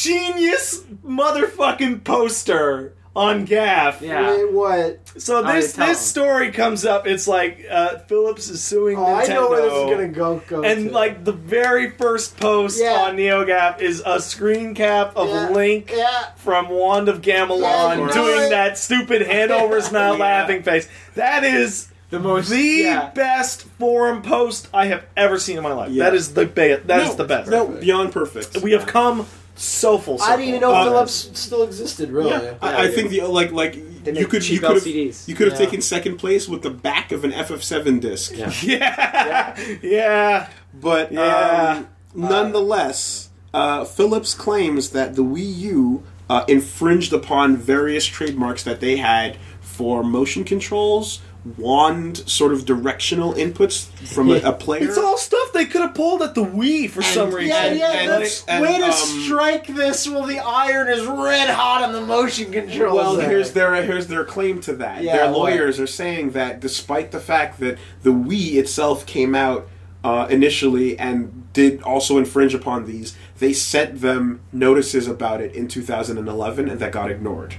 [SPEAKER 4] genius motherfucking poster on Gaff.
[SPEAKER 2] it.
[SPEAKER 3] yeah
[SPEAKER 2] Wait, what?
[SPEAKER 4] So
[SPEAKER 3] Oh,
[SPEAKER 4] this
[SPEAKER 3] yeah, tell
[SPEAKER 4] this
[SPEAKER 3] him.
[SPEAKER 4] story comes up. It's like uh, Phillips is suing
[SPEAKER 2] Oh,
[SPEAKER 4] Nintendo.
[SPEAKER 2] I know where this is gonna go. go
[SPEAKER 4] And
[SPEAKER 2] to.
[SPEAKER 4] like the very first post
[SPEAKER 2] Yeah.
[SPEAKER 4] on NeoGAF is a screen cap of
[SPEAKER 2] Yeah.
[SPEAKER 4] Link
[SPEAKER 2] yeah,
[SPEAKER 4] from Wand of
[SPEAKER 2] Yeah,
[SPEAKER 4] Gamelon
[SPEAKER 2] you know
[SPEAKER 4] doing
[SPEAKER 2] it.
[SPEAKER 4] that stupid handover's not
[SPEAKER 3] Yeah.
[SPEAKER 4] laughing face. That is
[SPEAKER 3] the most
[SPEAKER 4] the
[SPEAKER 3] yeah.
[SPEAKER 4] best forum post I have ever seen in my life.
[SPEAKER 1] Yeah.
[SPEAKER 4] That is the best. That is the best.
[SPEAKER 1] No, beyond perfect.
[SPEAKER 4] We have come so full circle.
[SPEAKER 2] I didn't even know
[SPEAKER 1] Uh,
[SPEAKER 2] Phillips still existed. Really,
[SPEAKER 1] Yeah, I, I think the like like you
[SPEAKER 3] make
[SPEAKER 1] could you
[SPEAKER 3] cheap
[SPEAKER 1] could have
[SPEAKER 3] LCDs.
[SPEAKER 1] you could have
[SPEAKER 2] Yeah.
[SPEAKER 1] taken second place with the back of an FF7 disc,
[SPEAKER 3] Yeah.
[SPEAKER 4] Yeah. Yeah. Uh,
[SPEAKER 1] but
[SPEAKER 4] Yeah.
[SPEAKER 1] um, nonetheless, uh, Philips claims that the Wii U uh, infringed upon various trademarks that they had for motion controls, wand sort of directional inputs from a, a player.
[SPEAKER 4] It's all stuff they could have pulled at the Wii for some reason.
[SPEAKER 2] Yeah, yeah,
[SPEAKER 1] And-
[SPEAKER 2] that's
[SPEAKER 1] and,
[SPEAKER 2] way to
[SPEAKER 1] um,
[SPEAKER 2] strike this while the iron is red hot on the motion controls.
[SPEAKER 1] Well,
[SPEAKER 2] there.
[SPEAKER 1] here's their here's their claim to that.
[SPEAKER 2] Yeah,
[SPEAKER 1] their
[SPEAKER 2] what?
[SPEAKER 1] lawyers are saying that despite the fact that the Wii itself came out uh, initially and did also infringe upon these, they sent them notices about it in 2011, and that got ignored.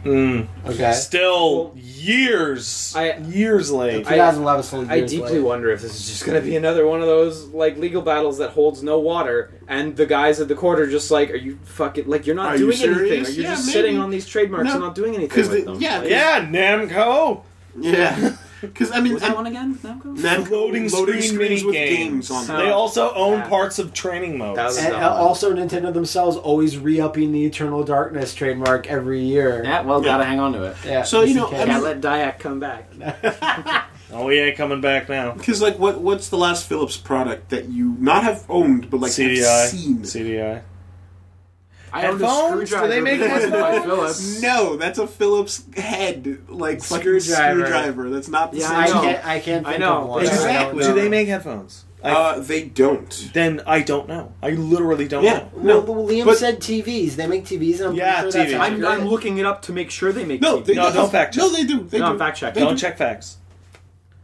[SPEAKER 2] okay.
[SPEAKER 4] Still years,
[SPEAKER 3] I-
[SPEAKER 4] years late.
[SPEAKER 2] 2011 still
[SPEAKER 3] I
[SPEAKER 2] years
[SPEAKER 3] deeply
[SPEAKER 2] later.
[SPEAKER 3] wonder if this is just going to be another one of those like legal battles that holds no water, and the guys at the court are just like, "Are you fucking like you're
[SPEAKER 1] Are
[SPEAKER 3] not
[SPEAKER 1] you
[SPEAKER 3] doing anything?
[SPEAKER 1] serious?
[SPEAKER 3] Are you
[SPEAKER 1] Yeah,
[SPEAKER 3] just
[SPEAKER 1] maybe.
[SPEAKER 3] sitting on these trademarks
[SPEAKER 1] No,
[SPEAKER 3] and not doing anything
[SPEAKER 1] 'cause
[SPEAKER 3] with
[SPEAKER 1] the-
[SPEAKER 3] them?"
[SPEAKER 1] yeah,
[SPEAKER 3] Like,
[SPEAKER 4] yeah, Namco.
[SPEAKER 1] Yeah, because I mean,
[SPEAKER 3] Was that one again? Namco?
[SPEAKER 1] then
[SPEAKER 4] Loading screen mini
[SPEAKER 1] with
[SPEAKER 4] games.
[SPEAKER 1] games on
[SPEAKER 3] So-
[SPEAKER 1] them.
[SPEAKER 4] They also own
[SPEAKER 3] Yeah.
[SPEAKER 4] parts of training modes.
[SPEAKER 3] That was-
[SPEAKER 2] And uh, also, Nintendo themselves always re-upping the Eternal Darkness trademark every year.
[SPEAKER 3] Yeah, well,
[SPEAKER 1] Yeah.
[SPEAKER 3] gotta hang on to it.
[SPEAKER 2] Yeah,
[SPEAKER 1] So, you know,
[SPEAKER 2] just
[SPEAKER 1] I
[SPEAKER 2] in case.
[SPEAKER 1] mean-
[SPEAKER 3] Can't let Dyak come back.
[SPEAKER 4] oh, we ain't coming back now.
[SPEAKER 1] Because like, what what's the last Philips product that you not have owned but like
[SPEAKER 4] CDI.
[SPEAKER 1] have seen?
[SPEAKER 4] CDI.
[SPEAKER 3] I owned a
[SPEAKER 4] Headphones? Do
[SPEAKER 3] screwdriver.
[SPEAKER 4] they make
[SPEAKER 3] made by
[SPEAKER 4] headphones?
[SPEAKER 3] Phillips.
[SPEAKER 1] No, that's a Phillips head, like fucking
[SPEAKER 2] Screwdriver.
[SPEAKER 1] screwdriver. That's not the
[SPEAKER 3] Yeah,
[SPEAKER 1] same.
[SPEAKER 2] I
[SPEAKER 3] know.
[SPEAKER 2] can't. I can't.
[SPEAKER 3] I
[SPEAKER 2] Think
[SPEAKER 3] know,
[SPEAKER 2] Of one.
[SPEAKER 1] but-
[SPEAKER 2] I don't
[SPEAKER 1] Exactly.
[SPEAKER 2] know.
[SPEAKER 4] Do they make headphones? I,
[SPEAKER 1] Uh, they don't.
[SPEAKER 4] then I don't know. I literally don't
[SPEAKER 1] Yeah.
[SPEAKER 4] know.
[SPEAKER 2] Well,
[SPEAKER 1] No,
[SPEAKER 2] Liam
[SPEAKER 1] but-
[SPEAKER 2] said TVs. They make TVs, and I'm
[SPEAKER 4] Yeah,
[SPEAKER 2] pretty sure that's
[SPEAKER 4] TVs.
[SPEAKER 3] I'm,
[SPEAKER 2] accurate.
[SPEAKER 3] I'm looking it up to make sure they make.
[SPEAKER 1] No,
[SPEAKER 3] TV.
[SPEAKER 1] they
[SPEAKER 4] No, don't fact check.
[SPEAKER 1] No, they do. They
[SPEAKER 3] No,
[SPEAKER 1] do.
[SPEAKER 3] fact check.
[SPEAKER 1] They
[SPEAKER 4] Don't
[SPEAKER 1] do.
[SPEAKER 4] check facts.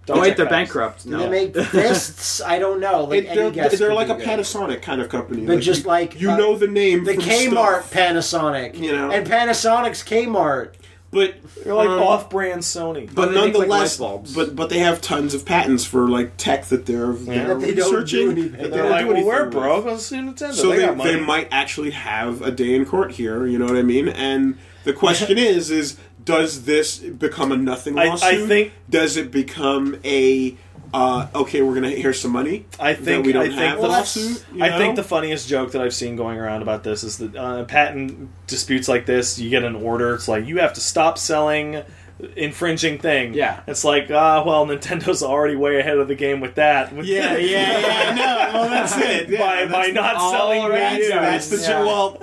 [SPEAKER 3] oh wait,
[SPEAKER 4] check
[SPEAKER 3] they're
[SPEAKER 4] facts.
[SPEAKER 3] bankrupt.
[SPEAKER 2] Do they
[SPEAKER 3] No,
[SPEAKER 2] make fists? I don't know. Like
[SPEAKER 1] It-
[SPEAKER 2] any
[SPEAKER 1] they're
[SPEAKER 2] guess
[SPEAKER 1] they're
[SPEAKER 2] could
[SPEAKER 1] like
[SPEAKER 2] be
[SPEAKER 1] a
[SPEAKER 2] good.
[SPEAKER 1] Panasonic kind of company,
[SPEAKER 2] But just
[SPEAKER 1] you-
[SPEAKER 2] like,
[SPEAKER 1] you
[SPEAKER 2] uh,
[SPEAKER 1] know the name,
[SPEAKER 2] The
[SPEAKER 1] from
[SPEAKER 2] Kmart
[SPEAKER 1] stuff.
[SPEAKER 2] Panasonic,
[SPEAKER 1] You know.
[SPEAKER 2] and Panasonic's Kmart.
[SPEAKER 1] but
[SPEAKER 4] They're like
[SPEAKER 3] Uh,
[SPEAKER 1] um,
[SPEAKER 4] off-brand Sony.
[SPEAKER 1] But
[SPEAKER 3] They make, like,
[SPEAKER 1] nonetheless,
[SPEAKER 3] light bulbs.
[SPEAKER 1] but but they have tons of patents for like tech that they're, they're
[SPEAKER 2] That they don't do
[SPEAKER 1] researching.
[SPEAKER 2] anything.
[SPEAKER 1] that they
[SPEAKER 4] they're
[SPEAKER 1] don't
[SPEAKER 4] like,
[SPEAKER 1] do
[SPEAKER 4] well,
[SPEAKER 1] anything
[SPEAKER 4] we're
[SPEAKER 1] with.
[SPEAKER 4] broke. Let's see Nintendo.
[SPEAKER 1] So
[SPEAKER 4] they,
[SPEAKER 1] they,
[SPEAKER 4] got money.
[SPEAKER 1] they might actually have a day in court here. You know what I mean? And the question is: is does this become a nothing
[SPEAKER 4] I- I
[SPEAKER 1] lawsuit?
[SPEAKER 4] think-
[SPEAKER 1] does it become a uh, okay? We're gonna here's some money.
[SPEAKER 4] I
[SPEAKER 1] that
[SPEAKER 4] think
[SPEAKER 1] we don't
[SPEAKER 4] I think
[SPEAKER 1] have
[SPEAKER 4] the
[SPEAKER 1] the lawsuit. you
[SPEAKER 4] I
[SPEAKER 1] know?
[SPEAKER 4] think the funniest joke that I've seen going around about this is that uh, patent disputes like this, you get an order. It's like you have to stop selling infringing thing.
[SPEAKER 3] Yeah.
[SPEAKER 4] it's like ah, well, Nintendo's already way ahead of the game with that. With
[SPEAKER 1] yeah, yeah, yeah. No, well, that's it. Yeah,
[SPEAKER 4] by
[SPEAKER 1] that's
[SPEAKER 4] by
[SPEAKER 1] the-
[SPEAKER 4] not selling
[SPEAKER 3] already
[SPEAKER 4] Wii U.
[SPEAKER 1] That's the
[SPEAKER 2] Yeah.
[SPEAKER 1] jo- well.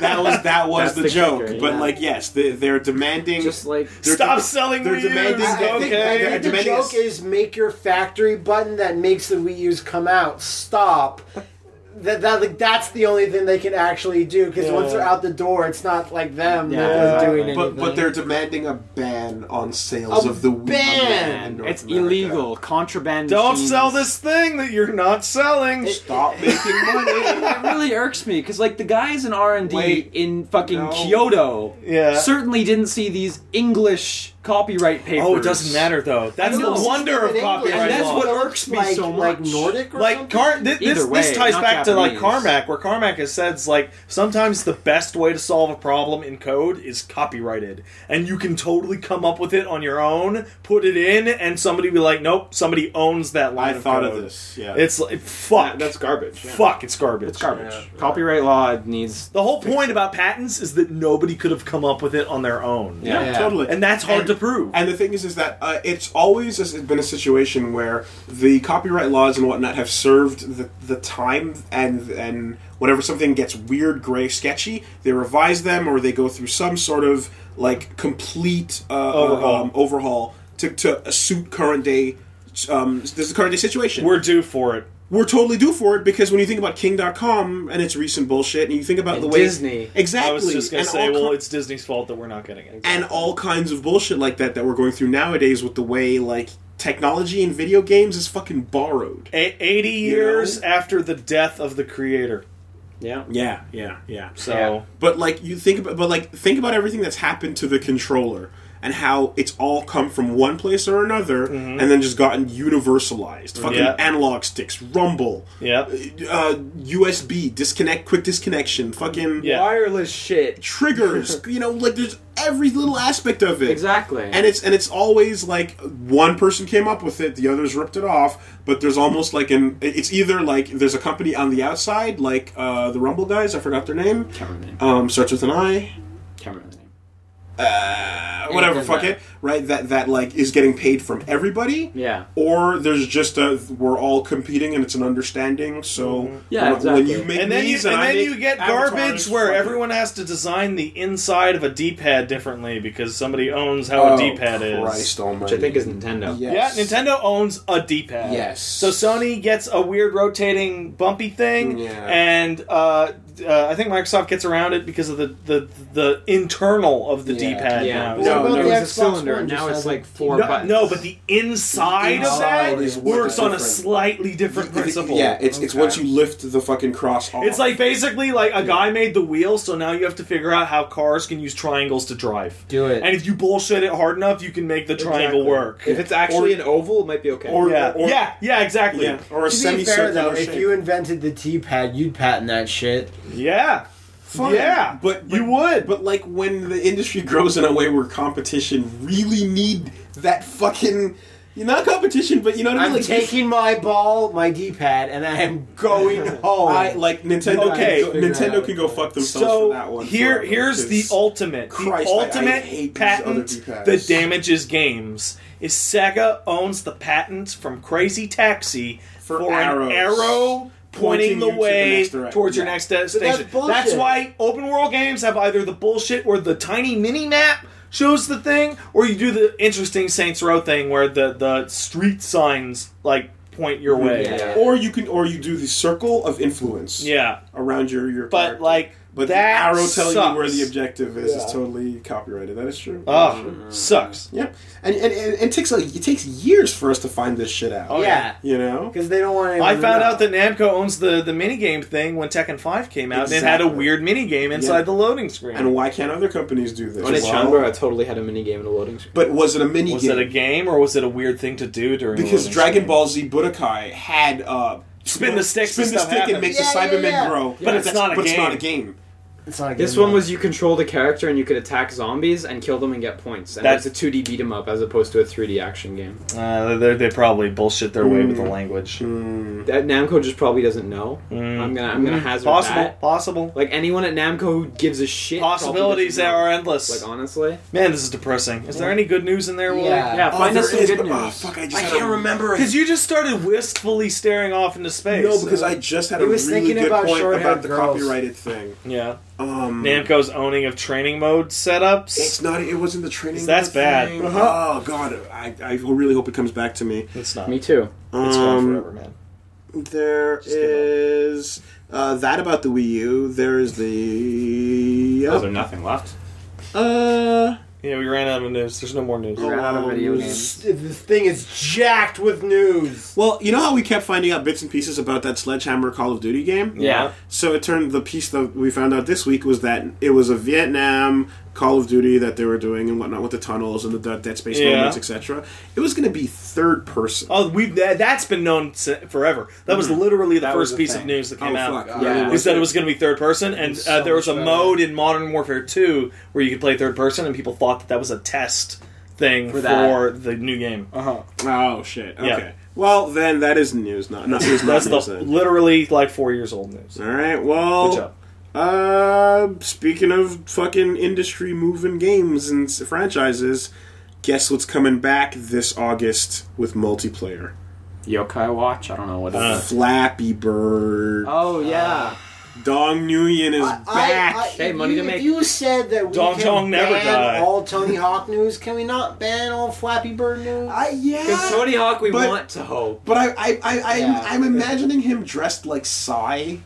[SPEAKER 1] That was that was
[SPEAKER 3] That's
[SPEAKER 1] the,
[SPEAKER 3] the
[SPEAKER 1] joke.
[SPEAKER 3] kicker,
[SPEAKER 1] but
[SPEAKER 3] yeah.
[SPEAKER 1] like, yes, they, they're demanding.
[SPEAKER 3] just like
[SPEAKER 1] they're
[SPEAKER 4] stop
[SPEAKER 1] de-
[SPEAKER 4] selling
[SPEAKER 1] they're
[SPEAKER 4] Wii U's,
[SPEAKER 1] demanding-
[SPEAKER 2] I, I think, I
[SPEAKER 4] okay.
[SPEAKER 2] think the
[SPEAKER 1] Dominion is-
[SPEAKER 2] joke is make your factory button that makes the Wii U's come out. Stop. that, that like, that's the only thing they can actually do because
[SPEAKER 5] Yeah.
[SPEAKER 2] once they're out the door, it's not like them
[SPEAKER 3] Yeah,
[SPEAKER 2] that are
[SPEAKER 5] exactly.
[SPEAKER 2] doing
[SPEAKER 1] But
[SPEAKER 2] anything.
[SPEAKER 1] but they're demanding a ban on sales
[SPEAKER 2] A
[SPEAKER 1] of the weed.
[SPEAKER 2] ban!
[SPEAKER 1] in North
[SPEAKER 3] It's
[SPEAKER 1] America.
[SPEAKER 3] illegal. Contraband.
[SPEAKER 4] Don't
[SPEAKER 3] machines.
[SPEAKER 4] sell this thing that you're not selling.
[SPEAKER 1] Stop making money.
[SPEAKER 3] It really irks me because like the guys in R and D
[SPEAKER 1] Wait.
[SPEAKER 3] in fucking
[SPEAKER 1] No.
[SPEAKER 3] Kyoto
[SPEAKER 4] Yeah.
[SPEAKER 3] certainly didn't see these English copyright papers.
[SPEAKER 4] Oh, it doesn't matter though. That's
[SPEAKER 3] I know.
[SPEAKER 4] the wonder
[SPEAKER 2] In
[SPEAKER 4] of
[SPEAKER 2] English,
[SPEAKER 4] copyright
[SPEAKER 3] that's
[SPEAKER 4] law.
[SPEAKER 3] what
[SPEAKER 2] looks
[SPEAKER 3] irks me
[SPEAKER 2] like,
[SPEAKER 3] so
[SPEAKER 2] Like
[SPEAKER 3] much.
[SPEAKER 2] Nordic, or
[SPEAKER 4] like
[SPEAKER 2] something?
[SPEAKER 4] Car- thi- this,
[SPEAKER 3] Either way,
[SPEAKER 4] this ties
[SPEAKER 3] not
[SPEAKER 4] back to like
[SPEAKER 3] Japanese.
[SPEAKER 4] Carmack, where Carmack has said like sometimes the best way to solve a problem in code is copyrighted, and you can totally come up with it on your own, put it in, and somebody be like, nope, somebody owns that line.
[SPEAKER 1] I thought of
[SPEAKER 4] code."
[SPEAKER 1] this. Yeah,
[SPEAKER 4] It's like fuck.
[SPEAKER 1] that's garbage. yeah.
[SPEAKER 4] fuck. It's garbage.
[SPEAKER 1] It's garbage.
[SPEAKER 3] Copyright law needs.
[SPEAKER 4] The whole point about patents is that nobody could have come up with it on their own.
[SPEAKER 1] Yeah,
[SPEAKER 3] Yeah.
[SPEAKER 1] totally.
[SPEAKER 4] And that's hard to prove.
[SPEAKER 1] And the thing is, is that uh, it's always has been a situation where the copyright laws and whatnot have served the, the time, and and whenever something gets weird, gray, sketchy, they revise them or they go through some sort of like complete uh,
[SPEAKER 4] Overhaul.
[SPEAKER 1] um, overhaul to, to suit current day. Um, this is the current day situation.
[SPEAKER 4] We're due for it.
[SPEAKER 1] we're totally due for it because when you think about King.com and its recent bullshit, and you think about
[SPEAKER 3] And
[SPEAKER 1] the way
[SPEAKER 3] Disney.
[SPEAKER 1] exactly,
[SPEAKER 4] I was just gonna
[SPEAKER 1] and
[SPEAKER 4] say,
[SPEAKER 1] all
[SPEAKER 4] well,
[SPEAKER 1] com-
[SPEAKER 4] it's Disney's fault that we're not getting it.
[SPEAKER 1] and all kinds of bullshit like that that we're going through nowadays with the way like technology and video games is fucking borrowed.
[SPEAKER 4] A- Eighty years after the death of the creator,
[SPEAKER 3] Yeah.
[SPEAKER 1] Yeah, yeah, yeah.
[SPEAKER 4] so.
[SPEAKER 3] Yeah.
[SPEAKER 1] But like you think about, but like think about everything that's happened to the controller and how it's all come from one place or another, and then just gotten universalized. Fucking
[SPEAKER 4] Yeah.
[SPEAKER 1] analog sticks, rumble,
[SPEAKER 4] Yeah.
[SPEAKER 1] uh, USB disconnect, quick disconnection, fucking
[SPEAKER 4] Yeah.
[SPEAKER 3] Wireless shit.
[SPEAKER 1] triggers. you know, like there's every little aspect of it.
[SPEAKER 3] Exactly.
[SPEAKER 1] and it's and it's always like one person came up with it the others ripped it off but there's almost like an it's either like there's a company on the outside like uh, the rumble guys i forgot their name
[SPEAKER 3] Cameron name.
[SPEAKER 1] um, starts with an i
[SPEAKER 3] Cameron name.
[SPEAKER 1] uh, whatever
[SPEAKER 3] does
[SPEAKER 1] fuck
[SPEAKER 3] that.
[SPEAKER 1] it right that that like is getting paid from everybody
[SPEAKER 3] Yeah.
[SPEAKER 1] or there's just a we're all competing and it's an understanding so
[SPEAKER 3] Yeah,
[SPEAKER 1] when,
[SPEAKER 3] exactly.
[SPEAKER 1] when you make
[SPEAKER 4] Mm-hmm. and then you,
[SPEAKER 1] these
[SPEAKER 4] and
[SPEAKER 1] I
[SPEAKER 4] then
[SPEAKER 1] make
[SPEAKER 4] you get
[SPEAKER 1] avatars,
[SPEAKER 4] garbage where
[SPEAKER 1] fuck it.
[SPEAKER 4] everyone has to design the inside of a D-pad differently because somebody owns how
[SPEAKER 1] oh,
[SPEAKER 4] a D-pad is.
[SPEAKER 1] Christ almighty
[SPEAKER 3] Which I think is Nintendo.
[SPEAKER 1] Yes.
[SPEAKER 4] Yeah, Nintendo owns a D-pad.
[SPEAKER 1] Yes.
[SPEAKER 4] So Sony gets a weird rotating bumpy thing,
[SPEAKER 1] Yeah.
[SPEAKER 4] and uh, uh, I think Microsoft gets around it because of the the, the internal of the
[SPEAKER 5] Yeah.
[SPEAKER 4] D-pad
[SPEAKER 3] Yeah.
[SPEAKER 4] now.
[SPEAKER 3] Well,
[SPEAKER 1] No,
[SPEAKER 3] it
[SPEAKER 1] no,
[SPEAKER 3] was a
[SPEAKER 5] Xbox
[SPEAKER 3] cylinder.
[SPEAKER 5] One just
[SPEAKER 3] now it's
[SPEAKER 5] has
[SPEAKER 3] like
[SPEAKER 5] a-
[SPEAKER 3] four
[SPEAKER 4] No,
[SPEAKER 3] buttons.
[SPEAKER 4] no, but the inside,
[SPEAKER 1] Inside
[SPEAKER 4] of
[SPEAKER 1] is
[SPEAKER 4] that
[SPEAKER 1] what
[SPEAKER 4] works on a
[SPEAKER 1] different.
[SPEAKER 4] slightly different principle.
[SPEAKER 1] Yeah, it's it's
[SPEAKER 3] Okay.
[SPEAKER 1] once you lift the fucking cross off.
[SPEAKER 4] It's like basically like a guy made the wheel, so now you have to figure out how cars can use triangles to drive.
[SPEAKER 5] Do it.
[SPEAKER 4] And if you bullshit it hard enough, you can make the triangle
[SPEAKER 5] Exactly.
[SPEAKER 4] work.
[SPEAKER 3] if it's actually an oval, it might be okay.
[SPEAKER 1] or
[SPEAKER 4] yeah.
[SPEAKER 1] or,
[SPEAKER 4] yeah, yeah, exactly.
[SPEAKER 1] yeah, or a
[SPEAKER 5] To be fair,
[SPEAKER 1] semicircular
[SPEAKER 5] though,
[SPEAKER 1] shape.
[SPEAKER 5] if you invented the T pad, you'd patent that shit.
[SPEAKER 4] Yeah.
[SPEAKER 1] Fine,
[SPEAKER 4] Yeah,
[SPEAKER 1] but, but
[SPEAKER 4] you would.
[SPEAKER 1] But like when the industry grows in a way where competition really need that fucking, you not competition, but you know what I mean.
[SPEAKER 5] I'm
[SPEAKER 1] like,
[SPEAKER 5] taking my ball, my D pad, and I am going home.
[SPEAKER 1] I like Nintendo.
[SPEAKER 4] Okay.
[SPEAKER 1] can go, Nintendo can go fuck themselves
[SPEAKER 4] So
[SPEAKER 1] for that one.
[SPEAKER 4] here,
[SPEAKER 1] forever,
[SPEAKER 4] here's the
[SPEAKER 1] 'cause-
[SPEAKER 4] ultimate,
[SPEAKER 1] Christ,
[SPEAKER 4] the
[SPEAKER 1] I- I
[SPEAKER 4] ultimate
[SPEAKER 1] hate these other
[SPEAKER 4] patent
[SPEAKER 1] D-pads.
[SPEAKER 4] that damages games is Sega owns the patent from Crazy Taxi
[SPEAKER 1] For
[SPEAKER 4] for,
[SPEAKER 1] arrows.
[SPEAKER 4] an arrow
[SPEAKER 1] Pointing
[SPEAKER 4] pointing,
[SPEAKER 1] you to
[SPEAKER 4] the
[SPEAKER 1] the
[SPEAKER 4] way
[SPEAKER 1] next direct-
[SPEAKER 4] towards your
[SPEAKER 1] yeah.
[SPEAKER 4] next destination.
[SPEAKER 5] bullshit.
[SPEAKER 4] why open world games have either the bullshit or the tiny mini map shows the thing, or you do the interesting Saints Row thing where the the street signs like point your way.
[SPEAKER 5] Yeah.
[SPEAKER 1] Or you can, or you do the circle of influence
[SPEAKER 4] Yeah.
[SPEAKER 1] around your your.
[SPEAKER 4] But
[SPEAKER 1] character.
[SPEAKER 4] like
[SPEAKER 1] but
[SPEAKER 4] that
[SPEAKER 1] the arrow telling you where
[SPEAKER 4] sucks.
[SPEAKER 1] the objective is is
[SPEAKER 5] Yeah.
[SPEAKER 1] totally copyrighted. That is true. That is
[SPEAKER 4] Ugh,
[SPEAKER 1] true.
[SPEAKER 4] ah, sucks.
[SPEAKER 1] Yep, and and, and it takes like it takes years for us to find this shit out.
[SPEAKER 4] Oh,
[SPEAKER 5] yeah,
[SPEAKER 1] you know.
[SPEAKER 5] because they don't want. anyone
[SPEAKER 4] I
[SPEAKER 5] to
[SPEAKER 4] found
[SPEAKER 5] know.
[SPEAKER 4] out that Namco owns the the minigame thing when Tekken 5 came out, and it had a
[SPEAKER 1] Exactly.
[SPEAKER 4] weird minigame inside
[SPEAKER 1] Yeah.
[SPEAKER 4] the loading screen.
[SPEAKER 1] And why can't other companies do this?
[SPEAKER 3] When it's
[SPEAKER 1] Well,
[SPEAKER 3] Chamba, I totally had a minigame in a loading screen.
[SPEAKER 1] but was it a mini
[SPEAKER 4] was
[SPEAKER 1] game?
[SPEAKER 4] it a game or was it a weird thing to do during? the
[SPEAKER 1] because
[SPEAKER 4] loading
[SPEAKER 1] Dragon
[SPEAKER 4] screen?
[SPEAKER 1] Ball Z Budokai had uh,
[SPEAKER 4] Spin the sticks
[SPEAKER 1] spin
[SPEAKER 4] and
[SPEAKER 1] the
[SPEAKER 4] stuff
[SPEAKER 1] stick and
[SPEAKER 4] happens.
[SPEAKER 1] make
[SPEAKER 5] Yeah,
[SPEAKER 1] the
[SPEAKER 5] yeah,
[SPEAKER 1] Cybermen
[SPEAKER 5] yeah.
[SPEAKER 1] grow.
[SPEAKER 4] But it's
[SPEAKER 1] that's-
[SPEAKER 4] not a
[SPEAKER 1] but it's
[SPEAKER 4] game.
[SPEAKER 1] not a game.
[SPEAKER 5] It's not a
[SPEAKER 3] This
[SPEAKER 5] good
[SPEAKER 3] one was you control the character and you could attack zombies and kill them and get points. And
[SPEAKER 4] That's-
[SPEAKER 3] it's a 2D beat 'em up as opposed to a 3D action game.
[SPEAKER 4] Uh, they they probably bullshit their way with
[SPEAKER 1] Mm.
[SPEAKER 4] the language. Mm.
[SPEAKER 3] That Namco just probably doesn't know. I'm gonna I'm gonna hazard
[SPEAKER 4] Possible,
[SPEAKER 3] that.
[SPEAKER 4] possible
[SPEAKER 3] Like anyone at Namco who gives a shit. probably
[SPEAKER 4] possibilities
[SPEAKER 3] doesn't know.
[SPEAKER 4] are endless.
[SPEAKER 3] Like honestly,
[SPEAKER 4] Man, this is depressing. Is there any good news in there? Willie?
[SPEAKER 5] Yeah.
[SPEAKER 3] yeah. Find
[SPEAKER 1] oh,
[SPEAKER 3] us
[SPEAKER 1] there
[SPEAKER 3] some
[SPEAKER 1] is,
[SPEAKER 3] good
[SPEAKER 1] but-
[SPEAKER 3] news.
[SPEAKER 1] Oh, fuck, I, just
[SPEAKER 5] I
[SPEAKER 1] had
[SPEAKER 5] can't
[SPEAKER 1] a-
[SPEAKER 5] remember it.
[SPEAKER 4] Because you just started wistfully staring off into space.
[SPEAKER 1] No, because I just had
[SPEAKER 5] He
[SPEAKER 1] a
[SPEAKER 5] was
[SPEAKER 1] really
[SPEAKER 5] thinking
[SPEAKER 1] good
[SPEAKER 5] about
[SPEAKER 1] point
[SPEAKER 5] short-haired
[SPEAKER 1] about the
[SPEAKER 5] girls.
[SPEAKER 1] copyrighted thing.
[SPEAKER 4] yeah,
[SPEAKER 1] Um,
[SPEAKER 4] Namco's owning of training mode setups.
[SPEAKER 1] it's not. It wasn't the training.
[SPEAKER 4] That's bad. Uh-huh.
[SPEAKER 1] thing. Oh god, I, I really hope it comes back to me.
[SPEAKER 4] It's not.
[SPEAKER 3] Me too.
[SPEAKER 4] It's gone
[SPEAKER 1] Um,
[SPEAKER 4] forever, man.
[SPEAKER 1] There is uh, that about the Wii U. There is the
[SPEAKER 6] Those are nothing left.
[SPEAKER 1] uh,
[SPEAKER 4] Yeah, we ran out of news. There's no more news.
[SPEAKER 3] Ran out of video
[SPEAKER 1] Um,
[SPEAKER 3] games.
[SPEAKER 2] This thing is jacked with news.
[SPEAKER 1] well, you know how we kept finding out bits and pieces about that Sledgehammer Call of Duty game.
[SPEAKER 3] Yeah.
[SPEAKER 1] So it turned the piece that we found out this week was that it was a Vietnam Call of Duty that they were doing and whatnot with the tunnels and the, the Dead Space
[SPEAKER 4] Yeah.
[SPEAKER 1] moments, etc. It was going to be third person.
[SPEAKER 4] Oh, we that, that's been known si- forever. That was literally the
[SPEAKER 6] Mm-hmm. That was
[SPEAKER 4] first
[SPEAKER 6] the
[SPEAKER 4] piece
[SPEAKER 6] thing.
[SPEAKER 4] of news that came
[SPEAKER 1] Oh, fuck.
[SPEAKER 4] out.
[SPEAKER 3] Yeah.
[SPEAKER 1] Really
[SPEAKER 4] They
[SPEAKER 1] was
[SPEAKER 4] said it
[SPEAKER 1] it.
[SPEAKER 4] was going to be third person, and
[SPEAKER 2] It's
[SPEAKER 4] uh,
[SPEAKER 2] so
[SPEAKER 4] there was a
[SPEAKER 2] much better.
[SPEAKER 4] mode in Modern Warfare 2 where you could play third person, and people thought that that was a test thing for,
[SPEAKER 3] that.
[SPEAKER 4] the new game.
[SPEAKER 3] Uh-huh.
[SPEAKER 1] Oh shit. Okay.
[SPEAKER 4] Yeah.
[SPEAKER 1] Well, then that is news. Not not is not
[SPEAKER 4] That's
[SPEAKER 1] news.
[SPEAKER 4] the,
[SPEAKER 1] then.
[SPEAKER 4] literally like four years old news.
[SPEAKER 1] All right.
[SPEAKER 4] Good
[SPEAKER 1] Well,
[SPEAKER 4] job.
[SPEAKER 1] uh, speaking of fucking industry moving games and s- franchises, guess what's coming back this August with multiplayer?
[SPEAKER 3] Yokai Watch. I don't know what it
[SPEAKER 4] Uh.
[SPEAKER 3] is.
[SPEAKER 1] Flappy Bird.
[SPEAKER 3] Oh
[SPEAKER 1] Uh.
[SPEAKER 3] yeah.
[SPEAKER 1] Dong Nguyen is back.
[SPEAKER 6] Hey, money
[SPEAKER 5] you,
[SPEAKER 6] to make.
[SPEAKER 5] If you said that we
[SPEAKER 4] Dong
[SPEAKER 5] can
[SPEAKER 4] Dong never
[SPEAKER 5] ban
[SPEAKER 4] die.
[SPEAKER 5] all Tony Hawk news, can we not ban all Flappy Bird news?
[SPEAKER 1] I,
[SPEAKER 3] Because
[SPEAKER 1] yeah.
[SPEAKER 3] Tony Hawk, we
[SPEAKER 1] But-
[SPEAKER 3] want to hope.
[SPEAKER 1] But I, I, I, I
[SPEAKER 5] Yeah.
[SPEAKER 1] I'm imagining him dressed like Psy.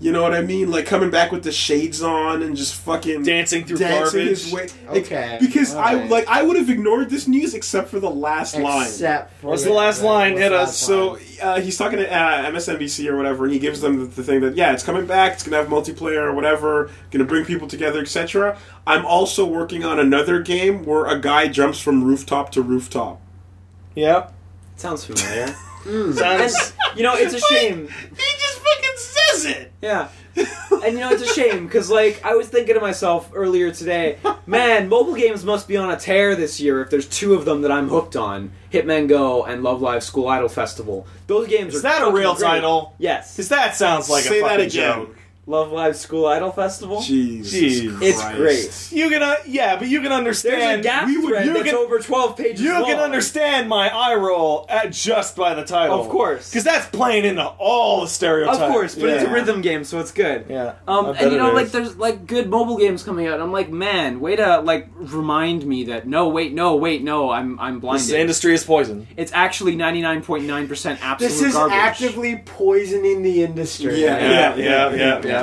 [SPEAKER 1] You know what I mean? Like coming back with the shades on and just fucking
[SPEAKER 4] Dancing through
[SPEAKER 1] dancing
[SPEAKER 4] garbage.
[SPEAKER 1] his way.
[SPEAKER 5] Okay,
[SPEAKER 1] Because I
[SPEAKER 5] alright.
[SPEAKER 1] like I would have ignored this news except for the last line.
[SPEAKER 5] Except for
[SPEAKER 4] What's the last line?
[SPEAKER 5] what's
[SPEAKER 4] Hit
[SPEAKER 5] the
[SPEAKER 4] us.
[SPEAKER 5] last line?
[SPEAKER 1] So uh, he's talking to uh, MSNBC or whatever, and he gives them the, the thing that yeah, it's coming back. It's gonna have multiplayer or whatever. Gonna bring people together, etc. I'm also working on another game where a guy jumps from rooftop to rooftop.
[SPEAKER 4] Yeah.
[SPEAKER 3] Sounds familiar.
[SPEAKER 1] Hmm.
[SPEAKER 3] and,
[SPEAKER 4] Sounds,
[SPEAKER 3] you know, it's a shame.
[SPEAKER 1] He just fucking says it.
[SPEAKER 3] Yeah. And you know, it's a shame because, like, I was thinking to myself earlier today, man, mobile games must be on a tear this year if there's two of them that I'm hooked on Hitman Go and Love Live School Idol Festival. Those games
[SPEAKER 4] is
[SPEAKER 3] are.
[SPEAKER 4] that a
[SPEAKER 3] fucking
[SPEAKER 4] real
[SPEAKER 3] great.
[SPEAKER 4] title?
[SPEAKER 3] Yes.
[SPEAKER 4] Because that sounds like
[SPEAKER 1] Say
[SPEAKER 4] a
[SPEAKER 1] that
[SPEAKER 4] fucking
[SPEAKER 1] again.
[SPEAKER 4] joke.
[SPEAKER 3] Love Live School Idol Festival?
[SPEAKER 1] Jesus,
[SPEAKER 4] Jeez.
[SPEAKER 3] It's
[SPEAKER 1] Christ.
[SPEAKER 3] great.
[SPEAKER 4] You can, uh, yeah, but you can
[SPEAKER 3] There's
[SPEAKER 4] understand.
[SPEAKER 3] a gap
[SPEAKER 4] we would-
[SPEAKER 3] thread
[SPEAKER 4] you
[SPEAKER 3] that's
[SPEAKER 4] can-
[SPEAKER 3] over 12 pages
[SPEAKER 4] You
[SPEAKER 3] long.
[SPEAKER 4] can understand my eye roll at just by the title.
[SPEAKER 3] Of course.
[SPEAKER 4] Because that's playing into all the
[SPEAKER 3] Of
[SPEAKER 4] stereotypes.
[SPEAKER 3] course, but it's a
[SPEAKER 1] Yeah.
[SPEAKER 3] rhythm game, so it's good.
[SPEAKER 4] Yeah. I
[SPEAKER 3] Um,
[SPEAKER 4] bet
[SPEAKER 3] and you
[SPEAKER 4] it
[SPEAKER 3] know, like
[SPEAKER 4] is.
[SPEAKER 3] there's like good mobile games coming out. and I'm like, man, way to like remind me that no, wait, no, wait, no, I'm I'm
[SPEAKER 4] This
[SPEAKER 3] blinded.
[SPEAKER 4] industry is poison.
[SPEAKER 3] It's actually 99.9% absolute
[SPEAKER 2] This is
[SPEAKER 3] garbage.
[SPEAKER 2] actively poisoning the industry.
[SPEAKER 1] Yeah.
[SPEAKER 4] Yeah, yeah, yeah, yeah.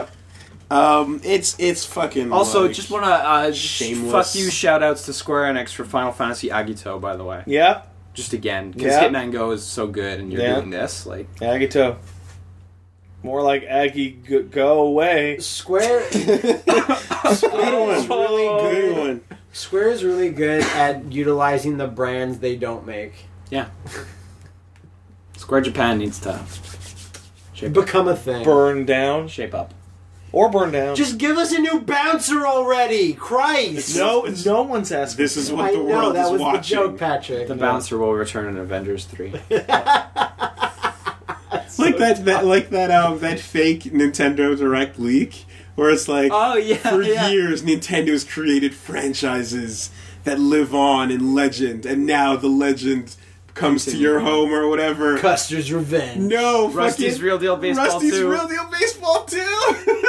[SPEAKER 1] Um, it's it's fucking.
[SPEAKER 3] also,
[SPEAKER 1] like-
[SPEAKER 3] just want to uh,
[SPEAKER 1] shameless.
[SPEAKER 3] shameless. fuck you shout outs to Square Enix for Final Fantasy Agito, by the way.
[SPEAKER 4] Yeah,
[SPEAKER 3] Just again, because
[SPEAKER 4] Yeah.
[SPEAKER 3] Hitman Go is so good and you're
[SPEAKER 4] Yeah.
[SPEAKER 3] doing this. Like,
[SPEAKER 4] Agito. More like Aggie, go, go away.
[SPEAKER 5] Square
[SPEAKER 1] Good one.
[SPEAKER 4] Oh.
[SPEAKER 1] Good one.
[SPEAKER 5] Square is really good at utilizing the brands they don't make.
[SPEAKER 3] Square Japan needs to
[SPEAKER 5] Become a thing.
[SPEAKER 4] Burn down
[SPEAKER 3] shape up.
[SPEAKER 4] or burn down.
[SPEAKER 5] Just give us a new bouncer already, Christ!
[SPEAKER 4] no, no one's asking.
[SPEAKER 1] This is
[SPEAKER 5] I
[SPEAKER 1] what the
[SPEAKER 5] know
[SPEAKER 1] world
[SPEAKER 5] that
[SPEAKER 1] is
[SPEAKER 5] was the
[SPEAKER 1] watching.
[SPEAKER 5] joke, Patrick.
[SPEAKER 3] The bouncer will return in Avengers 3.
[SPEAKER 1] like that, that, like that, um, that fake Nintendo Direct leak, where it's like,
[SPEAKER 3] oh, yeah.
[SPEAKER 1] for
[SPEAKER 3] yeah.
[SPEAKER 1] years Nintendo's created franchises that live on in legend, and now the legend comes to your home or whatever.
[SPEAKER 5] Custer's Revenge.
[SPEAKER 1] No,
[SPEAKER 3] Rusty's
[SPEAKER 1] fucking-
[SPEAKER 3] Real Deal Baseball
[SPEAKER 1] Rusty's
[SPEAKER 3] 2.
[SPEAKER 1] Real Deal Baseball too,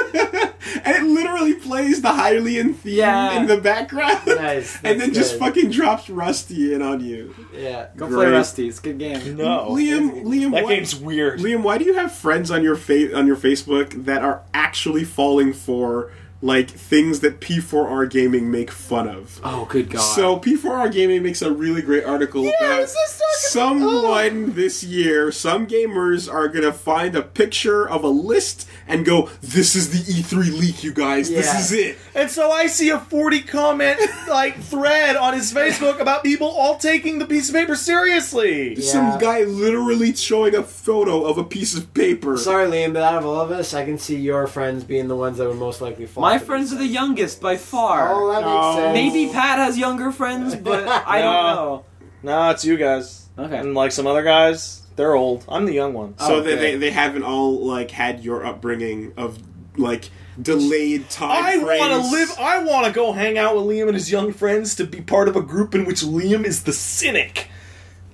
[SPEAKER 1] and it literally plays the Hylian theme
[SPEAKER 3] Yeah.
[SPEAKER 1] in the background,
[SPEAKER 5] Nice,
[SPEAKER 1] and
[SPEAKER 5] that's
[SPEAKER 1] then just
[SPEAKER 5] good.
[SPEAKER 1] fucking drops Rusty in on you.
[SPEAKER 5] Yeah.
[SPEAKER 3] Go
[SPEAKER 1] Great.
[SPEAKER 3] play Rusty. It's a good game.
[SPEAKER 4] no.
[SPEAKER 1] Liam, Liam,
[SPEAKER 4] Oh, that
[SPEAKER 1] why,
[SPEAKER 4] game's weird.
[SPEAKER 1] Liam, why do you have friends on your fa- on your Facebook that are actually falling for like things that P4R Gaming make fun of?
[SPEAKER 3] Oh, good God.
[SPEAKER 1] So P4R Gaming makes a really great article
[SPEAKER 5] I
[SPEAKER 1] about
[SPEAKER 5] was just Oh. talking-
[SPEAKER 1] someone this year. Some gamers are gonna find a picture of a list and go, "This is the E3 leak, you guys.
[SPEAKER 5] Yeah.
[SPEAKER 1] This is it."
[SPEAKER 4] And so I see a 40 comment like thread on his Facebook about people all taking the piece of paper seriously.
[SPEAKER 1] Some
[SPEAKER 5] Yeah.
[SPEAKER 1] guy literally showing a photo of a piece of paper.
[SPEAKER 5] Sorry, Liam, but out of all of us, I can see your friends being the ones that would most likely fall.
[SPEAKER 3] My
[SPEAKER 5] for
[SPEAKER 3] friends are
[SPEAKER 5] this.
[SPEAKER 3] the youngest by far.
[SPEAKER 5] Oh, that
[SPEAKER 1] No.
[SPEAKER 5] makes sense.
[SPEAKER 3] Maybe Pat has younger friends, but I
[SPEAKER 4] No.
[SPEAKER 3] don't
[SPEAKER 4] Nah, it's you guys.
[SPEAKER 3] know. Okay.
[SPEAKER 4] And like some other guys, they're old. I'm the young one.
[SPEAKER 1] So
[SPEAKER 3] Oh,
[SPEAKER 1] they,
[SPEAKER 3] good.
[SPEAKER 1] they they haven't all like had your upbringing of like delayed time.
[SPEAKER 4] I want to
[SPEAKER 1] frames.
[SPEAKER 4] live. I want to go hang out with Liam and his young friends to be part of a group in which Liam is the cynic.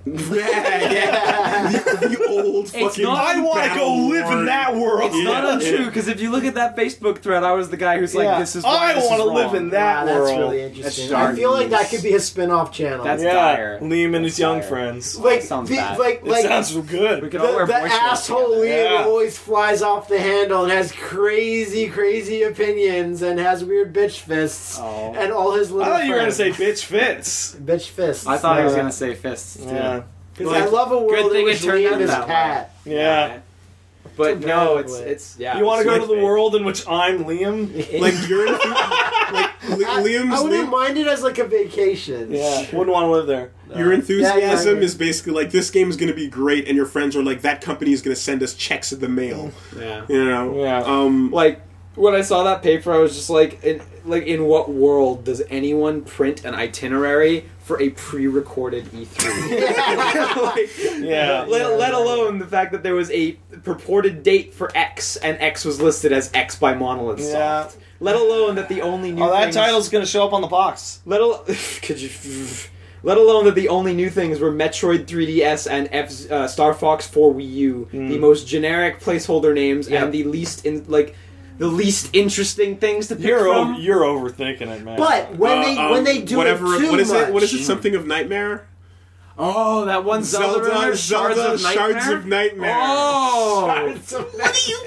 [SPEAKER 1] yeah, yeah. The, the old fucking.
[SPEAKER 3] not-
[SPEAKER 4] I want to go
[SPEAKER 1] battle
[SPEAKER 4] live in
[SPEAKER 1] worn.
[SPEAKER 4] that world.
[SPEAKER 3] It's not
[SPEAKER 4] Yeah.
[SPEAKER 3] untrue because if you look at that Facebook thread, I was the guy who's like,
[SPEAKER 2] Yeah.
[SPEAKER 3] "This is why
[SPEAKER 4] I
[SPEAKER 3] want to
[SPEAKER 4] live in
[SPEAKER 2] Wow,
[SPEAKER 4] that
[SPEAKER 2] that's
[SPEAKER 4] world.
[SPEAKER 2] really interesting.
[SPEAKER 1] That's
[SPEAKER 2] I feel like that
[SPEAKER 1] dark.
[SPEAKER 2] could be a spin-off channel.
[SPEAKER 3] That's-
[SPEAKER 4] yeah,
[SPEAKER 3] dire.
[SPEAKER 4] Liam and
[SPEAKER 3] That's
[SPEAKER 4] his young
[SPEAKER 3] dire.
[SPEAKER 4] friends.
[SPEAKER 2] like
[SPEAKER 3] sounds
[SPEAKER 2] the,
[SPEAKER 3] bad.
[SPEAKER 2] like
[SPEAKER 4] It
[SPEAKER 2] like
[SPEAKER 4] sounds
[SPEAKER 3] We
[SPEAKER 4] good.
[SPEAKER 3] could
[SPEAKER 2] the,
[SPEAKER 3] all wear
[SPEAKER 2] the
[SPEAKER 3] voice masks
[SPEAKER 2] asshole
[SPEAKER 3] together.
[SPEAKER 2] Liam
[SPEAKER 4] Yeah.
[SPEAKER 2] always flies off the handle and has crazy crazy opinions and has weird bitch fists
[SPEAKER 3] Oh.
[SPEAKER 2] and all his
[SPEAKER 4] I
[SPEAKER 2] little.
[SPEAKER 4] thought you were gonna
[SPEAKER 2] friends.
[SPEAKER 4] say bitch fits.
[SPEAKER 2] bitch fists.
[SPEAKER 3] I thought he was
[SPEAKER 4] Yeah.
[SPEAKER 3] gonna say fists too.
[SPEAKER 4] Yeah,
[SPEAKER 2] 'Cause I love a world
[SPEAKER 3] good
[SPEAKER 2] in
[SPEAKER 3] thing
[SPEAKER 2] which
[SPEAKER 3] it turned
[SPEAKER 2] Liam
[SPEAKER 3] out
[SPEAKER 2] is
[SPEAKER 3] that way.
[SPEAKER 2] Pat.
[SPEAKER 4] yeah.
[SPEAKER 3] But
[SPEAKER 2] Too
[SPEAKER 3] no,
[SPEAKER 2] bad,
[SPEAKER 3] it's
[SPEAKER 2] but-
[SPEAKER 3] it's yeah.
[SPEAKER 4] You want to
[SPEAKER 3] it's
[SPEAKER 4] go to the
[SPEAKER 3] clickbait.
[SPEAKER 4] world in which I'm Liam?
[SPEAKER 1] like you're in, like Li-
[SPEAKER 2] I,
[SPEAKER 1] Liam's.
[SPEAKER 2] I wouldn't
[SPEAKER 1] Liam-
[SPEAKER 2] mind it as like a vacation.
[SPEAKER 4] Yeah, wouldn't want to live there.
[SPEAKER 1] Your enthusiasm
[SPEAKER 2] Yeah, yeah.
[SPEAKER 1] is basically like this game is going to be great, and your friends are like that company is going to send us checks in the mail.
[SPEAKER 3] Yeah.
[SPEAKER 2] Mm.
[SPEAKER 1] You know,
[SPEAKER 4] Yeah.
[SPEAKER 1] Um,
[SPEAKER 3] Like when I saw that paper, I was just like, in like in what world does anyone print an itinerary for a pre-recorded E3? Like,
[SPEAKER 4] Yeah.
[SPEAKER 3] Let, let alone the fact that there was a purported date for X and X was listed as X by Monolith Soft.
[SPEAKER 4] Yeah.
[SPEAKER 3] Let alone that the only new
[SPEAKER 4] Oh, that
[SPEAKER 3] things-
[SPEAKER 4] title's gonna show up on the box.
[SPEAKER 3] Let al- could you? Let alone that the only new things were Metroid 3DS and F- uh, Star Fox 4 Wii U, the most generic placeholder names
[SPEAKER 4] Yeah.
[SPEAKER 3] and the least in like the least interesting things to pick
[SPEAKER 4] You're over,
[SPEAKER 3] from.
[SPEAKER 4] you're overthinking it, man.
[SPEAKER 2] But when they
[SPEAKER 1] uh,
[SPEAKER 2] when
[SPEAKER 1] um,
[SPEAKER 2] they do
[SPEAKER 1] whatever,
[SPEAKER 2] it too
[SPEAKER 1] what is
[SPEAKER 2] much,
[SPEAKER 1] it? What is it? Something of nightmare?
[SPEAKER 3] Oh, that one Zelda,
[SPEAKER 1] Zelda,
[SPEAKER 3] Shards, of Nightmare?
[SPEAKER 1] Shards of Nightmare.
[SPEAKER 3] Oh,
[SPEAKER 2] what do you?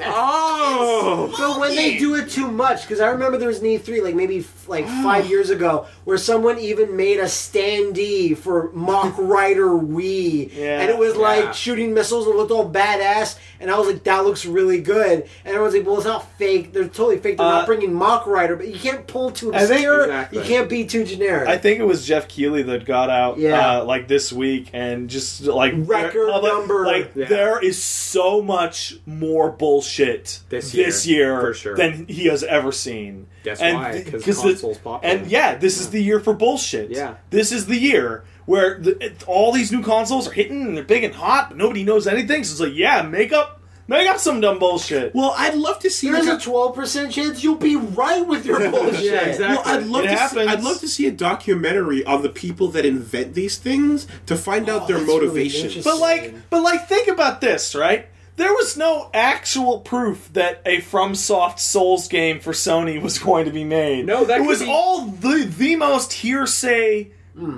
[SPEAKER 3] oh,
[SPEAKER 2] But when they do it too much, because I remember there was an E3 like maybe f- like five years ago where someone even made a standee for Mock Rider Wii,
[SPEAKER 4] Yeah.
[SPEAKER 2] and it was
[SPEAKER 3] Yeah.
[SPEAKER 2] like shooting missiles and it looked all badass, and I was like, that looks really good, and everyone's like, well, it's not fake, they're totally fake, they're
[SPEAKER 4] Uh,
[SPEAKER 2] not bringing Mock Rider, but you can't pull too
[SPEAKER 4] I think-
[SPEAKER 2] obscure,
[SPEAKER 3] Exactly.
[SPEAKER 2] you can't be too generic.
[SPEAKER 4] I think it was Jeff Keeley that got out
[SPEAKER 2] Yeah.
[SPEAKER 4] uh, like this week and just like
[SPEAKER 2] Record
[SPEAKER 4] uh, like-
[SPEAKER 2] number.
[SPEAKER 4] Like
[SPEAKER 3] Yeah.
[SPEAKER 4] there is so much more bullshit
[SPEAKER 3] This year,
[SPEAKER 4] year
[SPEAKER 3] for sure.
[SPEAKER 4] than he has ever seen.
[SPEAKER 3] That's
[SPEAKER 4] And
[SPEAKER 3] why,
[SPEAKER 4] th-
[SPEAKER 3] 'cause
[SPEAKER 4] the-
[SPEAKER 3] consoles popular.
[SPEAKER 4] And yeah, this is the year for bullshit.
[SPEAKER 3] Yeah.
[SPEAKER 4] this is the year where the, it- all these new consoles are hitting and they're big and hot, but nobody knows anything. So it's like, yeah, make up, make up some dumb bullshit.
[SPEAKER 1] Well, I'd love to see.
[SPEAKER 2] There's
[SPEAKER 1] like,
[SPEAKER 2] a 12% chance you'll be right with your bullshit.
[SPEAKER 3] Yeah, exactly.
[SPEAKER 1] Well, I'd love
[SPEAKER 4] It
[SPEAKER 1] to see,
[SPEAKER 4] happens.
[SPEAKER 1] I'd love to see a documentary on the people that invent these things to find out their
[SPEAKER 2] that's really
[SPEAKER 1] motivations.
[SPEAKER 2] interesting.
[SPEAKER 4] But like, but like, think about this, right? There was no actual proof that a FromSoft Souls game for Sony was going to be made.
[SPEAKER 3] No, that
[SPEAKER 4] it
[SPEAKER 3] could
[SPEAKER 4] was
[SPEAKER 3] be- Hmm.
[SPEAKER 4] all the the most hearsay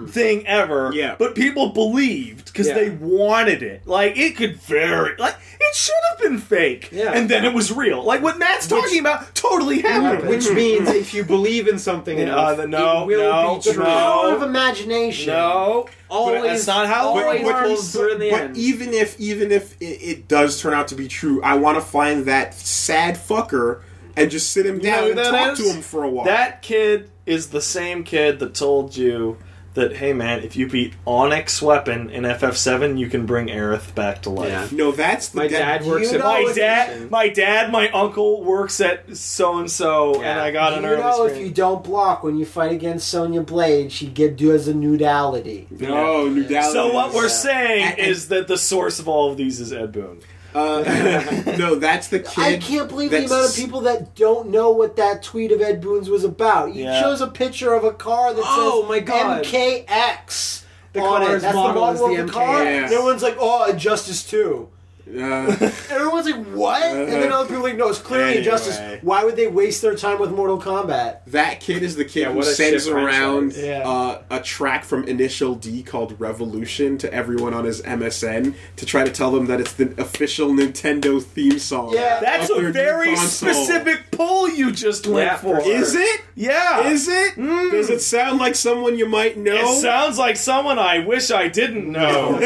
[SPEAKER 4] thing ever.
[SPEAKER 1] Yeah.
[SPEAKER 4] but people believed because
[SPEAKER 3] Yeah.
[SPEAKER 4] they wanted it. Like it could very like it should have been fake.
[SPEAKER 3] Yeah.
[SPEAKER 4] and then it was real. Like what Matt's talking about totally happened.
[SPEAKER 3] Which means if you believe in something
[SPEAKER 4] Yeah,
[SPEAKER 3] enough,
[SPEAKER 4] uh, no,
[SPEAKER 3] it will
[SPEAKER 4] no,
[SPEAKER 3] be true.
[SPEAKER 4] no.
[SPEAKER 2] Power of imagination.
[SPEAKER 4] no,
[SPEAKER 3] Always,
[SPEAKER 4] but that's not how.
[SPEAKER 1] But-
[SPEAKER 3] always
[SPEAKER 1] but-
[SPEAKER 3] comes through in the
[SPEAKER 1] but
[SPEAKER 3] end.
[SPEAKER 1] even if even if it, it does turn out to be true, I want to find that sad fucker and just sit him
[SPEAKER 4] You know
[SPEAKER 1] down
[SPEAKER 4] who
[SPEAKER 1] and
[SPEAKER 4] that
[SPEAKER 1] talk
[SPEAKER 4] is?
[SPEAKER 1] to him for a while.
[SPEAKER 4] That kid is the same kid that told you that, hey man, if you beat Onyx Weapon in FF7, you can bring Aerith back to life.
[SPEAKER 3] Yeah.
[SPEAKER 1] no, that's the
[SPEAKER 3] my
[SPEAKER 1] guy-
[SPEAKER 3] dad works
[SPEAKER 2] you
[SPEAKER 3] at
[SPEAKER 2] know
[SPEAKER 4] My
[SPEAKER 2] it's
[SPEAKER 4] dad, my dad, my uncle works at so and so, and
[SPEAKER 3] Yeah.
[SPEAKER 4] I got
[SPEAKER 2] You
[SPEAKER 4] an early
[SPEAKER 2] know, if
[SPEAKER 4] screen.
[SPEAKER 2] you don't block when you fight against Sonya Blade, she get do as a nudality.
[SPEAKER 1] No, new Dallas.
[SPEAKER 4] So what we're
[SPEAKER 1] Yeah.
[SPEAKER 4] saying
[SPEAKER 1] And- and-
[SPEAKER 4] is that the source of all of these is Ed Boon.
[SPEAKER 1] Uh, no, that's the kid.
[SPEAKER 2] I can't believe the
[SPEAKER 1] that's-
[SPEAKER 2] amount of people that don't know what that tweet of Ed Boone's was about. He
[SPEAKER 4] Yeah.
[SPEAKER 2] chose a picture of a car that
[SPEAKER 3] Oh,
[SPEAKER 2] says
[SPEAKER 3] my God.
[SPEAKER 2] MKX.
[SPEAKER 3] The
[SPEAKER 2] on
[SPEAKER 3] car's
[SPEAKER 2] it. Oh, That's
[SPEAKER 3] model
[SPEAKER 2] the
[SPEAKER 3] is
[SPEAKER 2] model
[SPEAKER 3] the
[SPEAKER 2] of the car.
[SPEAKER 1] MKX.
[SPEAKER 2] And everyone's like, "Oh, Injustice 2.
[SPEAKER 1] Uh,
[SPEAKER 2] And everyone's like, "What?" and then other people are like, "No, it's clearly
[SPEAKER 1] Anyway.
[SPEAKER 2] Injustice. Why would they waste their time with Mortal Kombat?"
[SPEAKER 1] that kid is the kid
[SPEAKER 3] Yeah,
[SPEAKER 1] who
[SPEAKER 3] what a shit
[SPEAKER 1] sends around
[SPEAKER 3] franchise.
[SPEAKER 4] Yeah.
[SPEAKER 1] uh, a track from Initial D called Revolution to everyone on his MSN to try to tell them that it's the official Nintendo theme song.
[SPEAKER 2] Yeah.
[SPEAKER 4] That's
[SPEAKER 1] of their
[SPEAKER 4] a
[SPEAKER 1] new
[SPEAKER 4] very
[SPEAKER 1] console.
[SPEAKER 4] specific pull you just went
[SPEAKER 3] Yeah,
[SPEAKER 4] for.
[SPEAKER 3] for sure.
[SPEAKER 1] Is it?
[SPEAKER 4] Yeah. Mm.
[SPEAKER 1] Is it? Does it sound like someone you might know?
[SPEAKER 4] It sounds like someone I wish I didn't know.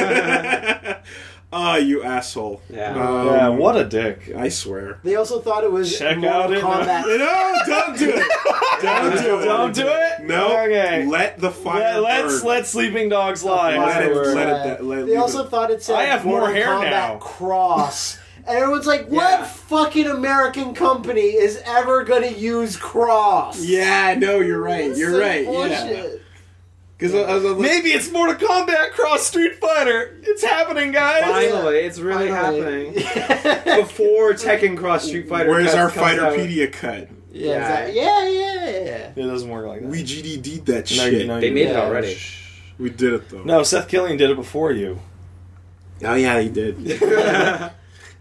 [SPEAKER 1] Ah, you asshole.
[SPEAKER 3] Yeah.
[SPEAKER 1] Um,
[SPEAKER 4] yeah, what a dick.
[SPEAKER 1] I swear.
[SPEAKER 2] They also thought it was
[SPEAKER 4] Check out
[SPEAKER 2] Mortal
[SPEAKER 4] it.
[SPEAKER 1] No,
[SPEAKER 2] Kombat.
[SPEAKER 1] don't do it. Don't do it.
[SPEAKER 4] Don't do it.
[SPEAKER 1] No.
[SPEAKER 4] Okay.
[SPEAKER 1] Let the fire
[SPEAKER 4] let, us
[SPEAKER 1] burn.
[SPEAKER 4] let sleeping dogs lie.
[SPEAKER 1] Let
[SPEAKER 4] That's
[SPEAKER 1] it-
[SPEAKER 4] the word.
[SPEAKER 1] let it- let it-
[SPEAKER 2] they also thought it said
[SPEAKER 4] I have more
[SPEAKER 2] Mortal
[SPEAKER 4] hair
[SPEAKER 2] Kombat
[SPEAKER 4] now.
[SPEAKER 2] Cross. And everyone's like, what
[SPEAKER 3] Yeah.
[SPEAKER 2] fucking American company is ever going to use Cross?
[SPEAKER 1] Yeah, no, you're right.
[SPEAKER 2] It's
[SPEAKER 1] You're
[SPEAKER 2] so
[SPEAKER 1] right. Yeah.
[SPEAKER 2] bullshit.
[SPEAKER 1] Because I, I was like,
[SPEAKER 4] Maybe it's Mortal Kombat Cross Street Fighter. It's happening, guys.
[SPEAKER 3] Finally, it's really
[SPEAKER 2] Finally.
[SPEAKER 3] happening. Before Tekken Cross Street Fighter.
[SPEAKER 1] where's
[SPEAKER 3] cuts
[SPEAKER 1] our
[SPEAKER 3] comes out.
[SPEAKER 1] Fighterpedia cut?
[SPEAKER 2] yeah, exactly. yeah, yeah, yeah.
[SPEAKER 4] It doesn't work like that.
[SPEAKER 1] We GDD'd that
[SPEAKER 4] No,
[SPEAKER 1] shit.
[SPEAKER 4] you- no,
[SPEAKER 3] They
[SPEAKER 4] you-
[SPEAKER 3] made
[SPEAKER 2] it
[SPEAKER 3] already.
[SPEAKER 4] Shh.
[SPEAKER 1] We did it though.
[SPEAKER 4] No, Seth Killian did it before you,
[SPEAKER 1] Oh yeah, he did.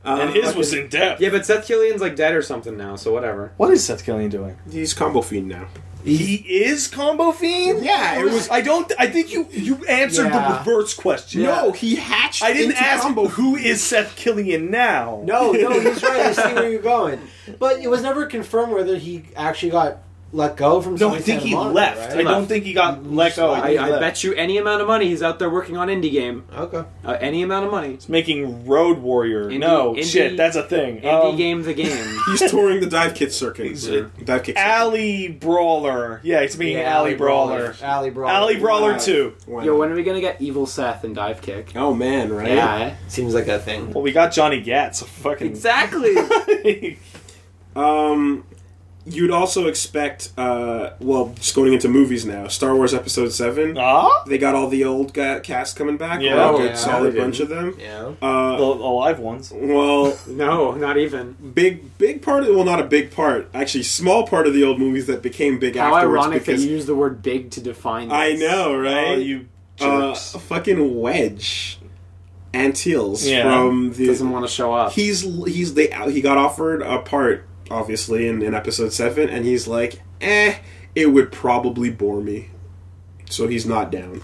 [SPEAKER 1] Um,
[SPEAKER 4] and his was in depth.
[SPEAKER 3] Yeah, but Seth Killian's like dead or something now, so whatever.
[SPEAKER 4] What is Seth Killian doing?
[SPEAKER 1] he's combo fiend now.
[SPEAKER 4] He is combo fiend.
[SPEAKER 1] Yeah, it was-
[SPEAKER 4] I don't. I think you you answered
[SPEAKER 2] Yeah.
[SPEAKER 4] the reverse question.
[SPEAKER 1] No, he hatched.
[SPEAKER 4] I didn't
[SPEAKER 1] into
[SPEAKER 4] ask
[SPEAKER 1] combo.
[SPEAKER 4] who is Seth Killian now.
[SPEAKER 2] No, no, he's right. I see where you're going, but it was never confirmed whether he actually got let go from.
[SPEAKER 4] No, I
[SPEAKER 2] Sony
[SPEAKER 4] think
[SPEAKER 2] Santa
[SPEAKER 4] he
[SPEAKER 2] Monica,
[SPEAKER 4] left. I
[SPEAKER 2] right?
[SPEAKER 4] don't think he got let go.
[SPEAKER 3] I, I bet you any amount of money he's out there working on indie game.
[SPEAKER 2] Okay.
[SPEAKER 3] Uh, any amount of money.
[SPEAKER 4] It's making Road Warrior.
[SPEAKER 3] Indie-
[SPEAKER 4] no
[SPEAKER 3] indie-
[SPEAKER 4] Oh, shit, that's a thing.
[SPEAKER 3] Indie
[SPEAKER 4] Um,
[SPEAKER 3] game the game.
[SPEAKER 1] He's touring the dive kit circuit.
[SPEAKER 4] He's a-
[SPEAKER 1] dive kick.
[SPEAKER 4] Alley Brawler. Yeah, he's making
[SPEAKER 2] Yeah,
[SPEAKER 4] Alley Brawler.
[SPEAKER 2] Alley Brawler.
[SPEAKER 4] Alley Brawler
[SPEAKER 2] Right.
[SPEAKER 4] Two.
[SPEAKER 1] circuit. Why
[SPEAKER 3] Yo,
[SPEAKER 1] not?
[SPEAKER 3] when are we gonna get Evil Seth and Dive Kick?
[SPEAKER 1] Oh man, right?
[SPEAKER 3] Yeah.
[SPEAKER 2] Seems like a thing.
[SPEAKER 4] Well, we got Johnny Gat. So fucking
[SPEAKER 3] Exactly.
[SPEAKER 1] Um, you'd also expect, uh, well, just going into movies now, Star Wars Episode Seven.
[SPEAKER 4] ah,
[SPEAKER 1] They got all the old ga- cast coming back.
[SPEAKER 4] Yeah.
[SPEAKER 1] a
[SPEAKER 4] Oh,
[SPEAKER 1] good
[SPEAKER 2] yeah.
[SPEAKER 1] solid
[SPEAKER 3] They
[SPEAKER 1] bunch of them.
[SPEAKER 2] Yeah.
[SPEAKER 4] the,
[SPEAKER 1] Uh,
[SPEAKER 4] the live ones.
[SPEAKER 1] well,
[SPEAKER 3] no, not even.
[SPEAKER 1] big big part. Of, well, not a big part. Actually, small part of the old movies that became big
[SPEAKER 3] How
[SPEAKER 1] afterwards.
[SPEAKER 3] ironic that
[SPEAKER 1] because
[SPEAKER 3] you use the word big to define this.
[SPEAKER 1] I know, right?
[SPEAKER 4] Oh, you
[SPEAKER 1] uh,
[SPEAKER 4] jerks.
[SPEAKER 1] fucking Wedge Antilles
[SPEAKER 4] Yeah.
[SPEAKER 1] from the
[SPEAKER 3] Doesn't want to show up.
[SPEAKER 1] he's he's they he got offered a part obviously in, in episode 7 and he's like eh it would probably bore me so he's not down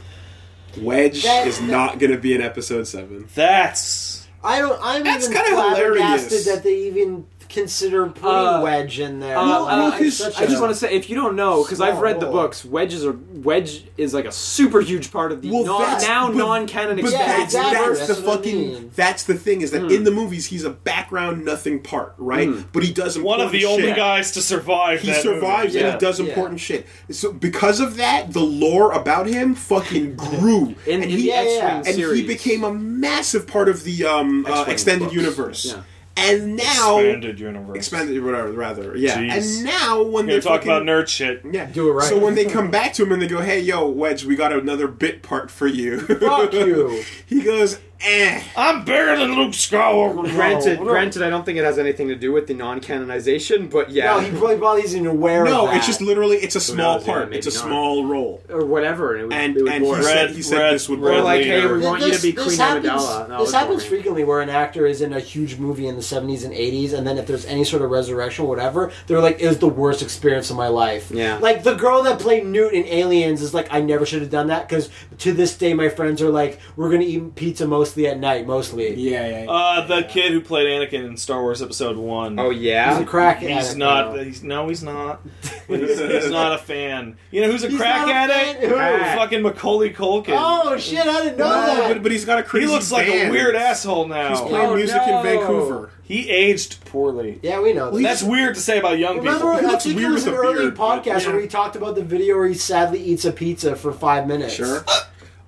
[SPEAKER 1] wedge
[SPEAKER 2] That-
[SPEAKER 1] is not going to be in episode 7
[SPEAKER 4] That's
[SPEAKER 2] I don't. I'm
[SPEAKER 1] That's
[SPEAKER 2] even
[SPEAKER 1] kinda hilarious.
[SPEAKER 2] flabbergasted that they even consider putting
[SPEAKER 3] Uh,
[SPEAKER 2] Wedge in there.
[SPEAKER 3] Uh, uh, I,
[SPEAKER 1] he's-
[SPEAKER 3] I just want to say, if you don't know, because I've
[SPEAKER 2] Small
[SPEAKER 3] read the
[SPEAKER 2] role.
[SPEAKER 3] books, Wedge is a Wedge is like a super huge part of the
[SPEAKER 1] Well,
[SPEAKER 3] non,
[SPEAKER 1] that's-
[SPEAKER 3] now
[SPEAKER 1] but-
[SPEAKER 3] non-canon
[SPEAKER 1] but
[SPEAKER 2] Yeah,
[SPEAKER 1] that's,
[SPEAKER 3] experience.
[SPEAKER 2] exactly.
[SPEAKER 1] that's,
[SPEAKER 2] That's
[SPEAKER 1] the
[SPEAKER 2] what I
[SPEAKER 1] fucking
[SPEAKER 2] mean.
[SPEAKER 1] that's the thing is that in the movies he's a background nothing part right but he does
[SPEAKER 4] one of
[SPEAKER 1] important
[SPEAKER 4] the only
[SPEAKER 1] shit.
[SPEAKER 4] guys to survive.
[SPEAKER 1] he
[SPEAKER 4] that
[SPEAKER 1] survives
[SPEAKER 4] movie.
[SPEAKER 1] and he does
[SPEAKER 2] Yeah.
[SPEAKER 1] important shit. So because of that, the lore about him fucking grew,
[SPEAKER 3] In,
[SPEAKER 1] and
[SPEAKER 3] in
[SPEAKER 1] he
[SPEAKER 3] the
[SPEAKER 2] yeah,
[SPEAKER 3] X-Wing
[SPEAKER 2] yeah.
[SPEAKER 1] and
[SPEAKER 3] series,
[SPEAKER 1] he became a massive part of the um, uh,
[SPEAKER 4] X-Wing
[SPEAKER 1] extended
[SPEAKER 4] books.
[SPEAKER 1] universe.
[SPEAKER 3] Yeah.
[SPEAKER 1] And now expanded,
[SPEAKER 4] expanded universe.
[SPEAKER 1] whatever, rather, yeah.
[SPEAKER 4] Jeez.
[SPEAKER 1] And now when
[SPEAKER 4] We're
[SPEAKER 1] they
[SPEAKER 4] gonna talk
[SPEAKER 1] fucking,
[SPEAKER 4] about nerd shit.
[SPEAKER 1] yeah,
[SPEAKER 2] Do it right.
[SPEAKER 1] So when they come back to him and they go, "Hey, yo, Wedge, we got another bit part for you."
[SPEAKER 2] Fuck you.
[SPEAKER 1] he goes, "Eh."
[SPEAKER 4] I'm bigger than Luke Skywalker.
[SPEAKER 3] Granted,
[SPEAKER 2] No, no.
[SPEAKER 3] granted, I don't think it has anything to do with the non-canonization, but yeah,
[SPEAKER 2] No, he probably probably isn't aware of
[SPEAKER 1] No,
[SPEAKER 2] that.
[SPEAKER 1] it's just literally it's a small
[SPEAKER 3] knows? Yeah,
[SPEAKER 1] part.
[SPEAKER 3] maybe
[SPEAKER 1] it's a
[SPEAKER 3] not.
[SPEAKER 1] small role.
[SPEAKER 3] or whatever, and it would,
[SPEAKER 1] And-
[SPEAKER 3] it would
[SPEAKER 1] and
[SPEAKER 3] bore
[SPEAKER 1] he
[SPEAKER 3] us.
[SPEAKER 1] said- he said this would
[SPEAKER 3] Or like,
[SPEAKER 4] leader.
[SPEAKER 3] hey, we want you to be
[SPEAKER 2] This-
[SPEAKER 3] Queen
[SPEAKER 2] this happens-
[SPEAKER 3] Amidala. No,
[SPEAKER 2] this
[SPEAKER 3] it's
[SPEAKER 2] happens
[SPEAKER 3] boring.
[SPEAKER 2] frequently where an actor is in a huge movie in the 70s and 80s, and then if there's any sort of resurrection or whatever, they're like, it was the worst experience of my life.
[SPEAKER 3] Yeah.
[SPEAKER 2] Like, the girl that played Newt in Aliens is like, I never should have done that because to this day, my friends are like, we're going to eat pizza mostly at night, mostly.
[SPEAKER 1] Yeah, yeah.
[SPEAKER 4] Uh, the kid who played Anakin in Star Wars Episode One.
[SPEAKER 3] Oh
[SPEAKER 2] He's a
[SPEAKER 3] yeah,
[SPEAKER 2] crack
[SPEAKER 4] He's
[SPEAKER 2] addict,
[SPEAKER 4] not.
[SPEAKER 2] though.
[SPEAKER 4] He's no. He's not. He's, he's not a fan. You know who's a
[SPEAKER 2] He's
[SPEAKER 4] crack
[SPEAKER 2] not a
[SPEAKER 4] addict?
[SPEAKER 2] fan? Who?
[SPEAKER 4] Who? Fucking Macaulay Culkin.
[SPEAKER 2] Oh, shit, I didn't know
[SPEAKER 1] No,
[SPEAKER 2] that.
[SPEAKER 1] but, but he's got a
[SPEAKER 4] he
[SPEAKER 1] crazy.
[SPEAKER 4] looks like a
[SPEAKER 1] band.
[SPEAKER 4] weird asshole
[SPEAKER 1] He's
[SPEAKER 4] now.
[SPEAKER 1] playing
[SPEAKER 3] Oh,
[SPEAKER 1] music
[SPEAKER 3] no.
[SPEAKER 1] in Vancouver.
[SPEAKER 4] He aged poorly.
[SPEAKER 2] yeah, we know. that.
[SPEAKER 4] That's weird to say about young
[SPEAKER 2] Remember,
[SPEAKER 4] people.
[SPEAKER 1] He
[SPEAKER 2] I
[SPEAKER 1] looks
[SPEAKER 2] think it
[SPEAKER 1] weird
[SPEAKER 2] was
[SPEAKER 1] with
[SPEAKER 2] an
[SPEAKER 1] a
[SPEAKER 2] early
[SPEAKER 1] beard, but-
[SPEAKER 2] podcast where
[SPEAKER 1] Yeah.
[SPEAKER 2] we talked about the video where he sadly eats a pizza for five minutes.
[SPEAKER 1] Sure.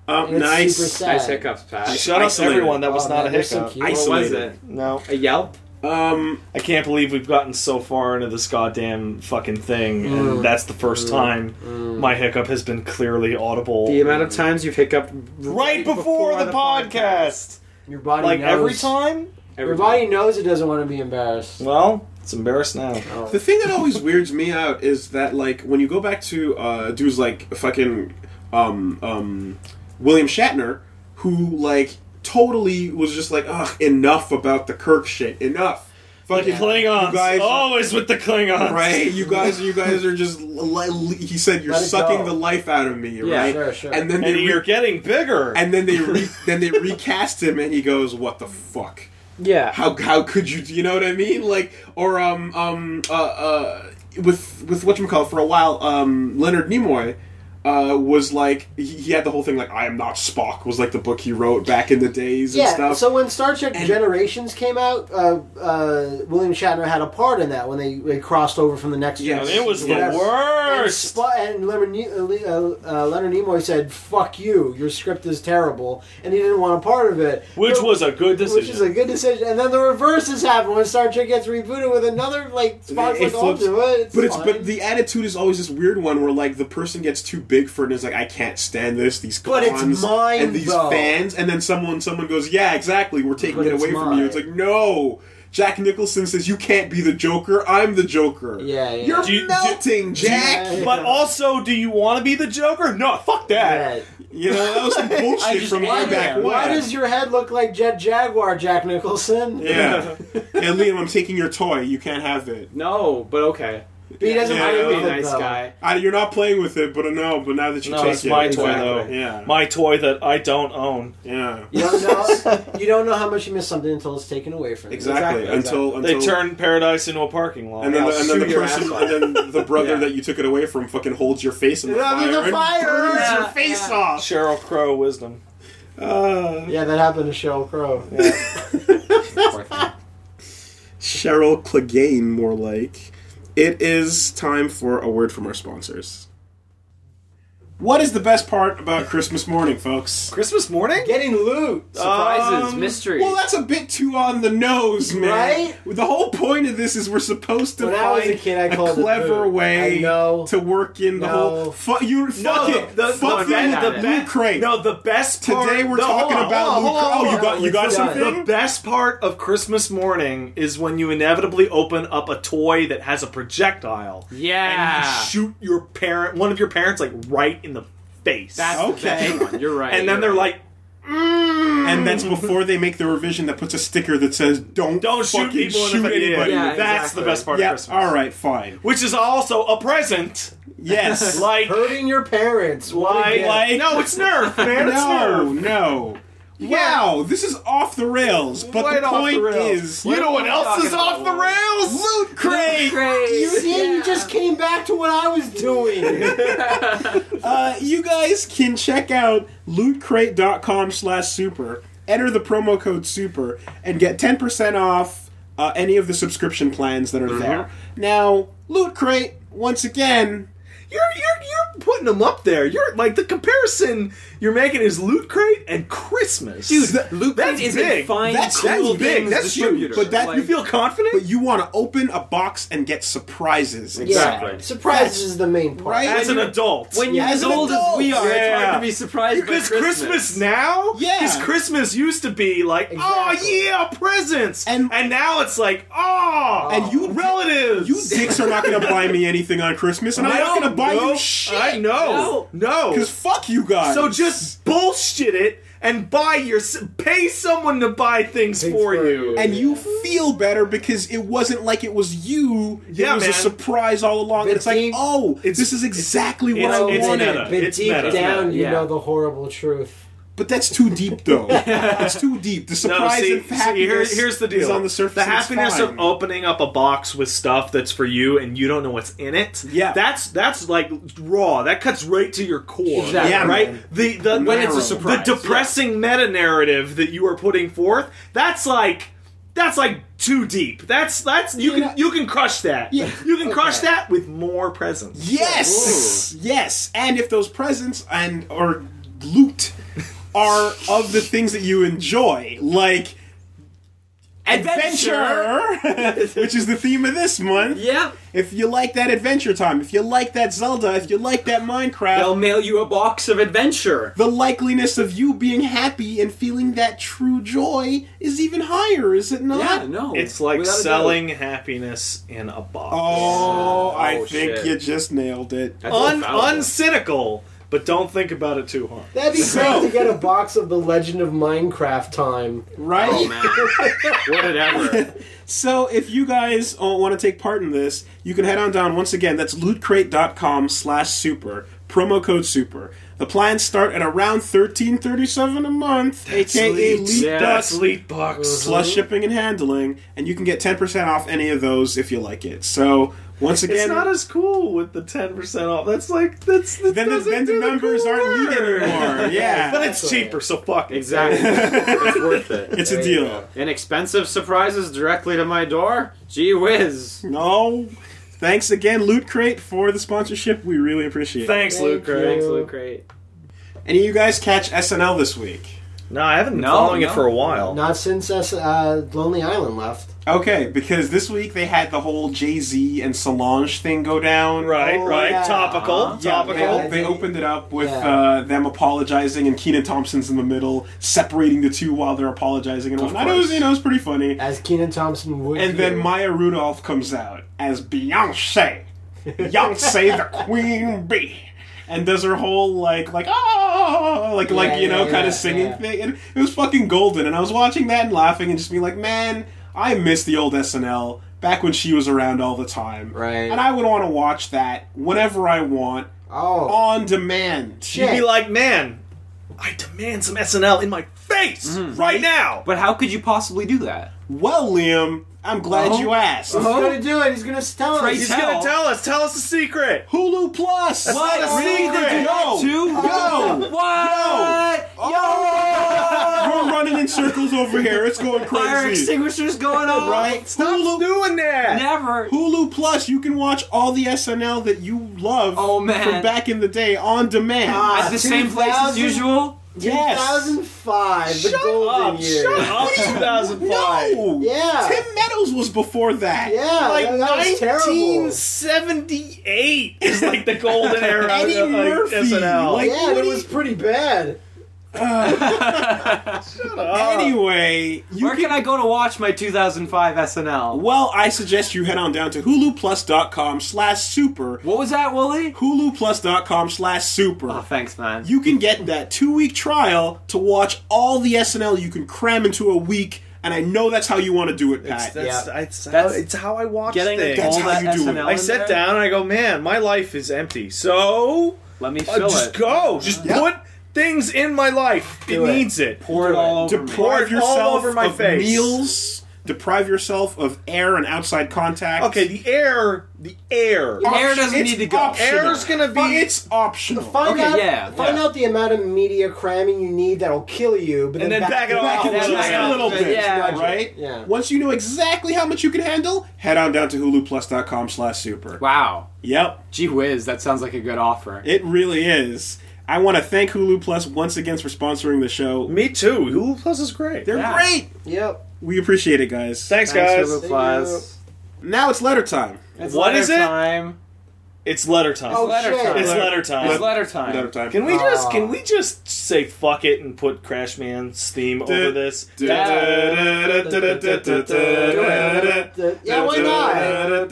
[SPEAKER 2] And
[SPEAKER 1] Um,
[SPEAKER 2] it's
[SPEAKER 1] nice.
[SPEAKER 2] super sad.
[SPEAKER 3] nice hiccups, Pat.
[SPEAKER 4] Shut up,
[SPEAKER 1] Isolated.
[SPEAKER 4] everyone. That was
[SPEAKER 2] Oh,
[SPEAKER 4] not
[SPEAKER 2] man,
[SPEAKER 4] a
[SPEAKER 2] they're so
[SPEAKER 4] hiccup.
[SPEAKER 2] cute.
[SPEAKER 3] What was
[SPEAKER 1] Isolated.
[SPEAKER 3] it?
[SPEAKER 4] No,
[SPEAKER 3] A Yelp?
[SPEAKER 1] Um,
[SPEAKER 4] I can't believe we've gotten so far into this goddamn fucking thing, and that's the first time my hiccup has been clearly audible.
[SPEAKER 3] The amount of times you've hiccuped
[SPEAKER 4] right before, the, podcast.
[SPEAKER 2] Your body
[SPEAKER 4] Like
[SPEAKER 2] knows.
[SPEAKER 4] every time?
[SPEAKER 2] Your
[SPEAKER 3] Every
[SPEAKER 2] body knows it doesn't want to be embarrassed. Oh.
[SPEAKER 4] Well, it's embarrassed now.
[SPEAKER 1] the thing that always weirds me out is that like when you go back to uh, dudes like fucking um, um, William Shatner, who like totally was just like, ugh, enough about the Kirk shit, enough.
[SPEAKER 4] But
[SPEAKER 1] Fucking
[SPEAKER 4] Klingons. Oh,
[SPEAKER 1] you guys-
[SPEAKER 4] always with the Klingons.
[SPEAKER 1] Right, you guys, you guys are just. Li- li- he said, "You're
[SPEAKER 2] Let it
[SPEAKER 1] sucking
[SPEAKER 2] go.
[SPEAKER 1] the life out of me."
[SPEAKER 3] Yeah,
[SPEAKER 1] right,
[SPEAKER 2] sure, sure.
[SPEAKER 1] and then they
[SPEAKER 4] And you're
[SPEAKER 1] re-
[SPEAKER 4] getting bigger.
[SPEAKER 1] and then they re- then they recast him, and he goes, "What the fuck?"
[SPEAKER 3] yeah.
[SPEAKER 1] how how could you do you know what I mean like or um um uh uh with with what for a while um Leonard Nimoy uh was like he, he had the whole thing like I am not Spock was like the book he wrote back in the days and
[SPEAKER 2] Yeah,
[SPEAKER 1] stuff
[SPEAKER 2] so when Star Trek Generations came out, uh, uh, William Shatner had a part in that when they, they crossed over from the next
[SPEAKER 1] Yeah,
[SPEAKER 4] And
[SPEAKER 2] generation.
[SPEAKER 4] it was
[SPEAKER 1] Yes.
[SPEAKER 4] the
[SPEAKER 2] And,
[SPEAKER 4] worst.
[SPEAKER 2] Sp- and Leonard, Ne- uh, Le- uh, uh, Leonard Nimoy said, "Fuck you! Your script is terrible," and he didn't want a part of it.
[SPEAKER 4] Which
[SPEAKER 2] But-
[SPEAKER 4] was a good decision.
[SPEAKER 2] Which is a good decision. And then the reverse has happened when Star Trek gets rebooted with another like Spock's
[SPEAKER 1] It
[SPEAKER 2] like, "I'll
[SPEAKER 1] flips.
[SPEAKER 2] do it." It's
[SPEAKER 1] but it's but
[SPEAKER 2] fine."
[SPEAKER 1] the attitude is always this weird one where like the person gets too big for it and is like I can't stand this these
[SPEAKER 2] But it's
[SPEAKER 1] cons
[SPEAKER 2] mine,
[SPEAKER 1] and these
[SPEAKER 2] though.
[SPEAKER 1] fans and then someone someone goes yeah exactly we're taking
[SPEAKER 2] But
[SPEAKER 1] it
[SPEAKER 2] it's
[SPEAKER 1] away from you
[SPEAKER 2] mine.
[SPEAKER 1] it's like no Jack Nicholson says, "You can't be the Joker. I'm the Joker."
[SPEAKER 2] Yeah, yeah.
[SPEAKER 1] You're
[SPEAKER 4] Do you- do-
[SPEAKER 1] melting, Jack.
[SPEAKER 2] Yeah.
[SPEAKER 4] But also, do you want to be the Joker? No, fuck that.
[SPEAKER 2] Right.
[SPEAKER 1] You know that was some bullshit
[SPEAKER 3] just-
[SPEAKER 1] from
[SPEAKER 3] why
[SPEAKER 1] way
[SPEAKER 3] do-
[SPEAKER 1] back when.
[SPEAKER 2] Why does your head look like Jet Jaguar, Jack Nicholson?
[SPEAKER 1] yeah, and Liam, I'm taking your toy. You can't have it.
[SPEAKER 3] No, but okay.
[SPEAKER 2] But he doesn't
[SPEAKER 1] Yeah,
[SPEAKER 3] I
[SPEAKER 2] play
[SPEAKER 3] would be
[SPEAKER 2] with
[SPEAKER 3] a
[SPEAKER 2] it,
[SPEAKER 3] nice
[SPEAKER 2] though.
[SPEAKER 3] guy.
[SPEAKER 1] I, you're not playing with it, but uh, no. But now that you
[SPEAKER 4] No,
[SPEAKER 1] take
[SPEAKER 4] it's
[SPEAKER 1] it,
[SPEAKER 4] my
[SPEAKER 2] Exactly.
[SPEAKER 4] toy though.
[SPEAKER 1] yeah,
[SPEAKER 4] My toy that I don't own.
[SPEAKER 1] yeah,
[SPEAKER 2] You don't know. you don't know how much you miss something until it's taken away from you.
[SPEAKER 1] exactly. Until
[SPEAKER 4] They
[SPEAKER 1] until
[SPEAKER 4] turn paradise into a parking lot.
[SPEAKER 1] and then, the,
[SPEAKER 3] I'll
[SPEAKER 1] and then the
[SPEAKER 3] shoot your
[SPEAKER 1] person,
[SPEAKER 3] ass off.
[SPEAKER 1] and then the brother
[SPEAKER 4] Yeah.
[SPEAKER 1] that you took it away from, fucking holds your face in the
[SPEAKER 2] Yeah, I
[SPEAKER 1] fire,
[SPEAKER 2] mean, the
[SPEAKER 1] and
[SPEAKER 2] fire!
[SPEAKER 1] burns
[SPEAKER 2] Yeah,
[SPEAKER 1] your face
[SPEAKER 3] yeah.
[SPEAKER 1] off.
[SPEAKER 4] Cheryl Crow wisdom.
[SPEAKER 1] Uh,
[SPEAKER 2] Yeah, that happened to Sheryl Crow.
[SPEAKER 1] Cheryl Clegane, more like. It is time for a word from our sponsors. What is the best part about Christmas morning, folks?
[SPEAKER 4] Christmas morning?
[SPEAKER 2] Getting loot.
[SPEAKER 1] Oh,
[SPEAKER 3] Surprises,
[SPEAKER 4] Um,
[SPEAKER 3] mystery.
[SPEAKER 1] Well, that's a bit too on the nose, man.
[SPEAKER 2] Right?
[SPEAKER 1] The whole point of this is we're supposed to
[SPEAKER 2] When I was
[SPEAKER 1] find
[SPEAKER 2] a kid, I called it
[SPEAKER 1] clever
[SPEAKER 2] loot.
[SPEAKER 1] way
[SPEAKER 2] I know.
[SPEAKER 1] to work in the
[SPEAKER 2] No.
[SPEAKER 1] whole. Fu- you fuck it. fuck
[SPEAKER 3] the-
[SPEAKER 1] you
[SPEAKER 3] the-
[SPEAKER 1] with the blue
[SPEAKER 4] be-
[SPEAKER 1] crate.
[SPEAKER 4] No, the best part.
[SPEAKER 1] Today we're
[SPEAKER 4] no, hold
[SPEAKER 1] talking
[SPEAKER 4] on,
[SPEAKER 1] about
[SPEAKER 4] hold on,
[SPEAKER 1] Luke-
[SPEAKER 4] hold on,
[SPEAKER 1] oh,
[SPEAKER 4] hold
[SPEAKER 1] you
[SPEAKER 4] on.
[SPEAKER 1] got- you got
[SPEAKER 4] The-
[SPEAKER 1] something?
[SPEAKER 4] The best part of Christmas morning is when you inevitably open up a toy that has a projectile.
[SPEAKER 3] Yeah.
[SPEAKER 4] And you shoot your parent, one of your parents, like right in the face.
[SPEAKER 3] that's
[SPEAKER 1] Okay.
[SPEAKER 3] the best one. You're right.
[SPEAKER 4] and then they're
[SPEAKER 3] you're right.
[SPEAKER 4] like,
[SPEAKER 1] and that's before they make the revision that puts a sticker that says "Don't
[SPEAKER 4] "Don't shoot
[SPEAKER 1] fucking
[SPEAKER 4] people in
[SPEAKER 1] shoot
[SPEAKER 4] the face."
[SPEAKER 1] anybody."
[SPEAKER 3] Yeah,
[SPEAKER 4] Yeah,
[SPEAKER 1] with that.
[SPEAKER 4] that's
[SPEAKER 3] exactly.
[SPEAKER 4] the best part
[SPEAKER 1] Yeah,
[SPEAKER 4] of Christmas.
[SPEAKER 1] all right, fine.
[SPEAKER 4] Which is also a present.
[SPEAKER 1] Yes,
[SPEAKER 4] Like,
[SPEAKER 2] Hurting your parents. What a
[SPEAKER 4] like,
[SPEAKER 2] gift.
[SPEAKER 4] like, no, it's Nerf, man. It's
[SPEAKER 1] no,
[SPEAKER 4] Nerf.
[SPEAKER 1] no. Wow, this is off the rails. But
[SPEAKER 4] Right
[SPEAKER 1] the
[SPEAKER 4] off the
[SPEAKER 1] point
[SPEAKER 4] rails.
[SPEAKER 1] is,
[SPEAKER 4] You know what
[SPEAKER 3] What
[SPEAKER 4] else
[SPEAKER 3] are you
[SPEAKER 4] is off
[SPEAKER 3] talking
[SPEAKER 4] the rails?
[SPEAKER 1] loot crate.
[SPEAKER 3] Crazy.
[SPEAKER 2] You see, you just came back to what I was doing.
[SPEAKER 1] Uh, you guys can check out lootcrate.com slash super. Enter the promo code super and get 10% off uh, any of the subscription plans that are there. Now, Loot Crate, once again,
[SPEAKER 4] You're you're you're putting them up there. You're like the comparison you're making is Loot Crate and Christmas.
[SPEAKER 1] that-
[SPEAKER 3] Loot
[SPEAKER 4] that's
[SPEAKER 3] Crate is
[SPEAKER 4] big.
[SPEAKER 3] a fine
[SPEAKER 1] That's
[SPEAKER 3] cool
[SPEAKER 1] huge.
[SPEAKER 3] things
[SPEAKER 4] That's huge.
[SPEAKER 3] distributor.
[SPEAKER 1] But that-
[SPEAKER 4] you feel confident?
[SPEAKER 1] but you want to open a box and get surprises.
[SPEAKER 2] yeah.
[SPEAKER 4] Exactly.
[SPEAKER 2] Surprises is the main part.
[SPEAKER 1] Right?
[SPEAKER 4] as an
[SPEAKER 1] when
[SPEAKER 4] adult.
[SPEAKER 3] when you're
[SPEAKER 1] Yeah,
[SPEAKER 3] as
[SPEAKER 1] as an
[SPEAKER 3] old as we are, it's
[SPEAKER 4] Yeah.
[SPEAKER 3] hard to be surprised by
[SPEAKER 4] because
[SPEAKER 3] Christmas.
[SPEAKER 4] Christmas. now,
[SPEAKER 1] Yeah.
[SPEAKER 4] Because Christmas used to be like,
[SPEAKER 2] Exactly.
[SPEAKER 4] oh yeah, presents,
[SPEAKER 1] And-
[SPEAKER 4] now it's like, oh,
[SPEAKER 1] And you-
[SPEAKER 4] relatives,
[SPEAKER 1] you dicks are not going to buy me anything on Christmas, and I'm not
[SPEAKER 4] No,
[SPEAKER 1] going to buy
[SPEAKER 4] no,
[SPEAKER 1] you shit.
[SPEAKER 4] I know, no,
[SPEAKER 1] Because fuck you guys.
[SPEAKER 4] So just bullshit it and buy your pay someone to buy things, for,
[SPEAKER 2] for
[SPEAKER 4] you.
[SPEAKER 2] you.
[SPEAKER 1] and you feel better because it wasn't like it was you.
[SPEAKER 4] Yeah,
[SPEAKER 1] it was
[SPEAKER 4] man.
[SPEAKER 1] a surprise all along.
[SPEAKER 2] But
[SPEAKER 1] it's like,
[SPEAKER 2] deep-
[SPEAKER 1] oh,
[SPEAKER 4] it's-
[SPEAKER 1] this is exactly
[SPEAKER 4] it's-
[SPEAKER 1] what I
[SPEAKER 4] it's
[SPEAKER 1] wanted.
[SPEAKER 4] meta.
[SPEAKER 2] But
[SPEAKER 4] It's
[SPEAKER 2] deep
[SPEAKER 4] meta.
[SPEAKER 2] down, you
[SPEAKER 3] Yeah.
[SPEAKER 2] know the horrible truth.
[SPEAKER 1] But that's too deep, though. it's too deep. The
[SPEAKER 4] No,
[SPEAKER 1] surprise
[SPEAKER 4] see-
[SPEAKER 1] and
[SPEAKER 4] see,
[SPEAKER 1] happiness
[SPEAKER 4] here- here's the deal.
[SPEAKER 1] is on the surface.
[SPEAKER 4] The
[SPEAKER 1] and it's
[SPEAKER 4] happiness
[SPEAKER 1] fine.
[SPEAKER 4] of opening up a box with stuff that's for you and you don't know what's in it.
[SPEAKER 1] Yeah.
[SPEAKER 4] that's that's like raw. That cuts right to your core.
[SPEAKER 3] Exactly.
[SPEAKER 1] Yeah,
[SPEAKER 4] right.
[SPEAKER 1] man.
[SPEAKER 4] The the
[SPEAKER 1] When it's a
[SPEAKER 3] surprise,
[SPEAKER 4] the depressing meta narrative that you are putting forth. That's like. That's like too deep. That's that's you
[SPEAKER 1] Yeah.
[SPEAKER 4] can you can crush that.
[SPEAKER 1] Yeah.
[SPEAKER 4] You can crush
[SPEAKER 2] Okay.
[SPEAKER 4] that with more presents.
[SPEAKER 1] Yes, yes, and if those presents and or loot are of the things that you enjoy, like adventure, which is the theme of this month.
[SPEAKER 3] Yeah.
[SPEAKER 1] If you like that Adventure Time, if you like that Zelda, if you like that
[SPEAKER 3] They'll
[SPEAKER 1] Minecraft,
[SPEAKER 3] mail you a box of adventure.
[SPEAKER 1] the likeliness of you being happy and feeling that true joy is even higher, is it not?
[SPEAKER 3] Yeah, no.
[SPEAKER 4] It's like
[SPEAKER 3] Without a doubt.
[SPEAKER 4] selling happiness in a box.
[SPEAKER 1] Oh, I
[SPEAKER 3] Oh,
[SPEAKER 1] think
[SPEAKER 3] shit.
[SPEAKER 1] you just nailed it.
[SPEAKER 3] That's
[SPEAKER 4] Un-
[SPEAKER 3] infallible.
[SPEAKER 4] uncynical, but don't think about it too hard.
[SPEAKER 2] That'd be
[SPEAKER 1] So-
[SPEAKER 2] great to get a box of The Legend of Minecraft time.
[SPEAKER 1] Right?
[SPEAKER 3] Oh man. Whatever.
[SPEAKER 1] So if you guys uh, want to take part in this, you can head on down once again. That's lootcrate.com slash super. Promo code super. The plans start at around thirteen thirty seven a month, aka
[SPEAKER 4] Sleet.
[SPEAKER 1] leap
[SPEAKER 3] Yeah, Uh-huh.
[SPEAKER 1] dust,
[SPEAKER 4] sleet box.
[SPEAKER 1] plus shipping and handling, and you can get ten percent off any of those if you like it. So once
[SPEAKER 4] It's
[SPEAKER 1] again,
[SPEAKER 4] not as cool with the ten percent off. That's like that's, that
[SPEAKER 1] then the,
[SPEAKER 4] doesn't
[SPEAKER 1] then the
[SPEAKER 4] do
[SPEAKER 1] numbers
[SPEAKER 4] cool
[SPEAKER 1] aren't
[SPEAKER 4] work.
[SPEAKER 1] lead anymore.
[SPEAKER 4] But
[SPEAKER 1] Yeah,
[SPEAKER 4] it's cheaper, so fuck it.
[SPEAKER 3] exactly. it's worth it.
[SPEAKER 1] it's a
[SPEAKER 2] There you
[SPEAKER 1] deal.
[SPEAKER 2] go.
[SPEAKER 3] Inexpensive surprises directly to my door? Gee whiz.
[SPEAKER 1] No, thanks again, Loot Crate, for the sponsorship. We really appreciate it.
[SPEAKER 4] Thanks,
[SPEAKER 2] Thank
[SPEAKER 4] Luke.
[SPEAKER 2] you.
[SPEAKER 3] Thanks, Loot Crate.
[SPEAKER 1] Any of you guys catch SNL this week?
[SPEAKER 4] No, I haven't been
[SPEAKER 3] No,
[SPEAKER 4] following it
[SPEAKER 3] no.
[SPEAKER 4] for a while.
[SPEAKER 2] Not since us, uh, Lonely Island left.
[SPEAKER 1] Okay, because this week they had the whole Jay Z and Solange thing go down.
[SPEAKER 4] Right,
[SPEAKER 2] Oh,
[SPEAKER 4] right.
[SPEAKER 2] yeah.
[SPEAKER 4] Topical,
[SPEAKER 1] Yeah,
[SPEAKER 4] topical.
[SPEAKER 1] they,
[SPEAKER 2] Topical.
[SPEAKER 1] they opened it up with
[SPEAKER 2] Yeah.
[SPEAKER 1] uh, them apologizing and Keenan Thompson's in the middle, separating the two while they're apologizing and whatnot. It was, you know, it was pretty funny.
[SPEAKER 2] As Keenan Thompson would.
[SPEAKER 1] And then
[SPEAKER 2] do.
[SPEAKER 1] Maya Rudolph comes out as Beyonce, Beyonce the Queen Bee, and does her whole like like oh like
[SPEAKER 2] Yeah,
[SPEAKER 1] like you know
[SPEAKER 2] yeah,
[SPEAKER 1] kind
[SPEAKER 2] yeah,
[SPEAKER 1] of singing
[SPEAKER 2] yeah.
[SPEAKER 1] thing. And it was fucking golden, and I was watching that and laughing and just being like, man, I miss the old SNL back when she was around all the time.
[SPEAKER 2] Right.
[SPEAKER 1] And I would want to watch that whenever I want
[SPEAKER 2] Oh.
[SPEAKER 1] on demand.
[SPEAKER 4] You'd be
[SPEAKER 2] Yeah.
[SPEAKER 4] like, man, I demand some SNL in my face
[SPEAKER 1] Mm-hmm.
[SPEAKER 4] right now.
[SPEAKER 3] But how could you possibly do that?
[SPEAKER 1] Well, Liam, I'm glad
[SPEAKER 3] Oh.
[SPEAKER 1] you asked.
[SPEAKER 2] He's gonna do it. He's gonna tell us.
[SPEAKER 3] Right.
[SPEAKER 4] He's
[SPEAKER 3] Tell.
[SPEAKER 4] gonna tell us. Tell us the secret.
[SPEAKER 1] Hulu Plus.
[SPEAKER 3] What?
[SPEAKER 4] not a
[SPEAKER 3] really?
[SPEAKER 4] secret.
[SPEAKER 3] They do that
[SPEAKER 1] No.
[SPEAKER 3] too?
[SPEAKER 1] No.
[SPEAKER 3] What? What?
[SPEAKER 1] We're running in circles over here. It's going
[SPEAKER 3] Fire
[SPEAKER 1] crazy.
[SPEAKER 3] extinguishers going on.
[SPEAKER 1] Right?
[SPEAKER 4] Stop
[SPEAKER 1] Hulu,
[SPEAKER 4] doing that.
[SPEAKER 3] Never.
[SPEAKER 1] Hulu Plus, you can watch all the SNL that you love
[SPEAKER 3] Oh, man.
[SPEAKER 1] from back in the day on demand.
[SPEAKER 2] Ah.
[SPEAKER 3] At the same place as
[SPEAKER 2] 2000.
[SPEAKER 3] usual.
[SPEAKER 1] yes.
[SPEAKER 2] 2005, the
[SPEAKER 4] Shut
[SPEAKER 2] golden
[SPEAKER 4] up.
[SPEAKER 2] year.
[SPEAKER 4] Shut up. 2005.
[SPEAKER 1] No.
[SPEAKER 2] Yeah.
[SPEAKER 1] Tim Meadows was before that.
[SPEAKER 2] Oh, Yeah,
[SPEAKER 4] Like
[SPEAKER 2] that, that was terrible.
[SPEAKER 4] 1978 is like the golden era
[SPEAKER 1] Eddie
[SPEAKER 4] of like,
[SPEAKER 1] Murphy,
[SPEAKER 4] SNL.
[SPEAKER 1] like-
[SPEAKER 2] Yeah,
[SPEAKER 1] what do
[SPEAKER 2] but it
[SPEAKER 1] you-
[SPEAKER 2] was pretty bad.
[SPEAKER 1] Ah. Anyway, you
[SPEAKER 3] Where can I go to watch my 2005 SNL?
[SPEAKER 1] well, I suggest you head on down to huluplus.com slash super.
[SPEAKER 3] What was that, Wooly?
[SPEAKER 1] huluplus.com slash super.
[SPEAKER 3] Oh, thanks, man.
[SPEAKER 1] you can get that two week trial to watch all the SNL you can cram into a week, and I know that's how you want to do it,
[SPEAKER 4] It's-
[SPEAKER 1] Pat.
[SPEAKER 4] that's,
[SPEAKER 2] Yeah.
[SPEAKER 4] it's, how,
[SPEAKER 3] That's-
[SPEAKER 4] it's how I watch
[SPEAKER 3] Getting
[SPEAKER 4] things.
[SPEAKER 1] That's
[SPEAKER 3] all
[SPEAKER 1] how
[SPEAKER 3] that
[SPEAKER 1] you do it.
[SPEAKER 3] SNL
[SPEAKER 4] I
[SPEAKER 3] in
[SPEAKER 4] sit
[SPEAKER 3] there?
[SPEAKER 4] down and I go, man, my life is empty. So
[SPEAKER 3] Let me
[SPEAKER 4] uh,
[SPEAKER 3] fill
[SPEAKER 4] just
[SPEAKER 3] it.
[SPEAKER 4] go. Just
[SPEAKER 1] Yeah.
[SPEAKER 4] put things in my life.
[SPEAKER 2] Do
[SPEAKER 4] it
[SPEAKER 2] it.
[SPEAKER 4] needs it.
[SPEAKER 3] Pour it all over me.
[SPEAKER 4] Pour
[SPEAKER 1] Deprive
[SPEAKER 4] it all
[SPEAKER 1] yourself
[SPEAKER 4] over my
[SPEAKER 1] of
[SPEAKER 4] face.
[SPEAKER 1] meals. Deprive yourself of air and outside contact.
[SPEAKER 4] Okay, the air, the air.
[SPEAKER 3] Yeah. Air doesn't
[SPEAKER 1] It's
[SPEAKER 3] need to go.
[SPEAKER 1] Optional.
[SPEAKER 4] Air's gonna be-
[SPEAKER 1] It's optional.
[SPEAKER 2] Find
[SPEAKER 3] Okay,
[SPEAKER 2] out,
[SPEAKER 3] yeah,
[SPEAKER 2] find
[SPEAKER 3] yeah.
[SPEAKER 2] out the amount of media cramming you need that'll kill you, but
[SPEAKER 4] And
[SPEAKER 2] then
[SPEAKER 4] then back it off.
[SPEAKER 2] it
[SPEAKER 1] Back it
[SPEAKER 2] up.
[SPEAKER 1] just a little bit,
[SPEAKER 3] Yeah.
[SPEAKER 1] right?
[SPEAKER 2] Yeah.
[SPEAKER 1] Once you know exactly how much you can handle, head on down to huluplus.com slash super.
[SPEAKER 3] Wow.
[SPEAKER 1] Yep.
[SPEAKER 3] Gee whiz, that sounds like a good offer.
[SPEAKER 1] It really is. I want to thank Hulu Plus once again for sponsoring the show.
[SPEAKER 4] Me too. Hulu Plus is great.
[SPEAKER 1] They're
[SPEAKER 3] Yeah.
[SPEAKER 1] great.
[SPEAKER 2] Yep.
[SPEAKER 1] We appreciate it, guys.
[SPEAKER 4] Thanks,
[SPEAKER 3] Thanks
[SPEAKER 4] guys.
[SPEAKER 3] for the applause.
[SPEAKER 1] Now it's letter time.
[SPEAKER 3] It's
[SPEAKER 4] What
[SPEAKER 3] letter
[SPEAKER 4] is it?
[SPEAKER 3] Time.
[SPEAKER 4] It's letter time.
[SPEAKER 2] Oh,
[SPEAKER 3] Letter
[SPEAKER 2] shit.
[SPEAKER 3] time.
[SPEAKER 4] It's letter time.
[SPEAKER 3] It's letter time.
[SPEAKER 1] Letter time.
[SPEAKER 4] Can we just
[SPEAKER 2] Aw.
[SPEAKER 4] can we just say fuck it and put Crashman's theme over this?
[SPEAKER 2] Yeah, why not?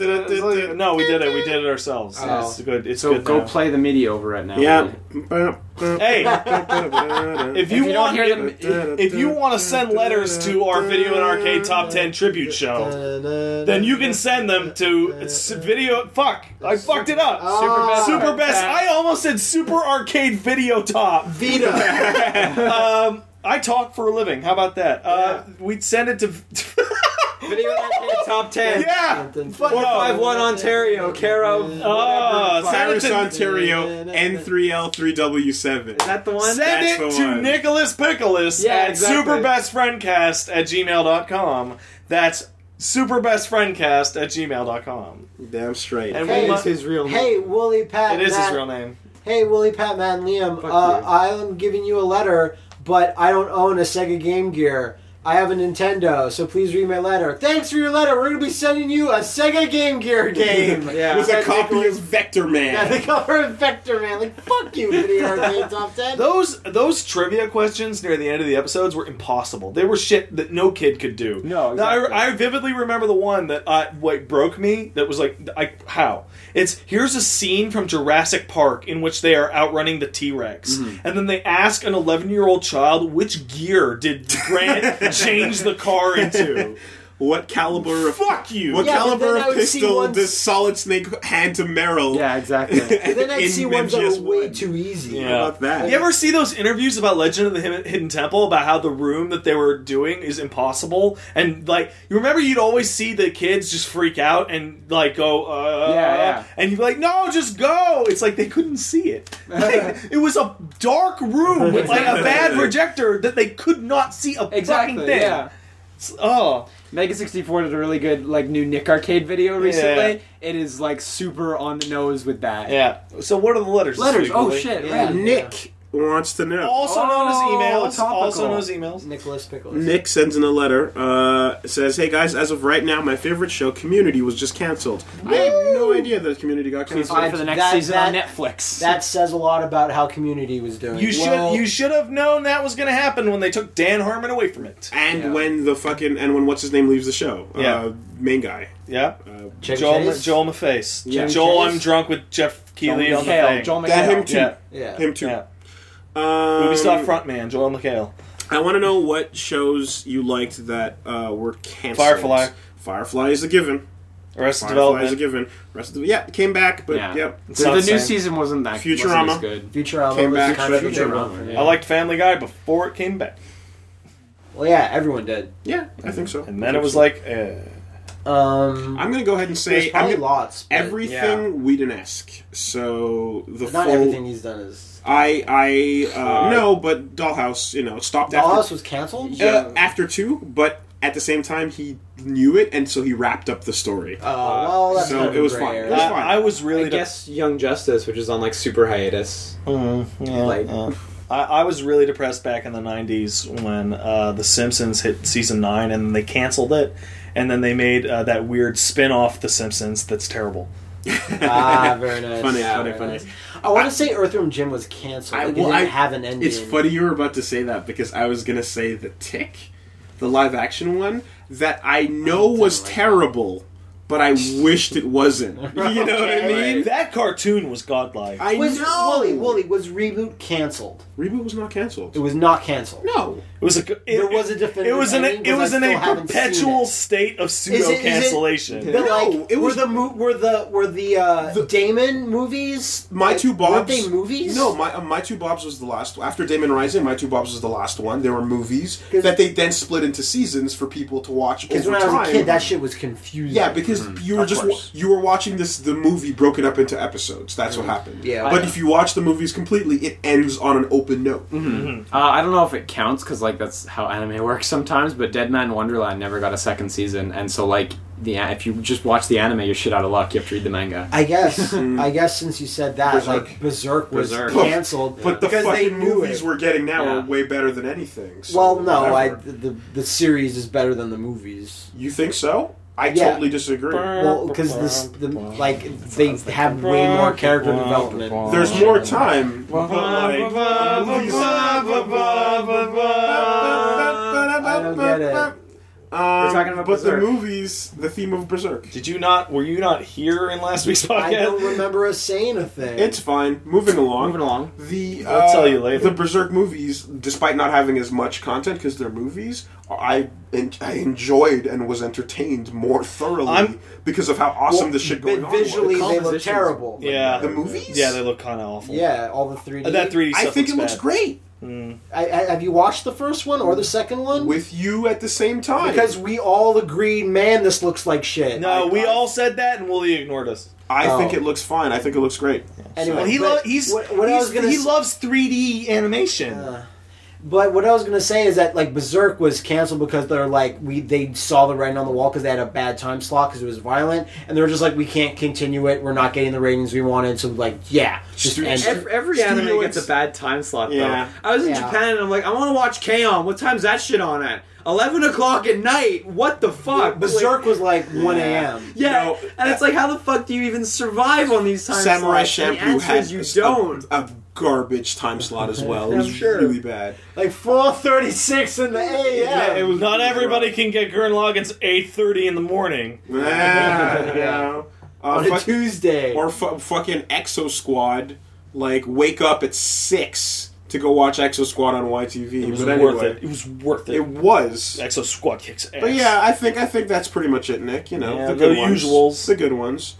[SPEAKER 4] No, we did it. We did it ourselves.
[SPEAKER 2] Oh.
[SPEAKER 4] It's good. It's
[SPEAKER 3] So
[SPEAKER 4] good.
[SPEAKER 3] go
[SPEAKER 4] now.
[SPEAKER 3] play the MIDI over it now.
[SPEAKER 1] Yeah.
[SPEAKER 4] Hey, if
[SPEAKER 1] if
[SPEAKER 4] you,
[SPEAKER 3] you
[SPEAKER 4] want
[SPEAKER 3] don't hear them-
[SPEAKER 4] if you want to send letters to our Video and Arcade Top Ten Tribute Show, then you can send them to s- video. Fuck, I fucked it up.
[SPEAKER 2] Super Best
[SPEAKER 4] super best. I almost said Super Arcade Video Top.
[SPEAKER 2] Vita.
[SPEAKER 4] Um, I talk for a living. How about that? Uh, We'd send it to.
[SPEAKER 3] Video Arcade Top 10.
[SPEAKER 4] yeah. Fuck no.
[SPEAKER 3] 451 Ontario, care of.
[SPEAKER 4] Uh, send it
[SPEAKER 1] Cyrus,
[SPEAKER 4] to,
[SPEAKER 1] Ontario, N3L3W7.
[SPEAKER 3] is that the one?
[SPEAKER 4] send
[SPEAKER 1] That's
[SPEAKER 4] it
[SPEAKER 1] the
[SPEAKER 4] to
[SPEAKER 1] one.
[SPEAKER 4] Nicholas Pickles
[SPEAKER 3] Yeah,
[SPEAKER 4] at
[SPEAKER 3] exactly.
[SPEAKER 4] superbestfriendcast at gmail.com. That's superbestfriendcast at gmail.com.
[SPEAKER 1] Damn straight.
[SPEAKER 4] And
[SPEAKER 2] Hey,
[SPEAKER 4] we
[SPEAKER 3] It's
[SPEAKER 4] must,
[SPEAKER 3] his real name.
[SPEAKER 2] hey, Wooly Pat.
[SPEAKER 4] it is his
[SPEAKER 2] Matt-
[SPEAKER 4] real name.
[SPEAKER 2] Hey, Wooly Pat, Matt, and Liam.
[SPEAKER 3] Fuck
[SPEAKER 2] Uh,
[SPEAKER 3] you.
[SPEAKER 2] I'm giving you a letter, but I don't own a Sega Game Gear. I have a Nintendo, so please read my letter. Thanks for your letter. We're gonna be sending you a Sega Game Gear game.
[SPEAKER 3] Yeah.
[SPEAKER 1] With a copy
[SPEAKER 2] Nicholas-
[SPEAKER 1] of Vector
[SPEAKER 2] Yeah, the
[SPEAKER 1] Man.
[SPEAKER 2] cover of Vector Man. Like, fuck you, video arcade top ten.
[SPEAKER 4] Those those trivia questions near the end of the episodes were impossible. They were shit that no kid could do.
[SPEAKER 3] No,
[SPEAKER 4] Now,
[SPEAKER 3] exactly.
[SPEAKER 4] I, I vividly remember the one that uh, what broke me. That was like, I how it's here's a scene from Jurassic Park in which they are outrunning the T Rex,
[SPEAKER 3] Mm-hmm.
[SPEAKER 4] and then they ask an 11 year old child which gear did Grant change the car into.
[SPEAKER 1] What caliber of
[SPEAKER 4] Fuck you.
[SPEAKER 1] what
[SPEAKER 2] Yeah, but
[SPEAKER 1] caliber
[SPEAKER 2] then I
[SPEAKER 1] of
[SPEAKER 2] would see
[SPEAKER 1] pistol
[SPEAKER 2] ones-
[SPEAKER 1] does Solid Snake hand to Merrill?
[SPEAKER 3] Yeah, exactly.
[SPEAKER 2] And then I
[SPEAKER 1] in
[SPEAKER 2] see ones that are way
[SPEAKER 1] MGS1?
[SPEAKER 2] too easy.
[SPEAKER 4] Yeah.
[SPEAKER 1] How about that?
[SPEAKER 4] You ever see those interviews about Legend of the Hidden Hidden Temple about how the room that they were doing is impossible? And like, you remember you'd always see the kids just freak out and like go, uh,
[SPEAKER 3] Yeah, yeah.
[SPEAKER 4] and you're like, no, just go. It's like they couldn't see it. Like, it was a dark room with like a bad projector that they could not see a
[SPEAKER 3] exactly.
[SPEAKER 4] fucking thing.
[SPEAKER 3] Yeah.
[SPEAKER 4] It's- Oh,
[SPEAKER 3] Mega sixty four did a really good like new Nick arcade video recently. It is like super on the nose with that.
[SPEAKER 4] yeah. So what are the letters? this
[SPEAKER 3] Letters.
[SPEAKER 4] week,
[SPEAKER 3] Oh
[SPEAKER 4] Willie?
[SPEAKER 3] shit.
[SPEAKER 2] Yeah.
[SPEAKER 3] Right.
[SPEAKER 1] Nick wants to know.
[SPEAKER 4] Also known as
[SPEAKER 3] Oh,
[SPEAKER 4] emails. Also
[SPEAKER 3] topical.
[SPEAKER 4] known as emails.
[SPEAKER 2] Nicholas Pickles.
[SPEAKER 1] Nick sends in a letter. Uh, says, "Hey guys, as of right now, my favorite show, Community, was just canceled. I had no idea that Community got
[SPEAKER 3] Please
[SPEAKER 1] canceled.
[SPEAKER 3] wait for the next
[SPEAKER 2] That-
[SPEAKER 3] season on
[SPEAKER 2] that-
[SPEAKER 3] Netflix.
[SPEAKER 2] That says a lot about how Community was doing.
[SPEAKER 4] You should
[SPEAKER 1] Well-
[SPEAKER 4] you should have known that was going to happen when they took Dan Harmon away from it.
[SPEAKER 1] And
[SPEAKER 3] Yeah.
[SPEAKER 1] when the fucking and when what's his name leaves the show,
[SPEAKER 4] Yeah.
[SPEAKER 1] uh, main guy.
[SPEAKER 4] Yeah.
[SPEAKER 1] Uh,
[SPEAKER 2] Chevy
[SPEAKER 4] Joel Ma-
[SPEAKER 2] Chase?
[SPEAKER 4] Joel McFace.
[SPEAKER 1] Yeah.
[SPEAKER 4] Joel,
[SPEAKER 2] Chase?
[SPEAKER 4] I'm drunk with Jeff Keighley on the
[SPEAKER 3] McHale,
[SPEAKER 4] thing.
[SPEAKER 3] Joel
[SPEAKER 1] that
[SPEAKER 3] McHale.
[SPEAKER 1] him too.
[SPEAKER 4] Yeah.
[SPEAKER 2] Yeah.
[SPEAKER 1] Him too.
[SPEAKER 4] Yeah.
[SPEAKER 1] Um,
[SPEAKER 4] Ubisoft frontman Joel McHale.
[SPEAKER 1] I want to know what shows you liked that uh, were canceled.
[SPEAKER 4] Firefly.
[SPEAKER 1] Firefly is a given.
[SPEAKER 4] Arrested
[SPEAKER 1] Firefly is a
[SPEAKER 4] Development.
[SPEAKER 1] given. Rest of the, yeah, it came back, but
[SPEAKER 3] Yeah.
[SPEAKER 1] yep.
[SPEAKER 4] It's
[SPEAKER 3] the,
[SPEAKER 4] not
[SPEAKER 3] the
[SPEAKER 4] the
[SPEAKER 3] new
[SPEAKER 4] same.
[SPEAKER 3] season wasn't that
[SPEAKER 1] Futurama.
[SPEAKER 3] wasn't as good.
[SPEAKER 2] Futurama
[SPEAKER 1] Came
[SPEAKER 2] was
[SPEAKER 1] back
[SPEAKER 2] kind
[SPEAKER 1] to
[SPEAKER 2] of a big
[SPEAKER 1] Futurama.
[SPEAKER 2] one.
[SPEAKER 3] Yeah.
[SPEAKER 4] I liked Family Guy before it came back,
[SPEAKER 2] Well, yeah, everyone did.
[SPEAKER 1] Yeah, I think so.
[SPEAKER 4] and then it was like, eh.
[SPEAKER 2] Um,
[SPEAKER 1] I'm gonna go ahead and
[SPEAKER 2] there's
[SPEAKER 1] say I'm
[SPEAKER 2] probably
[SPEAKER 1] gonna-
[SPEAKER 2] lots. but
[SPEAKER 1] everything Whedon esque. So the
[SPEAKER 2] Not
[SPEAKER 1] full.
[SPEAKER 2] everything he's done is.
[SPEAKER 1] I I uh,
[SPEAKER 4] Uh,
[SPEAKER 1] no, but Dollhouse, you know, stopped
[SPEAKER 2] Dallas
[SPEAKER 1] after
[SPEAKER 2] was canceled.
[SPEAKER 1] uh, after two, but at the same time he knew it, and so he wrapped up the story.
[SPEAKER 2] Oh, well, that's
[SPEAKER 1] Uh, so
[SPEAKER 2] kind of
[SPEAKER 1] it was
[SPEAKER 2] rare.
[SPEAKER 1] fine. It
[SPEAKER 4] I,
[SPEAKER 1] was fine.
[SPEAKER 4] I was really.
[SPEAKER 5] I
[SPEAKER 4] de-
[SPEAKER 5] guess Young Justice, which is on like super hiatus.
[SPEAKER 4] Mm, yeah,
[SPEAKER 5] Like-
[SPEAKER 4] yeah. I, I was really depressed back in the '90s when uh, The Simpsons hit season nine, and they canceled it, and then they made uh, that weird spin-off, The Simpsons, that's terrible.
[SPEAKER 2] ah, very nice.
[SPEAKER 1] Funny,
[SPEAKER 2] very
[SPEAKER 1] funny, funny.
[SPEAKER 2] nice. I want to say Earthworm Jim was canceled.
[SPEAKER 1] I-
[SPEAKER 2] I, like,
[SPEAKER 1] well,
[SPEAKER 2] it
[SPEAKER 1] I-
[SPEAKER 2] didn't have an ending.
[SPEAKER 1] It's funny you were about to say that because I was gonna say the Tick, the live action one that I know was terrible, but I wished it wasn't. You know what I
[SPEAKER 2] Okay.
[SPEAKER 1] mean?
[SPEAKER 4] That cartoon was godlike.
[SPEAKER 1] I
[SPEAKER 2] Was
[SPEAKER 1] know.
[SPEAKER 2] Wooly Wooly was reboot canceled?
[SPEAKER 1] Reboot was not canceled.
[SPEAKER 2] It was not canceled.
[SPEAKER 1] No,
[SPEAKER 4] It was a. It,
[SPEAKER 2] There was a definitive
[SPEAKER 4] It was in a.
[SPEAKER 2] ending,
[SPEAKER 4] It
[SPEAKER 2] 'cause
[SPEAKER 4] was
[SPEAKER 2] I
[SPEAKER 4] in a
[SPEAKER 2] still haven't seen
[SPEAKER 4] perpetual
[SPEAKER 2] it.
[SPEAKER 4] state of pseudo
[SPEAKER 2] is it-
[SPEAKER 4] cancellation.
[SPEAKER 2] But like,
[SPEAKER 1] No, it was-
[SPEAKER 2] were the mo- were the were the, uh,
[SPEAKER 1] The-
[SPEAKER 2] Damon movies?
[SPEAKER 1] My
[SPEAKER 2] like,
[SPEAKER 1] Two Bobs.
[SPEAKER 2] Weren't they movies?
[SPEAKER 1] No, my uh, my two Bobs was the last. After Damon Rising, my two Bobs was the last one. There were movies that they then split into seasons for people to watch
[SPEAKER 2] because
[SPEAKER 1] over
[SPEAKER 2] when I was
[SPEAKER 1] time.
[SPEAKER 2] a kid, that shit was confusing.
[SPEAKER 1] yeah, because you were
[SPEAKER 3] of
[SPEAKER 1] just
[SPEAKER 3] course.
[SPEAKER 1] you were watching this the movie broken up into episodes. That's what happened.
[SPEAKER 2] Mm-hmm. Yeah.
[SPEAKER 1] but if you watch the movies completely, it ends on an open note.
[SPEAKER 2] Mm-hmm.
[SPEAKER 3] Uh, I don't know if it counts because like that's how anime works sometimes. But Dead Man Wonderland never got a second season, and so like the a- if you just watch the anime, you're shit out of luck. You have to read the manga.
[SPEAKER 2] I guess. I guess since you said that,
[SPEAKER 1] Mm-hmm. Berserk.
[SPEAKER 2] like Berserk was
[SPEAKER 5] Berserk.
[SPEAKER 2] canceled,
[SPEAKER 1] But the
[SPEAKER 2] because they
[SPEAKER 1] fucking
[SPEAKER 2] knew
[SPEAKER 1] movies
[SPEAKER 2] it.
[SPEAKER 1] we're getting now are
[SPEAKER 3] Yeah.
[SPEAKER 1] way better than anything. so
[SPEAKER 2] Well, no, I,
[SPEAKER 1] whatever.
[SPEAKER 2] the the series is better than the movies.
[SPEAKER 1] You think so? I
[SPEAKER 2] Yeah.
[SPEAKER 1] totally disagree.
[SPEAKER 2] Well, because this the like they have way more character development.
[SPEAKER 1] There's more time, but like.
[SPEAKER 2] I don't get it.
[SPEAKER 1] Um,
[SPEAKER 3] We're talking about
[SPEAKER 1] but
[SPEAKER 3] Berserk.
[SPEAKER 1] the movies, the theme of Berserk.
[SPEAKER 4] Did you not? Were you not here in last week's
[SPEAKER 2] I don't
[SPEAKER 4] podcast?
[SPEAKER 2] remember us saying a thing.
[SPEAKER 1] It's fine. Moving along.
[SPEAKER 3] Moving along.
[SPEAKER 1] The
[SPEAKER 4] I'll
[SPEAKER 1] uh,
[SPEAKER 4] tell you later.
[SPEAKER 1] The Berserk movies, despite not having as much content because they're movies, I en- I enjoyed and was entertained more thoroughly
[SPEAKER 4] I'm-
[SPEAKER 1] because of how awesome
[SPEAKER 2] Well,
[SPEAKER 1] this shit going on.
[SPEAKER 2] but visually
[SPEAKER 1] was.
[SPEAKER 2] they look
[SPEAKER 3] compositions.
[SPEAKER 2] terrible.
[SPEAKER 4] Yeah.
[SPEAKER 1] The movies.
[SPEAKER 4] Yeah, they look kind of awful.
[SPEAKER 2] yeah, all the three
[SPEAKER 4] Uh,
[SPEAKER 2] D.
[SPEAKER 4] that 3D
[SPEAKER 1] I
[SPEAKER 4] stuff
[SPEAKER 1] think it looks
[SPEAKER 4] bad.
[SPEAKER 1] great
[SPEAKER 2] I, I, have you watched the first one or the second one?
[SPEAKER 1] with you at the same time
[SPEAKER 2] because we all agreed, man, this looks like shit.
[SPEAKER 4] No,
[SPEAKER 2] I-
[SPEAKER 4] we
[SPEAKER 2] I-
[SPEAKER 4] all said that, and Wooly ignored us.
[SPEAKER 1] I
[SPEAKER 2] Oh.
[SPEAKER 1] think it looks fine. I think it looks great.
[SPEAKER 2] Anyway,
[SPEAKER 4] Well, he
[SPEAKER 2] but
[SPEAKER 4] lo- he's
[SPEAKER 2] what, what I
[SPEAKER 4] he's-
[SPEAKER 2] was gonna
[SPEAKER 4] he
[SPEAKER 2] s-
[SPEAKER 4] loves 3D animation.
[SPEAKER 2] Uh, But what I was gonna say is that like Berserk was canceled because they're like we they saw the writing on the wall because they had a bad time slot because it was violent and they were just like we can't continue it we're not getting the ratings we wanted so like yeah just
[SPEAKER 1] Stu-
[SPEAKER 2] end it.
[SPEAKER 5] Every, every
[SPEAKER 1] Studio
[SPEAKER 5] anime gets
[SPEAKER 1] it's-
[SPEAKER 5] a bad time slot.
[SPEAKER 1] Yeah.
[SPEAKER 5] though. I was in
[SPEAKER 2] Yeah.
[SPEAKER 5] Japan and I'm like, I want to watch K-On! What time's that shit on at? Eleven o'clock at night. What the fuck?
[SPEAKER 2] Berserk was like one
[SPEAKER 1] Yeah.
[SPEAKER 2] a.m.
[SPEAKER 5] Yeah,
[SPEAKER 1] No.
[SPEAKER 5] and it's like, how the fuck do you even survive on these times?
[SPEAKER 1] Samurai
[SPEAKER 5] slots? And the
[SPEAKER 1] Shampoo
[SPEAKER 5] answer
[SPEAKER 1] had
[SPEAKER 5] is you
[SPEAKER 1] a-
[SPEAKER 5] don't.
[SPEAKER 1] A, garbage time slot as well. It was
[SPEAKER 5] sure.
[SPEAKER 1] really bad.
[SPEAKER 2] like four thirty six in the a.m.
[SPEAKER 1] Yeah, it was
[SPEAKER 4] Not everybody can get Gurren Lagann's 8:30 in the morning.
[SPEAKER 1] Yeah, you know. Uh,
[SPEAKER 2] on a
[SPEAKER 1] fuck-
[SPEAKER 2] Tuesday.
[SPEAKER 1] or fu- fucking Exo Squad. Like wake up at six to go watch Exo Squad on YTV.
[SPEAKER 4] It was
[SPEAKER 1] but anyway,
[SPEAKER 4] worth it. It was worth it.
[SPEAKER 1] It was.
[SPEAKER 4] Exo Squad kicks ass.
[SPEAKER 1] But yeah, I think I think that's pretty much it, Nick. You know,
[SPEAKER 4] Yeah,
[SPEAKER 1] the good
[SPEAKER 4] the
[SPEAKER 1] ones,
[SPEAKER 4] usuals.
[SPEAKER 1] the good ones.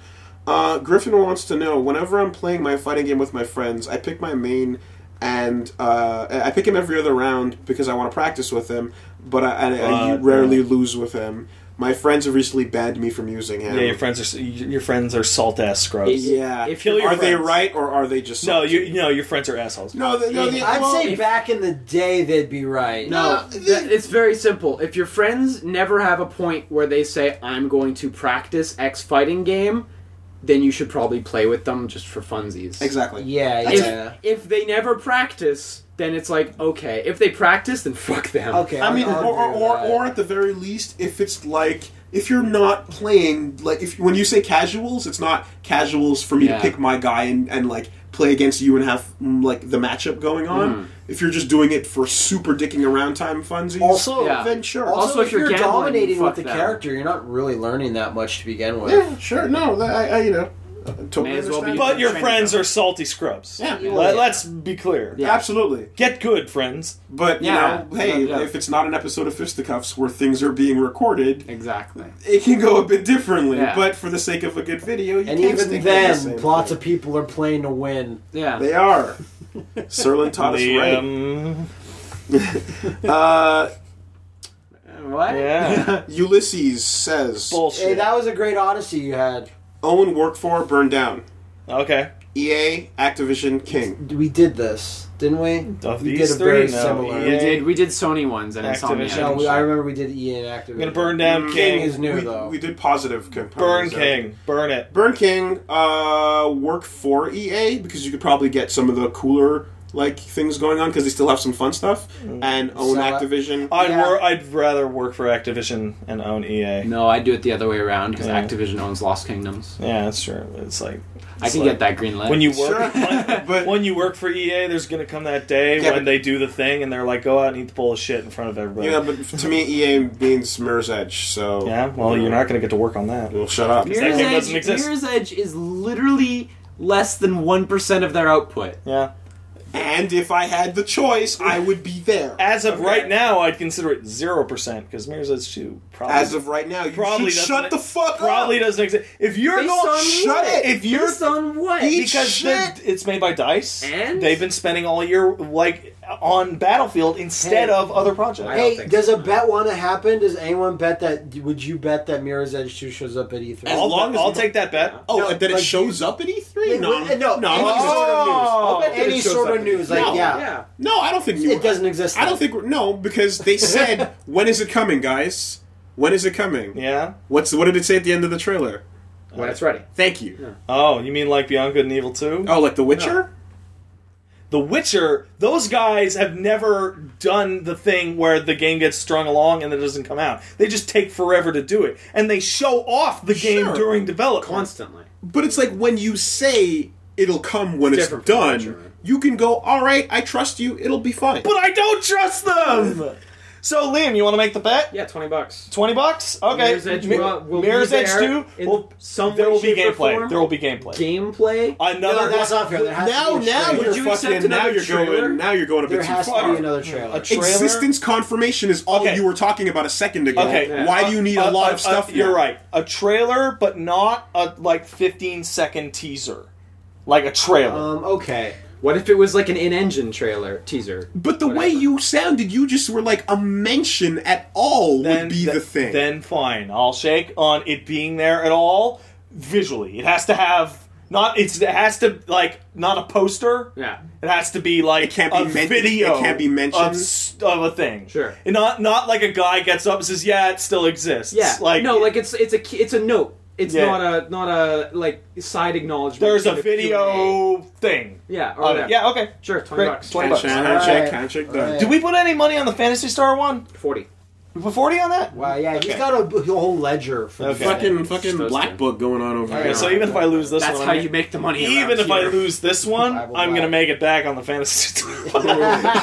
[SPEAKER 1] Uh, Griffin wants to know: Whenever I'm playing my fighting game with my friends, I pick my main, and uh, I pick him every other round because I want to practice with him. But I, I, I
[SPEAKER 4] Uh,
[SPEAKER 1] rarely lose with him. My friends have recently banned me from using him.
[SPEAKER 4] yeah, your friends are your friends are salt ass scrubs.
[SPEAKER 1] Yeah.
[SPEAKER 5] If
[SPEAKER 4] Kill
[SPEAKER 5] you're-
[SPEAKER 4] your
[SPEAKER 1] are they
[SPEAKER 4] friends.
[SPEAKER 1] right or are they just
[SPEAKER 4] No, you no, your friends are assholes.
[SPEAKER 1] No, the, no, the,
[SPEAKER 2] I'd
[SPEAKER 1] well,
[SPEAKER 2] say back in the day they'd be right.
[SPEAKER 5] No,
[SPEAKER 1] No,
[SPEAKER 5] th- it's very simple. If your friends never have a point where they say, I'm going to practice X fighting game,
[SPEAKER 3] then you should probably play with them just for funsies.
[SPEAKER 1] Exactly.
[SPEAKER 5] Yeah,
[SPEAKER 3] If,
[SPEAKER 5] yeah.
[SPEAKER 3] if they never practice, then it's like okay. If they practice, then fuck them.
[SPEAKER 5] Okay.
[SPEAKER 1] I mean,
[SPEAKER 5] I'll
[SPEAKER 1] or, or,
[SPEAKER 5] do
[SPEAKER 1] or,
[SPEAKER 5] that.
[SPEAKER 1] or at the very least, if it's like if you're not playing like if when you say casuals, it's not casuals for me
[SPEAKER 3] Yeah.
[SPEAKER 1] to pick my guy and, and like play against you and have mm, like the matchup going
[SPEAKER 3] Hmm.
[SPEAKER 1] on. If you're just doing it for super dicking around time funsies,
[SPEAKER 5] Also-
[SPEAKER 3] Yeah.
[SPEAKER 1] then sure.
[SPEAKER 5] Also,
[SPEAKER 3] Also, if
[SPEAKER 5] if
[SPEAKER 3] you're
[SPEAKER 5] you're,
[SPEAKER 3] gambling,
[SPEAKER 5] dominating
[SPEAKER 3] fuck
[SPEAKER 5] with the
[SPEAKER 3] them.
[SPEAKER 5] character, you're not really learning that much to begin with.
[SPEAKER 1] yeah, sure. No, that- I, I you know uh, totally
[SPEAKER 3] May as well
[SPEAKER 1] understand.
[SPEAKER 3] be-
[SPEAKER 4] But your
[SPEAKER 3] Training
[SPEAKER 4] friends
[SPEAKER 3] them.
[SPEAKER 4] are salty scrubs.
[SPEAKER 1] yeah,
[SPEAKER 5] you-
[SPEAKER 4] Let, us be clear.
[SPEAKER 3] Yeah.
[SPEAKER 1] absolutely.
[SPEAKER 4] Get good, friends.
[SPEAKER 1] But
[SPEAKER 3] Yeah.
[SPEAKER 1] you know, hey,
[SPEAKER 3] Yeah.
[SPEAKER 1] if it's not an episode of Fisticuffs where things are being recorded,
[SPEAKER 3] Exactly.
[SPEAKER 1] it can go a bit differently.
[SPEAKER 3] Yeah.
[SPEAKER 1] But for the sake of a good video, you
[SPEAKER 5] And
[SPEAKER 1] can't
[SPEAKER 5] even
[SPEAKER 1] stick with the
[SPEAKER 5] then,
[SPEAKER 1] same
[SPEAKER 5] lots
[SPEAKER 1] thing.
[SPEAKER 5] of people are playing to win.
[SPEAKER 3] Yeah.
[SPEAKER 1] They are. Serlin taught us
[SPEAKER 4] The,
[SPEAKER 1] right.
[SPEAKER 4] um,
[SPEAKER 1] Uh,
[SPEAKER 3] what?
[SPEAKER 4] yeah.
[SPEAKER 1] Ulysses says
[SPEAKER 4] Bullshit.
[SPEAKER 5] Hey, that was a great odyssey you had.
[SPEAKER 1] Owen worked for, burned down.
[SPEAKER 4] okay.
[SPEAKER 1] EA, Activision, King.
[SPEAKER 5] We did this, didn't we?
[SPEAKER 4] Of
[SPEAKER 5] we
[SPEAKER 4] these
[SPEAKER 5] did a
[SPEAKER 4] three, no,
[SPEAKER 5] very similar.
[SPEAKER 4] EA.
[SPEAKER 3] We did. We did Sony ones and
[SPEAKER 4] Activision.
[SPEAKER 5] No,
[SPEAKER 3] Insomniac.
[SPEAKER 5] we, I remember we did E and Activision.
[SPEAKER 4] I'm gonna burn down
[SPEAKER 5] Mm, King
[SPEAKER 4] King.
[SPEAKER 5] is new
[SPEAKER 1] we,
[SPEAKER 5] though.
[SPEAKER 1] We did positive components.
[SPEAKER 4] Burn
[SPEAKER 1] of it.
[SPEAKER 4] King. Burn it.
[SPEAKER 1] Burn King. Uh, work for EA because you could probably get some of the cooler like things going on because they still have some fun stuff.
[SPEAKER 4] Mm.
[SPEAKER 1] And Own
[SPEAKER 5] So, uh,
[SPEAKER 1] Activision.
[SPEAKER 4] I'd,
[SPEAKER 5] Yeah.
[SPEAKER 4] wor- I'd rather work for Activision and own E EA.
[SPEAKER 3] No, I do it the other way around because
[SPEAKER 4] Yeah.
[SPEAKER 3] Activision owns Lost Kingdoms.
[SPEAKER 4] Yeah, that's true. It's like
[SPEAKER 3] I
[SPEAKER 4] it's
[SPEAKER 3] can
[SPEAKER 4] like-
[SPEAKER 3] get that green light.
[SPEAKER 4] When you work,
[SPEAKER 1] Sure. But-
[SPEAKER 4] when you work for EA, there's gonna come that day
[SPEAKER 1] Yeah,
[SPEAKER 4] when
[SPEAKER 1] but-
[SPEAKER 4] they do the thing and they're like, "Go out and eat the bowl of shit in front of everybody."
[SPEAKER 1] yeah, but to me, EA means Mirror's Edge. So
[SPEAKER 4] Yeah, well, you're not gonna get to work on that.
[SPEAKER 1] Well, shut up.
[SPEAKER 4] that
[SPEAKER 3] Mirror's
[SPEAKER 4] game
[SPEAKER 3] Edge,
[SPEAKER 4] doesn't exist.
[SPEAKER 3] Mirror's Edge is literally less than one percent of their output.
[SPEAKER 4] Yeah.
[SPEAKER 1] And if I had the choice, I would be there.
[SPEAKER 4] As of right now, I'd consider it zero percent because Mirror's Edge Two probably
[SPEAKER 1] As of right now, you
[SPEAKER 4] Probably
[SPEAKER 1] should
[SPEAKER 4] doesn't
[SPEAKER 1] shut
[SPEAKER 4] it-
[SPEAKER 1] the fuck
[SPEAKER 4] probably
[SPEAKER 1] up.
[SPEAKER 4] doesn't exist. If you're
[SPEAKER 3] Based
[SPEAKER 4] going,
[SPEAKER 3] on
[SPEAKER 1] shut
[SPEAKER 3] what?
[SPEAKER 1] it.
[SPEAKER 4] If you're
[SPEAKER 3] Based on what?
[SPEAKER 1] Eat
[SPEAKER 4] because the,
[SPEAKER 1] shit.
[SPEAKER 4] it's made by Dice,
[SPEAKER 3] And?
[SPEAKER 4] they've been spending all year like on Battlefield instead
[SPEAKER 5] Hey.
[SPEAKER 4] of other projects.
[SPEAKER 3] don't
[SPEAKER 5] Hey,
[SPEAKER 3] think
[SPEAKER 5] does a bet want to happen? Does anyone bet that? Would you bet that Mirror's Edge Two shows up at E three?
[SPEAKER 4] I'll,
[SPEAKER 1] long as
[SPEAKER 4] I'll
[SPEAKER 1] you don't-
[SPEAKER 4] take that bet.
[SPEAKER 1] Oh,
[SPEAKER 5] No,
[SPEAKER 1] and then
[SPEAKER 5] like
[SPEAKER 1] it shows up at E3? No,
[SPEAKER 5] Wait,
[SPEAKER 1] no,
[SPEAKER 5] no,
[SPEAKER 1] I'm
[SPEAKER 5] any sort
[SPEAKER 1] not-
[SPEAKER 5] of news.
[SPEAKER 3] Oh.
[SPEAKER 5] I'll bet any
[SPEAKER 3] It shows
[SPEAKER 5] sort
[SPEAKER 3] up
[SPEAKER 5] of
[SPEAKER 3] at
[SPEAKER 5] news,
[SPEAKER 1] E3.
[SPEAKER 5] like
[SPEAKER 1] No.
[SPEAKER 5] yeah.
[SPEAKER 3] yeah.
[SPEAKER 1] no, I don't think you
[SPEAKER 5] it doesn't exist.
[SPEAKER 1] I don't think we're- no because they said when is it coming, guys? When is it coming?
[SPEAKER 4] Yeah.
[SPEAKER 1] What's what did it say at the end of the trailer?
[SPEAKER 3] When it's ready.
[SPEAKER 1] Thank you.
[SPEAKER 4] Oh, you mean like Beyond Good and Evil 2?
[SPEAKER 1] Oh, like The Witcher?
[SPEAKER 4] The Witcher, those guys have never done the thing where the game gets strung along and it doesn't come out. They just take forever to do it. And they show off the game
[SPEAKER 1] Sure.
[SPEAKER 4] during development.
[SPEAKER 3] Constantly.
[SPEAKER 1] But it's like when you say it'll come when it's,
[SPEAKER 3] Different from The Witcher, right?
[SPEAKER 1] done, you can go, "All right, I trust you. It'll be fine."
[SPEAKER 4] But I don't trust them! so, Liam, you want to make the bet?
[SPEAKER 3] Yeah, twenty bucks.
[SPEAKER 4] 20 bucks? Okay.
[SPEAKER 3] Mirror's Edge
[SPEAKER 4] Mi-
[SPEAKER 3] will- will be
[SPEAKER 4] Mirror's Edge
[SPEAKER 3] there
[SPEAKER 4] 2?
[SPEAKER 3] in
[SPEAKER 4] Well,
[SPEAKER 3] some
[SPEAKER 4] there
[SPEAKER 3] way,
[SPEAKER 4] will be
[SPEAKER 3] shape, or
[SPEAKER 4] gameplay.
[SPEAKER 3] form.
[SPEAKER 4] There will be gameplay.
[SPEAKER 3] Gameplay.
[SPEAKER 4] Another
[SPEAKER 5] No, that's
[SPEAKER 4] one-
[SPEAKER 5] not fair. There has
[SPEAKER 1] now
[SPEAKER 5] to be a
[SPEAKER 1] now
[SPEAKER 5] trailer.
[SPEAKER 1] you're
[SPEAKER 3] Would you accept
[SPEAKER 1] fucking now
[SPEAKER 3] another
[SPEAKER 1] you're
[SPEAKER 3] trailer?
[SPEAKER 1] going now you're going a bit
[SPEAKER 5] there
[SPEAKER 1] too
[SPEAKER 5] has to
[SPEAKER 1] far.
[SPEAKER 5] be another
[SPEAKER 3] Hmm.
[SPEAKER 5] trailer.
[SPEAKER 4] a trailer.
[SPEAKER 1] Existence confirmation is all
[SPEAKER 4] Okay.
[SPEAKER 1] you were talking about a second ago.
[SPEAKER 4] Okay.
[SPEAKER 1] Why do you need a lot of stuff?
[SPEAKER 4] Uh, you're
[SPEAKER 1] now?
[SPEAKER 4] right. A trailer, but not a like 15 second teaser. Like a trailer.
[SPEAKER 5] um, okay.
[SPEAKER 3] What if it was like an in-engine trailer teaser?
[SPEAKER 1] But the way
[SPEAKER 3] Whatever.
[SPEAKER 1] you sounded, you just were like a mention at all would be
[SPEAKER 4] th-
[SPEAKER 1] the thing.
[SPEAKER 4] Then fine, I'll shake on it being there at all visually. It has to
[SPEAKER 1] Uh,
[SPEAKER 4] have not. It's it has to like not a poster.
[SPEAKER 3] Yeah.
[SPEAKER 4] It has to be like
[SPEAKER 1] It can't
[SPEAKER 4] a
[SPEAKER 1] be men-
[SPEAKER 4] video.
[SPEAKER 1] it can't be mentioned.
[SPEAKER 4] of, s- of a thing.
[SPEAKER 3] Sure.
[SPEAKER 4] And not not like a guy gets up and says, "Yeah, it still exists."
[SPEAKER 3] Yeah.
[SPEAKER 4] Like
[SPEAKER 3] no, like it's it's a key- it's a note. It's
[SPEAKER 4] Yeah.
[SPEAKER 3] not a not a like side acknowledgement.
[SPEAKER 4] there's a
[SPEAKER 3] sort of Q&A.
[SPEAKER 4] video thing.
[SPEAKER 3] Yeah. Or
[SPEAKER 4] Oh,
[SPEAKER 3] whatever.
[SPEAKER 4] yeah. Okay.
[SPEAKER 3] Sure. Twenty
[SPEAKER 4] Great.
[SPEAKER 3] bucks.
[SPEAKER 4] 20
[SPEAKER 1] Hand
[SPEAKER 4] bucks.
[SPEAKER 1] check, hand check,
[SPEAKER 5] Alright.
[SPEAKER 1] hand check done.
[SPEAKER 5] Alright.
[SPEAKER 4] Did we put any money on the Fantasy Star one?
[SPEAKER 3] Forty.
[SPEAKER 4] We put forty on that.
[SPEAKER 5] Wow. Yeah, he's
[SPEAKER 4] Okay.
[SPEAKER 5] got a, b- whole ledger for
[SPEAKER 4] Okay.
[SPEAKER 5] the
[SPEAKER 1] Fucking
[SPEAKER 3] Just
[SPEAKER 1] fucking
[SPEAKER 3] those
[SPEAKER 1] black
[SPEAKER 3] two.
[SPEAKER 1] book going on over
[SPEAKER 4] Okay,
[SPEAKER 1] here.
[SPEAKER 4] so even if I lose this
[SPEAKER 3] That's
[SPEAKER 4] one,
[SPEAKER 3] how
[SPEAKER 4] I'm
[SPEAKER 3] you make the money.
[SPEAKER 4] Even
[SPEAKER 3] around
[SPEAKER 4] if I
[SPEAKER 3] here.
[SPEAKER 4] lose this one,
[SPEAKER 5] I will
[SPEAKER 4] I'm gonna
[SPEAKER 5] laugh.
[SPEAKER 4] make it back on the fantasy.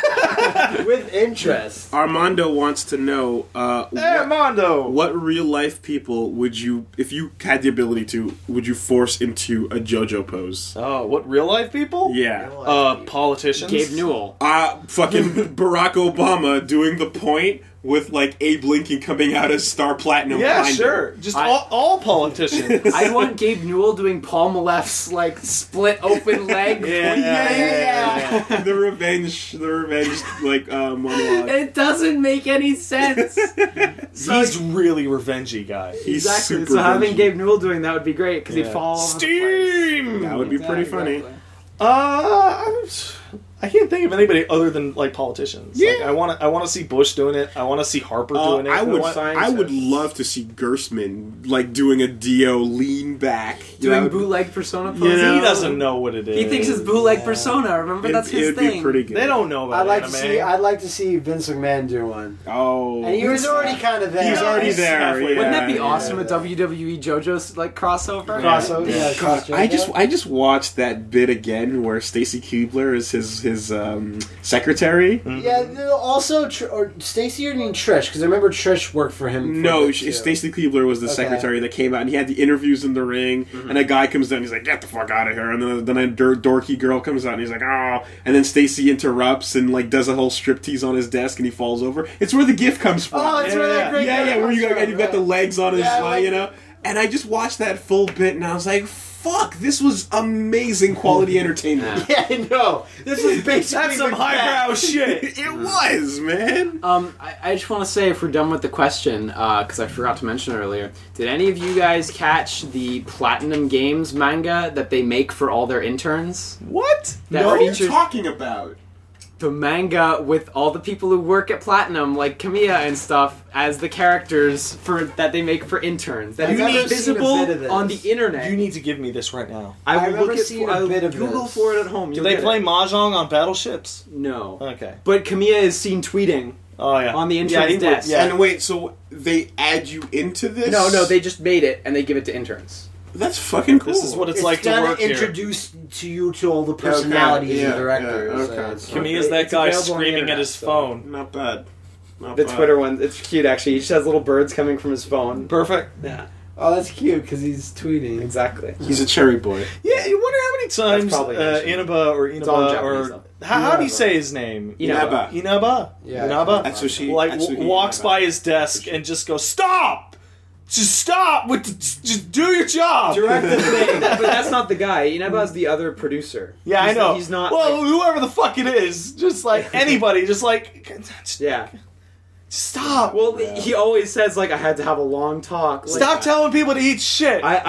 [SPEAKER 5] with interest.
[SPEAKER 1] Armando wants to know uh, what,
[SPEAKER 4] Armando.
[SPEAKER 1] what real life people would you, if you had the ability to, would you force into a JoJo pose?
[SPEAKER 4] Oh, what real life people?
[SPEAKER 1] Yeah.
[SPEAKER 4] Uh, politicians.
[SPEAKER 3] Gabe Newell.
[SPEAKER 1] Uh, fucking Barack Obama doing the point with like Abe Lincoln coming out as Star Platinum.
[SPEAKER 4] Yeah,
[SPEAKER 1] behind
[SPEAKER 4] sure.
[SPEAKER 1] him.
[SPEAKER 4] Just
[SPEAKER 3] I-
[SPEAKER 4] all, all politicians.
[SPEAKER 3] I want Gabe Newell doing Paul Malef's like split open leg.
[SPEAKER 4] Yeah, yeah, yeah,
[SPEAKER 1] the revenge, the revenge, like uh, monologue.
[SPEAKER 3] It doesn't make any sense.
[SPEAKER 4] He's really revengey guy.
[SPEAKER 1] He's
[SPEAKER 3] exactly.
[SPEAKER 1] super
[SPEAKER 3] So having
[SPEAKER 1] revenge.
[SPEAKER 3] Gabe Newell doing that would be great because
[SPEAKER 4] Yeah.
[SPEAKER 3] he'd fall. all over the place.
[SPEAKER 4] Steam.
[SPEAKER 1] That would be pretty funny.
[SPEAKER 3] Exactly.
[SPEAKER 4] Uh, I'm- I can't think of anybody other than like politicians. Like,
[SPEAKER 1] Yeah.
[SPEAKER 4] I want to. I want to see Bush doing it. I want to see Harper
[SPEAKER 1] Uh,
[SPEAKER 4] doing it.
[SPEAKER 1] I would,
[SPEAKER 4] want-
[SPEAKER 1] I would love to see Gerstmann like doing a Dio lean back, You
[SPEAKER 3] doing
[SPEAKER 1] know,
[SPEAKER 3] bootleg persona poses.
[SPEAKER 1] You know,
[SPEAKER 4] He doesn't know what it is.
[SPEAKER 3] He thinks it's bootleg persona. Remember,
[SPEAKER 1] it'd-
[SPEAKER 3] that's his
[SPEAKER 1] it'd
[SPEAKER 3] thing.
[SPEAKER 1] Be pretty good.
[SPEAKER 4] They don't know about
[SPEAKER 5] I'd like to
[SPEAKER 4] anime.
[SPEAKER 5] see.
[SPEAKER 3] uh,
[SPEAKER 5] I'd like to see Vince McMahon do one.
[SPEAKER 1] Oh,
[SPEAKER 5] And he was already kind of there.
[SPEAKER 1] He's already
[SPEAKER 4] He's
[SPEAKER 1] there.
[SPEAKER 4] halfway
[SPEAKER 1] yeah,
[SPEAKER 3] Wouldn't that be
[SPEAKER 1] yeah.
[SPEAKER 3] awesome? A WWE JoJo's like crossover.
[SPEAKER 5] Crossover. Yeah,
[SPEAKER 1] God,
[SPEAKER 5] crossover.
[SPEAKER 1] I just I just watched that bit again where Stacy Kubler is his his um, secretary.
[SPEAKER 5] Yeah. no, Also, Tr- or Stacy or you mean Trish? Because I remember Trish worked for him. for a
[SPEAKER 1] No,
[SPEAKER 5] bit,
[SPEAKER 1] she-
[SPEAKER 5] too.
[SPEAKER 1] Stacy Kubler was the
[SPEAKER 5] Okay. Mm-hmm.
[SPEAKER 1] secretary that came out, and he had the interviews in the ring. And a guy comes down, he's like, "Get the fuck out of here!" And then, then a dur- dorky girl comes out, and he's like, "Oh!" And then Stacy interrupts and like does a whole striptease on his desk, and he falls over. It's where the gift comes from.
[SPEAKER 5] Oh, it's
[SPEAKER 4] Yeah,
[SPEAKER 5] really
[SPEAKER 4] yeah,
[SPEAKER 5] great.
[SPEAKER 1] yeah, yeah, where you got, and you got the legs on his,
[SPEAKER 5] Yeah, I
[SPEAKER 1] leg,
[SPEAKER 5] like
[SPEAKER 1] you know. And I just watched that full bit, and I was like, "Fuck! This was amazing quality entertainment.
[SPEAKER 5] Yeah, I know. This is basically
[SPEAKER 4] That's some
[SPEAKER 5] like
[SPEAKER 4] highbrow shit.
[SPEAKER 1] it was, man."
[SPEAKER 3] Um, I, I just want to say, if we're done with the question, because I forgot to mention earlier, did any of you guys catch the Platinum Games manga that they make for all their interns?
[SPEAKER 4] What?
[SPEAKER 3] That
[SPEAKER 1] what are you
[SPEAKER 3] features-
[SPEAKER 1] talking about?
[SPEAKER 3] the manga with all the people who work at Platinum, like Kamiya and stuff, as the characters for that they make for interns. That
[SPEAKER 5] I've
[SPEAKER 3] is
[SPEAKER 5] never seen a bit of
[SPEAKER 3] visible
[SPEAKER 5] this.
[SPEAKER 3] on the internet.
[SPEAKER 4] need to give me this right now.
[SPEAKER 5] I
[SPEAKER 6] I will
[SPEAKER 5] remember
[SPEAKER 6] look at.
[SPEAKER 5] seeing
[SPEAKER 6] For,
[SPEAKER 5] a
[SPEAKER 6] I'll
[SPEAKER 5] bit of
[SPEAKER 6] Google
[SPEAKER 5] this.
[SPEAKER 6] for it at home.
[SPEAKER 4] Do
[SPEAKER 6] You'll
[SPEAKER 4] they
[SPEAKER 6] get
[SPEAKER 4] play
[SPEAKER 6] it.
[SPEAKER 4] mahjong on battleships?
[SPEAKER 3] no.
[SPEAKER 4] Okay.
[SPEAKER 3] But Kamiya is seen tweeting.
[SPEAKER 4] Oh yeah.
[SPEAKER 3] On the
[SPEAKER 4] Yeah,
[SPEAKER 3] entrance
[SPEAKER 4] he would-
[SPEAKER 3] desk.
[SPEAKER 4] Yeah.
[SPEAKER 1] And wait, so they add you into this?
[SPEAKER 3] No, no, they just made it and they give it to interns.
[SPEAKER 1] That's fucking cool.
[SPEAKER 4] This is what it's,
[SPEAKER 5] It's
[SPEAKER 4] like to
[SPEAKER 5] kinda
[SPEAKER 4] work here.
[SPEAKER 5] introduced to you to all the personalities
[SPEAKER 1] Okay, yeah,
[SPEAKER 5] and directors.
[SPEAKER 1] yeah, okay.
[SPEAKER 5] so it's-
[SPEAKER 1] Can
[SPEAKER 4] Kamiya's
[SPEAKER 5] it's
[SPEAKER 4] that guy
[SPEAKER 5] available on the
[SPEAKER 4] screaming at
[SPEAKER 5] internet,
[SPEAKER 4] his
[SPEAKER 5] so.
[SPEAKER 4] phone.
[SPEAKER 1] Not bad. Not
[SPEAKER 3] The
[SPEAKER 1] bad.
[SPEAKER 3] Twitter one, it's cute actually. He just has little birds coming from his phone.
[SPEAKER 4] Perfect.
[SPEAKER 3] Yeah,
[SPEAKER 5] Oh, that's cute because he's tweeting.
[SPEAKER 3] exactly.
[SPEAKER 1] He's a cherry boy.
[SPEAKER 4] Yeah, you wonder how many times
[SPEAKER 3] probably
[SPEAKER 4] uh,
[SPEAKER 3] Asian.
[SPEAKER 4] Inaba or
[SPEAKER 3] all in
[SPEAKER 4] Inaba
[SPEAKER 3] Japanese,
[SPEAKER 4] or
[SPEAKER 3] though.
[SPEAKER 4] how, how do you
[SPEAKER 5] Inaba.
[SPEAKER 4] say his name?
[SPEAKER 1] Inaba.
[SPEAKER 4] Inaba.
[SPEAKER 5] Yeah.
[SPEAKER 4] Inaba.
[SPEAKER 5] That's
[SPEAKER 1] Atsushi.
[SPEAKER 4] like
[SPEAKER 1] Atsushi
[SPEAKER 4] w- walks
[SPEAKER 1] Inaba.
[SPEAKER 4] by his desk and just goes, "Stop! Just stop! With just, just do your job."
[SPEAKER 3] Direct the thing, but that's not the guy. Inaba's the other producer.
[SPEAKER 4] yeah, I
[SPEAKER 3] He's-
[SPEAKER 4] know.
[SPEAKER 3] He's not.
[SPEAKER 4] Well,
[SPEAKER 3] like-
[SPEAKER 4] whoever the fuck it is, just like anybody, just like, just
[SPEAKER 3] yeah.
[SPEAKER 4] stop.
[SPEAKER 3] Well, he always says like I had to have a long talk. Like,
[SPEAKER 4] stop telling people to eat shit.
[SPEAKER 3] I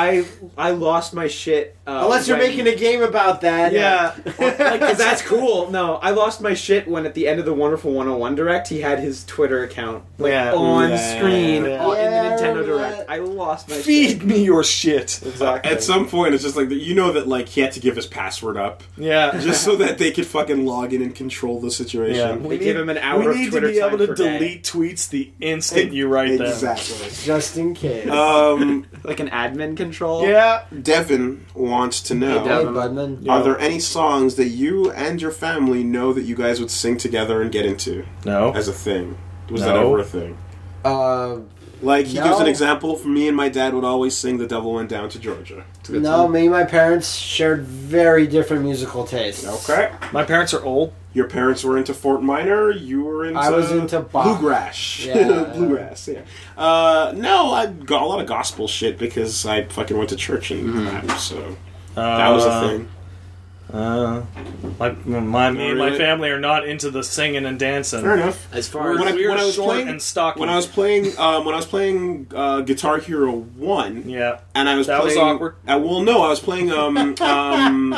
[SPEAKER 3] I I lost my shit. Uh,
[SPEAKER 5] Unless you're
[SPEAKER 3] when-
[SPEAKER 5] making a game about that.
[SPEAKER 4] yeah.
[SPEAKER 3] like 'cause that's cool. No, I lost my shit when at the end of the Wonderful 101 Direct, he had his Twitter account like
[SPEAKER 4] Yeah.
[SPEAKER 3] on
[SPEAKER 1] Yeah.
[SPEAKER 3] screen
[SPEAKER 4] Yeah.
[SPEAKER 3] on- in the
[SPEAKER 5] Yeah, I
[SPEAKER 3] Nintendo
[SPEAKER 5] remember
[SPEAKER 3] Direct.
[SPEAKER 5] that.
[SPEAKER 3] I lost my shit.
[SPEAKER 4] Feed me your shit.
[SPEAKER 3] Exactly.
[SPEAKER 1] At some point, it's just like you know that like he had to give his password up
[SPEAKER 4] Yeah.
[SPEAKER 1] just so that they could fucking log in and control the situation.
[SPEAKER 3] They give him an hour
[SPEAKER 4] We
[SPEAKER 3] of
[SPEAKER 4] need
[SPEAKER 3] Twitter
[SPEAKER 4] to be
[SPEAKER 3] time
[SPEAKER 4] able to
[SPEAKER 3] per day.
[SPEAKER 4] delete tweets the instant you write them.
[SPEAKER 1] exactly.
[SPEAKER 5] Just in case.
[SPEAKER 1] Um,
[SPEAKER 3] like an admin control.
[SPEAKER 4] Yeah.
[SPEAKER 1] Devin wants to know:
[SPEAKER 5] hey,
[SPEAKER 3] Devin.
[SPEAKER 5] Budman.
[SPEAKER 1] Are there any songs that you and your family know that you guys would sing together and get into
[SPEAKER 4] No.
[SPEAKER 1] as a thing? Was that
[SPEAKER 4] No.
[SPEAKER 1] ever a thing?
[SPEAKER 5] Uh,
[SPEAKER 1] Like he
[SPEAKER 5] No.
[SPEAKER 1] gives an example. For me and my dad would always sing "The Devil Went Down to Georgia." It's a good
[SPEAKER 5] no, me and my parents shared very different musical tastes.
[SPEAKER 1] song. Okay.
[SPEAKER 4] My parents are old.
[SPEAKER 1] Your parents were into Fort Minor. You were into.
[SPEAKER 5] I was into Bach.
[SPEAKER 1] bluegrass.
[SPEAKER 5] Yeah.
[SPEAKER 1] bluegrass. Yeah. Uh, no, I got a lot of gospel shit because I fucking went to church and crap. So that was a thing.
[SPEAKER 4] Uh, my my me and my
[SPEAKER 1] Really?
[SPEAKER 4] family are not into the singing and dancing.
[SPEAKER 1] Fair enough.
[SPEAKER 3] As far
[SPEAKER 4] We're,
[SPEAKER 3] as
[SPEAKER 1] When I-
[SPEAKER 4] we're
[SPEAKER 1] when I was
[SPEAKER 4] short
[SPEAKER 1] playing-
[SPEAKER 4] and stocky.
[SPEAKER 1] When I was playing, um, when I was playing uh, Guitar Hero One,
[SPEAKER 4] yeah,
[SPEAKER 1] and I was
[SPEAKER 4] That was
[SPEAKER 1] playing,
[SPEAKER 4] awkward.
[SPEAKER 1] I, well, no, I was playing um, um,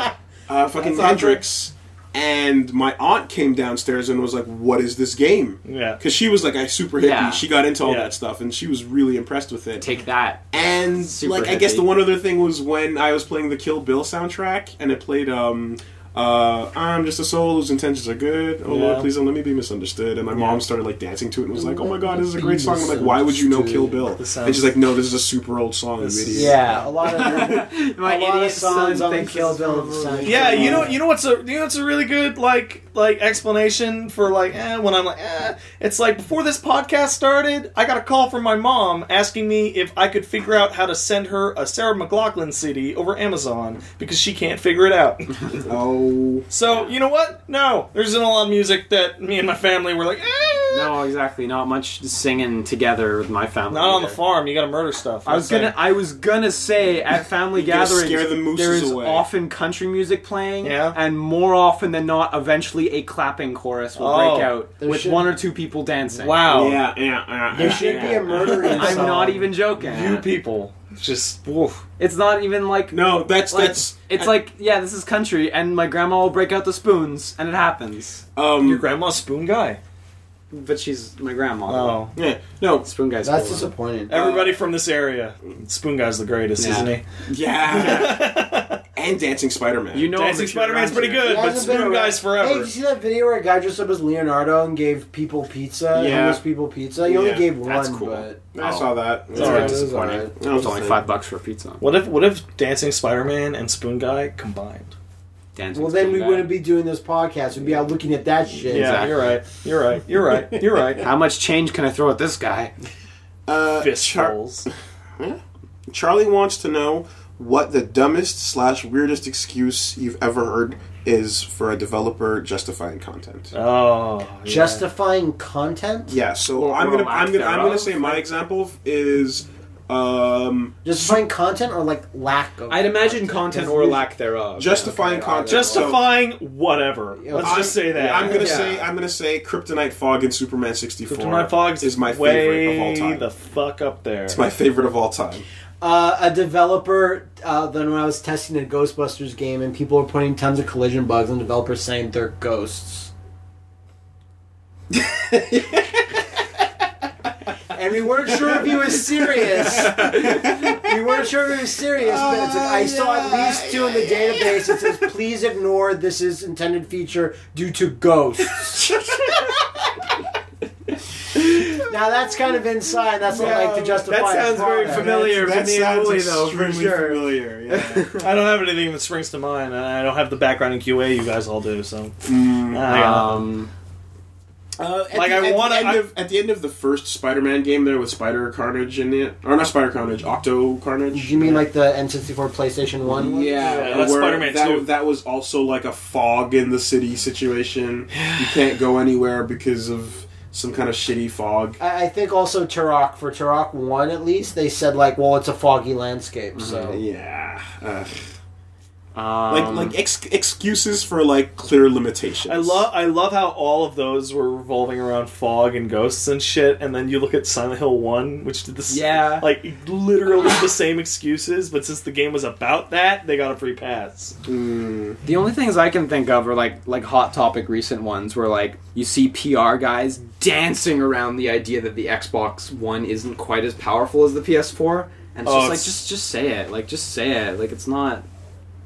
[SPEAKER 1] uh, fucking Hendrix, and my aunt came downstairs and was like, "What is this game?"
[SPEAKER 4] yeah,
[SPEAKER 1] Because she was like a super hippie.
[SPEAKER 3] Yeah.
[SPEAKER 1] She got into all
[SPEAKER 4] Yeah.
[SPEAKER 1] that stuff, and she was really impressed with it.
[SPEAKER 3] take that.
[SPEAKER 1] And
[SPEAKER 3] Super
[SPEAKER 1] like I guess
[SPEAKER 3] hippie.
[SPEAKER 1] the one other thing was when I was playing the Kill Bill soundtrack and it played um uh I'm just a soul whose intentions are good. Oh Lord,
[SPEAKER 4] Yeah.
[SPEAKER 1] please don't let me be misunderstood. And my mom started like dancing to it and was like, Oh my god, this is a
[SPEAKER 5] Be
[SPEAKER 1] great song. I'm like, why would you know Kill Bill? And
[SPEAKER 4] This
[SPEAKER 1] she's
[SPEAKER 4] sounds-
[SPEAKER 1] like, No, this is a super old song, you
[SPEAKER 4] This-
[SPEAKER 1] idiot.
[SPEAKER 5] Yeah, a lot of
[SPEAKER 3] My
[SPEAKER 5] a lot
[SPEAKER 3] idiot
[SPEAKER 5] of songs
[SPEAKER 3] son
[SPEAKER 5] on the
[SPEAKER 3] thinks
[SPEAKER 5] Kill
[SPEAKER 3] it's
[SPEAKER 5] Bill
[SPEAKER 3] probably-
[SPEAKER 5] soundtrack.
[SPEAKER 4] yeah. You know, you know what's a you know what's a really good like like explanation for like eh, when I'm like eh. It's like before this podcast started, I got a call from my mom asking me if I could figure out how to send her a Sarah McLaughlin CD over Amazon because she can't figure it out.
[SPEAKER 1] Oh
[SPEAKER 4] So you know what? No, there isn't a lot of music that me and my family were like. Eh.
[SPEAKER 3] No, exactly. Not much singing together with my family.
[SPEAKER 4] Not on the
[SPEAKER 3] either.
[SPEAKER 4] farm. You got to murder stuff.
[SPEAKER 3] I was
[SPEAKER 4] That's
[SPEAKER 3] gonna. I was gonna say at family
[SPEAKER 1] gonna
[SPEAKER 3] gatherings,
[SPEAKER 1] scare the mooses
[SPEAKER 3] there is
[SPEAKER 1] away.
[SPEAKER 3] often country music playing,
[SPEAKER 4] Yeah.
[SPEAKER 3] and more often than not, eventually a clapping chorus will
[SPEAKER 4] Oh.
[SPEAKER 3] break out
[SPEAKER 5] There
[SPEAKER 3] with
[SPEAKER 5] should-
[SPEAKER 3] one or two people dancing.
[SPEAKER 4] Wow.
[SPEAKER 1] Oh. yeah, yeah, yeah.
[SPEAKER 5] There
[SPEAKER 1] yeah,
[SPEAKER 5] should
[SPEAKER 1] yeah.
[SPEAKER 5] be a murder in
[SPEAKER 3] I'm
[SPEAKER 5] song.
[SPEAKER 3] not even joking.
[SPEAKER 4] You people.
[SPEAKER 5] It's just woof.
[SPEAKER 3] It's not even like
[SPEAKER 1] No, that's
[SPEAKER 3] like,
[SPEAKER 1] that's
[SPEAKER 3] it's like yeah, this is country, and my grandma will break out the spoons, and it happens.
[SPEAKER 5] Your
[SPEAKER 1] um
[SPEAKER 5] grandma's spoon guy.
[SPEAKER 3] But she's my grandma.
[SPEAKER 5] Oh,
[SPEAKER 1] yeah, no
[SPEAKER 3] Spoon guy's
[SPEAKER 2] That's
[SPEAKER 3] cool.
[SPEAKER 2] disappointing.
[SPEAKER 5] everybody from this area. Spoon guy's the greatest,
[SPEAKER 3] Yeah.
[SPEAKER 5] isn't he?
[SPEAKER 1] yeah, and dancing Spider Man.
[SPEAKER 3] You know,
[SPEAKER 5] Dancing
[SPEAKER 3] that you're
[SPEAKER 5] Spider Man's
[SPEAKER 3] around
[SPEAKER 5] pretty
[SPEAKER 3] here.
[SPEAKER 5] good,
[SPEAKER 2] He
[SPEAKER 5] but
[SPEAKER 2] hasn't been
[SPEAKER 5] Spoon
[SPEAKER 2] around-
[SPEAKER 5] Guy's
[SPEAKER 2] Hey, did
[SPEAKER 5] forever.
[SPEAKER 2] you see that video where a guy dressed up as Leonardo and gave people pizza?
[SPEAKER 1] Yeah.
[SPEAKER 2] Homeless people pizza? He only
[SPEAKER 1] Yeah,
[SPEAKER 2] gave one,
[SPEAKER 1] that's cool.
[SPEAKER 2] but.
[SPEAKER 3] Oh.
[SPEAKER 1] I saw that. It's
[SPEAKER 5] alright.
[SPEAKER 2] it was
[SPEAKER 1] disappointing.
[SPEAKER 2] alright.
[SPEAKER 1] That was
[SPEAKER 3] It's only
[SPEAKER 1] the
[SPEAKER 3] five bucks for a pizza.
[SPEAKER 5] What if what if Dancing Spider Man and Spoon Guy combined?
[SPEAKER 3] Dancing
[SPEAKER 2] Well, then
[SPEAKER 3] spoon
[SPEAKER 2] we
[SPEAKER 3] guy.
[SPEAKER 2] wouldn't be doing this podcast. We'd be out looking at that shit.
[SPEAKER 5] Yeah, you're right. You're right. You're right. You're right.
[SPEAKER 3] How much change can I throw at this guy?
[SPEAKER 1] Uh, Char-
[SPEAKER 5] Fistfuls.
[SPEAKER 1] Charlie wants to know what the dumbest slash weirdest excuse you've ever heard is for a developer justifying content.
[SPEAKER 3] Uh,
[SPEAKER 5] Oh, yeah.
[SPEAKER 2] Justifying content?
[SPEAKER 1] Yeah, so
[SPEAKER 3] Or-
[SPEAKER 1] I'm
[SPEAKER 3] or
[SPEAKER 1] gonna
[SPEAKER 3] lack
[SPEAKER 1] I'm gonna I'm gonna
[SPEAKER 3] thereof.
[SPEAKER 1] say my example is um,
[SPEAKER 2] Justifying content or like lack of.
[SPEAKER 4] I'd imagine content or lack thereof.
[SPEAKER 1] justifying
[SPEAKER 2] okay,
[SPEAKER 1] content.
[SPEAKER 5] justifying whatever.
[SPEAKER 2] Yeah,
[SPEAKER 5] Let's
[SPEAKER 1] So
[SPEAKER 5] just say that.
[SPEAKER 1] I'm gonna
[SPEAKER 4] Yeah.
[SPEAKER 1] say I'm gonna say Kryptonite Fog in Superman 64.
[SPEAKER 5] Kryptonite Fogs
[SPEAKER 1] is my favorite
[SPEAKER 5] way
[SPEAKER 1] of all time.
[SPEAKER 5] The fuck up there.
[SPEAKER 1] it's my favorite of all time.
[SPEAKER 2] uh, a developer uh, then when I was testing a Ghostbusters game and people were putting tons of collision bugs and developers saying they're ghosts. and we weren't sure if he was serious. we weren't sure if he was serious, but it's like, I saw at least two in the database. It says, "Please ignore this is intended feature due to ghosts." now that's kind of inside. That's not like to justify.
[SPEAKER 4] That
[SPEAKER 2] a
[SPEAKER 4] sounds very
[SPEAKER 2] product.
[SPEAKER 4] familiar
[SPEAKER 1] That
[SPEAKER 4] to me and
[SPEAKER 1] sounds
[SPEAKER 4] Wooly, though, for
[SPEAKER 1] extremely
[SPEAKER 4] sure.
[SPEAKER 1] familiar. Yeah.
[SPEAKER 5] I don't have anything that springs to mind, and I don't have the background in QA you guys all do. So,
[SPEAKER 1] Mm.
[SPEAKER 5] I got nothing.
[SPEAKER 3] Um,
[SPEAKER 1] Uh, at
[SPEAKER 5] Like,
[SPEAKER 1] the,
[SPEAKER 5] I
[SPEAKER 1] at
[SPEAKER 5] wanna-
[SPEAKER 1] the end
[SPEAKER 5] I-
[SPEAKER 1] of, at the end of the first Spider-Man game there with Spider Carnage in it, or not Spider Carnage, Octo Carnage.
[SPEAKER 2] You mean like the N64 PlayStation 1? one?
[SPEAKER 1] Yeah,
[SPEAKER 5] Yeah, that's
[SPEAKER 1] where
[SPEAKER 5] Spider-Man
[SPEAKER 1] that,
[SPEAKER 5] 2.
[SPEAKER 1] That was also like a fog in the city situation. you can't go anywhere because of some kind of shitty fog.
[SPEAKER 2] I, I think also Turok, for Turok 1 at least, they said like, well, it's a foggy landscape,
[SPEAKER 1] Mm-hmm.
[SPEAKER 2] so.
[SPEAKER 1] Yeah, uh, Ugh.
[SPEAKER 3] um,
[SPEAKER 1] like like ex- excuses for like clear limitations.
[SPEAKER 5] I love I love how all of those were revolving around fog and ghosts and shit, and then you look at Silent Hill One, which did this
[SPEAKER 3] Yeah.
[SPEAKER 5] like literally the same excuses, but since the game was about that, they got a free pass.
[SPEAKER 1] Mm.
[SPEAKER 3] The only things I can think of are like like hot topic recent ones where like you see PR guys dancing around the idea that the Xbox One isn't quite as powerful as the PS4, and it's
[SPEAKER 5] Oh,
[SPEAKER 3] just like
[SPEAKER 5] it's-
[SPEAKER 3] just just say it, like just say it, like it's not.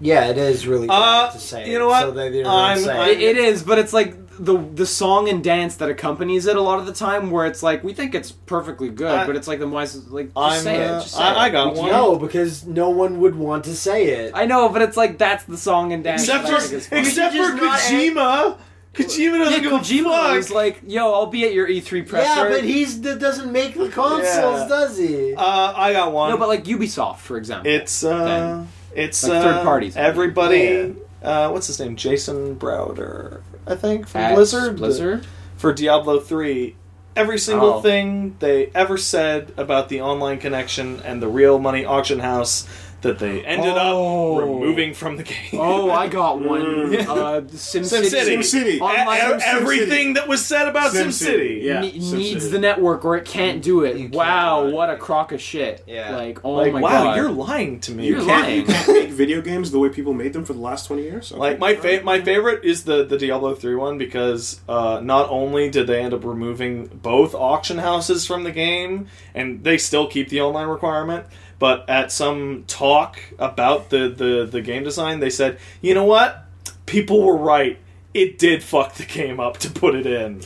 [SPEAKER 2] Yeah, it is really
[SPEAKER 5] Uh,
[SPEAKER 2] bad to say.
[SPEAKER 5] you
[SPEAKER 2] it,
[SPEAKER 5] know what?
[SPEAKER 2] So they, they don't
[SPEAKER 5] I'm-
[SPEAKER 2] say it.
[SPEAKER 3] It, it is, but it's like the the song and dance that accompanies it a lot of the time where it's like we think it's perfectly good,
[SPEAKER 5] I-
[SPEAKER 3] but it's like then why is it like just
[SPEAKER 5] I'm,
[SPEAKER 3] say
[SPEAKER 5] uh,
[SPEAKER 3] it, just say
[SPEAKER 5] I-
[SPEAKER 3] it.
[SPEAKER 5] I got one.
[SPEAKER 2] No, because no one would want to say it.
[SPEAKER 3] I know, but it's like that's the song and dance.
[SPEAKER 5] Except
[SPEAKER 3] that I
[SPEAKER 5] for
[SPEAKER 3] think is funny.
[SPEAKER 5] except
[SPEAKER 2] We
[SPEAKER 5] for
[SPEAKER 2] should just
[SPEAKER 5] Kojima. Kojima
[SPEAKER 3] yeah,
[SPEAKER 5] doesn't give a
[SPEAKER 3] Kojima was
[SPEAKER 5] fuck.
[SPEAKER 3] like, "Yo, I'll be at your E3 presser."
[SPEAKER 2] Yeah, but he's that doesn't make the consoles,
[SPEAKER 5] Yeah.
[SPEAKER 2] does he?
[SPEAKER 5] Uh, I got one.
[SPEAKER 3] No, but like Ubisoft, for example.
[SPEAKER 5] It's uh, it's
[SPEAKER 3] Like
[SPEAKER 5] uh,
[SPEAKER 3] third parties.
[SPEAKER 5] Everybody, uh, what's his name? Jason Browder, I think, from
[SPEAKER 3] At
[SPEAKER 5] Blizzard.
[SPEAKER 3] Blizzard.
[SPEAKER 5] for Diablo three. Every single
[SPEAKER 3] Oh.
[SPEAKER 5] thing they ever said about the online connection and the real money auction house that they ended
[SPEAKER 3] Oh.
[SPEAKER 5] up removing from the game.
[SPEAKER 3] Oh, I got one.
[SPEAKER 5] Yeah.
[SPEAKER 3] Uh, SimCity.
[SPEAKER 5] SimCity.
[SPEAKER 1] SimCity.
[SPEAKER 5] E-
[SPEAKER 3] Online
[SPEAKER 5] e-
[SPEAKER 3] SimCity.
[SPEAKER 5] everything that was said about
[SPEAKER 1] SimCity.
[SPEAKER 5] SimCity.
[SPEAKER 1] Yeah.
[SPEAKER 3] ne-
[SPEAKER 1] SimCity.
[SPEAKER 3] needs the network or it can't do it.
[SPEAKER 2] You can't
[SPEAKER 3] wow,
[SPEAKER 2] do it.
[SPEAKER 3] what a crock of shit.
[SPEAKER 2] Yeah.
[SPEAKER 3] Like, oh
[SPEAKER 5] Like,
[SPEAKER 3] my
[SPEAKER 5] wow,
[SPEAKER 3] god.
[SPEAKER 5] you're lying to me.
[SPEAKER 3] You're
[SPEAKER 1] You
[SPEAKER 5] Can't-
[SPEAKER 1] can't, you
[SPEAKER 3] lying.
[SPEAKER 1] can't make video games the way people made them for the last twenty years. Okay.
[SPEAKER 5] Like my fa- my favorite is the the Diablo three one because uh, not only did they end up removing both auction houses from the game, and they still keep the online requirement. But at some talk about the the the game design, they said, you know what, people were right. It did fuck the game up to put it in.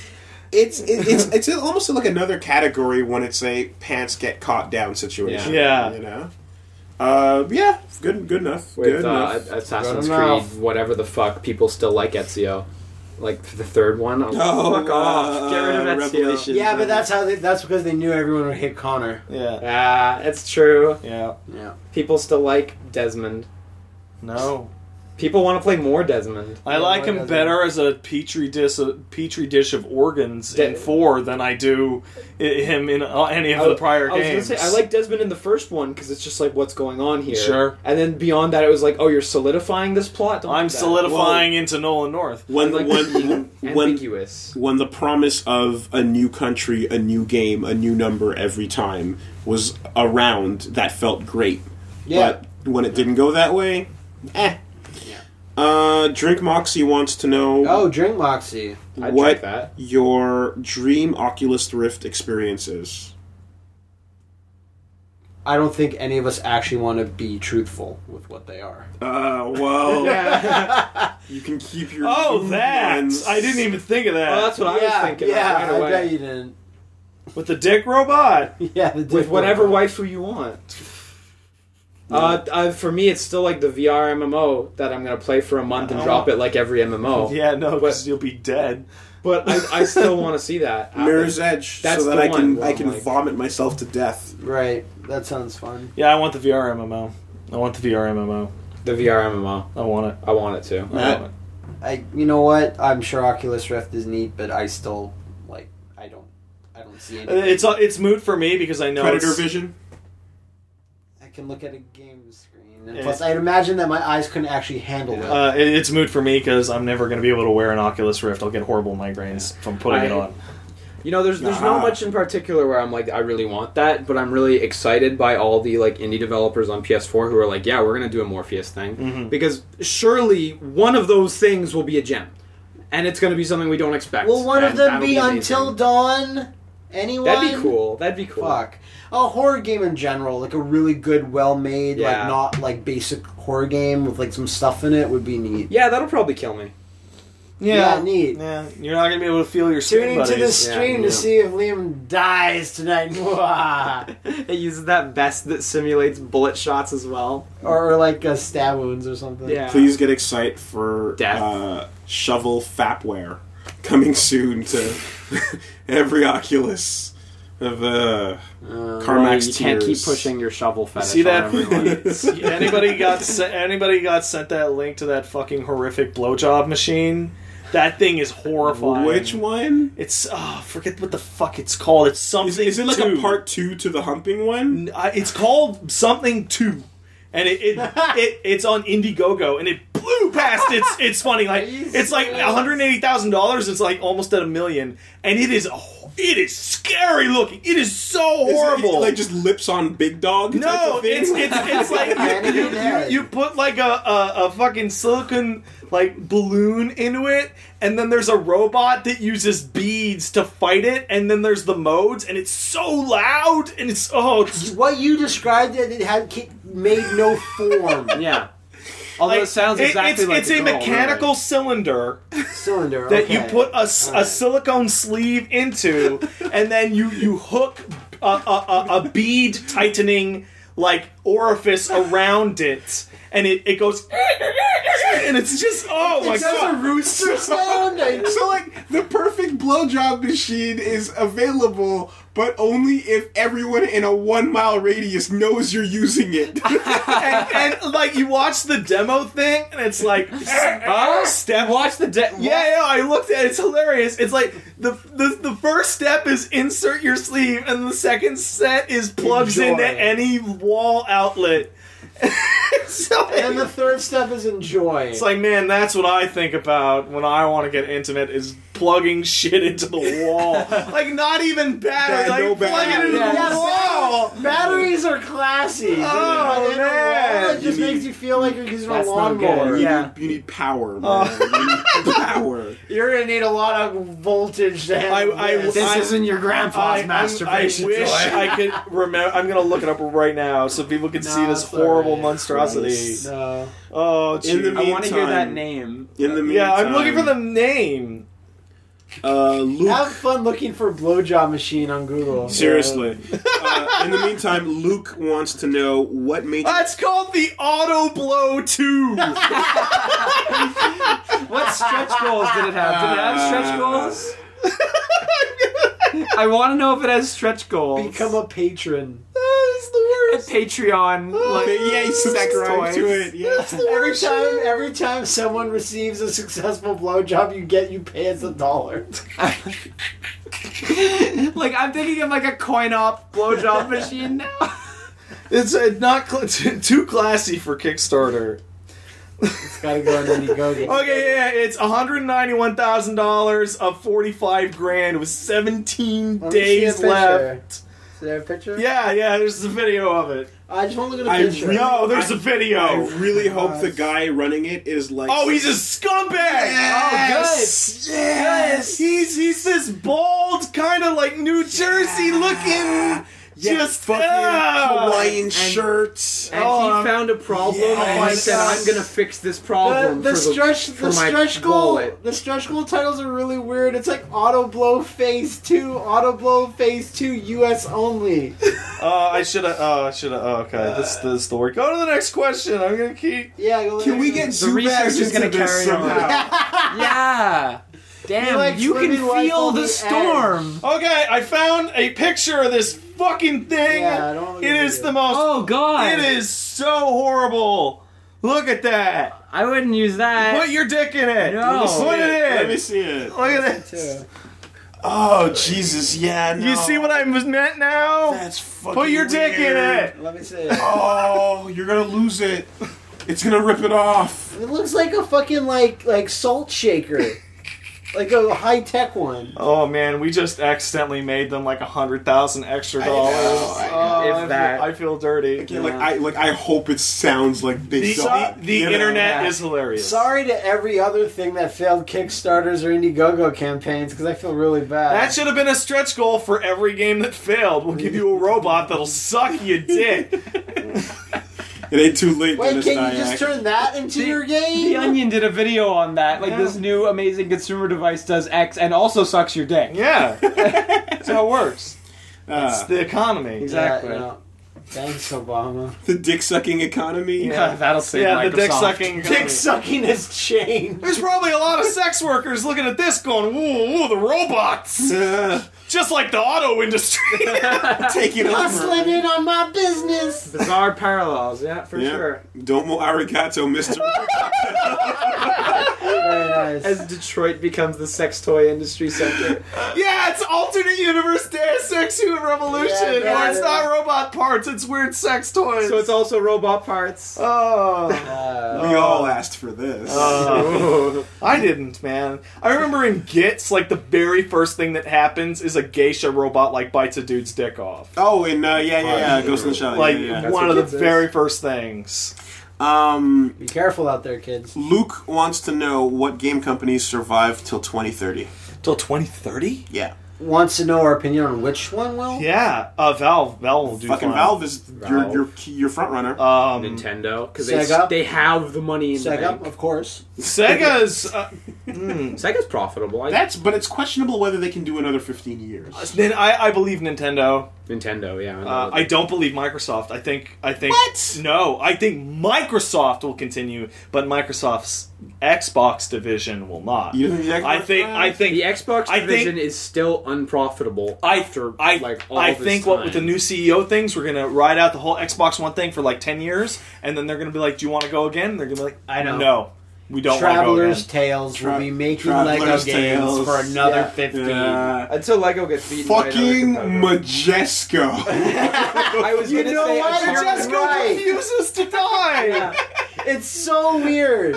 [SPEAKER 1] it's it, it's it's almost like another category when it's a pants get caught down situation.
[SPEAKER 5] Yeah. Yeah.
[SPEAKER 1] you know. Uh, yeah, good good enough. good
[SPEAKER 3] With uh,
[SPEAKER 1] enough.
[SPEAKER 3] Assassin's
[SPEAKER 2] Good enough.
[SPEAKER 3] Creed, whatever the fuck, people still like Ezio. Like the third one. I'm like,
[SPEAKER 1] Oh,
[SPEAKER 3] fuck off. Get rid of
[SPEAKER 1] uh,
[SPEAKER 3] Ezio.
[SPEAKER 1] Revelations.
[SPEAKER 2] yeah, but that's how they, that's because they knew everyone would hate Connor.
[SPEAKER 5] Yeah,
[SPEAKER 3] Ah, it's true.
[SPEAKER 5] yeah.
[SPEAKER 2] Yeah.
[SPEAKER 3] People still like Desmond.
[SPEAKER 5] No,
[SPEAKER 3] People want to play more Desmond.
[SPEAKER 5] I like him better as a petri dish, a petri dish of organs in four than I do i- him in uh, any of the prior
[SPEAKER 3] I was
[SPEAKER 5] games.
[SPEAKER 3] gonna say I like Desmond in the first one because it's just like what's going on here.
[SPEAKER 5] Sure.
[SPEAKER 3] And then beyond that, it was like, oh, you're solidifying this plot. Don't do
[SPEAKER 5] I'm
[SPEAKER 3] that.
[SPEAKER 5] solidifying into Nolan North.
[SPEAKER 3] I'd
[SPEAKER 1] When
[SPEAKER 3] like to see
[SPEAKER 1] when when
[SPEAKER 3] ambiguous.
[SPEAKER 1] when the promise of a new country, a new game, a new number every time was around, that felt great.
[SPEAKER 2] Yeah.
[SPEAKER 1] But when it didn't go that way, eh. Uh, Drink Moxie wants to know
[SPEAKER 2] Oh, drink Moxie.
[SPEAKER 3] I'd
[SPEAKER 1] what
[SPEAKER 3] check that.
[SPEAKER 1] your dream Oculus Rift experience is.
[SPEAKER 2] I don't think any of us actually want to be truthful with what they are.
[SPEAKER 1] Uh, well,
[SPEAKER 3] Yeah.
[SPEAKER 1] you can keep your.
[SPEAKER 5] Oh, that!
[SPEAKER 1] movements.
[SPEAKER 5] I didn't even think of that.
[SPEAKER 3] well, Oh, that's what I was thinking. of
[SPEAKER 2] yeah,
[SPEAKER 3] right away.
[SPEAKER 2] I bet you didn't.
[SPEAKER 5] With the dick robot.
[SPEAKER 2] Yeah, the
[SPEAKER 3] with
[SPEAKER 2] dick
[SPEAKER 3] whatever
[SPEAKER 2] one.
[SPEAKER 3] waifu you want. Uh, uh, for me, it's still like the VR MMO that I'm gonna play for a month
[SPEAKER 2] Uh-huh.
[SPEAKER 3] and drop it like every MMO.
[SPEAKER 5] Yeah, no, because
[SPEAKER 3] Oh. But-
[SPEAKER 5] you'll be dead.
[SPEAKER 3] But I, I still want to see that. happen.
[SPEAKER 1] Mirror's Edge,
[SPEAKER 3] That's
[SPEAKER 1] so that
[SPEAKER 3] the
[SPEAKER 1] I can
[SPEAKER 3] one, Oh
[SPEAKER 1] I can
[SPEAKER 3] like-
[SPEAKER 1] vomit myself to death.
[SPEAKER 2] Right. That sounds fun.
[SPEAKER 5] Yeah, I want the VR MMO. I want the VR MMO.
[SPEAKER 3] The VR MMO.
[SPEAKER 5] I want it.
[SPEAKER 3] I want it to.
[SPEAKER 5] I want it.
[SPEAKER 2] I. You know what? I'm sure Oculus Rift is neat, but I still like. I don't. I don't see any.
[SPEAKER 5] It's uh, it's moot for me because I know
[SPEAKER 1] Predator
[SPEAKER 5] it's-
[SPEAKER 1] Vision.
[SPEAKER 2] I can look at a game screen, and
[SPEAKER 5] Yeah.
[SPEAKER 2] plus, I'd imagine that my eyes couldn't actually handle it.
[SPEAKER 5] Uh, it- it's moot for me because I'm never going to be able to wear an Oculus Rift. I'll get horrible migraines from putting it
[SPEAKER 3] I-
[SPEAKER 5] on.
[SPEAKER 3] You know, there's there's
[SPEAKER 1] Nah.
[SPEAKER 3] not much in particular where I'm like I really want that, but I'm really excited by all the like indie developers on PS4 who are like, yeah, we're gonna do a Morpheus thing
[SPEAKER 2] Mm-hmm.
[SPEAKER 3] because surely one of those things will be a gem, and it's gonna be something we don't expect.
[SPEAKER 2] Will one of
[SPEAKER 3] and
[SPEAKER 2] them
[SPEAKER 3] that'll
[SPEAKER 2] be
[SPEAKER 3] Uh, amazing.
[SPEAKER 2] Until Dawn? Anyone?
[SPEAKER 3] That'd be cool. That'd be cool.
[SPEAKER 2] Fuck. A horror game in general, like a really good, well made,
[SPEAKER 3] Yeah.
[SPEAKER 2] like not like basic horror game with like some stuff in it would be neat.
[SPEAKER 3] Yeah, that'll probably kill me.
[SPEAKER 2] Yeah, neat.
[SPEAKER 5] Yeah, you're not going to be able to feel your skin,
[SPEAKER 2] Tune into
[SPEAKER 5] buddies.
[SPEAKER 2] the
[SPEAKER 3] Yeah,
[SPEAKER 2] stream
[SPEAKER 3] yeah.
[SPEAKER 2] to see if Liam dies tonight. Mwah.
[SPEAKER 3] it uses that vest that simulates bullet shots as well.
[SPEAKER 2] or like uh, stab wounds or something.
[SPEAKER 3] Yeah.
[SPEAKER 1] Please get excited for
[SPEAKER 3] Death.
[SPEAKER 1] Uh, Shovel Fapware coming soon to every Oculus of uh, Carmax
[SPEAKER 3] you can't keep
[SPEAKER 1] tears.
[SPEAKER 3] pushing your shovel fetish
[SPEAKER 5] See
[SPEAKER 3] on
[SPEAKER 5] that?
[SPEAKER 3] everyone.
[SPEAKER 5] See, anybody got sent, anybody got sent that link to that fucking horrific blowjob machine? That thing is horrifying.
[SPEAKER 1] Which one?
[SPEAKER 5] It's oh, forget what the fuck it's called. It's something.
[SPEAKER 1] Is, is it like
[SPEAKER 5] two.
[SPEAKER 1] a part two to the humping one?
[SPEAKER 5] N- I- It's called something two, and it, it, it it's on Indiegogo, and it blew past its its funding. Like
[SPEAKER 2] you
[SPEAKER 5] it's like one
[SPEAKER 2] serious?
[SPEAKER 5] hundred eighty thousand dollars. It's like almost at a million, and it is a ho- it is scary looking. It is so
[SPEAKER 1] Is it-
[SPEAKER 5] horrible.
[SPEAKER 1] like just lips on big dog. type
[SPEAKER 5] no,
[SPEAKER 1] of thing?
[SPEAKER 5] it's it's it's like you, you, you, you put like a, a a fucking silicon like balloon into it, and then there's a robot that uses beads to fight it, and then there's the modes, and it's so loud, and it's oh. It's,
[SPEAKER 2] What you described it, it had ki- made no form
[SPEAKER 3] yeah. Although
[SPEAKER 5] Like,
[SPEAKER 3] it sounds
[SPEAKER 5] it-
[SPEAKER 3] exactly
[SPEAKER 5] it's,
[SPEAKER 3] like
[SPEAKER 5] it's
[SPEAKER 3] the
[SPEAKER 5] a
[SPEAKER 3] girl, really.
[SPEAKER 5] mechanical cylinder
[SPEAKER 2] cylinder.
[SPEAKER 5] that
[SPEAKER 2] okay.
[SPEAKER 5] you put a, s- a silicone sleeve into, and then you you hook a, a, a, a bead tightening like orifice around it, and it, it goes, and it's just oh my
[SPEAKER 2] It does a
[SPEAKER 5] god.
[SPEAKER 2] rooster sound. I-
[SPEAKER 1] So like the perfect blowjob machine is available, but only if everyone in a one mile radius knows you're using it.
[SPEAKER 5] and, and like you watch the demo thing, and it's like
[SPEAKER 3] Huh?
[SPEAKER 5] step
[SPEAKER 3] Watch the de-
[SPEAKER 5] Yeah, yeah, I looked at it. It's hilarious. It's like the, the the first step is insert your sleeve, and the second set is plugs
[SPEAKER 2] Enjoy.
[SPEAKER 5] into any wall outlet. so
[SPEAKER 2] and the third step is enjoy.
[SPEAKER 5] it's like, man, that's what I think about when I want to get intimate is plugging shit into the wall. like, not even
[SPEAKER 1] Bad,
[SPEAKER 5] battery, like
[SPEAKER 1] no
[SPEAKER 5] plug it
[SPEAKER 1] battery.
[SPEAKER 5] into
[SPEAKER 2] Yes.
[SPEAKER 5] the wall.
[SPEAKER 2] Batteries are classy.
[SPEAKER 5] Oh,
[SPEAKER 2] But in a
[SPEAKER 5] man.
[SPEAKER 2] wall, It just
[SPEAKER 1] You
[SPEAKER 2] makes you feel like you're using a
[SPEAKER 3] That's not good.
[SPEAKER 2] lawnmower.
[SPEAKER 1] You
[SPEAKER 3] Yeah.
[SPEAKER 1] need, you need power, man. You need power.
[SPEAKER 2] You're gonna need a lot of voltage to handle
[SPEAKER 5] I- I-
[SPEAKER 2] this.
[SPEAKER 5] I-
[SPEAKER 3] This isn't your grandpa's
[SPEAKER 5] I- I'm-
[SPEAKER 3] masturbation.
[SPEAKER 5] I wish
[SPEAKER 3] toy.
[SPEAKER 5] I could remember. I'm gonna look it up right now so people can see
[SPEAKER 2] No,
[SPEAKER 5] this
[SPEAKER 2] it's all right.
[SPEAKER 5] horrible monstrosity.
[SPEAKER 2] No.
[SPEAKER 5] Oh,
[SPEAKER 1] In the
[SPEAKER 5] jeez.
[SPEAKER 3] I want to hear that
[SPEAKER 1] Meantime-
[SPEAKER 3] name.
[SPEAKER 1] In the meantime,
[SPEAKER 5] Yeah, I'm looking for the name.
[SPEAKER 1] uh, Luke.
[SPEAKER 2] Have fun looking for blowjob machine on Google.
[SPEAKER 1] Seriously. uh, in the meantime, Luke wants to know what made you
[SPEAKER 5] That's Uh, called the Auto Blow 2.
[SPEAKER 3] What stretch goals did it have? Did it have
[SPEAKER 1] Uh,
[SPEAKER 3] stretch goals? I want to know if it has stretch goals.
[SPEAKER 2] Become a patron.
[SPEAKER 5] That is the Oh,
[SPEAKER 3] Patreon. Like,
[SPEAKER 1] yeah, subscribe
[SPEAKER 3] toys.
[SPEAKER 1] to it. Yeah.
[SPEAKER 5] Every time, every time someone receives a successful blowjob, you get you pay us a dollar.
[SPEAKER 3] like I'm thinking of like a coin op blowjob machine now.
[SPEAKER 4] It's uh, not cl- too, too classy for Kickstarter.
[SPEAKER 5] Gotta go on Indiegogo.
[SPEAKER 4] Okay, yeah, it's one hundred ninety-one thousand dollars of forty-five grand with seventeen
[SPEAKER 2] Let me see a
[SPEAKER 4] days
[SPEAKER 2] picture.
[SPEAKER 4] left.
[SPEAKER 2] Is there a picture?
[SPEAKER 4] Yeah, yeah. There's a video of it.
[SPEAKER 2] I just want to look at
[SPEAKER 1] I
[SPEAKER 2] a picture.
[SPEAKER 1] really-
[SPEAKER 4] No, there's a
[SPEAKER 1] I
[SPEAKER 4] video.
[SPEAKER 1] really hope the guy running it is like.
[SPEAKER 4] Oh, he's a scumbag.
[SPEAKER 1] Yes!
[SPEAKER 4] Oh, good. Yes. He's he's this bald, kind of like New Jersey looking.
[SPEAKER 1] yeah,
[SPEAKER 4] just
[SPEAKER 1] fucking
[SPEAKER 4] ah.
[SPEAKER 1] Hawaiian shirts.
[SPEAKER 6] And
[SPEAKER 4] Oh,
[SPEAKER 6] he
[SPEAKER 4] I'm-
[SPEAKER 6] found a problem
[SPEAKER 1] Yeah. Oh
[SPEAKER 6] and
[SPEAKER 1] my
[SPEAKER 6] he said,
[SPEAKER 1] God.
[SPEAKER 6] "I'm gonna fix this
[SPEAKER 2] The,
[SPEAKER 6] problem."
[SPEAKER 2] the
[SPEAKER 6] for
[SPEAKER 2] stretch,
[SPEAKER 6] for
[SPEAKER 2] the
[SPEAKER 6] my
[SPEAKER 2] stretch goal,
[SPEAKER 6] wallet."
[SPEAKER 2] the stretch goal titles are really weird. It's like Auto Blow Phase Two, Auto Blow Phase Two, U.S. only.
[SPEAKER 4] Uh, I should have. Oh, I should have. Oh, okay. this this is the story. Go to the next question. I'm gonna keep.
[SPEAKER 2] Yeah. go
[SPEAKER 1] Can we
[SPEAKER 2] there.
[SPEAKER 1] get
[SPEAKER 6] The research
[SPEAKER 1] Zubaz
[SPEAKER 6] is gonna
[SPEAKER 1] into this
[SPEAKER 6] carry on.
[SPEAKER 1] somehow?
[SPEAKER 3] yeah.
[SPEAKER 2] He
[SPEAKER 3] Damn,
[SPEAKER 2] likes
[SPEAKER 3] you can
[SPEAKER 2] living life
[SPEAKER 3] feel
[SPEAKER 2] on
[SPEAKER 3] the
[SPEAKER 2] the
[SPEAKER 3] storm.
[SPEAKER 4] Okay, I found a picture of this fucking thing.
[SPEAKER 2] Yeah, I don't wanna
[SPEAKER 4] it
[SPEAKER 2] get
[SPEAKER 4] is
[SPEAKER 2] it.
[SPEAKER 4] the most.
[SPEAKER 3] Oh god.
[SPEAKER 4] It is so horrible. Look at that.
[SPEAKER 3] I wouldn't use that.
[SPEAKER 4] Put your dick in it.
[SPEAKER 3] No.
[SPEAKER 4] Put
[SPEAKER 1] Let
[SPEAKER 4] it
[SPEAKER 1] me
[SPEAKER 4] in.
[SPEAKER 1] see it.
[SPEAKER 4] Look at this.
[SPEAKER 2] Too.
[SPEAKER 1] Oh Jesus! Yeah. No.
[SPEAKER 4] You see what I was meant now?
[SPEAKER 1] That's fucking.
[SPEAKER 4] Put your dick in
[SPEAKER 1] weird.
[SPEAKER 4] it.
[SPEAKER 2] Let me see.
[SPEAKER 1] Oh, you're gonna lose it. It's gonna rip it off.
[SPEAKER 2] It looks like a fucking like like salt shaker, like a high tech one.
[SPEAKER 4] Oh man, we just accidentally made them like a hundred thousand extra dollars.
[SPEAKER 1] I know,
[SPEAKER 4] Oh,
[SPEAKER 6] If
[SPEAKER 4] I feel-
[SPEAKER 6] that.
[SPEAKER 4] I feel dirty.
[SPEAKER 1] Yeah, Like I like I hope it sounds like they
[SPEAKER 4] The,
[SPEAKER 1] suck,
[SPEAKER 4] the- the
[SPEAKER 1] you know?
[SPEAKER 4] internet is hilarious.
[SPEAKER 2] Sorry to every other thing that failed Kickstarters or Indiegogo campaigns because I feel really bad.
[SPEAKER 4] That should have been a stretch goal for every game that failed. We'll give you a robot that'll suck your dick.
[SPEAKER 1] It ain't too late.
[SPEAKER 2] Wait,
[SPEAKER 1] Dennis
[SPEAKER 2] can you just
[SPEAKER 1] Dyack.
[SPEAKER 2] turn that into your game?
[SPEAKER 3] The Onion did a video on that. Like
[SPEAKER 4] Yeah.
[SPEAKER 3] this new amazing consumer device does X and also sucks your dick.
[SPEAKER 4] Yeah, that's how it works. It's
[SPEAKER 1] Uh,
[SPEAKER 4] the economy.
[SPEAKER 3] Exactly.
[SPEAKER 2] Yeah, you know. Thanks, Obama.
[SPEAKER 1] the dick sucking economy.
[SPEAKER 3] Yeah, that'll save
[SPEAKER 4] Yeah, the
[SPEAKER 3] Microsoft.
[SPEAKER 4] dick sucking.
[SPEAKER 2] Dick sucking has changed.
[SPEAKER 4] There's probably a lot of sex workers looking at this, going, "Ooh, ooh, the robots,
[SPEAKER 1] Uh,
[SPEAKER 4] just like the auto industry."
[SPEAKER 1] take it over.
[SPEAKER 2] Hustling in on my business.
[SPEAKER 6] Bizarre parallels, yeah, for
[SPEAKER 1] Yeah.
[SPEAKER 6] sure.
[SPEAKER 1] Domo arigato, Mister.
[SPEAKER 2] Very nice.
[SPEAKER 6] As Detroit becomes the sex toy industry center,
[SPEAKER 4] Yeah, it's alternate universe Deus Ex Human Revolution,
[SPEAKER 2] Yeah, yeah,
[SPEAKER 4] where it's
[SPEAKER 2] yeah.
[SPEAKER 4] not robot parts, it's weird sex toys.
[SPEAKER 6] so it's also robot parts.
[SPEAKER 4] Oh,
[SPEAKER 2] Uh,
[SPEAKER 1] we all asked for this.
[SPEAKER 4] Oh. I didn't, man. I remember in Gits, like the very first thing that happens is a geisha robot like bites a dude's dick off.
[SPEAKER 1] oh, and uh, yeah, yeah, yeah, Ghost in the Shell.
[SPEAKER 4] Like
[SPEAKER 1] yeah, yeah.
[SPEAKER 4] one
[SPEAKER 6] what
[SPEAKER 4] of the
[SPEAKER 6] Gits is.
[SPEAKER 4] very first things.
[SPEAKER 1] Um,
[SPEAKER 2] be careful out there, kids.
[SPEAKER 1] Luke wants to know what game companies survive till 2030.
[SPEAKER 4] Till 2030?
[SPEAKER 1] Yeah,
[SPEAKER 2] Wants to know our opinion on which one, Will?
[SPEAKER 4] Yeah, uh, Valve. Valve will do
[SPEAKER 1] fucking
[SPEAKER 4] fine.
[SPEAKER 1] Valve is your
[SPEAKER 6] Valve.
[SPEAKER 1] your key, your front runner.
[SPEAKER 4] Um,
[SPEAKER 6] Nintendo, because
[SPEAKER 2] they- Sega.
[SPEAKER 6] they have the money in
[SPEAKER 2] Sega, of course.
[SPEAKER 4] Sega's. Uh,
[SPEAKER 6] Sega's profitable. I,
[SPEAKER 1] That's but it's questionable whether they can do another 15 years.
[SPEAKER 4] then I, I believe Nintendo.
[SPEAKER 6] Nintendo, yeah.
[SPEAKER 4] Uh, I don't believe Microsoft. I think I think
[SPEAKER 1] What?
[SPEAKER 4] No, I think Microsoft will continue, but Microsoft's Xbox division will not.
[SPEAKER 1] You don't think Xbox
[SPEAKER 4] I think I
[SPEAKER 1] will?
[SPEAKER 4] think
[SPEAKER 6] the Xbox
[SPEAKER 4] I
[SPEAKER 6] division
[SPEAKER 4] think-
[SPEAKER 6] is still unprofitable
[SPEAKER 4] I
[SPEAKER 6] after
[SPEAKER 4] I
[SPEAKER 6] like all
[SPEAKER 4] I
[SPEAKER 6] of this
[SPEAKER 4] think what with the
[SPEAKER 6] time.
[SPEAKER 4] new CEO things, we're gonna ride out the whole Xbox One thing for like ten years, and then they're gonna be like, "Do you want to go again?" And they're gonna be like,
[SPEAKER 5] I know.
[SPEAKER 4] No, we don't want to go again.
[SPEAKER 2] Traveler's Tales
[SPEAKER 1] Tra-
[SPEAKER 2] will be making
[SPEAKER 1] Traveler's
[SPEAKER 2] Lego games
[SPEAKER 1] Tales.
[SPEAKER 2] for another
[SPEAKER 5] Yeah.
[SPEAKER 2] 15.
[SPEAKER 1] Yeah.
[SPEAKER 6] until Lego gets beaten. by another
[SPEAKER 1] Fucking
[SPEAKER 6] competitor.
[SPEAKER 1] Majesco.
[SPEAKER 6] I was
[SPEAKER 2] You
[SPEAKER 6] gonna
[SPEAKER 2] know
[SPEAKER 6] say
[SPEAKER 2] what?
[SPEAKER 6] apparently-
[SPEAKER 2] Just go- Right.
[SPEAKER 4] refuses to die.
[SPEAKER 2] It's so weird.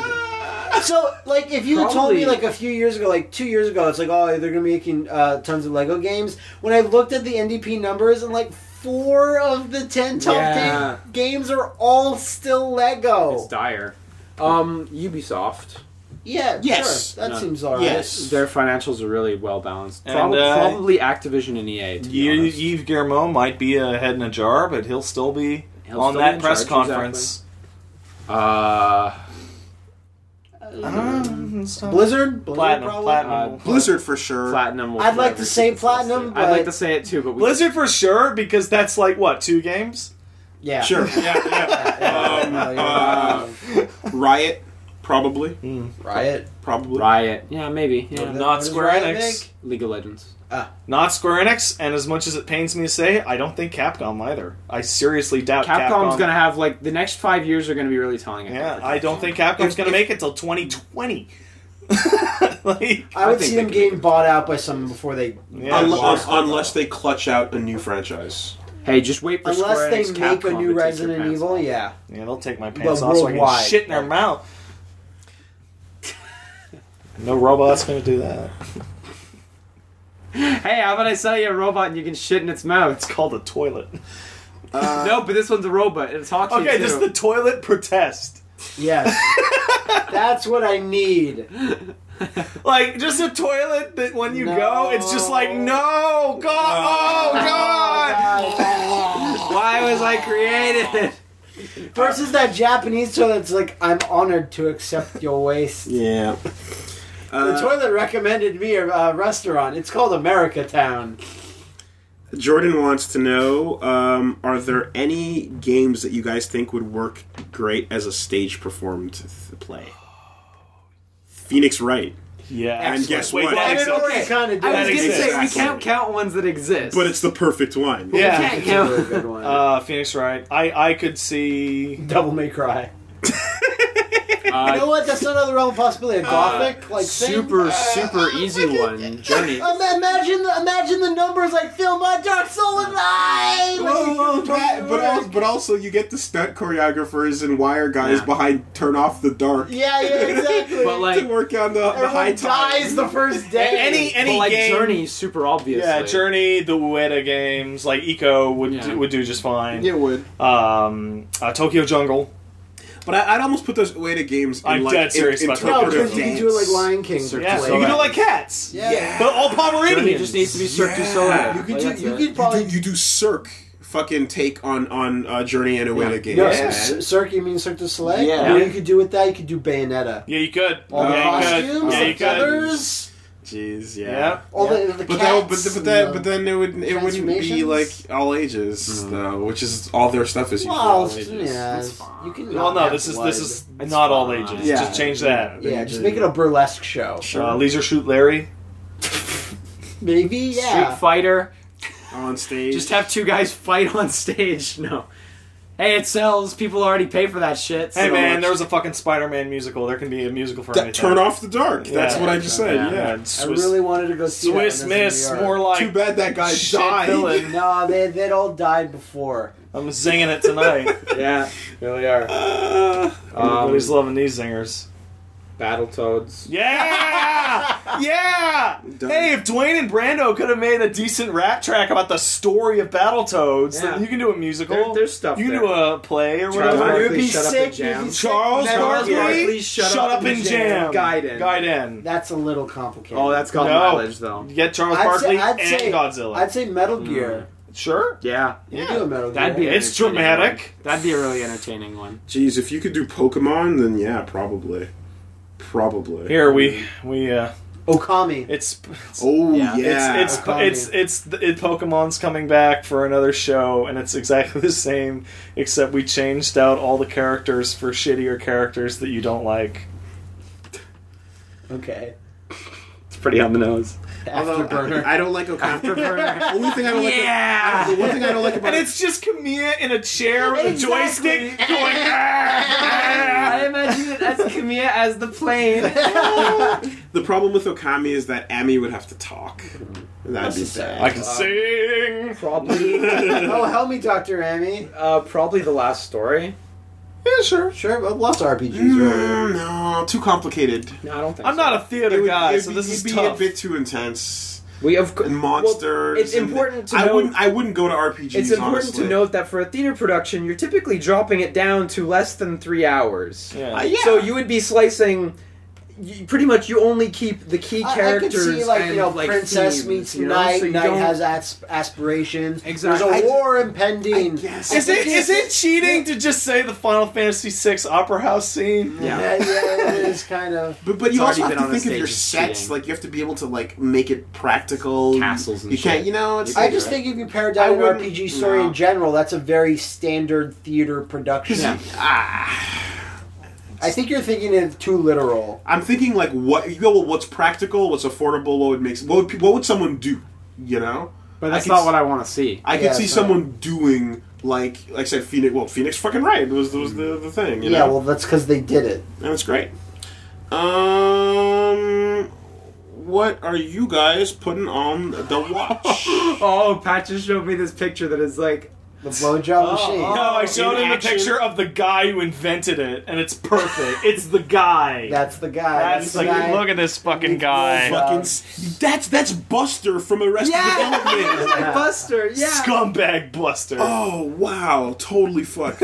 [SPEAKER 2] So, like, if you had told
[SPEAKER 6] Probably-
[SPEAKER 2] me, like, a few years ago, like, two years ago, it's like, oh, they're going to be making uh, tons of Lego games. When I looked at the NDP numbers, and, like, four of the ten top
[SPEAKER 6] Yeah.
[SPEAKER 2] 10 games are all still
[SPEAKER 3] Oh.
[SPEAKER 2] Lego.
[SPEAKER 6] It's dire. Um, Ubisoft.
[SPEAKER 2] yeah,
[SPEAKER 1] Yes.
[SPEAKER 2] sure. That
[SPEAKER 6] No.
[SPEAKER 2] seems all right.
[SPEAKER 1] yes.
[SPEAKER 6] Their financials are really well balanced.
[SPEAKER 4] And,
[SPEAKER 6] Prob-
[SPEAKER 4] uh,
[SPEAKER 6] probably Activision
[SPEAKER 3] E
[SPEAKER 6] and EA. To be
[SPEAKER 4] Ye-
[SPEAKER 6] honest.
[SPEAKER 4] Yves Guillemot might be a head in a jar, but he'll still be
[SPEAKER 6] He'll
[SPEAKER 4] on
[SPEAKER 6] still be
[SPEAKER 4] that
[SPEAKER 6] in
[SPEAKER 4] press
[SPEAKER 6] charge,
[SPEAKER 4] conference.
[SPEAKER 6] Uh,
[SPEAKER 4] Um, it's not-
[SPEAKER 2] Uh, Blizzard? Blizzard
[SPEAKER 4] platinum,
[SPEAKER 2] probably?
[SPEAKER 4] platinum.
[SPEAKER 1] Blizzard for sure.
[SPEAKER 6] platinum. will
[SPEAKER 2] I'd like
[SPEAKER 6] forever
[SPEAKER 2] to say
[SPEAKER 6] keep us listed.
[SPEAKER 2] platinum,
[SPEAKER 6] I'd like
[SPEAKER 2] but-
[SPEAKER 6] to say it too, but we
[SPEAKER 4] Blizzard for sure because that's like what two games.
[SPEAKER 2] Yeah.
[SPEAKER 1] Sure. Yeah,
[SPEAKER 2] Yeah,
[SPEAKER 1] yeah.
[SPEAKER 2] no,
[SPEAKER 1] Um,
[SPEAKER 2] you're
[SPEAKER 1] uh,
[SPEAKER 2] right.
[SPEAKER 1] Riot, probably,
[SPEAKER 2] Riot.
[SPEAKER 1] probably.
[SPEAKER 6] riot. Yeah, maybe. Yeah.
[SPEAKER 2] What
[SPEAKER 4] Not
[SPEAKER 2] does
[SPEAKER 4] Square
[SPEAKER 2] Riot
[SPEAKER 4] Enix.
[SPEAKER 2] make?
[SPEAKER 6] League of Legends.
[SPEAKER 4] Not Square Enix, and as much as it pains me to say, I don't think Capcom either. I seriously doubt
[SPEAKER 3] Capcom's
[SPEAKER 4] Capcom.
[SPEAKER 3] gonna have like the next five years are gonna be really telling. I
[SPEAKER 4] Yeah,
[SPEAKER 3] think, for
[SPEAKER 4] I don't
[SPEAKER 3] Capcom.
[SPEAKER 4] think Capcom's gonna make it till 2020. like,
[SPEAKER 2] I would
[SPEAKER 3] think
[SPEAKER 2] see
[SPEAKER 3] they
[SPEAKER 2] them
[SPEAKER 3] could
[SPEAKER 2] getting bought out by someone before they.
[SPEAKER 4] yeah,
[SPEAKER 1] Unle-
[SPEAKER 4] sure.
[SPEAKER 1] un- unless they clutch out a new franchise.
[SPEAKER 3] Hey, just wait for
[SPEAKER 2] Unless
[SPEAKER 3] Square
[SPEAKER 2] they make a
[SPEAKER 3] Enix, Capcom
[SPEAKER 2] new
[SPEAKER 3] to take your
[SPEAKER 2] Resident
[SPEAKER 3] pants
[SPEAKER 2] Evil,
[SPEAKER 3] off.
[SPEAKER 2] yeah.
[SPEAKER 4] yeah, they'll take my pants
[SPEAKER 2] Well,
[SPEAKER 4] off so I can
[SPEAKER 2] worldwide.
[SPEAKER 4] shit in their mouth. No robot's gonna do that.
[SPEAKER 3] Hey, how about I sell you a robot and you can shit in its mouth?
[SPEAKER 4] It's called a toilet.
[SPEAKER 2] Uh,
[SPEAKER 4] Uh,
[SPEAKER 3] no, but this one's a robot. It talks. to you,
[SPEAKER 4] Okay, this
[SPEAKER 3] too.
[SPEAKER 4] is the toilet protest.
[SPEAKER 2] Yes. That's what I need.
[SPEAKER 4] Like just a toilet that when you go, it's just like no, God, oh God.
[SPEAKER 2] Oh,
[SPEAKER 3] Why was I created?
[SPEAKER 2] Versus that Japanese toilet that's like, I'm honored to accept your waste. Uh,
[SPEAKER 1] Yeah.
[SPEAKER 2] The toilet recommended me a uh, restaurant. It's called America Town.
[SPEAKER 1] Jordan wants to know: um, Are there any games that you guys think would work great as a stage performed th- play? Phoenix Wright,
[SPEAKER 4] Yeah,
[SPEAKER 1] and guess
[SPEAKER 4] Wait,
[SPEAKER 1] what?
[SPEAKER 4] that
[SPEAKER 2] And it
[SPEAKER 4] exists.
[SPEAKER 2] already kind of
[SPEAKER 3] I
[SPEAKER 2] did.
[SPEAKER 3] was
[SPEAKER 4] That
[SPEAKER 3] gonna say we
[SPEAKER 1] exists.
[SPEAKER 3] can't count ones that exist,
[SPEAKER 1] but it's the perfect one.
[SPEAKER 4] Yeah.
[SPEAKER 3] we can't count.
[SPEAKER 2] good one.
[SPEAKER 4] Uh, Phoenix Wright. I I could see.
[SPEAKER 2] Devil May Cry.
[SPEAKER 3] Uh,
[SPEAKER 2] You know what? That's not another realm of possibility. A gothic like thing?
[SPEAKER 3] super super easy one journey
[SPEAKER 2] Ima- Imagine the imagine the numbers like film on Dark Soul and I.
[SPEAKER 1] Well, well, but, but, also,
[SPEAKER 2] Like,
[SPEAKER 1] but also you get the stunt choreographers and wire guys
[SPEAKER 3] Yeah.
[SPEAKER 1] behind turn off the dark
[SPEAKER 2] yeah, yeah, exactly.
[SPEAKER 3] But, like,
[SPEAKER 1] to work on the, the high
[SPEAKER 2] Everyone
[SPEAKER 1] tide.
[SPEAKER 2] dies the first day.
[SPEAKER 4] Any
[SPEAKER 3] But,
[SPEAKER 4] any
[SPEAKER 3] like
[SPEAKER 4] game.
[SPEAKER 3] journey super obviously
[SPEAKER 4] Yeah, Journey, the Ueda games, like Eco would
[SPEAKER 3] Yeah.
[SPEAKER 4] do, would do just fine.
[SPEAKER 1] It would,
[SPEAKER 4] Um, uh, Tokyo Jungle.
[SPEAKER 1] but I, I'd almost put those away to games. In,
[SPEAKER 4] I'm
[SPEAKER 1] like,
[SPEAKER 4] dead
[SPEAKER 1] in-
[SPEAKER 4] serious about that.
[SPEAKER 2] no,
[SPEAKER 1] interpretive
[SPEAKER 2] because you can do it like
[SPEAKER 1] dance.
[SPEAKER 2] Lion King.
[SPEAKER 3] Cirque
[SPEAKER 4] Yeah,
[SPEAKER 3] So
[SPEAKER 4] you can do
[SPEAKER 3] that-
[SPEAKER 4] like cats.
[SPEAKER 2] Yeah.
[SPEAKER 1] Yeah.
[SPEAKER 4] But all
[SPEAKER 3] journey
[SPEAKER 4] Pomeranians.
[SPEAKER 3] just needs to be Cirque du
[SPEAKER 1] Yeah.
[SPEAKER 3] Soleil
[SPEAKER 1] You
[SPEAKER 2] could
[SPEAKER 3] Like,
[SPEAKER 2] do-
[SPEAKER 3] that's
[SPEAKER 2] you
[SPEAKER 3] it.
[SPEAKER 2] could probably.
[SPEAKER 1] you, do, you do Cirque fucking take on on uh, Journey and Away
[SPEAKER 3] Yeah.
[SPEAKER 1] to games.
[SPEAKER 2] no,
[SPEAKER 4] Yeah.
[SPEAKER 2] Cir- Cirque, you mean Cirque du Soleil?
[SPEAKER 1] Yeah.
[SPEAKER 2] I mean, you could do with that. You could do Bayonetta.
[SPEAKER 4] Yeah, you could.
[SPEAKER 2] All
[SPEAKER 4] yeah,
[SPEAKER 2] the
[SPEAKER 4] you
[SPEAKER 2] costumes,
[SPEAKER 4] could. Yeah,
[SPEAKER 2] the
[SPEAKER 4] you could.
[SPEAKER 2] feathers,
[SPEAKER 1] Jeez, yeah.
[SPEAKER 4] Yeah.
[SPEAKER 2] all
[SPEAKER 7] Yeah.
[SPEAKER 2] the, the
[SPEAKER 1] But that, but,
[SPEAKER 2] cats.
[SPEAKER 1] th- but
[SPEAKER 2] and
[SPEAKER 1] that,
[SPEAKER 2] the-
[SPEAKER 1] but then it would not it wouldn't be
[SPEAKER 2] Transformations?
[SPEAKER 1] like all
[SPEAKER 4] Mm.
[SPEAKER 1] ages though, which is all their stuff is usually all
[SPEAKER 2] well,
[SPEAKER 1] ages.
[SPEAKER 2] yeah,
[SPEAKER 3] That's fine.
[SPEAKER 2] you can.
[SPEAKER 4] Well,
[SPEAKER 2] not
[SPEAKER 4] no,
[SPEAKER 2] have
[SPEAKER 4] this is
[SPEAKER 2] blood.
[SPEAKER 4] this is not all
[SPEAKER 3] fine.
[SPEAKER 4] ages.
[SPEAKER 2] Yeah.
[SPEAKER 4] Just change that.
[SPEAKER 2] Yeah, just make it a burlesque show.
[SPEAKER 4] Uh, Leisure Shoot Larry.
[SPEAKER 2] Maybe, yeah.
[SPEAKER 3] Street Fighter
[SPEAKER 1] on stage.
[SPEAKER 3] just have two guys fight on stage no hey it sells people already pay for that shit
[SPEAKER 4] Hey
[SPEAKER 3] so
[SPEAKER 4] man,
[SPEAKER 3] much.
[SPEAKER 4] there was a fucking Spider-Man musical. There can be a musical for
[SPEAKER 1] that,
[SPEAKER 4] anything.
[SPEAKER 1] turn off the dark. That's
[SPEAKER 4] Yeah.
[SPEAKER 1] what I just said.
[SPEAKER 4] Yeah,
[SPEAKER 1] Yeah.
[SPEAKER 2] I
[SPEAKER 4] Swiss,
[SPEAKER 2] really wanted to go see that when
[SPEAKER 4] Swiss
[SPEAKER 2] I was in
[SPEAKER 4] Miss.
[SPEAKER 2] New York.
[SPEAKER 4] More like
[SPEAKER 1] Too bad that guy
[SPEAKER 4] shit
[SPEAKER 1] died.
[SPEAKER 4] villain.
[SPEAKER 2] No, they they'd all died before.
[SPEAKER 4] I'm singing it tonight.
[SPEAKER 5] Yeah, really are.
[SPEAKER 3] Um,
[SPEAKER 1] Uh,
[SPEAKER 4] Everybody's loving these singers.
[SPEAKER 5] Battletoads.
[SPEAKER 4] Yeah, yeah. Hey, if Dwayne and Brando could have made a decent rap track about the story of Battletoads,
[SPEAKER 5] Yeah.
[SPEAKER 4] then you can do a musical.
[SPEAKER 5] There- there's stuff
[SPEAKER 4] You can
[SPEAKER 5] there.
[SPEAKER 4] do a play or
[SPEAKER 5] Charles
[SPEAKER 4] whatever.
[SPEAKER 5] Barkley,
[SPEAKER 2] It would be
[SPEAKER 5] shut up
[SPEAKER 2] sick
[SPEAKER 5] and jam.
[SPEAKER 2] if you-
[SPEAKER 4] Charles
[SPEAKER 2] Charles
[SPEAKER 4] Barkley,
[SPEAKER 5] Barkley,
[SPEAKER 4] shut, up and jam.
[SPEAKER 5] Gaiden.
[SPEAKER 4] Gaiden.
[SPEAKER 2] That's a little complicated.
[SPEAKER 5] Oh, that's called
[SPEAKER 4] No.
[SPEAKER 5] mileage though.
[SPEAKER 4] You get Charles
[SPEAKER 2] I'd
[SPEAKER 4] Barkley
[SPEAKER 2] say- I'd
[SPEAKER 4] and
[SPEAKER 2] say-
[SPEAKER 4] Godzilla.
[SPEAKER 2] I'd say Metal Gear.
[SPEAKER 4] sure.
[SPEAKER 3] yeah
[SPEAKER 2] You do a Metal
[SPEAKER 3] that'd be
[SPEAKER 2] Gear.
[SPEAKER 3] a
[SPEAKER 4] It's
[SPEAKER 3] entertaining one.
[SPEAKER 4] dramatic.
[SPEAKER 3] that'd be a really entertaining one
[SPEAKER 1] Jeez, if you could do Pokemon, then yeah, probably, probably.
[SPEAKER 4] Here we we uh
[SPEAKER 2] Okami.
[SPEAKER 4] it's it's
[SPEAKER 1] Oh
[SPEAKER 3] Yeah.
[SPEAKER 1] yeah,
[SPEAKER 4] it's it's
[SPEAKER 2] Okami.
[SPEAKER 4] it's, it's, the it, Pokemon's coming back for another show and it's exactly the same except we changed out all the characters for shittier characters that you don't like.
[SPEAKER 2] Okay.
[SPEAKER 3] it's pretty on the nose
[SPEAKER 1] Although,
[SPEAKER 2] Afterburner.
[SPEAKER 1] I, I don't like Okami. Only thing I don't like.
[SPEAKER 3] yeah
[SPEAKER 1] The one thing I don't like about
[SPEAKER 4] And it's just Camille in a chair with a joystick going
[SPEAKER 3] I
[SPEAKER 4] "Ah!"
[SPEAKER 3] imagine it as Kamiya as the plane.
[SPEAKER 1] the problem with Okami is that Ami would have to talk. And That'd be
[SPEAKER 4] I
[SPEAKER 1] bad.
[SPEAKER 4] can sing.
[SPEAKER 5] Probably,
[SPEAKER 2] oh, help me, Doctor Amy.
[SPEAKER 5] uh, probably the last story.
[SPEAKER 4] Yeah, sure.
[SPEAKER 2] Sure, but lots of RPGs. Right?
[SPEAKER 1] Mm, no, too complicated.
[SPEAKER 5] No, I don't think.
[SPEAKER 4] I'm not a theater guy,
[SPEAKER 1] it'd
[SPEAKER 4] uh, so
[SPEAKER 1] be-
[SPEAKER 4] this
[SPEAKER 1] it'd
[SPEAKER 4] is
[SPEAKER 1] be
[SPEAKER 4] tough.
[SPEAKER 1] a bit too intense.
[SPEAKER 5] We of course
[SPEAKER 1] And monsters.
[SPEAKER 5] it's
[SPEAKER 1] and-
[SPEAKER 5] important to
[SPEAKER 1] I
[SPEAKER 5] know-
[SPEAKER 1] wouldn't. I wouldn't go to RPGs.
[SPEAKER 5] It's important
[SPEAKER 1] honestly.
[SPEAKER 5] to note that for a theater production, you're typically dropping it down to less than three hours.
[SPEAKER 4] Yeah.
[SPEAKER 1] Uh, yeah.
[SPEAKER 5] So you would be slicing. You, pretty much, you only keep the key
[SPEAKER 2] I- I could
[SPEAKER 5] characters
[SPEAKER 2] see like
[SPEAKER 5] and
[SPEAKER 2] you know,
[SPEAKER 5] like
[SPEAKER 2] princess
[SPEAKER 5] themes,
[SPEAKER 2] meets
[SPEAKER 5] you know?
[SPEAKER 2] knight.
[SPEAKER 5] So you
[SPEAKER 2] knight
[SPEAKER 5] don't-
[SPEAKER 2] has asp- aspirations.
[SPEAKER 5] Exactly.
[SPEAKER 2] There's
[SPEAKER 5] I-
[SPEAKER 2] a war impending.
[SPEAKER 1] I guess.
[SPEAKER 4] Is
[SPEAKER 2] I
[SPEAKER 4] it
[SPEAKER 2] think
[SPEAKER 4] is it cheating to just say the Final Fantasy VI opera house scene?
[SPEAKER 2] Yeah,
[SPEAKER 5] Yeah.
[SPEAKER 2] yeah, it is kind of.
[SPEAKER 1] But, but
[SPEAKER 3] It's
[SPEAKER 1] you also
[SPEAKER 3] already
[SPEAKER 1] have
[SPEAKER 3] been
[SPEAKER 1] to
[SPEAKER 3] on a
[SPEAKER 1] think of
[SPEAKER 3] stage
[SPEAKER 1] your
[SPEAKER 3] and
[SPEAKER 1] sets.
[SPEAKER 3] shooting.
[SPEAKER 1] Like you have to be able to like make it practical.
[SPEAKER 3] Castles and
[SPEAKER 1] you can't.
[SPEAKER 3] shit.
[SPEAKER 1] You know, it's
[SPEAKER 2] I
[SPEAKER 1] like,
[SPEAKER 2] just think if you pare down
[SPEAKER 1] I
[SPEAKER 2] an
[SPEAKER 1] wouldn't-
[SPEAKER 2] RPG story
[SPEAKER 1] no.
[SPEAKER 2] in general, that's a very standard theater production.
[SPEAKER 1] Yeah. ah,
[SPEAKER 2] I think you're thinking it too literal.
[SPEAKER 1] I'm thinking like what you go. Well, what's practical? What's affordable? What would make? What would, pe- what would someone do? You know,
[SPEAKER 4] But that's
[SPEAKER 1] I could
[SPEAKER 4] not
[SPEAKER 1] s-
[SPEAKER 4] what I want to see.
[SPEAKER 1] I could
[SPEAKER 2] Yeah,
[SPEAKER 1] see
[SPEAKER 2] so-
[SPEAKER 1] someone doing like like I said, Phoenix. Well, Phoenix fucking right was was the the thing. You
[SPEAKER 2] yeah,
[SPEAKER 1] know?
[SPEAKER 2] well, that's because they did it.
[SPEAKER 1] and it's great. Um, what are you guys putting on the watch?
[SPEAKER 4] Oh, Pat just showed me this picture that is like
[SPEAKER 2] The blowjob
[SPEAKER 5] Oh.
[SPEAKER 2] machine.
[SPEAKER 5] No,
[SPEAKER 4] Oh,
[SPEAKER 5] I showed
[SPEAKER 1] in
[SPEAKER 5] him a
[SPEAKER 1] action.
[SPEAKER 5] picture of the guy who invented it, and it's perfect. it's the guy.
[SPEAKER 2] That's the guy.
[SPEAKER 5] That's
[SPEAKER 2] the
[SPEAKER 5] like,
[SPEAKER 2] guy.
[SPEAKER 5] look at this fucking guy.
[SPEAKER 1] Fucking, s- that's that's Buster from Arrested Development.
[SPEAKER 4] Buster. Yeah.
[SPEAKER 5] Scumbag Buster.
[SPEAKER 1] Oh wow, totally fucked.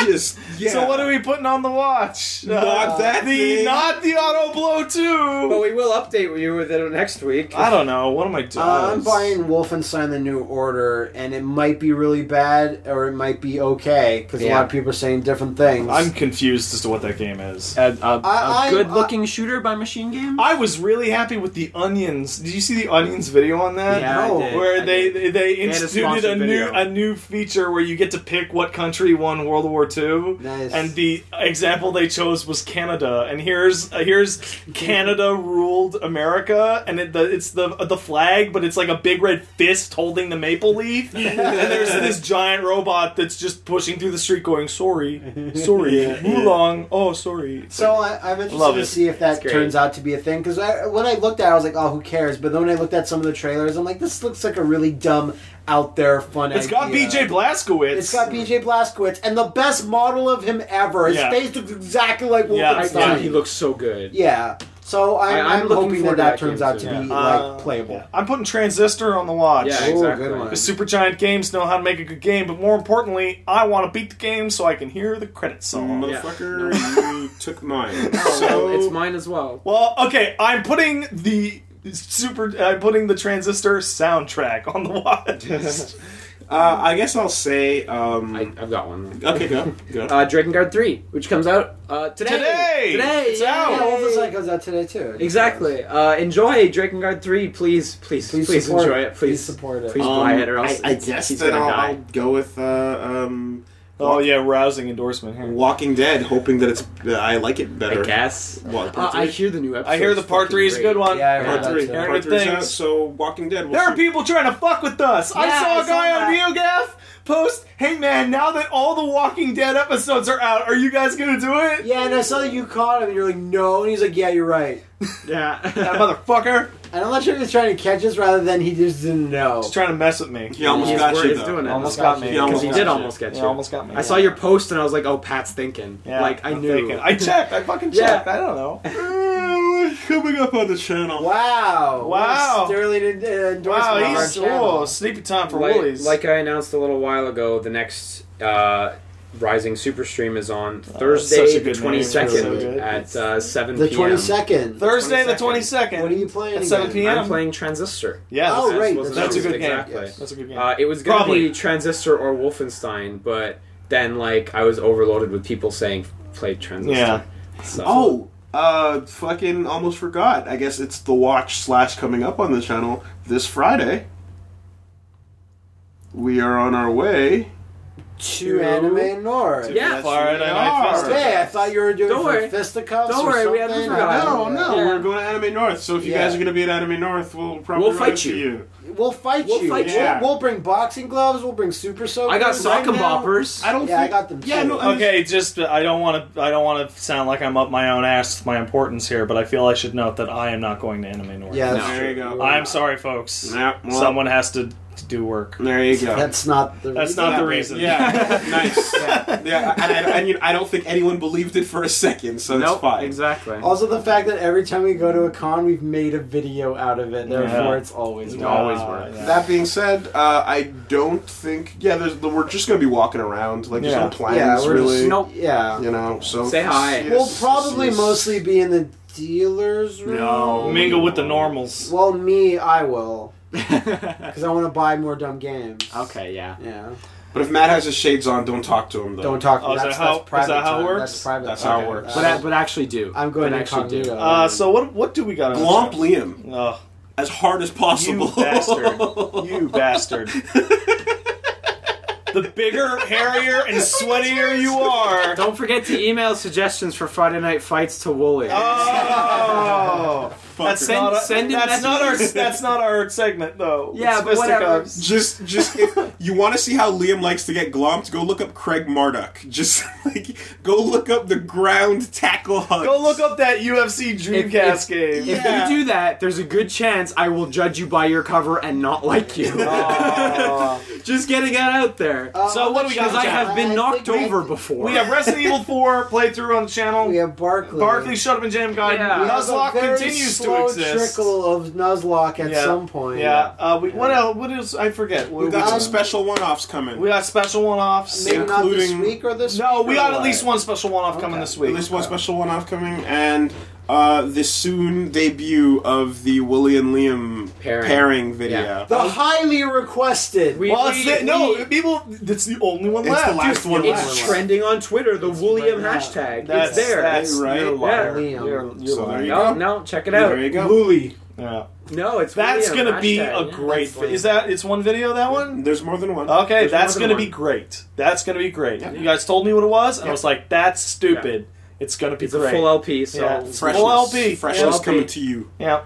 [SPEAKER 1] Just yeah.
[SPEAKER 5] So what are we putting on the watch?
[SPEAKER 1] Not that
[SPEAKER 5] the
[SPEAKER 1] thing.
[SPEAKER 5] not the auto blow
[SPEAKER 3] But
[SPEAKER 5] too.
[SPEAKER 3] we will update you with it next week.
[SPEAKER 5] I don't know. What am I doing?
[SPEAKER 2] Uh, I'm buying Wolfenstein: The New Order, and it might be really bad, or it might be okay because a
[SPEAKER 4] Yeah.
[SPEAKER 2] lot of people are saying different things.
[SPEAKER 5] I'm confused as to what that game is.
[SPEAKER 4] A, a,
[SPEAKER 2] I- uh, I-
[SPEAKER 4] good looking shooter by Machine Game.
[SPEAKER 5] I was really happy with the onions. Did you see the onions video on that?
[SPEAKER 4] Yeah, I
[SPEAKER 2] No.
[SPEAKER 4] did.
[SPEAKER 5] where
[SPEAKER 4] I
[SPEAKER 5] they,
[SPEAKER 4] did.
[SPEAKER 5] they they
[SPEAKER 4] had a
[SPEAKER 5] instituted
[SPEAKER 4] sponsored
[SPEAKER 5] a, new
[SPEAKER 4] video.
[SPEAKER 5] a new feature where you get to pick what country won World War II.
[SPEAKER 2] Nice.
[SPEAKER 5] And the example they chose was Canada. And here's uh, here's Canada ruled America, and it, the, it's the the flag, but it's like a big red fist holding the maple leaf. and there's this giant robot that's just pushing through the street, going sorry, sorry,
[SPEAKER 1] Yeah.
[SPEAKER 5] Oolong, oh sorry. It's
[SPEAKER 2] so I, I'm interested
[SPEAKER 5] Love
[SPEAKER 2] to
[SPEAKER 5] it.
[SPEAKER 2] see if that
[SPEAKER 3] It's great.
[SPEAKER 2] turns out to be a thing. Because when I looked at, it, I was like, "Oh, who cares?" But then when I looked at some of the trailers, I'm like, "This looks like a really dumb, out there, fun."
[SPEAKER 5] it's got
[SPEAKER 2] idea.
[SPEAKER 5] BJ Blazkowicz.
[SPEAKER 2] It's got BJ Blazkowicz, and the best model of him ever. His
[SPEAKER 5] Yeah.
[SPEAKER 2] face looks exactly like
[SPEAKER 5] Yeah,
[SPEAKER 2] Wolfenstein.
[SPEAKER 5] yeah,
[SPEAKER 3] Dude, he looks so good.
[SPEAKER 2] Yeah. So I,
[SPEAKER 3] I-
[SPEAKER 2] I'm,
[SPEAKER 3] I'm looking
[SPEAKER 2] hoping that
[SPEAKER 3] forward to
[SPEAKER 2] that
[SPEAKER 3] that
[SPEAKER 2] turns
[SPEAKER 3] game
[SPEAKER 2] out to
[SPEAKER 3] soon.
[SPEAKER 2] be
[SPEAKER 5] Yeah. Uh,
[SPEAKER 2] like playable.
[SPEAKER 5] Yeah. I'm putting Transistor on the watch.
[SPEAKER 3] Yeah,
[SPEAKER 2] Ooh,
[SPEAKER 3] exactly.
[SPEAKER 2] good one.
[SPEAKER 5] The Supergiant Games know how to make a good game, but more importantly, I want to beat the game so I can hear the credit song.
[SPEAKER 1] Motherfucker, you took mine.
[SPEAKER 3] Oh,
[SPEAKER 1] So
[SPEAKER 3] well, it's mine as well.
[SPEAKER 5] Well, okay, I'm putting the super. I'm putting the Transistor soundtrack on the watch.
[SPEAKER 1] uh, I guess I'll say. Um,
[SPEAKER 3] I, I've got one.
[SPEAKER 1] okay, go. go.
[SPEAKER 3] Uh, Dragon Guard 3, which comes out uh, today.
[SPEAKER 5] Today!
[SPEAKER 3] Today!
[SPEAKER 5] It's
[SPEAKER 3] yay!
[SPEAKER 5] out!
[SPEAKER 2] Yeah, Wolfenstein comes out today too.
[SPEAKER 3] Oh. Exactly. Uh, enjoy Dragon Guard 3, please. Please, please,
[SPEAKER 2] support
[SPEAKER 3] enjoy it. Please.
[SPEAKER 2] support it.
[SPEAKER 3] please.
[SPEAKER 1] Um,
[SPEAKER 3] buy it or else
[SPEAKER 1] I, I
[SPEAKER 3] it's-
[SPEAKER 1] guess
[SPEAKER 3] he's
[SPEAKER 1] that
[SPEAKER 3] gonna
[SPEAKER 1] I'll,
[SPEAKER 3] die.
[SPEAKER 1] I'll go with uh, um,
[SPEAKER 5] oh yeah, rousing endorsement here.
[SPEAKER 1] Walking Dead, hoping that it's that I like it better.
[SPEAKER 3] I guess.
[SPEAKER 1] Well,
[SPEAKER 3] Uh,
[SPEAKER 1] part
[SPEAKER 3] I
[SPEAKER 1] three.
[SPEAKER 3] hear the new episode.
[SPEAKER 5] I hear the part three is a good one.
[SPEAKER 2] Yeah, I heard
[SPEAKER 1] Part
[SPEAKER 2] that
[SPEAKER 1] three.
[SPEAKER 2] too.
[SPEAKER 5] Yeah.
[SPEAKER 1] Part three's
[SPEAKER 5] Things.
[SPEAKER 1] out, so Walking Dead. We'll
[SPEAKER 5] There are
[SPEAKER 1] see.
[SPEAKER 5] people trying to fuck with us. I
[SPEAKER 2] Yeah,
[SPEAKER 5] saw a
[SPEAKER 2] I
[SPEAKER 5] guy
[SPEAKER 2] saw
[SPEAKER 5] on NeoGaf post, "Hey man, now that all the Walking Dead episodes are out, are you guys gonna do it?"
[SPEAKER 2] Yeah, and I saw that you caught him, and you're like, "No," and he's like, "Yeah, you're right."
[SPEAKER 5] That
[SPEAKER 4] yeah.
[SPEAKER 5] motherfucker.
[SPEAKER 2] And I'm not sure if he's trying to catch us, rather than he just didn't know.
[SPEAKER 5] He's trying to mess with me.
[SPEAKER 1] He almost
[SPEAKER 3] He's
[SPEAKER 1] got
[SPEAKER 3] wor-
[SPEAKER 1] you
[SPEAKER 3] he's
[SPEAKER 1] though.
[SPEAKER 3] doing it.
[SPEAKER 5] Almost got me.
[SPEAKER 1] He almost
[SPEAKER 3] Because he
[SPEAKER 1] got
[SPEAKER 3] did
[SPEAKER 1] you.
[SPEAKER 3] almost get
[SPEAKER 5] Yeah,
[SPEAKER 3] you.
[SPEAKER 5] almost got me.
[SPEAKER 3] I saw your post and I was like, oh, Pat's thinking. like, I
[SPEAKER 5] I'm
[SPEAKER 3] knew.
[SPEAKER 5] thinking. I checked. I fucking
[SPEAKER 3] Yeah.
[SPEAKER 5] checked. I don't know.
[SPEAKER 1] Uh, Coming up on the channel.
[SPEAKER 2] Wow!
[SPEAKER 5] Wow.
[SPEAKER 2] What a sterling en- uh, endorsement
[SPEAKER 5] Wow,
[SPEAKER 2] on our
[SPEAKER 5] he's
[SPEAKER 2] channel.
[SPEAKER 5] oh, sleepy time for
[SPEAKER 3] like,
[SPEAKER 5] Woolies.
[SPEAKER 3] like I announced a little while ago, the next uh, Rising Super Stream is on
[SPEAKER 5] such a
[SPEAKER 3] Thursday, the
[SPEAKER 5] good name.
[SPEAKER 3] twenty
[SPEAKER 5] So good.
[SPEAKER 3] second at uh, seven
[SPEAKER 2] The
[SPEAKER 3] p.m.
[SPEAKER 2] twenty second.
[SPEAKER 5] Thursday the
[SPEAKER 3] 22nd.
[SPEAKER 2] What are
[SPEAKER 5] 22nd.
[SPEAKER 2] you playing?
[SPEAKER 5] At 7
[SPEAKER 2] again?
[SPEAKER 5] p.m.
[SPEAKER 3] I'm playing Transistor.
[SPEAKER 5] Yeah,
[SPEAKER 2] Oh,
[SPEAKER 5] that's-
[SPEAKER 2] right,
[SPEAKER 5] That's,
[SPEAKER 2] that's
[SPEAKER 5] a good
[SPEAKER 2] right.
[SPEAKER 5] game.
[SPEAKER 3] Exactly.
[SPEAKER 2] Yes.
[SPEAKER 5] That's a good game.
[SPEAKER 3] Uh, it was gonna
[SPEAKER 5] Probably.
[SPEAKER 3] be Transistor or Wolfenstein, but then like I was overloaded with people saying play Transistor.
[SPEAKER 5] yeah.
[SPEAKER 3] So,
[SPEAKER 1] Oh, uh, fucking almost forgot. I guess it's the watch slash coming up on the channel this Friday. We are on our way.
[SPEAKER 2] To anime north.
[SPEAKER 3] Yeah.
[SPEAKER 1] we
[SPEAKER 5] Friday Night
[SPEAKER 1] are.
[SPEAKER 5] Festival.
[SPEAKER 2] Hey, I thought you were doing
[SPEAKER 3] Don't
[SPEAKER 2] for
[SPEAKER 3] worry.
[SPEAKER 2] fisticuffs.
[SPEAKER 3] Don't
[SPEAKER 2] or
[SPEAKER 3] worry, we haven't
[SPEAKER 2] something.
[SPEAKER 3] forgotten.
[SPEAKER 1] No, no,
[SPEAKER 3] Yeah.
[SPEAKER 1] we're going to Anime North. So if you
[SPEAKER 2] Yeah.
[SPEAKER 1] guys are going to be at Anime North, we'll probably run
[SPEAKER 3] We'll fight
[SPEAKER 1] into
[SPEAKER 3] you.
[SPEAKER 2] We'll fight
[SPEAKER 3] We'll
[SPEAKER 2] you.
[SPEAKER 3] fight
[SPEAKER 1] you.
[SPEAKER 2] we'll, we'll bring boxing gloves. We'll bring super soakers.
[SPEAKER 3] I got
[SPEAKER 2] Right
[SPEAKER 3] sock and
[SPEAKER 2] now-
[SPEAKER 3] boppers.
[SPEAKER 1] I don't.
[SPEAKER 2] Yeah, I
[SPEAKER 1] think,
[SPEAKER 2] got them
[SPEAKER 1] Yeah,
[SPEAKER 2] too.
[SPEAKER 1] no, I'm-
[SPEAKER 5] Okay, just uh, I don't want to. I don't want to sound like I'm up my own ass with my importance here, but I feel I should note that I am not going to Anime North.
[SPEAKER 2] Yeah,
[SPEAKER 3] No.
[SPEAKER 2] that's,
[SPEAKER 1] There you go.
[SPEAKER 5] I'm sorry, folks.
[SPEAKER 1] Yeah, well-
[SPEAKER 5] Uh, Someone has to do work.
[SPEAKER 1] There you go.
[SPEAKER 2] that's not the.
[SPEAKER 5] That's
[SPEAKER 2] reason.
[SPEAKER 5] not the reason.
[SPEAKER 1] Yeah, nice.
[SPEAKER 2] Yeah.
[SPEAKER 1] Yeah, and I, and you- I don't think anyone believed it for a second, so that's
[SPEAKER 4] Nope,
[SPEAKER 1] fine.
[SPEAKER 4] exactly.
[SPEAKER 2] Also, the fact that every time we go to a con, we've made a video out of it. Therefore,
[SPEAKER 5] Yeah.
[SPEAKER 2] it's always
[SPEAKER 4] It
[SPEAKER 2] wrong.
[SPEAKER 4] always
[SPEAKER 5] Uh,
[SPEAKER 4] works.
[SPEAKER 5] yeah.
[SPEAKER 1] That being said, uh, I don't think. Yeah, there's, we're just gonna be walking around. Like, there's
[SPEAKER 5] Yeah.
[SPEAKER 1] no plans
[SPEAKER 2] Yeah, we're
[SPEAKER 1] really.
[SPEAKER 2] just
[SPEAKER 4] Nope.
[SPEAKER 2] yeah.
[SPEAKER 1] You know, so
[SPEAKER 3] Say hi.
[SPEAKER 1] Yes,
[SPEAKER 2] We'll probably
[SPEAKER 1] yes.
[SPEAKER 2] mostly be in the dealers room.
[SPEAKER 1] No.
[SPEAKER 5] Mingle with the normals.
[SPEAKER 2] Well, me, I will, because I want to buy more dumb games.
[SPEAKER 4] okay, yeah.
[SPEAKER 2] Yeah.
[SPEAKER 1] But if Matt has his shades on, don't talk to him though.
[SPEAKER 2] Don't talk.
[SPEAKER 5] Oh, is
[SPEAKER 2] that's,
[SPEAKER 5] that how-
[SPEAKER 2] that's private
[SPEAKER 5] is that how it
[SPEAKER 2] time.
[SPEAKER 5] works?
[SPEAKER 2] That's private.
[SPEAKER 1] That's
[SPEAKER 2] time.
[SPEAKER 1] how it works.
[SPEAKER 3] uh,
[SPEAKER 4] But, a- but actually do.
[SPEAKER 2] Uh, I'm going
[SPEAKER 4] but
[SPEAKER 2] to
[SPEAKER 4] actually do.
[SPEAKER 2] incognito.
[SPEAKER 5] Uh, so what? What do we got? on the
[SPEAKER 1] glomp
[SPEAKER 5] show?
[SPEAKER 1] Liam
[SPEAKER 5] Ugh.
[SPEAKER 1] as hard as possible.
[SPEAKER 5] You bastard. You bastard. the bigger, hairier, and sweatier you are.
[SPEAKER 4] Oh, Don't forget to email suggestions for Friday night fights to Wooly.
[SPEAKER 5] Oh.
[SPEAKER 4] That's
[SPEAKER 1] motherfucker.
[SPEAKER 4] not, a-
[SPEAKER 3] send him
[SPEAKER 4] that's not our.
[SPEAKER 3] messages.
[SPEAKER 4] That's not our segment though.
[SPEAKER 3] Yeah,
[SPEAKER 4] It's
[SPEAKER 3] but whatever.
[SPEAKER 4] fisticuffs.
[SPEAKER 1] Just, just if you want to see how Liam likes to get glomped, go look up Craig Marduk. Just like go look up the ground tackle hug.
[SPEAKER 4] Go look up that UFC Dreamcast
[SPEAKER 3] if-
[SPEAKER 4] game.
[SPEAKER 3] If
[SPEAKER 1] Yeah.
[SPEAKER 3] you do that, there's a good chance I will judge you by your cover and not like you. Just getting it out there.
[SPEAKER 4] So what do we got?
[SPEAKER 3] Because I have been
[SPEAKER 2] I
[SPEAKER 3] knocked
[SPEAKER 2] think we-
[SPEAKER 3] over before.
[SPEAKER 4] We have Resident Evil 4 playthrough on the channel.
[SPEAKER 2] We have Barkley.
[SPEAKER 4] Barkley Shut Up and Jam Guide.
[SPEAKER 3] Yeah. We
[SPEAKER 2] We have a
[SPEAKER 4] Nuzlocke
[SPEAKER 2] very
[SPEAKER 4] continues to
[SPEAKER 2] slow
[SPEAKER 4] exist.
[SPEAKER 2] trickle of Nuzlocke at
[SPEAKER 4] Yeah.
[SPEAKER 2] some point.
[SPEAKER 4] Yeah. Uh, we, What else? What else? I forget.
[SPEAKER 1] We got some
[SPEAKER 2] Um,
[SPEAKER 1] special one-offs coming.
[SPEAKER 4] we got special one-offs.
[SPEAKER 2] Maybe not this
[SPEAKER 1] Including-
[SPEAKER 2] week or this
[SPEAKER 4] No,
[SPEAKER 2] week
[SPEAKER 4] we
[SPEAKER 2] or
[SPEAKER 4] got at
[SPEAKER 2] what?
[SPEAKER 4] least one special one-off coming this week.
[SPEAKER 1] There's one special one-off coming, and uh, the soon debut of the Willie and Liam
[SPEAKER 6] Pairing.
[SPEAKER 1] pairing, video.
[SPEAKER 6] Yeah.
[SPEAKER 2] The highly requested.
[SPEAKER 3] We-
[SPEAKER 4] well, it's
[SPEAKER 3] we-
[SPEAKER 4] the, no,
[SPEAKER 3] we-
[SPEAKER 4] people. That's the only one
[SPEAKER 1] It's
[SPEAKER 4] left.
[SPEAKER 1] the last one
[SPEAKER 6] It's
[SPEAKER 1] left.
[SPEAKER 6] trending on Twitter, the William
[SPEAKER 2] right now.
[SPEAKER 6] hashtag.
[SPEAKER 4] That's
[SPEAKER 6] it's there.
[SPEAKER 4] That's
[SPEAKER 1] Right.
[SPEAKER 4] You're
[SPEAKER 6] Yeah.
[SPEAKER 4] lying.
[SPEAKER 2] Liam.
[SPEAKER 4] You're, you're
[SPEAKER 1] So there
[SPEAKER 4] lying.
[SPEAKER 1] you
[SPEAKER 6] no,
[SPEAKER 1] go.
[SPEAKER 6] no, check it
[SPEAKER 1] There you
[SPEAKER 6] out.
[SPEAKER 1] go.
[SPEAKER 2] Luli.
[SPEAKER 4] Yeah.
[SPEAKER 6] No, it's
[SPEAKER 4] That's
[SPEAKER 6] William
[SPEAKER 4] gonna be a
[SPEAKER 6] hashtag.
[SPEAKER 4] great.
[SPEAKER 2] That's lame.
[SPEAKER 4] Is that? It's one video. That one.
[SPEAKER 1] There's more than one.
[SPEAKER 4] Okay,
[SPEAKER 6] There's
[SPEAKER 4] that's
[SPEAKER 6] more than
[SPEAKER 4] gonna be
[SPEAKER 6] one.
[SPEAKER 4] great. That's gonna be great.
[SPEAKER 1] Yeah.
[SPEAKER 4] You guys told me what it was, and I was like, "That's stupid." It's gonna be
[SPEAKER 6] It's
[SPEAKER 4] great.
[SPEAKER 6] a full LP, so
[SPEAKER 4] Yeah.
[SPEAKER 6] it's
[SPEAKER 1] Freshness,
[SPEAKER 4] Full LP.
[SPEAKER 1] Freshness
[SPEAKER 6] LP.
[SPEAKER 1] coming to you.
[SPEAKER 4] yeah.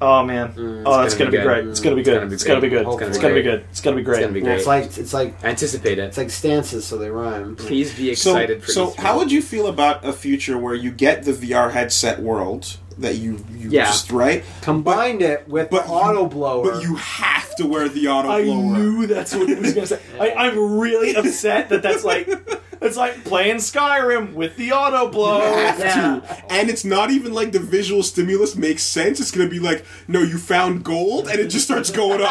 [SPEAKER 4] Oh man. oh, it's gonna, be, great. It's gonna be good. It's gonna be good.
[SPEAKER 6] Hopefully.
[SPEAKER 4] It's gonna be good. It's gonna be
[SPEAKER 6] It's
[SPEAKER 4] great.
[SPEAKER 6] gonna be
[SPEAKER 2] Well,
[SPEAKER 6] great.
[SPEAKER 2] it's like it's like
[SPEAKER 6] Anticipate it.
[SPEAKER 2] it's like stances, so they rhyme.
[SPEAKER 6] Please be
[SPEAKER 1] So,
[SPEAKER 6] excited for
[SPEAKER 1] so
[SPEAKER 6] E3.
[SPEAKER 1] how would you feel about a future where you get the VR headset world that you, you
[SPEAKER 6] Yeah.
[SPEAKER 1] just right,
[SPEAKER 2] Combine it with
[SPEAKER 1] but you-
[SPEAKER 2] auto blower.
[SPEAKER 1] but you have to wear the auto
[SPEAKER 4] I
[SPEAKER 1] blower.
[SPEAKER 4] knew that's what it was gonna say. I, I'm really upset that that's like, it's like playing Skyrim with the auto blow.
[SPEAKER 1] have
[SPEAKER 6] Yeah.
[SPEAKER 1] to. And it's not even like the visual stimulus makes sense. It's gonna be like, no, you found gold, and it just starts going
[SPEAKER 4] well,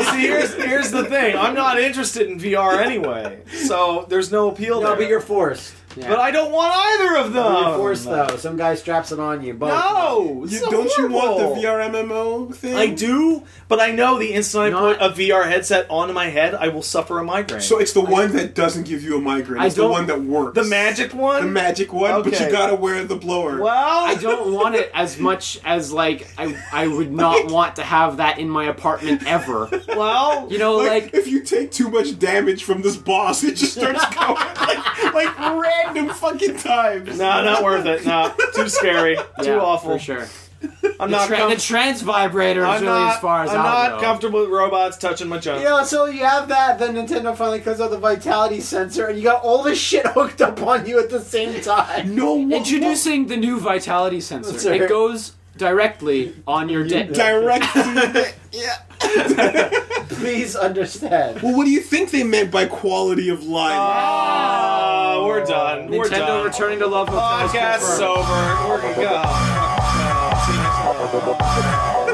[SPEAKER 1] off.
[SPEAKER 4] see, here's here's the thing. I'm not interested in VR anyway, so there's no appeal.
[SPEAKER 2] no,
[SPEAKER 4] there.
[SPEAKER 2] but you're forced.
[SPEAKER 4] But I don't want either of them.
[SPEAKER 2] you're forced though. Some guy straps it on you. Both.
[SPEAKER 4] No,
[SPEAKER 1] You-
[SPEAKER 4] so
[SPEAKER 1] don't you want the
[SPEAKER 4] horrible.
[SPEAKER 1] VR MMO thing?
[SPEAKER 4] I do, but I know the instant I
[SPEAKER 3] Not-
[SPEAKER 4] put a VR headset onto my head, I will suffer a migraine.
[SPEAKER 1] So it's the one that doesn't give you a migraine.
[SPEAKER 3] I
[SPEAKER 1] It's the
[SPEAKER 3] don't-
[SPEAKER 1] one that works.
[SPEAKER 4] the magic one.
[SPEAKER 1] the magic one, but
[SPEAKER 4] Okay.
[SPEAKER 1] you gotta wear the blower.
[SPEAKER 4] Well,
[SPEAKER 3] I don't want it as much as like I I would not want to have that in my apartment ever.
[SPEAKER 4] Well,
[SPEAKER 3] You know,
[SPEAKER 1] Like,
[SPEAKER 3] like
[SPEAKER 1] if you take too much damage from this boss, it just starts going like, like random fucking times.
[SPEAKER 4] no, not worth it. No, too scary,
[SPEAKER 3] yeah,
[SPEAKER 4] too awful.
[SPEAKER 3] for sure.
[SPEAKER 4] I'm
[SPEAKER 3] The,
[SPEAKER 4] not.
[SPEAKER 3] tra-
[SPEAKER 4] com-
[SPEAKER 3] the trans vibrator is
[SPEAKER 4] I'm
[SPEAKER 3] really
[SPEAKER 4] not,
[SPEAKER 3] as far as
[SPEAKER 4] I'm
[SPEAKER 3] I'll
[SPEAKER 4] not
[SPEAKER 3] go.
[SPEAKER 4] comfortable with robots touching my junk.
[SPEAKER 2] You know, so you have that, then Nintendo finally comes out with the vitality sensor, and you got all this shit hooked up on you at the same time.
[SPEAKER 1] No one
[SPEAKER 3] Introducing the new vitality sensor.
[SPEAKER 2] Sensor.
[SPEAKER 3] It goes directly on your dick.
[SPEAKER 1] direct. to-
[SPEAKER 2] Please understand.
[SPEAKER 1] well, what do you think they meant by quality of life?
[SPEAKER 4] Ah, we're done. We're
[SPEAKER 3] Nintendo
[SPEAKER 4] done.
[SPEAKER 3] returning to love.
[SPEAKER 4] Podcast's over. We're gonna go. Uh, see you next time.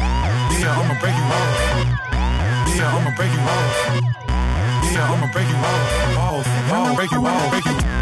[SPEAKER 8] break you off, break you off, break you off.